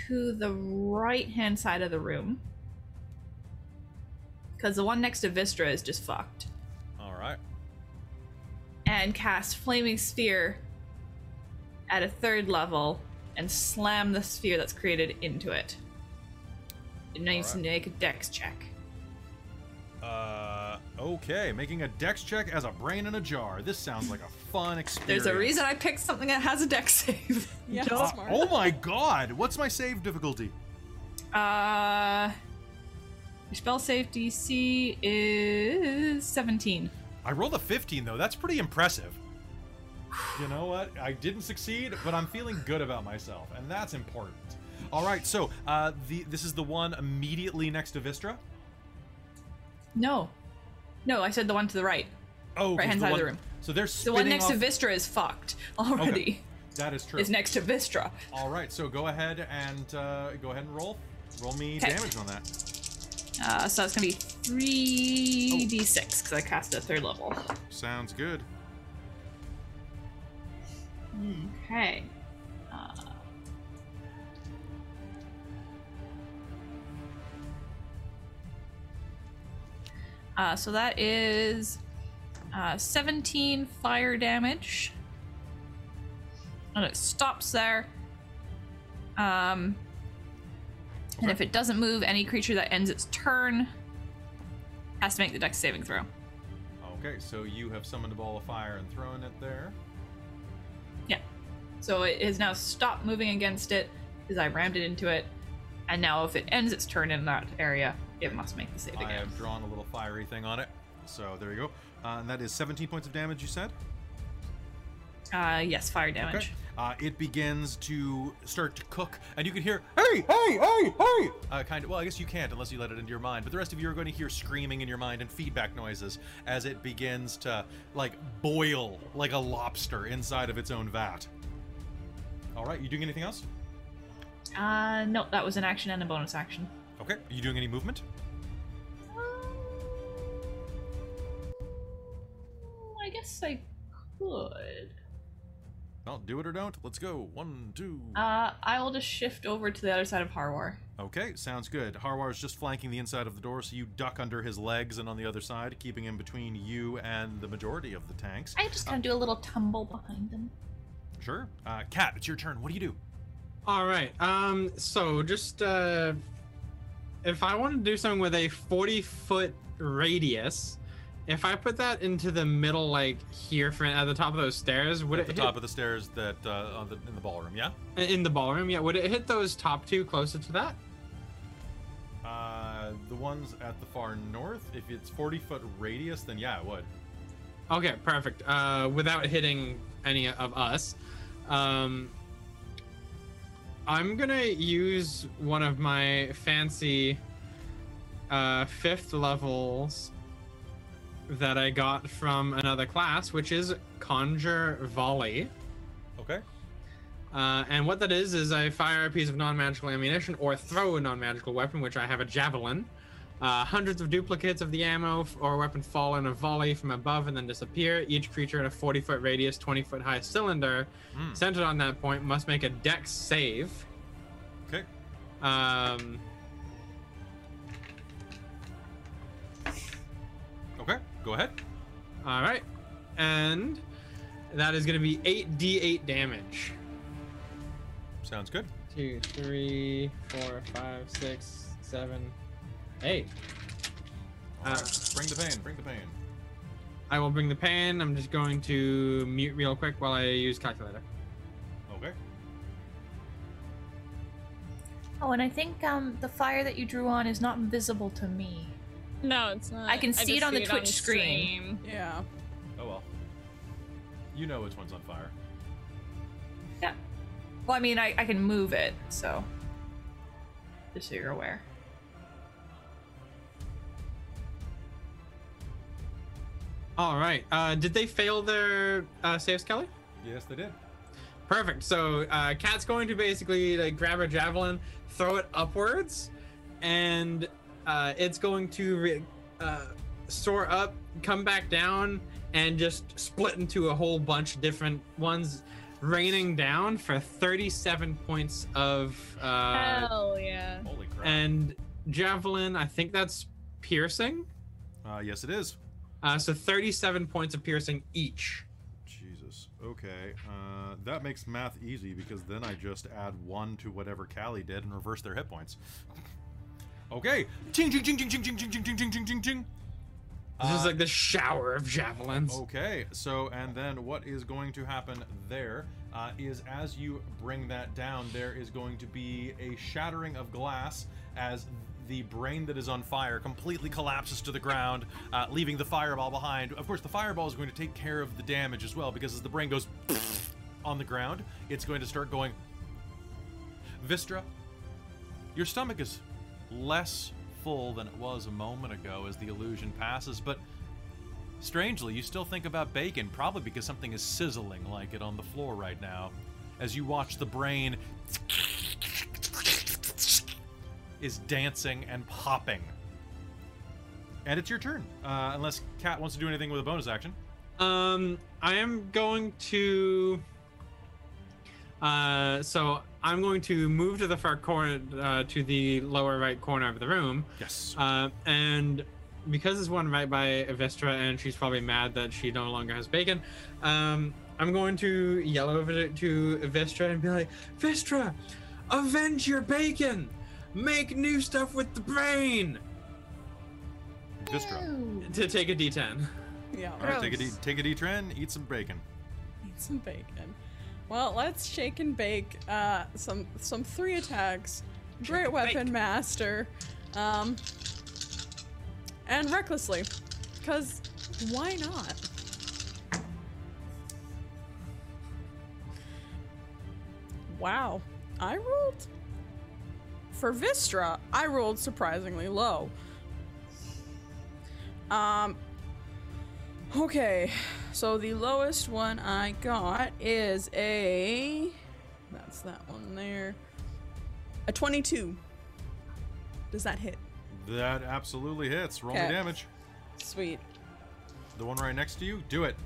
[SPEAKER 5] to the right hand side of the room.
[SPEAKER 6] Because the one next to Vistra is just fucked.
[SPEAKER 1] All right.
[SPEAKER 6] and cast Flaming Sphere at a third level and slam the sphere that's created into it. It needs to
[SPEAKER 1] Alright.
[SPEAKER 6] make a dex check.
[SPEAKER 1] Uh, okay, making a dex check as a brain in a jar. This sounds like a fun experience.
[SPEAKER 6] There's a reason I picked something that has a dex save.
[SPEAKER 4] Yeah,
[SPEAKER 1] Uh,
[SPEAKER 4] smart.
[SPEAKER 1] oh my god, what's my save difficulty?
[SPEAKER 6] Uh, your spell save DC is 17.
[SPEAKER 1] I rolled a 15 though. That's pretty impressive. You know what? I didn't succeed, but I'm feeling good about myself, and that's important. All right, so uh, the this is the one immediately next to Vistra.
[SPEAKER 6] No. No, I said the one to the right.
[SPEAKER 1] Oh, 'cause
[SPEAKER 6] Right-hand side of
[SPEAKER 1] one,
[SPEAKER 6] the room.
[SPEAKER 1] So they're
[SPEAKER 6] The
[SPEAKER 1] spinning
[SPEAKER 6] one next
[SPEAKER 1] off-
[SPEAKER 6] to Vistra is fucked already.
[SPEAKER 1] Okay. That is true.
[SPEAKER 6] Is next to Vistra.
[SPEAKER 1] All right, so go ahead and uh, go ahead and roll. Roll me
[SPEAKER 6] Okay.
[SPEAKER 1] damage on that.
[SPEAKER 6] Uh, so it's gonna be 3d6 because I cast it at third level.
[SPEAKER 1] Sounds good.
[SPEAKER 6] Okay. Uh, uh, so that is uh, 17 fire damage. And it stops there. Um, And if it doesn't move, any creature that ends its turn has to make the dex saving throw.
[SPEAKER 1] Okay, so you have summoned a ball of fire and thrown it there.
[SPEAKER 6] Yeah. So it has now stopped moving against it because I rammed it into it. And now if it ends its turn in that area, it must make the save
[SPEAKER 1] I
[SPEAKER 6] again.
[SPEAKER 1] have drawn a little fiery thing on it. So there you go. Uh, and that is 17 points of damage, you said?
[SPEAKER 6] Uh, yes, fire damage.
[SPEAKER 1] Okay. Uh, it begins to start to cook, and you can hear, hey, hey, hey, hey! Uh, kind of, well, I guess you can't unless you let it into your mind, but the rest of you are going to hear screaming in your mind and feedback noises as it begins to, like, boil like a lobster inside of its own vat. All right, you doing anything else?
[SPEAKER 6] Uh, no, that was an action and a bonus action. Um,
[SPEAKER 1] Okay. Are you doing any movement?
[SPEAKER 6] I guess I could.
[SPEAKER 1] Well, do it or don't. Let's go. One, two.
[SPEAKER 6] Uh, I will just shift over to the other side of Harwar.
[SPEAKER 1] Okay, sounds good. Harwar's just flanking the inside of the door, so you duck under his legs and on the other side, keeping him between you and the majority of the tanks.
[SPEAKER 5] I just kind of do a little tumble behind them.
[SPEAKER 1] Sure. Uh, Kat, it's your turn. What do you do?
[SPEAKER 2] All right. Um. So just uh, if I want to do something with a forty foot radius, if I put that into the middle, like here, for at the top of those stairs, would
[SPEAKER 1] At
[SPEAKER 2] it
[SPEAKER 1] the
[SPEAKER 2] hit-
[SPEAKER 1] top of the stairs that uh, on the, in the ballroom, yeah?
[SPEAKER 2] in the ballroom? Yeah. Would it hit those top two closer to that?
[SPEAKER 1] Uh, the ones at the far north, if it's 40 foot radius, then yeah, it would.
[SPEAKER 2] Okay, perfect. Uh, without hitting any of us, um, I'm gonna use one of my fancy uh, fifth levels that I got from another class, which is Conjure Volley.
[SPEAKER 1] Okay.
[SPEAKER 2] Uh, and what that is is I fire a piece of non-magical ammunition or throw a non-magical weapon, which I have a javelin. Uh, hundreds of duplicates of the ammo f- or weapon fall in a volley from above and then disappear. Each creature in a 40-foot radius, 20-foot high cylinder
[SPEAKER 1] Hmm.
[SPEAKER 2] centered on that point must make a dex save.
[SPEAKER 1] Okay.
[SPEAKER 2] Um,
[SPEAKER 1] Okay. Go ahead.
[SPEAKER 2] all right, and that is going to be 8d8 damage.
[SPEAKER 1] Sounds good.
[SPEAKER 2] Two, three, four, five, six, seven, eight.
[SPEAKER 1] All
[SPEAKER 2] Uh,
[SPEAKER 1] right. Bring the pain. Bring the pain.
[SPEAKER 2] I will bring the pan. I'm just going to mute real quick while I use calculator.
[SPEAKER 1] Okay.
[SPEAKER 5] Oh, and I think um, the fire that you drew on is not visible to me.
[SPEAKER 7] No, it's not.
[SPEAKER 5] I can
[SPEAKER 7] just
[SPEAKER 5] see it on the Twitch
[SPEAKER 7] stream.
[SPEAKER 5] screen.
[SPEAKER 4] Yeah.
[SPEAKER 1] Oh well. You know which one's on fire.
[SPEAKER 6] Well, I mean, I, I can move it, so. Just so you're aware.
[SPEAKER 2] All right. Uh, did they fail their uh, saves, Kelly?
[SPEAKER 1] Yes, they did.
[SPEAKER 2] Perfect. So uh, Kat's going to basically like grab her javelin, throw it upwards, and uh, it's going to re- uh, soar up, come back down, and just split into a whole bunch of different ones, raining down for 37 points of uh,
[SPEAKER 7] Hell yeah.
[SPEAKER 1] Holy crap.
[SPEAKER 2] and javelin. I think that's piercing.
[SPEAKER 1] Uh, yes, it is.
[SPEAKER 2] Uh, so 37 points of piercing each.
[SPEAKER 1] Jesus. Okay. Uh, that makes math easy because then I just add one to whatever Callie did and reverse their hit points. Okay. Ching, ching, ching, ching, ching, ching, ching, ching, ching, ching, ching, ching, ching.
[SPEAKER 2] This
[SPEAKER 1] Uh, oh.
[SPEAKER 2] is like the shower of javelins.
[SPEAKER 1] Okay, so and then what is going to happen there uh, is as you bring that down, there is going to be a shattering of glass as the brain that is on fire completely collapses to the ground, uh, leaving the fireball behind. Of course, the fireball is going to take care of the damage as well because as the brain goes on the ground, it's going to start going. Vistra, your stomach is less full than it was a moment ago as the illusion passes, but Strangely, you still think about bacon, probably because something is sizzling like it on the floor right now, as you watch the brain is dancing and popping. And it's your turn, uh, unless Kat wants to do anything with a bonus action.
[SPEAKER 2] Um, I am going to. Uh, so I'm going to move to the far corner, uh, to the lower right corner of the room,
[SPEAKER 1] Yes.
[SPEAKER 2] uh, and because it's one right by Vestra, and she's probably mad that she no longer has bacon, um, I'm going to yell over to, to Vestra and be like, "Vestra, avenge your bacon! Make new stuff with the brain!"
[SPEAKER 1] Vistra.
[SPEAKER 2] To take a D10.
[SPEAKER 4] Yeah.
[SPEAKER 1] All right, take a D, take a D, Tren, eat some bacon.
[SPEAKER 4] Need some bacon. Well, let's shake and bake uh, some some three attacks. Great weapon master, um, and recklessly, because why not? Wow, I rolled for Vistra. I rolled surprisingly low. Um. Okay, so the lowest one I got is a. That's that one there. A 22. Does that hit?
[SPEAKER 1] That absolutely hits. Roll the
[SPEAKER 4] Okay.
[SPEAKER 1] damage.
[SPEAKER 4] Sweet.
[SPEAKER 1] The one right next to you, do it.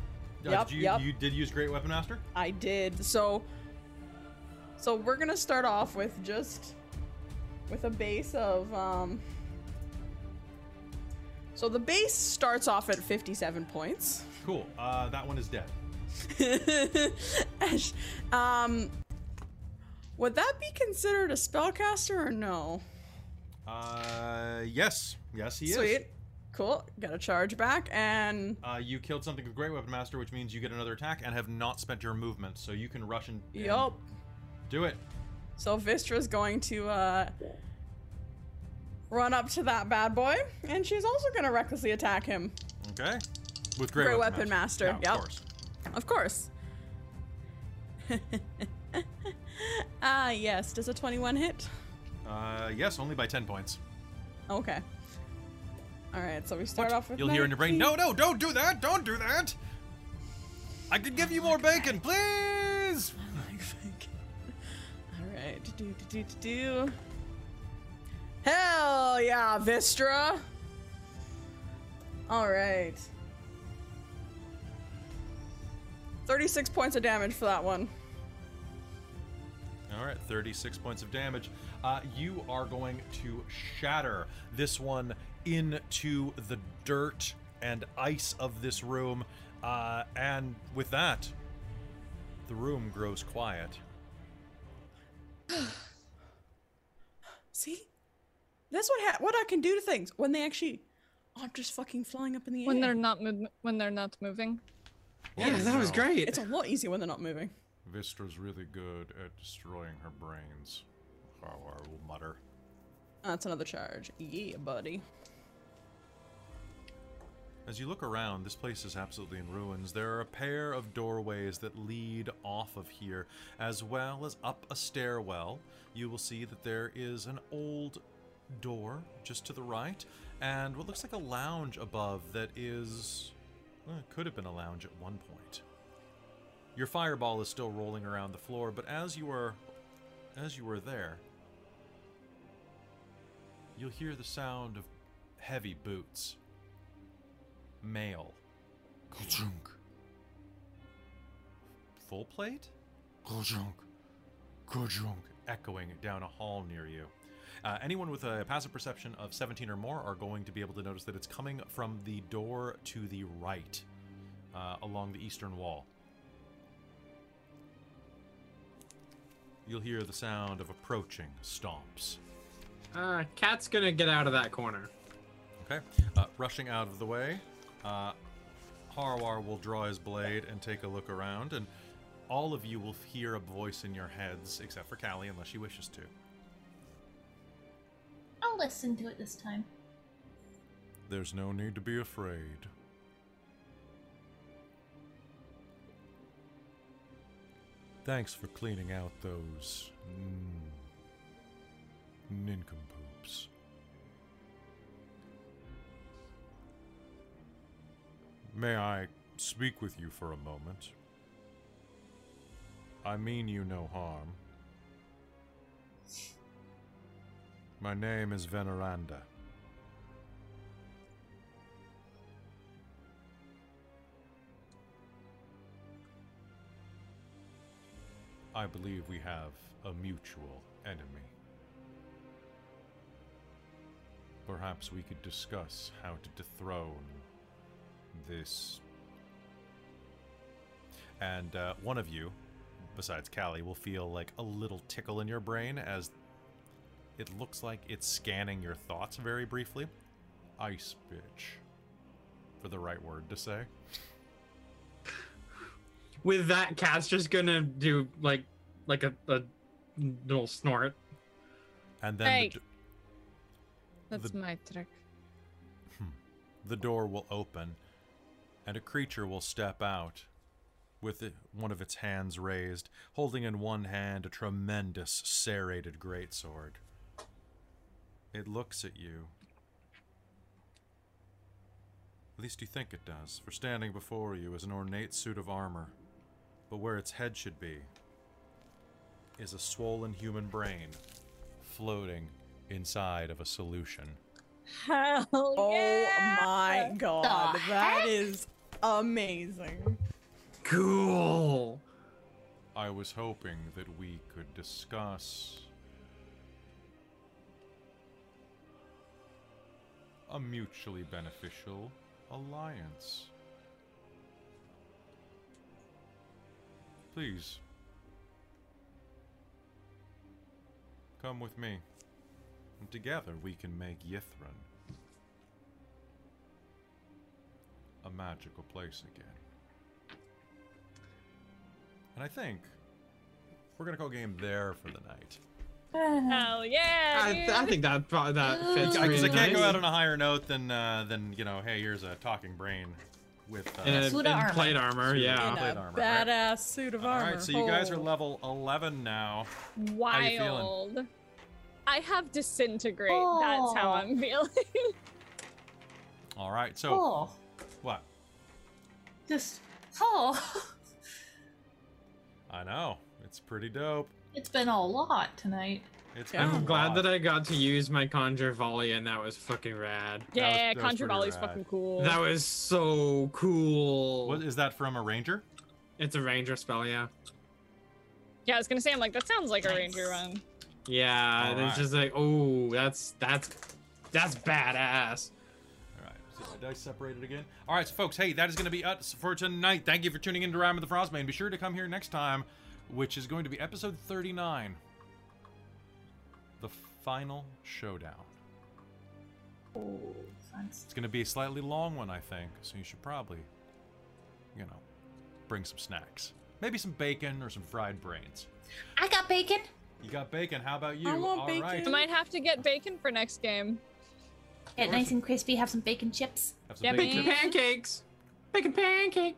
[SPEAKER 1] Uh,
[SPEAKER 4] Yup,
[SPEAKER 1] did you,
[SPEAKER 4] yup.
[SPEAKER 1] you did use Great Weapon Master?
[SPEAKER 4] I did. So so we're gonna start off with just with a base of um so the base starts off at 57 points.
[SPEAKER 1] Cool. Uh, that one is dead.
[SPEAKER 4] Ash, um would that be considered a spellcaster or no?
[SPEAKER 1] Uh, yes. Yes, he is.
[SPEAKER 4] Sweet. Cool. Got a charge back and
[SPEAKER 1] Uh, you killed something with Great Weapon Master, which means you get another attack and have not spent your movement, so you can rush and, and
[SPEAKER 4] yup.
[SPEAKER 1] do it.
[SPEAKER 4] So Vistra's going to uh, run up to that bad boy, and she's also going to recklessly attack him.
[SPEAKER 1] Okay. With Great,
[SPEAKER 4] Great
[SPEAKER 1] Weapon,
[SPEAKER 4] Weapon Master,
[SPEAKER 1] Yeah,
[SPEAKER 4] yup.
[SPEAKER 1] Of course.
[SPEAKER 4] Of course. Ah, yes. Does a 21 hit?
[SPEAKER 1] Uh, yes, only by 10 points.
[SPEAKER 4] Okay. All right, so we start off with.
[SPEAKER 1] You'll hear in your brain,
[SPEAKER 4] 19.
[SPEAKER 1] no, no, don't do that, don't do that. I could give you more bacon, please.
[SPEAKER 4] All right. Do, do, do, do, do. Hell yeah, Vistra. All right. 36 points of damage for that one.
[SPEAKER 1] All right, 36 points of damage. Uh, you are going to shatter this one into the dirt and ice of this room. Uh, and with that, the room grows quiet.
[SPEAKER 4] See? That's what ha- what I can do to things when they actually aren't just fucking flying up in the air.
[SPEAKER 3] When they're not mo- when they're not moving.
[SPEAKER 2] Yeah, that was
[SPEAKER 1] no.
[SPEAKER 2] great.
[SPEAKER 4] it's a lot easier when they're not moving.
[SPEAKER 1] Vistra's really good at destroying her brains. Harwar will mutter.
[SPEAKER 4] That's another charge. Yeah, buddy.
[SPEAKER 1] As you look around, this place is absolutely in ruins. There are a pair of doorways that lead off of here, as well as up a stairwell. You will see that there is an old door just to the right, and what looks like a lounge above that is. well, it could have been a lounge at one point. Your fireball is still rolling around the floor, but as you are. as you were there, you'll hear the sound of heavy boots male. Kajunk. Full plate? Kajunk. Kajunk. Echoing down a hall near you. Uh, anyone with a passive perception of 17 or more are going to be able to notice that it's coming from the door to the right uh, along the eastern wall. You'll hear the sound of approaching stomps.
[SPEAKER 2] Uh, Cat's gonna get out of that corner.
[SPEAKER 1] Okay. Uh, rushing out of the way, uh, Harwar will draw his blade and take a look around, and all of you will hear a voice in your heads, except for Callie, unless she wishes to.
[SPEAKER 5] I'll listen to it this time.
[SPEAKER 1] There's no need to be afraid. Thanks for cleaning out those mm, nincompoops. May I speak with you for a moment? I mean you no harm. My name is Veneranda. I believe we have a mutual enemy. Perhaps we could discuss how to dethrone this. And uh, one of you, besides Callie, will feel like a little tickle in your brain as it looks like it's scanning your thoughts very briefly. Ice bitch. For the right word to say.
[SPEAKER 2] With that, Cat's just gonna do like like a, a little snort.
[SPEAKER 1] And then the
[SPEAKER 3] Hey.
[SPEAKER 1] d-
[SPEAKER 3] That's
[SPEAKER 1] The-
[SPEAKER 3] my trick.
[SPEAKER 1] the door will open and a creature will step out with it- one of its hands raised, holding in one hand a tremendous serrated greatsword. It looks at you. At least you think it does, for standing before you is an ornate suit of armor, but where its head should be is a swollen human brain floating inside of a solution.
[SPEAKER 7] Hell
[SPEAKER 4] Oh my god,
[SPEAKER 5] The
[SPEAKER 4] that is amazing.
[SPEAKER 2] Cool.
[SPEAKER 1] I was hoping that we could discuss a mutually beneficial alliance. Please come with me. and Together we can make Yithran a magical place again. And I think we're gonna call game there for the night.
[SPEAKER 7] Hell yeah!
[SPEAKER 2] I,
[SPEAKER 7] dude.
[SPEAKER 2] th- I think that pro- that fits
[SPEAKER 1] Because
[SPEAKER 2] really
[SPEAKER 1] I can't
[SPEAKER 2] nice.
[SPEAKER 1] go out on a higher note than uh, than you know. Hey, here's a talking brain with. Uh,
[SPEAKER 2] in, a,
[SPEAKER 6] Suit
[SPEAKER 2] in
[SPEAKER 6] of armor.
[SPEAKER 2] plate armor.
[SPEAKER 1] Suit of
[SPEAKER 2] Yeah.
[SPEAKER 4] in
[SPEAKER 1] armor.
[SPEAKER 4] a
[SPEAKER 1] Plate right?
[SPEAKER 4] badass suit of
[SPEAKER 1] all
[SPEAKER 4] armor.
[SPEAKER 1] right, so you guys are
[SPEAKER 4] Oh.
[SPEAKER 1] level 11 now.
[SPEAKER 7] Wild.
[SPEAKER 1] you feeling?
[SPEAKER 7] I have disintegrate. That's how
[SPEAKER 5] Oh.
[SPEAKER 7] I'm feeling.
[SPEAKER 1] All right, so
[SPEAKER 5] Oh,
[SPEAKER 1] what?
[SPEAKER 5] just oh,
[SPEAKER 1] I know it's pretty dope.
[SPEAKER 5] it's been a lot tonight.
[SPEAKER 1] It's
[SPEAKER 4] Yeah.
[SPEAKER 1] been
[SPEAKER 2] I'm
[SPEAKER 1] a
[SPEAKER 2] glad
[SPEAKER 1] lot.
[SPEAKER 2] that I got to use my conjure volley, and that was fucking rad.
[SPEAKER 7] yeah,
[SPEAKER 1] that was pretty
[SPEAKER 7] Contra Volley's
[SPEAKER 1] rad.
[SPEAKER 7] fucking cool.
[SPEAKER 2] That was so cool.
[SPEAKER 1] What is that from a ranger?
[SPEAKER 2] It's a ranger spell, yeah.
[SPEAKER 7] yeah, I was gonna say, I'm like, that sounds like a ranger
[SPEAKER 6] Nice.
[SPEAKER 7] one.
[SPEAKER 2] Yeah,
[SPEAKER 1] All
[SPEAKER 2] and
[SPEAKER 1] right.
[SPEAKER 2] it's just like, oh, that's that's that's badass.
[SPEAKER 1] All right, so my dice separated again. All right, so folks, hey, that is going to be us for tonight. Thank you for tuning in to Rhyme of the Frostbane. Be sure to come here next time, which is going to be episode 39, the final showdown.
[SPEAKER 5] Oh, thanks.
[SPEAKER 1] It's going to be a slightly long one, I think, so you should probably, you know, bring some snacks. Maybe some bacon or some fried brains.
[SPEAKER 5] I got bacon.
[SPEAKER 1] You got bacon? How about you?
[SPEAKER 4] I want
[SPEAKER 1] All right.
[SPEAKER 7] I
[SPEAKER 4] bacon.
[SPEAKER 7] might have to get bacon for next game.
[SPEAKER 5] Get nice and crispy. Have some bacon chips.
[SPEAKER 1] Have some
[SPEAKER 7] Yeah,
[SPEAKER 1] bacon.
[SPEAKER 7] bacon.
[SPEAKER 2] Pancakes, bacon pancake.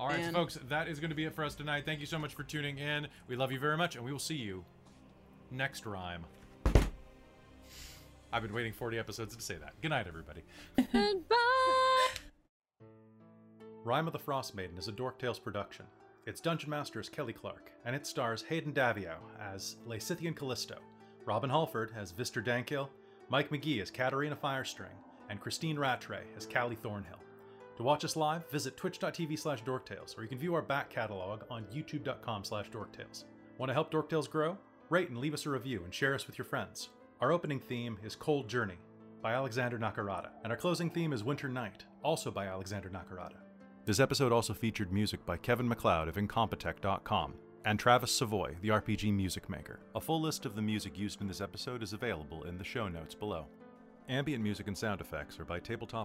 [SPEAKER 1] All right, so
[SPEAKER 4] And-
[SPEAKER 1] folks, that is going to be it for us tonight. Thank you so much for tuning in. We love you very much, and we will see you next rhyme. I've been waiting 40 episodes to say that. Good night, everybody.
[SPEAKER 7] Goodbye.
[SPEAKER 1] Rhyme of the Frost Maiden is a Dork Tales production. Its dungeon master is Kelly Clark, and it stars Hayden Davio as Lacithian Callisto, Robin Halford as Vister Dankill, Mike McGee as Katarina Firestring, and Christine Rattray as Callie Thornhill. To watch us live, visit twitch.tv slash dorktales, or you can view our back catalog on youtube.com slash dorktales. Want to help Dorktales grow? Rate and leave us a review and share us with your friends. Our opening theme is Cold Journey by Alexander Nakarada, and our closing theme is Winter Night, also by Alexander Nakarada. This episode also featured music by Kevin McLeod of Incompetech.com and Travis Savoy, the RPG music maker. A full list of the music used in this episode is available in the show notes below. Ambient music and sound effects are by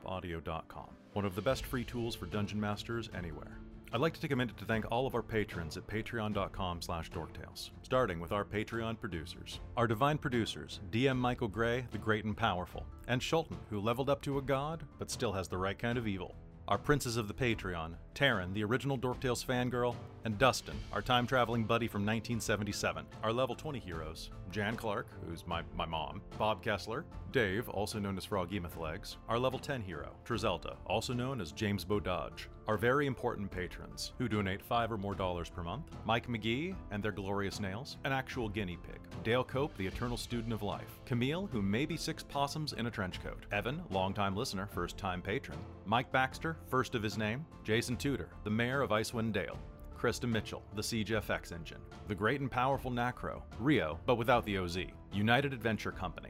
[SPEAKER 1] tabletopaudio.com, one of the best free tools for dungeon masters anywhere. I'd like to take a minute to thank all of our patrons at patreon.com slash dorktales, starting with our Patreon producers. Our divine producers, DM Michael Gray, the great and powerful, and Shulton, who leveled up to a god, but still has the right kind of evil. Our princes of the Patreon, Taryn, the original Dorktales fangirl, and Dustin, our time traveling buddy from 1977. Our level 20 heroes, Jan Clark, who's my, my mom, Bob Kessler, Dave, also known as Frog Emeth Legs, our level 10 hero, Trizelda, also known as James Bododge, our very important patrons, who donate five or more dollars per month, Mike McGee and their glorious nails, an actual guinea pig, Dale Cope, the eternal student of life, Camille, who may be six possums in a trench coat, Evan, longtime listener, first time patron, Mike Baxter, first of his name, Jason Tudor, the mayor of Icewind Dale, Krista Mitchell, the Siege FX engine, the great and powerful Nacro, Rio, but without the OZ, United Adventure Company,